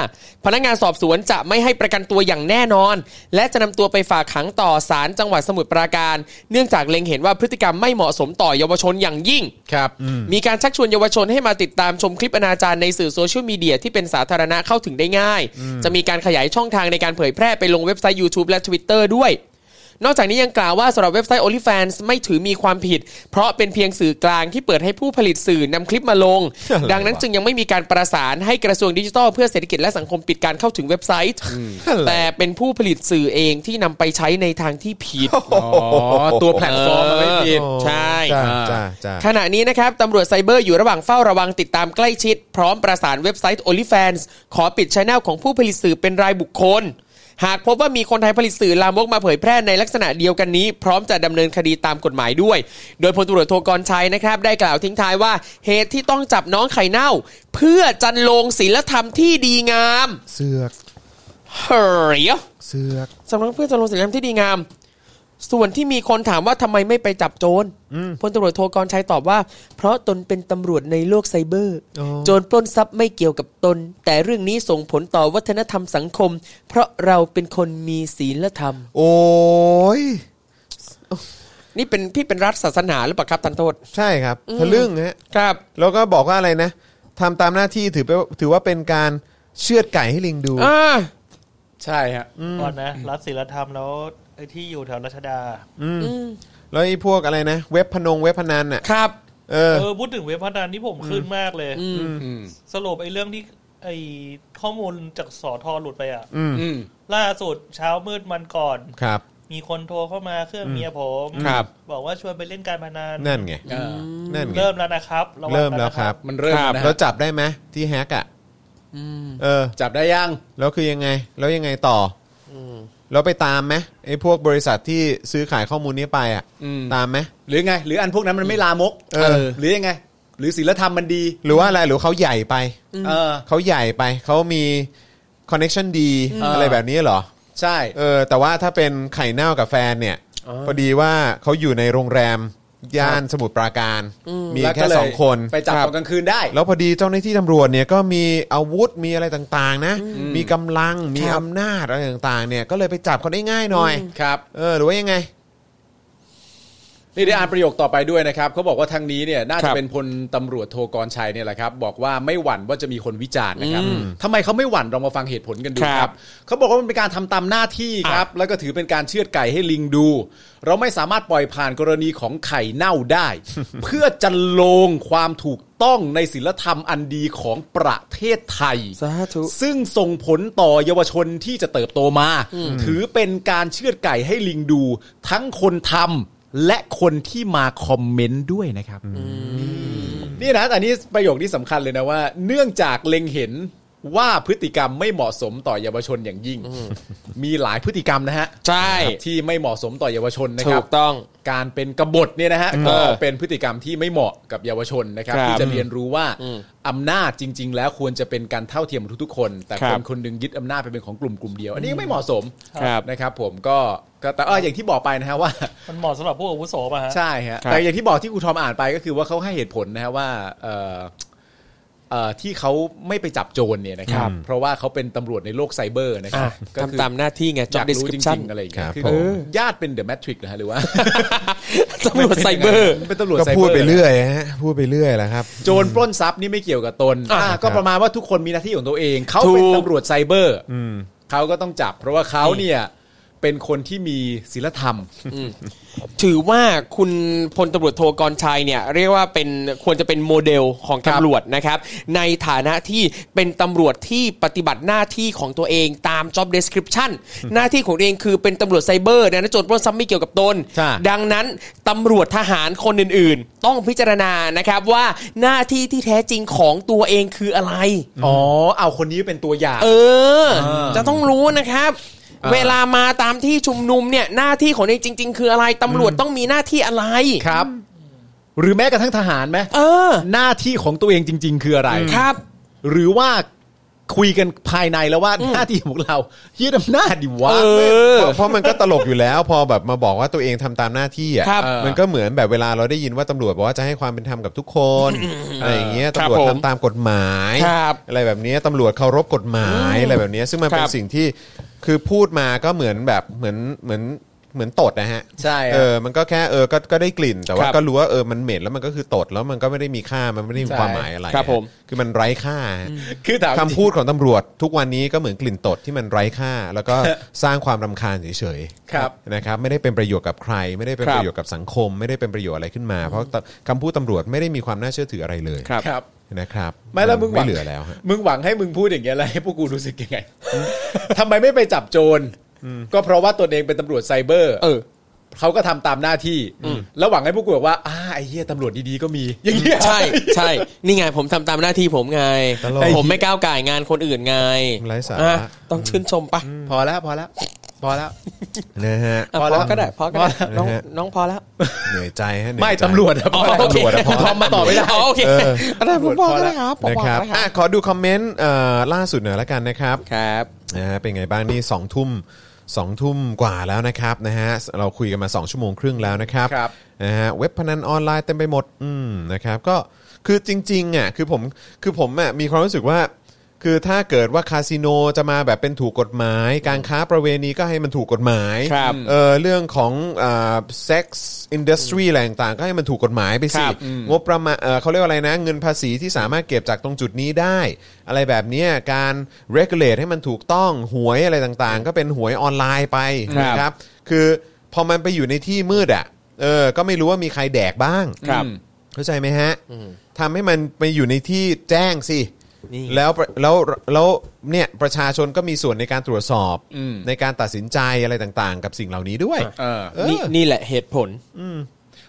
Speaker 3: พนักงานสอบสวนจะไม่ให้ประกันตัวอย่างแน่นอน และจะนำตัวไปฝากขังต่อศาลจังหวัดสมุทรปราการ เนื่องจากเล็งเห็นว่าพฤติกรรมไม่เหมาะสมต่อเยาวชนอย่างยิ่ง
Speaker 4: ครับ
Speaker 3: มีการชักชวนเยาวชนให้มาติดตามชมคลิปอนาจารในสื่อโซเชียลมีเดียที่เป็นสาธารณะเข้าถึงได้ง่าย จะมีการขยายช่องทางในการเผยแพร่ไปลงเว็บไซต์ YouTube และ Twitter ด้วย นอกจากนี้ยังกล่าวว่าสำหรับเว็บไซต์ OnlyFans ไม่ถือมีความผิด เพราะเป็นเพียงสื่อกลางที่เปิดให้ผู้ผลิตสื่อนำคลิปมาลง
Speaker 5: อะไรวะ
Speaker 3: ดังนั้นจึงยังไม่มีการประสานให้กระทรวงดิจิทัลเพื่อเศรษฐกิจและสังคมปิดการเข้าถึงเว็บไซต์ แต่เป็นผู้ผลิตสื่อเองที่นำไปใช้ในทางที่ผิด
Speaker 4: อ๋อ ตัวแพลตฟอร์มมันไม่ผิด
Speaker 3: ใช่
Speaker 5: จ้าจ้าจ้า
Speaker 3: ขณะนี้นะครับตำรวจไซเบอร์อยู่ระหว่างเฝ้าระวังติดตามใกล้ชิด พร้อมประสานเว็บไซต์ OnlyFans ขอปิดช anel ของผู้ผลิตสื่อเป็นรายบุคคล หากพบว่ามีคนไทยผลิตสื่อลามกมาเผยแพร่ในลักษณะเดียวกันนี้ พร้อมจะดำเนินคดีตามกฎหมายด้วย โดยพลตำรวจโทกรชัยนะครับ ได้กล่าวทิ้งท้ายว่าเหตุที่ต้องจับน้องไข่เน่า เพื่อจันลงศีลธรรมที่ดีงาม
Speaker 5: เสือก
Speaker 3: เฮ้ย
Speaker 5: เสือก
Speaker 3: สำนักเพื่อจันลงศีลธรรมที่ดีงาม ส่วนที่มีคนถามว่าทำไมไม่ไปจับโจรพลตำรวจโทกรชัยตอบว่า เพราะตนเป็นตำรวจในโลกไซเบอร์
Speaker 5: อ๋อ
Speaker 3: โจรปล้นทรัพย์ไม่เกี่ยวกับตน แต่เรื่องนี้ส่งผลต่อวัฒนธรรมสังคม เพราะเราเป็นคนมีศีลธรรม
Speaker 5: โอ้ย
Speaker 3: นี่เป็นพี่เป็นรัฐศาสนาหรือเปล่าครับทันโทษ
Speaker 5: ใช่ครับทะลึ่งฮะ
Speaker 3: ครับ
Speaker 5: แล้วก็บอกว่าอะไรนะทำตามหน้าที่ถือไปถือว่าเป็นการเชือดไก่ให้ลิงดู
Speaker 3: อ่า
Speaker 4: ใช่ฮะ
Speaker 6: ก่อนนะรัฐศิลธรรมแล้วไอ้ที่อยู่แถวรัชดา
Speaker 5: แล้วไอ้พวกอะไรนะ เว็บพนงเว็บพนันอ่ะ
Speaker 3: ครับ
Speaker 5: เออ
Speaker 6: เออพูดถึงเว็บพนันที่ผมขึ้นมากเลยสรุปไอ้เรื่องที่ไอ้ข้อมูลจากสอทอหลุดไปอ่ะล่าสุดเช้ามืดมันก่อน
Speaker 5: ครับ
Speaker 6: มีคนโทรเข้ามาเครื่องเมียผม
Speaker 5: ครับ
Speaker 6: บอกว่าชวนไปเล่นการพนัน
Speaker 5: นั่นไง
Speaker 4: อ่า
Speaker 5: นั่นไง
Speaker 6: เริ่มแล้วนะครับะง
Speaker 5: เริ่มแล้วครับ
Speaker 4: มันเริ่มแล้วนะ
Speaker 5: แล้ว
Speaker 4: ฮะ
Speaker 5: จับได้ไหมที่แฮกอ่ะเออ
Speaker 4: จับได้ยัง
Speaker 5: แล้วคือยังไง แล้วยังไงต่ออแล้วไปตามไหมไอ้พวกบริษัทที่ซื้อขายข้อมูลนี้ไปอ่ะ
Speaker 4: อืม
Speaker 5: ตามไหม
Speaker 4: หรือไง หรืออันพวกนั้นมันไม่ลามก
Speaker 5: เออ
Speaker 4: หรือยังไง หรือศีลธรรมมันดี
Speaker 5: หรือว่าอะไรหรือเขาใหญ่ไป
Speaker 4: เออ
Speaker 5: เขาใหญ่ไปเขามีคอนเน็ชันดี
Speaker 4: อืม
Speaker 5: อะไรแบบนี้เหรอ
Speaker 4: ใช่
Speaker 5: เออแต่ว่าถ้าเป็นไข่เน่ากับแฟนเนี่ยพอดีว่าเขาอยู่ในโรงแรมย่านสมุทรปราการ มี
Speaker 4: ล้ว
Speaker 5: แค่
Speaker 4: ก็เลย
Speaker 5: สองคน
Speaker 4: ไปจับ
Speaker 5: ค
Speaker 4: ต
Speaker 5: รับ
Speaker 4: อนกลางคืนได้
Speaker 5: แล้วพอดีเจ้าหน้าที่ตำรวจเนี่ยก็มีอาวุธมีอะไรต่างๆ นะ มีกำลังมีอำนาจอะไรต่างๆ เนี่ยก็เลยไปจับเขาได้ง่ายหน่อย
Speaker 4: ครับ
Speaker 5: เออหรือว่ายังไง
Speaker 4: นี่ได้อ่านประโยคต่อไปด้วยนะครับเขาบอกว่าทางนี้เนี่ยน่า
Speaker 3: ค
Speaker 4: จะ
Speaker 3: รับ
Speaker 4: เป็นพลตำรวจโทกรชัยเนี่ยแหละครับ บอกว่าไม่หวั่นว่าจะมีคนวิจารณ์นะครับทำไมเขาไม่หวั่นเรามาฟังเหตุผลกันดู
Speaker 3: ครับ
Speaker 4: ครับเขาบอกว่ามันเป็นการทำตามหน้าที่ครับ แล้วก็ถือเป็นการเชือดไก่ให้ลิงดู เราไม่สามารถปล่อยผ่านกรณีของไข่เน่าได้ เพื่อจันลงความถูกต้องในศิลธรรมอันดีของประเทศไทย
Speaker 3: สาธุ
Speaker 4: ซึ่งส่งผลต่อเยาวชนที่จะเติบโตมา ถือเป็นการเชือดไก่ให้ลิงดู ทั้งคนทำและคนที่มาคอมเมนต์ด้วยนะครับนี่นะแต่นี้ประโยคที่สำคัญเลยนะว่า เนื่องจากเล็งเห็นว่าพฤติกรรมไม่เหมาะสมต่อเยาวชนอย่างยิ่ง มีหลายพฤติกรรมนะฮะ
Speaker 3: ใช่
Speaker 4: ครับที่ไม่เหมาะสมต่อเยาวชนนะค
Speaker 3: ถู
Speaker 4: รับ
Speaker 3: กต้อง
Speaker 4: การเป็นกบฏเนี่ยนะฮะ
Speaker 3: เอ
Speaker 4: ก็
Speaker 3: อ
Speaker 4: เป็นพฤติกรรมที่ไม่เหมาะกับเยาวชนนะครับ
Speaker 3: ครับ
Speaker 4: ที่จะเรียนรู้ว่า
Speaker 3: อืม
Speaker 4: อำนาจจริง ๆ แล้วควรจะเป็นการเท่าเทียมทุกๆคน แต่
Speaker 3: ครั
Speaker 4: ค
Speaker 3: บ
Speaker 4: นคนหนึงยึดอำนาจไปเป็นของกลุ่มกลุ่มเดียว อันนี้ไม่เหมาะสม
Speaker 3: ครับ
Speaker 4: นะครับ ผมก็ก็แต่เอออย่างที่บอกไปนะฮะว่า
Speaker 6: มันเหมาะสำหรับผู้อาวุโสป่ะฮะ
Speaker 4: ใช่ฮะแต่อย่างที่บอกที่ครูทอมอ่านไปก็คือว่าเขาให้เหตุผลนะฮะว่าเอ่อ เอ่อที่เขาไม่ไปจับโจรเนี่ยนะครับ เพราะว่าเขาเป็นตำรวจในโลกไซเบอร์นะครั
Speaker 3: อ่ะ
Speaker 4: บก็คือ
Speaker 3: ทำตามหน้าที่ไง
Speaker 4: อ
Speaker 3: job
Speaker 4: ยากรู้จ
Speaker 3: description
Speaker 4: ริงๆอะไรอย่าง
Speaker 5: ค
Speaker 4: เงี้ย
Speaker 5: รับ
Speaker 4: คือ
Speaker 5: ผม
Speaker 4: ญาติเป็นเดอะแมทริกนะฮะหรือว่า
Speaker 3: ตำรวจไซเบอร์
Speaker 4: เป็นตำรวจ
Speaker 5: ก็
Speaker 4: ไซเบอร์
Speaker 5: พูดไปเรื่อยฮะพูดไปเรื่อยแหละครับ
Speaker 4: โจรปล้นทรัพย์นี่ไม่เกี่ยวกับตนอ่ะก็ประมาณว่าทุกคนมีหน้าที่ของตัวเองเขาเป็นตำรวจไซเบอร์เขาก็ต้องจับ เพราะว่าเขาเนี่ยเป็นคนที่มีศีลธรรม
Speaker 3: ถือว่าคุณพลตำรวจโทกรชัยเนี่ยเรียกว่าเป็นควรจะเป็นโมเดลของตำรวจนะครับ ในฐานะที่เป็นตำรวจที่ปฏิบัติหน้าที่ของตัวเองตาม job description หน้าที่ของตัวเองคือเป็นตำรวจไซเบอร์นะนะโจทย์ปล้นซ้ำไม่เกี่ยวกับตน
Speaker 4: ใช่
Speaker 3: ดังนั้นตำรวจทหารคนอื่นๆ ต้องพิจารณานะครับว่าหน้าที่ที่แท้จริงของตัวเองคืออะไร
Speaker 4: อ๋อเอาคนนี้เป็นตัวอย่าง
Speaker 3: เออ จะต้องรู้นะครับ เวลามาตามที่ชุมนุมเนี่ยหน้าที่ของเองจริง ๆ คืออะไรตำรวจต้องมีหน้าที่อะไร
Speaker 4: ครับ หรือแม้กระทั่งทหารไหม
Speaker 3: เออ
Speaker 4: หน้าที่ของตัวเองจริง ๆ คืออะไร
Speaker 3: ครับ
Speaker 4: หรือว่าคุยกันภายในแล้วว่าหน้าที่ของเรายึดอำนาจดิวะ
Speaker 3: เออ
Speaker 5: เพราะเพราะมันก็ตลกอยู่แล้ว พอแบบมาบอกว่าตัวเองทำตามหน้าที่อ่ะ
Speaker 3: ครับ
Speaker 5: มันก็เหมือนแบบเวลาเราได้ยินว่าตำรวจบอกว่าจะให้ความเป็นธรรมกับทุกคนอะไรอย่างเงี้ย
Speaker 3: ครับ
Speaker 5: ตำรวจ
Speaker 3: ผม
Speaker 5: ทำตามกฎหมาย
Speaker 3: ครับ
Speaker 5: อะไรแบบเนี้ยตำรวจเคารพกฎหมายอะไรแบบเนี้ยซึ่งมันเป็
Speaker 3: คน รับ
Speaker 5: สิ่งที่คือพูดมาก็เหมือนแบบเหมือนเหมือนเหมือนตดนะฮะ
Speaker 4: ใช่ครับ
Speaker 5: เออมันก็แค่เออก็ก็ได้กลิ่น แต่ว่า
Speaker 3: ครับ
Speaker 5: ก็รู้ว่าเออมันเหม็นแล้วมันก็คือตดแล้วมันก็ไม่ได้มีค่ามันไม่ได้มี
Speaker 4: ใช่
Speaker 5: ความหมายอะไร
Speaker 3: ครับผม
Speaker 5: คือมันไร้ค่า
Speaker 4: คือถาม
Speaker 5: คำพูดของตำรวจทุกวันนี้ก็เหมือนกลิ่นตดที่มันไร้ค่า แล้วก็ สร้างความรำคาญเฉยๆ
Speaker 4: ครับ
Speaker 5: นะครับ ไม่ได้เป็นประโยชน์กับใคร ไม่ได้เป็น
Speaker 3: ครับ
Speaker 5: ประโยชน์กับสังคม ไม่ได้เป็นประโยชน์อะไรขึ้นมา เพราะตคำพูดตำรวจไม่ได้มีความน่าเชื่อถืออะไรเลย
Speaker 3: ครับ
Speaker 4: ครับ
Speaker 5: นะครับ
Speaker 4: ไม่แล้วมึงหวั
Speaker 5: ไม่
Speaker 4: ง
Speaker 5: เหลือแล้วฮะ
Speaker 4: มึงหวังให้มึงพูดอย่างเงี้ยแล้วให้พวกกูรู้สึกยังไงทำไมไม่ไปจับโจรก็เพราะว่าตนเองเป็นตำรวจไซเบอร์
Speaker 3: เออ
Speaker 4: เขาก็ทำตามหน้าที่ แล้วหวังให้พวกกูบอกว่าอ่าไอ้เหี้ยตำรวจดีๆก็มี อย่างเงี้ย
Speaker 3: ใช่ใช่ นี่ไงผมทำตามหน้าที่ผมไง
Speaker 5: ตลก
Speaker 3: ผมไม่ก้าวไก่ายงานคนอื่นไง
Speaker 5: ไร้สาระ
Speaker 3: อ่ะต้องชื่นชมปะ
Speaker 4: พอแล้วพอแล้วพอแล้ว
Speaker 5: นะฮะ
Speaker 3: อ่ะ
Speaker 4: พอ
Speaker 3: พ
Speaker 4: แล้ว
Speaker 3: อก็ได้พอก็ได้
Speaker 4: พอแล้ว
Speaker 3: น้องน้องพอแล้ว
Speaker 5: เหนื่อยใจฮะเหนื่อย
Speaker 4: ไม่
Speaker 5: ใจ
Speaker 4: ตำรวจอะพอแล้ว
Speaker 5: โอเค
Speaker 4: คุณทอมมาต่อไม่ได้
Speaker 3: โอเค
Speaker 5: เออ
Speaker 3: อันนั้นผมพอก็ได้ครับผม
Speaker 5: นะ
Speaker 3: พอ
Speaker 5: ค
Speaker 3: ก็
Speaker 5: รับ
Speaker 3: ได้ค
Speaker 5: อ่ะ
Speaker 3: รับ
Speaker 5: ขอดูคอมเมนต์เอ่อล่าสุดหน่อยละกันนะครับ
Speaker 3: ครับ
Speaker 5: นะฮะเป็นไงบ้างนี่สองทุ่มสองทุ่มกว่าแล้วนะครับนะฮะเราคุยกันมา 2 ชั่วโมงครึ่งแล้วนะครับ
Speaker 4: ครับ
Speaker 5: นะฮะเว็บพนันออนไลน์เต็มไปหมดอืมนะครับก็คือจริงๆอ่ะคือผมคือผมอ่ะมีความรู้สึกว่า คือถ้าเกิดว่าคาสิโนจะมาแบบเป็นถูกกฎหมาย การค้าประเวณีก็ให้มันถูกกฎหมาย
Speaker 3: ครับ
Speaker 5: เออเรื่องของเซ็กซ์อินดัสทรีอะไรต่างๆก็ให้มันถูกกฎหมายไปสิ
Speaker 3: ครับ
Speaker 5: งบประมาณเอ่อเขาเรียกว่าอะไรนะ เงินภาษีที่สามารถเก็บจากตรงจุดนี้ได้ อะไรแบบเนี้ยการ regulate ให้มันถูกต้อง หวยอะไรต่างๆ ก็เป็นหวยออนไลน์ไป
Speaker 3: ครับ
Speaker 5: นะครับ คือพอมันไปอยู่ในที่มืดอ่ะ เออ ก็ไม่รู้ว่ามีใครแดกบ้าง
Speaker 3: ครับ
Speaker 5: เข้าใจไหมฮะทำให้มันไปอยู่ในที่แจ้งสิ
Speaker 3: นี่
Speaker 5: แล้วประแล้วแล้วเนี่ยประชาชนก็มีส่วนในการตรวจสอบ
Speaker 4: อืม
Speaker 5: ในการตัดสินใจอะไรต่างๆ กับสิ่งเหล่านี้ด้วย
Speaker 4: เออ
Speaker 5: เออ
Speaker 3: นี่นี่แหละเหตุผล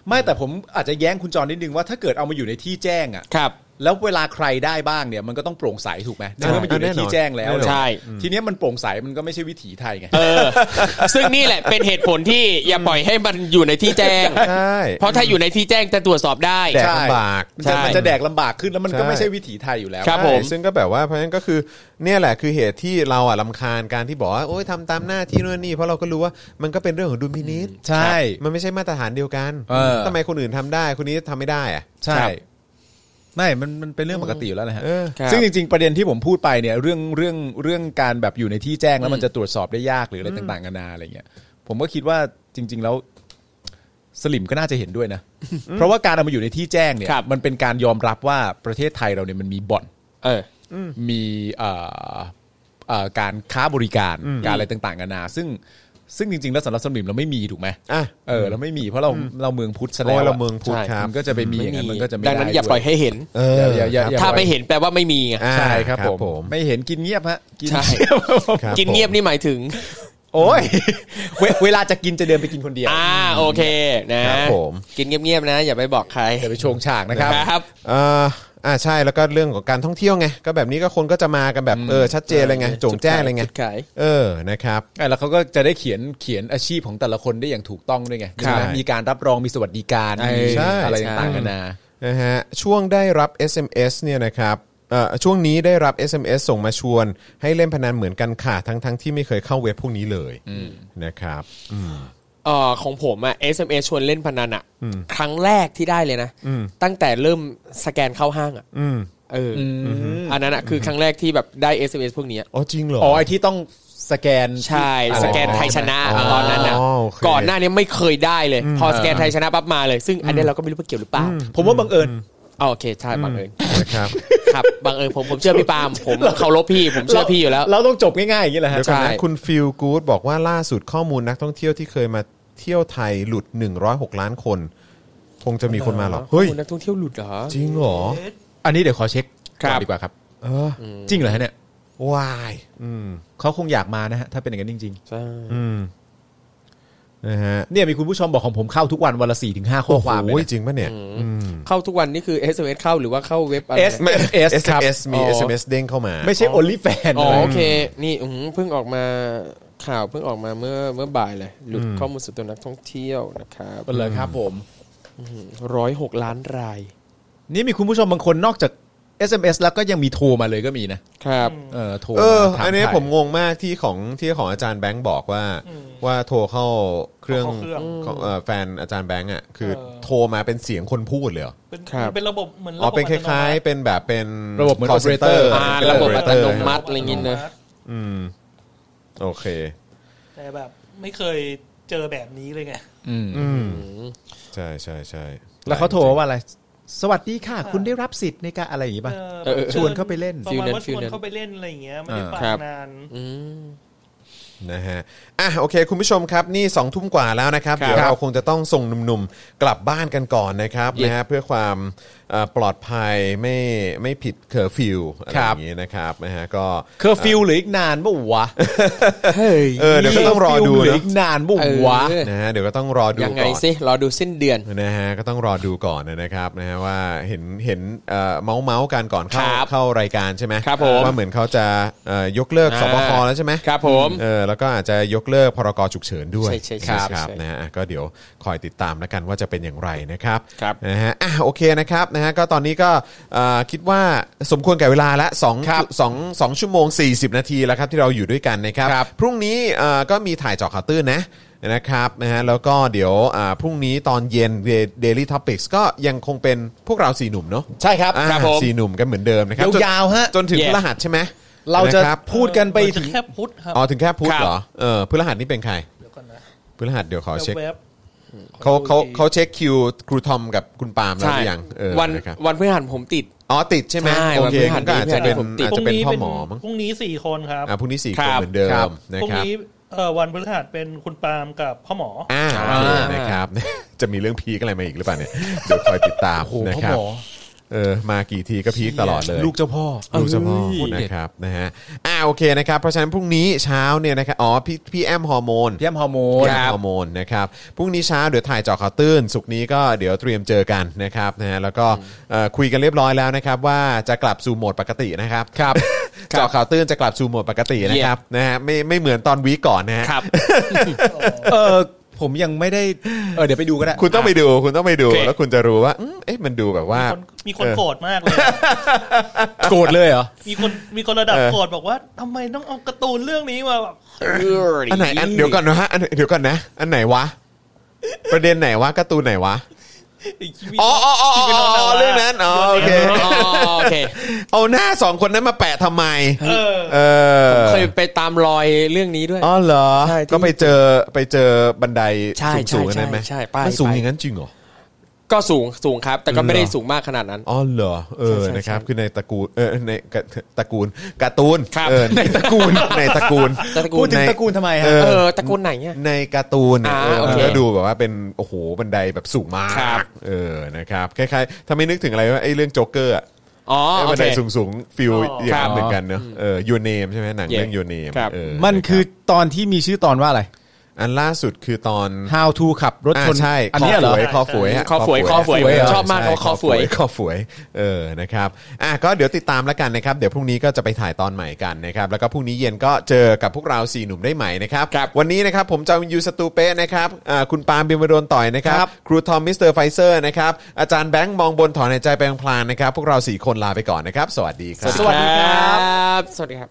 Speaker 4: ไม่แต่ผมอาจจะแย้งคุณจรนิดนึงว่าถ้าเกิดเอามาอยู่ในที่แจ้งอะ
Speaker 3: ครับ
Speaker 4: แล้วเวลาใครได้บ้างเนี่ยมันก็ต้องโปร่งใสถูกไหม
Speaker 5: ใช่
Speaker 4: เมื่อมันอยู่ใน
Speaker 5: แน่นอน
Speaker 4: ที่แจ้งแล้ว
Speaker 5: แน่นอน
Speaker 3: ใช่
Speaker 4: ทีเนี้ยมันโปร่งใสมันก็ไม่ใช่วิถีไทยไง
Speaker 3: เออ ซึ่งนี่แหละเป็นเหตุผลที่อย่าปล่อยให้มันอยู่ในที่แจ้ง
Speaker 5: ใช่
Speaker 3: เพราะถ้าอยู่ในที่แจ้งจะตรวจสอบได้
Speaker 5: แดก
Speaker 4: ใช่
Speaker 5: ลำบาก
Speaker 4: มัน
Speaker 3: ใช่
Speaker 4: จะมันจะแดกลำบากขึ้นแล้วมันก็
Speaker 5: ใช่
Speaker 4: ไม่ใช่วิถีไทยอยู่แล้ว
Speaker 3: ครับ ผม
Speaker 5: ใช่ซึ่งก็แบบว่าเพราะฉะนั้นก็คือเนี่ยแหละคือเหตุที่เราอ่ะลำคาญการที่บอกว่าโอ๊ยทำตามหน้าที่นู่นนี่เพราะเราก็รู้ว่ามันก็เป็นเรื่องของดุลพินิษ
Speaker 4: ใช่
Speaker 5: มันไม่ใช่มาตรฐานเดียวกัน
Speaker 4: เออ
Speaker 5: ทำไมคนอื่นทำได้คนนี้ทำไม่ได้อ่ะ
Speaker 4: ใช่ ไม่ มันมันเป็นเรื่องปกติอยู่แล้วนะฮะ
Speaker 5: เออ
Speaker 3: ครับ
Speaker 4: ซึ่งจริง ๆ ประเด็นที่ผมพูดไปเนี่ยเรื่องเรื่องเรื่องการแบบอยู่ในที่แจ้งแล้วมันจะตรวจสอบได้ยากหรืออะไรต่างๆกันานาอะไรเงี้ยผมก็คิดว่าจริง ๆ แล้วสลิมก็น่าจะเห็นด้วยนะ เพราะว่าการเอามาอยู่ในที่แจ้งเนี่ย
Speaker 3: ครับ
Speaker 4: มันเป็นการยอมรับว่าประเทศไทยเราเนี่ยมันมีบ่อน
Speaker 3: เออ
Speaker 4: มีเอ่อเอ่อการค้าบริการการอะไรต่างๆกันานาซึ่งซึ่งจริงๆ แล้วสำหรับสลิมเราไม่มีถูกไหม
Speaker 5: อ่ะ
Speaker 4: เออเราไม่มีเพราะเราเราเมืองพุทธซะ
Speaker 5: โอ้
Speaker 4: แล้วอะ
Speaker 5: ยเราเมืองพุทธ
Speaker 3: ใช่
Speaker 5: ครับ
Speaker 4: มันก็จะไปมีอย่างนั้นมันก็จะไม่ได้
Speaker 3: ดังนั้นอย่า
Speaker 4: ด้ว
Speaker 3: ปล่อยให้เห็น
Speaker 5: เออ
Speaker 4: อย่าอย่าอย่
Speaker 5: ครับ
Speaker 3: ถ้าไม่เห็นแปลว่าไม่มีไง
Speaker 5: อ่ะ
Speaker 4: ใช่ครับ
Speaker 5: ครับ
Speaker 4: ผ
Speaker 5: ผม ม
Speaker 4: ไม่เห็นกินเงียบฮะกิน
Speaker 3: ใช่
Speaker 4: เงียบครับผม
Speaker 5: ครับ
Speaker 3: กินเงียบนี่หมายถึง
Speaker 4: โอ้ยเวเวลาจะกินจะเดินไปกินคนเดียว
Speaker 3: อ่าโอเคนะครับ
Speaker 5: ผม
Speaker 3: กินเงียบๆนะ อย่าไปบอกใคร
Speaker 4: อย่าไปโชงฉากนะครับ
Speaker 3: ครับ
Speaker 5: เอ่ออ่าใช่แล้วก็เรื่องของการท่องเที่ยวไงก็แบบนี้ก็คนก็จะมากันแบบเออชัดเจนเลยไงโจงแจ้งเลยไง
Speaker 3: จุดขาย
Speaker 5: เออนะครับ
Speaker 4: แล้วเขาก็จะได้เขียนเขียนอาชีพของแต่ละคนได้อย่างถูกต้องด้วยไง
Speaker 5: ใช่
Speaker 4: ใช่ไหมมีการรับรองมีสวัสดิการมี
Speaker 5: ใช่
Speaker 4: อะไรต่างๆกันานา
Speaker 5: นะฮะช่วงได้รับ SMS เนี่ยนะครับเอ่อช่วงนี้ได้รับ SMS ส่งมาชวน ให้เล่นพนันเหมือนกันค่ะทั้งทั้งที่ไม่เคยเข้าเว็บพวกนี้เลยนะครับ
Speaker 3: เอ่อของผมอะ SMS ชวนเล่นพนันอะครั้งแรกที่ได้เลยนะ ตั้งแต่เริ่มสแกนเข้าห้างอะ
Speaker 5: อืม
Speaker 3: เออออันนั้นอะคือครั้งแรกที่แบบได้ SMS พวกเนี้ย
Speaker 5: อ๋อจริงเหรอ
Speaker 4: อ๋อไอที่ต้องสแกน
Speaker 3: ใช่สแกนไทยชนะ
Speaker 5: อ๋อ
Speaker 3: ตอนนั้นอะ
Speaker 5: อ๋อโอเค
Speaker 3: ก่อนหน้านี้ไม่เคยได้เลย พอสแกนไทยชนะปั๊บมาเลย ซึ่งอันนี้เราก็ไม่รู้ว่าเกี่ยวหรือเปล่า
Speaker 4: ผมว่าบังเอิญ
Speaker 3: อ๋อโอเคใช่บังเอิญ
Speaker 5: นะครับ
Speaker 3: ครับบังเอิญผมผมเชื่อพี่ปาล์มผมเคารพพี่ผมเชื่อพี่อยู่แล้ว
Speaker 4: เราต้องจบง่ายๆอย่างนี้แหละฮะ
Speaker 5: เดี๋ยวก่อน
Speaker 3: ใช่
Speaker 5: นะคุณฟิลกู o ดบอกว่าล่าสุดข้อมูลนักท่องเที่ยวที่เคยมาเที่ยวไทยหลุด 106 ล้านคน คงจะมีคนมาหรอกเฮ้ย
Speaker 3: คุณนักท่องเที่ยวหลุดเหรอ
Speaker 5: จริงเหรอ
Speaker 4: อันนี้เดี๋ยวขอเช็ค
Speaker 3: ครับ
Speaker 4: ก่อนดีกว่าครับ
Speaker 5: เอออ
Speaker 4: จริงเหรอฮะเนี่ยว
Speaker 5: ายอืม
Speaker 4: เขาคงอยากมานะฮะถ้าเป็นอย่างนั้นจริง
Speaker 3: ใช่
Speaker 5: อืมนะฮะ
Speaker 4: ๆเนี่ยมีคุณผู้ชมบอกของผมเข้าทุกวันวันละสี่ถึงห้าข้อความเล
Speaker 5: โอ้ย
Speaker 4: ย
Speaker 5: จริงปะเนี่ยอืม
Speaker 3: เข้าทุกวันนี่คือ SMS เข้าหรือว่าเข้าเว็บอะไร
Speaker 4: S SMS ครับ
Speaker 5: SMS มี
Speaker 3: อ๋อ
Speaker 5: SMS เด้งเข้ามา
Speaker 4: ไม่ใช่ only fan
Speaker 3: อ๋อ
Speaker 4: นะ
Speaker 3: โอเค นี่อื้อหือเพิ่งออกมาข่าวเพิ่งออกมาเมื่อเมื่อบ่ายเลย หลุดข้อมูลส่วนตัวนักท่องเที่ยวนะครับ
Speaker 4: เอาเลยครับผม
Speaker 3: ร้อยหกล้านราย
Speaker 4: นี่มีคุณผู้ชมบางคนนอกจาก SMS แล้วก็ยังมีโทรมาเลยก็มีนะครับ เออโทร
Speaker 5: เอ
Speaker 4: า
Speaker 5: อ
Speaker 4: ถา
Speaker 5: อันนี้
Speaker 4: ใคร
Speaker 5: ผมงงมากที่ของที่ของอาจารย์แบงค์บอกว่า ว่าโทรเข้าเครื่อง
Speaker 6: เข้าเครื่อง
Speaker 5: ของเอ่อแฟนอาจารย์แบงค์อ่ะคือ
Speaker 6: เออ
Speaker 5: โทรมาเป็นเสียงคนพูดเลยเหรอ
Speaker 6: เป็น
Speaker 3: ครับ
Speaker 6: เป็นระบบเหมือน
Speaker 5: อ๋อ เป็นคล้าย ๆ เป็นแบบเป็น call center
Speaker 3: อ่า
Speaker 5: เป็
Speaker 3: ระบบอัต
Speaker 5: operator
Speaker 3: โนมั
Speaker 6: ๆ
Speaker 3: ดอะไรอย่างงี้นะ
Speaker 5: อืม โอเค
Speaker 6: แต่แบบไม่เคยเจอแบบนี้เลยไง
Speaker 4: อืม
Speaker 5: อืม ใช่ใช่ใช่
Speaker 4: แล้วเขาโทรว่าอะไร สวัสดีค่ะ คุณได้รับสิทธิ์ในการอะไรอย่างงี้ป่ะ
Speaker 6: เออ
Speaker 3: เออเออ
Speaker 4: ชวนเข้าไปเล่น
Speaker 6: ประมาณว่า
Speaker 3: ฟิ
Speaker 6: ช
Speaker 3: ล
Speaker 6: วน
Speaker 3: นั้น
Speaker 6: เข้าไปเล่นอะไรอย่างเงี้ยไม่ได้ฝา
Speaker 3: ครั
Speaker 6: ก
Speaker 3: บ
Speaker 6: นาน
Speaker 3: อืม
Speaker 5: นะฮะ อ่ะ โอเค คุณผู้ชมครับ นี่2องทุ่มกว่าแล้วนะครับ
Speaker 3: ครับ
Speaker 5: เดี๋ยวเราคงจะต้องส่งหนุ่มๆ กลับบ้านกันก่อนนะครับ
Speaker 3: Yes
Speaker 5: นะฮะ เพื่อความเอ่อปลอดภัย ไม่ไม่ผิดเคอร์ฟิวอะไร
Speaker 4: ครั
Speaker 5: อบ ย่างนี้นะครับ นะฮะ ก็
Speaker 4: เคอร์ฟิวหรืออีกนานบ่วะ
Speaker 3: เฮ้ย
Speaker 5: เออ เดี๋ยวก็ต้องรอดู
Speaker 4: เคฟิวหรือ
Speaker 5: นะ
Speaker 4: อีกนานบ่
Speaker 3: เออ
Speaker 4: วะ
Speaker 5: นะฮะ เดี๋ยวก็ต้องรอดู
Speaker 3: ยังไง
Speaker 5: ก่อน
Speaker 3: สิรอดูสิ้นเดือน
Speaker 5: นะฮะก็ต้องรอดูก่อนนะครับนะฮะว่าเห็นเห็นเอ่อเมาส์เมาส์กันก่อนเข้า
Speaker 3: ครับ
Speaker 5: เข้ารายการใช่ไหม
Speaker 3: ครับผม
Speaker 5: ว่าเหมือนเขาจะเอ่อยกเลิก
Speaker 3: อ่า
Speaker 5: สบคแล้วใช่ไหม
Speaker 3: ครับผม
Speaker 5: เออแล้วก็อาจจะยกเลิกพรกฉุกเฉินด้วย
Speaker 3: ใช่ใช่ใช่
Speaker 5: ครับ
Speaker 3: ใช่
Speaker 5: ครับ
Speaker 3: ใช่
Speaker 5: นะฮะก็เดี๋ยวคอยติดตามแล้วกันว่าจะเป็นอย่างไรนะครับ
Speaker 3: ครับ
Speaker 5: นะฮะอ่ะโอเคนะครับนะฮะก็ตอนนี้ก็เอ่อคิดว่าสมควรแก่เวลาละสองสองสองชั่วโมง 40 นาทีแล้วครับที่เราอยู่ด้วยกันนะครับ
Speaker 4: ครับ
Speaker 5: พรุ่งนี้เอ่อก็มีถ่ายเจอข่าวตื้นนะ นะครับนะฮะแล้วก็เดี๋ยวอ่าพรุ่งนี้ตอนเย็น Daily Topics ก็ยังคงเป็นพวกเราสี่หนุ่มเนาะ
Speaker 4: ใช่ครับ
Speaker 5: อ่า
Speaker 3: ครับผม
Speaker 5: สี่หนุ่มกันเหมือนเดิมนะครับจน
Speaker 4: ยาวๆฮะ
Speaker 5: จนถึง
Speaker 3: Yeah
Speaker 5: พฤหัสใช่ไหม
Speaker 4: เราจะ
Speaker 5: นคบ
Speaker 4: พูดกันไป
Speaker 6: เราจะ
Speaker 4: ถึง
Speaker 6: แค่พุทธครับ
Speaker 5: อ๋อถึงแค่พูด
Speaker 3: ครับ
Speaker 5: เหรอเออพฤหัสนี่เป็นใคร
Speaker 6: เดี๋ยวก่อนนะ
Speaker 5: พฤหัสเดี๋ยวขอเช็ค
Speaker 6: แวบ
Speaker 5: เขาเขาเขาเช็คคิวครูทอมกับคุณปาล์มแล้วหรือยังเออ
Speaker 3: วัน
Speaker 5: นะครับ
Speaker 3: วันพฤหัสผมติด
Speaker 5: อ๋อติดใช่ไหม
Speaker 3: ใช่
Speaker 5: โอ
Speaker 3: วัน
Speaker 5: เค
Speaker 3: พฤหัส
Speaker 5: งั้นก็อาจจะเป็น
Speaker 3: พฤหัส
Speaker 5: อาจ
Speaker 6: ๆพ
Speaker 5: จะ
Speaker 6: รุ่ง
Speaker 5: เป็น
Speaker 6: นี้
Speaker 5: พ่อ
Speaker 6: เป็น
Speaker 5: หมอมั้ง
Speaker 6: พรุ่งนี้สี่คนครับ
Speaker 5: อ่ะพรุ่งนี้สี่
Speaker 3: ค
Speaker 5: ค
Speaker 3: รั
Speaker 5: น
Speaker 3: บ
Speaker 5: เหมือนเดิ
Speaker 4: ครั
Speaker 5: ม
Speaker 4: บ
Speaker 5: นะ
Speaker 6: พรุ่ง
Speaker 5: ครับ
Speaker 6: นี้เอ่อวันพฤหัสเป็นคุณปาล์มกับพ่อหมออ
Speaker 5: อ่าโอเคนะครับ จะมีเรื่องพีกอะไรมาอีกหรือเปล่าเนี่ยเดี๋ยวคอยติดตามนะครับเออมากี่ทีก็พีคตลอดเลย
Speaker 4: ลูกเจ้าพ่อ
Speaker 5: ลูกเจ้าพ่อ
Speaker 4: เอ้ย
Speaker 5: นะครับนะฮะอ่าโอเคนะครับเพราะฉะนั้นพรุ่งนี้เช้าเนี่ยนะครับอ๋อพี่พี่แอมฮอร์โมน
Speaker 4: เยี่ยมฮอร์โมน
Speaker 5: พี่แอมฮอร์โมนนะครับพรุ่งนี้เช้าเดี๋ยวถ่ายเจอข่าวตื้นสุกร์นี้ก็เดี๋ยวเตรียมเจอกันนะครับนะฮะแล้วก็เอ่อคุยกันเรียบร้อยแล้วนะครับว่าจะกลับสู่โหมดปกตินะครับครับเจอข่าวตื้นจะกลับสู่โหมดปกตินะครับนะฮะไม่ไม่เหมือนตอนวีคก่อนนะฮะ
Speaker 3: ครับ
Speaker 4: เออผมยังไม่ได้ เออเดี๋ยวไปดูก็ได้
Speaker 5: คุณต้องไปดูคุณต้องไปดู
Speaker 3: โอเค
Speaker 5: แล้วคุณจะรู้ว่าอืมเอ๊ะมันดูแบบว่า
Speaker 6: คนมีคน
Speaker 5: เออ
Speaker 6: โกรธมากเลย
Speaker 4: โกรธเลยเหรอ
Speaker 6: มีคนมีคนระดับ
Speaker 5: เออ
Speaker 6: โกรธบอกว่าทำไมต้องเอาการ์ตูนเรื่องนี้มาแบบ
Speaker 5: อันไหนอันเดี๋ยวก่อนนะฮะอันเดี๋ยวก่อนนะ อันไหนวะ ประเด็นไหนวะการ์ตูนไหนวะ
Speaker 6: ไอ้ชีวิต
Speaker 5: อ๋ออ๋ออ๋ออ๋ออ๋อเรื่องนั้นอ๋อโอเค
Speaker 3: อ๋อโอเค
Speaker 5: เอาหน้าสองคนนั้นมาแปะทำไม
Speaker 6: เออ
Speaker 5: เออ
Speaker 3: เคยไปตามรอยเรื่องนี้ด้วย
Speaker 5: อ๋อเหรอ
Speaker 3: ใช่ที่
Speaker 5: ก็ไปเจอไปเจอบันได
Speaker 3: ใช่
Speaker 5: สูง
Speaker 3: ใช่
Speaker 5: สูงนั้นไหม
Speaker 3: ใช่ใช่ไป
Speaker 5: มันสูง
Speaker 3: ไป
Speaker 5: อย่างนั้นจริงเหรอ
Speaker 3: ก็สูงสูงครับ แต่ก็ไม่ได้
Speaker 5: เหรอ
Speaker 3: สูงมากขนาดนั้น
Speaker 5: อ๋อเหรอ เออ
Speaker 3: ใช่ใช่
Speaker 5: นะครับ
Speaker 3: ใช่
Speaker 5: คือในตระกูล เออ ในกะตระกูลการ์ตูน
Speaker 3: ครับ
Speaker 5: เออ ในตระกูล ในตระกูล
Speaker 3: ตระกูล
Speaker 4: พูดถึง
Speaker 5: ใน
Speaker 4: ตระกูลทำไม
Speaker 5: เอ
Speaker 4: ฮะ
Speaker 5: อ
Speaker 3: เออตระกูลไหนเนี่ย
Speaker 5: ในการ์ตูนเนี่ย
Speaker 3: อ่า
Speaker 5: เออ
Speaker 3: โอ
Speaker 5: มัน
Speaker 3: เค
Speaker 5: ก็ดูแบบว่าเป็น โอ้โห บันไดแบบสูงมา
Speaker 3: ครับ
Speaker 5: ก เออ นะครับ คล้ายๆ ถ้าไม่นึกถึงอะไรว่าไอ้เรื่องโจ๊กเกอร์อะ
Speaker 3: อ๋อ
Speaker 5: ไอ้
Speaker 3: โอ
Speaker 5: บัน
Speaker 3: เค
Speaker 5: ไดสูงสูงๆฟิล
Speaker 6: อ๋อ
Speaker 5: อ
Speaker 6: อ
Speaker 4: ค
Speaker 5: ย่างนั้น
Speaker 4: รับ
Speaker 5: เหมือนกันเนอะเออยูเนมใช่ไหมหนัง
Speaker 3: Yeah
Speaker 5: เรื่องยูเนม
Speaker 3: ครับ
Speaker 4: มันคือตอนที่มีชื่อตอนว่าอะไร
Speaker 5: อันล่าสุดคือตอน
Speaker 4: How to ขับรถ
Speaker 5: อ่า
Speaker 4: ชน
Speaker 5: ใช่
Speaker 4: อันเนี้ยเหรอ
Speaker 5: คอฝวยฮะ
Speaker 3: คอฝวยคอฝวย
Speaker 5: ะ
Speaker 3: ชอบมาก
Speaker 5: ใ
Speaker 3: คอฝวย
Speaker 5: คอฝวยเออนะครับอ่ะก็เดี๋ยวติดตามแล้วกันนะครับ เดี๋ยวพรุ่งนี้ก็จะไปถ่ายตอนใหม่กันนะครับแล้วก็พรุ่งนี้เย็นก็เจอกับพวกเราสี่หนุ่มได้ใหม่นะครับ
Speaker 3: ครับ
Speaker 5: วันนี้นะครับผมจอมยูสตูเป้นะครับอ่าคุณปาล์มบิมบดนต่อยนะครับ
Speaker 4: ครับ
Speaker 5: ครูทอมมิสเตอร์ไฟเซอร์นะครับอาจารย์แบงค์มองบนถอนหายใจไปพลางๆนะครับพวกเราสี่คนลาไปก่อนนะครับสวัสดีครับ
Speaker 4: สวัสดีครับ
Speaker 3: บสวัสดีครับ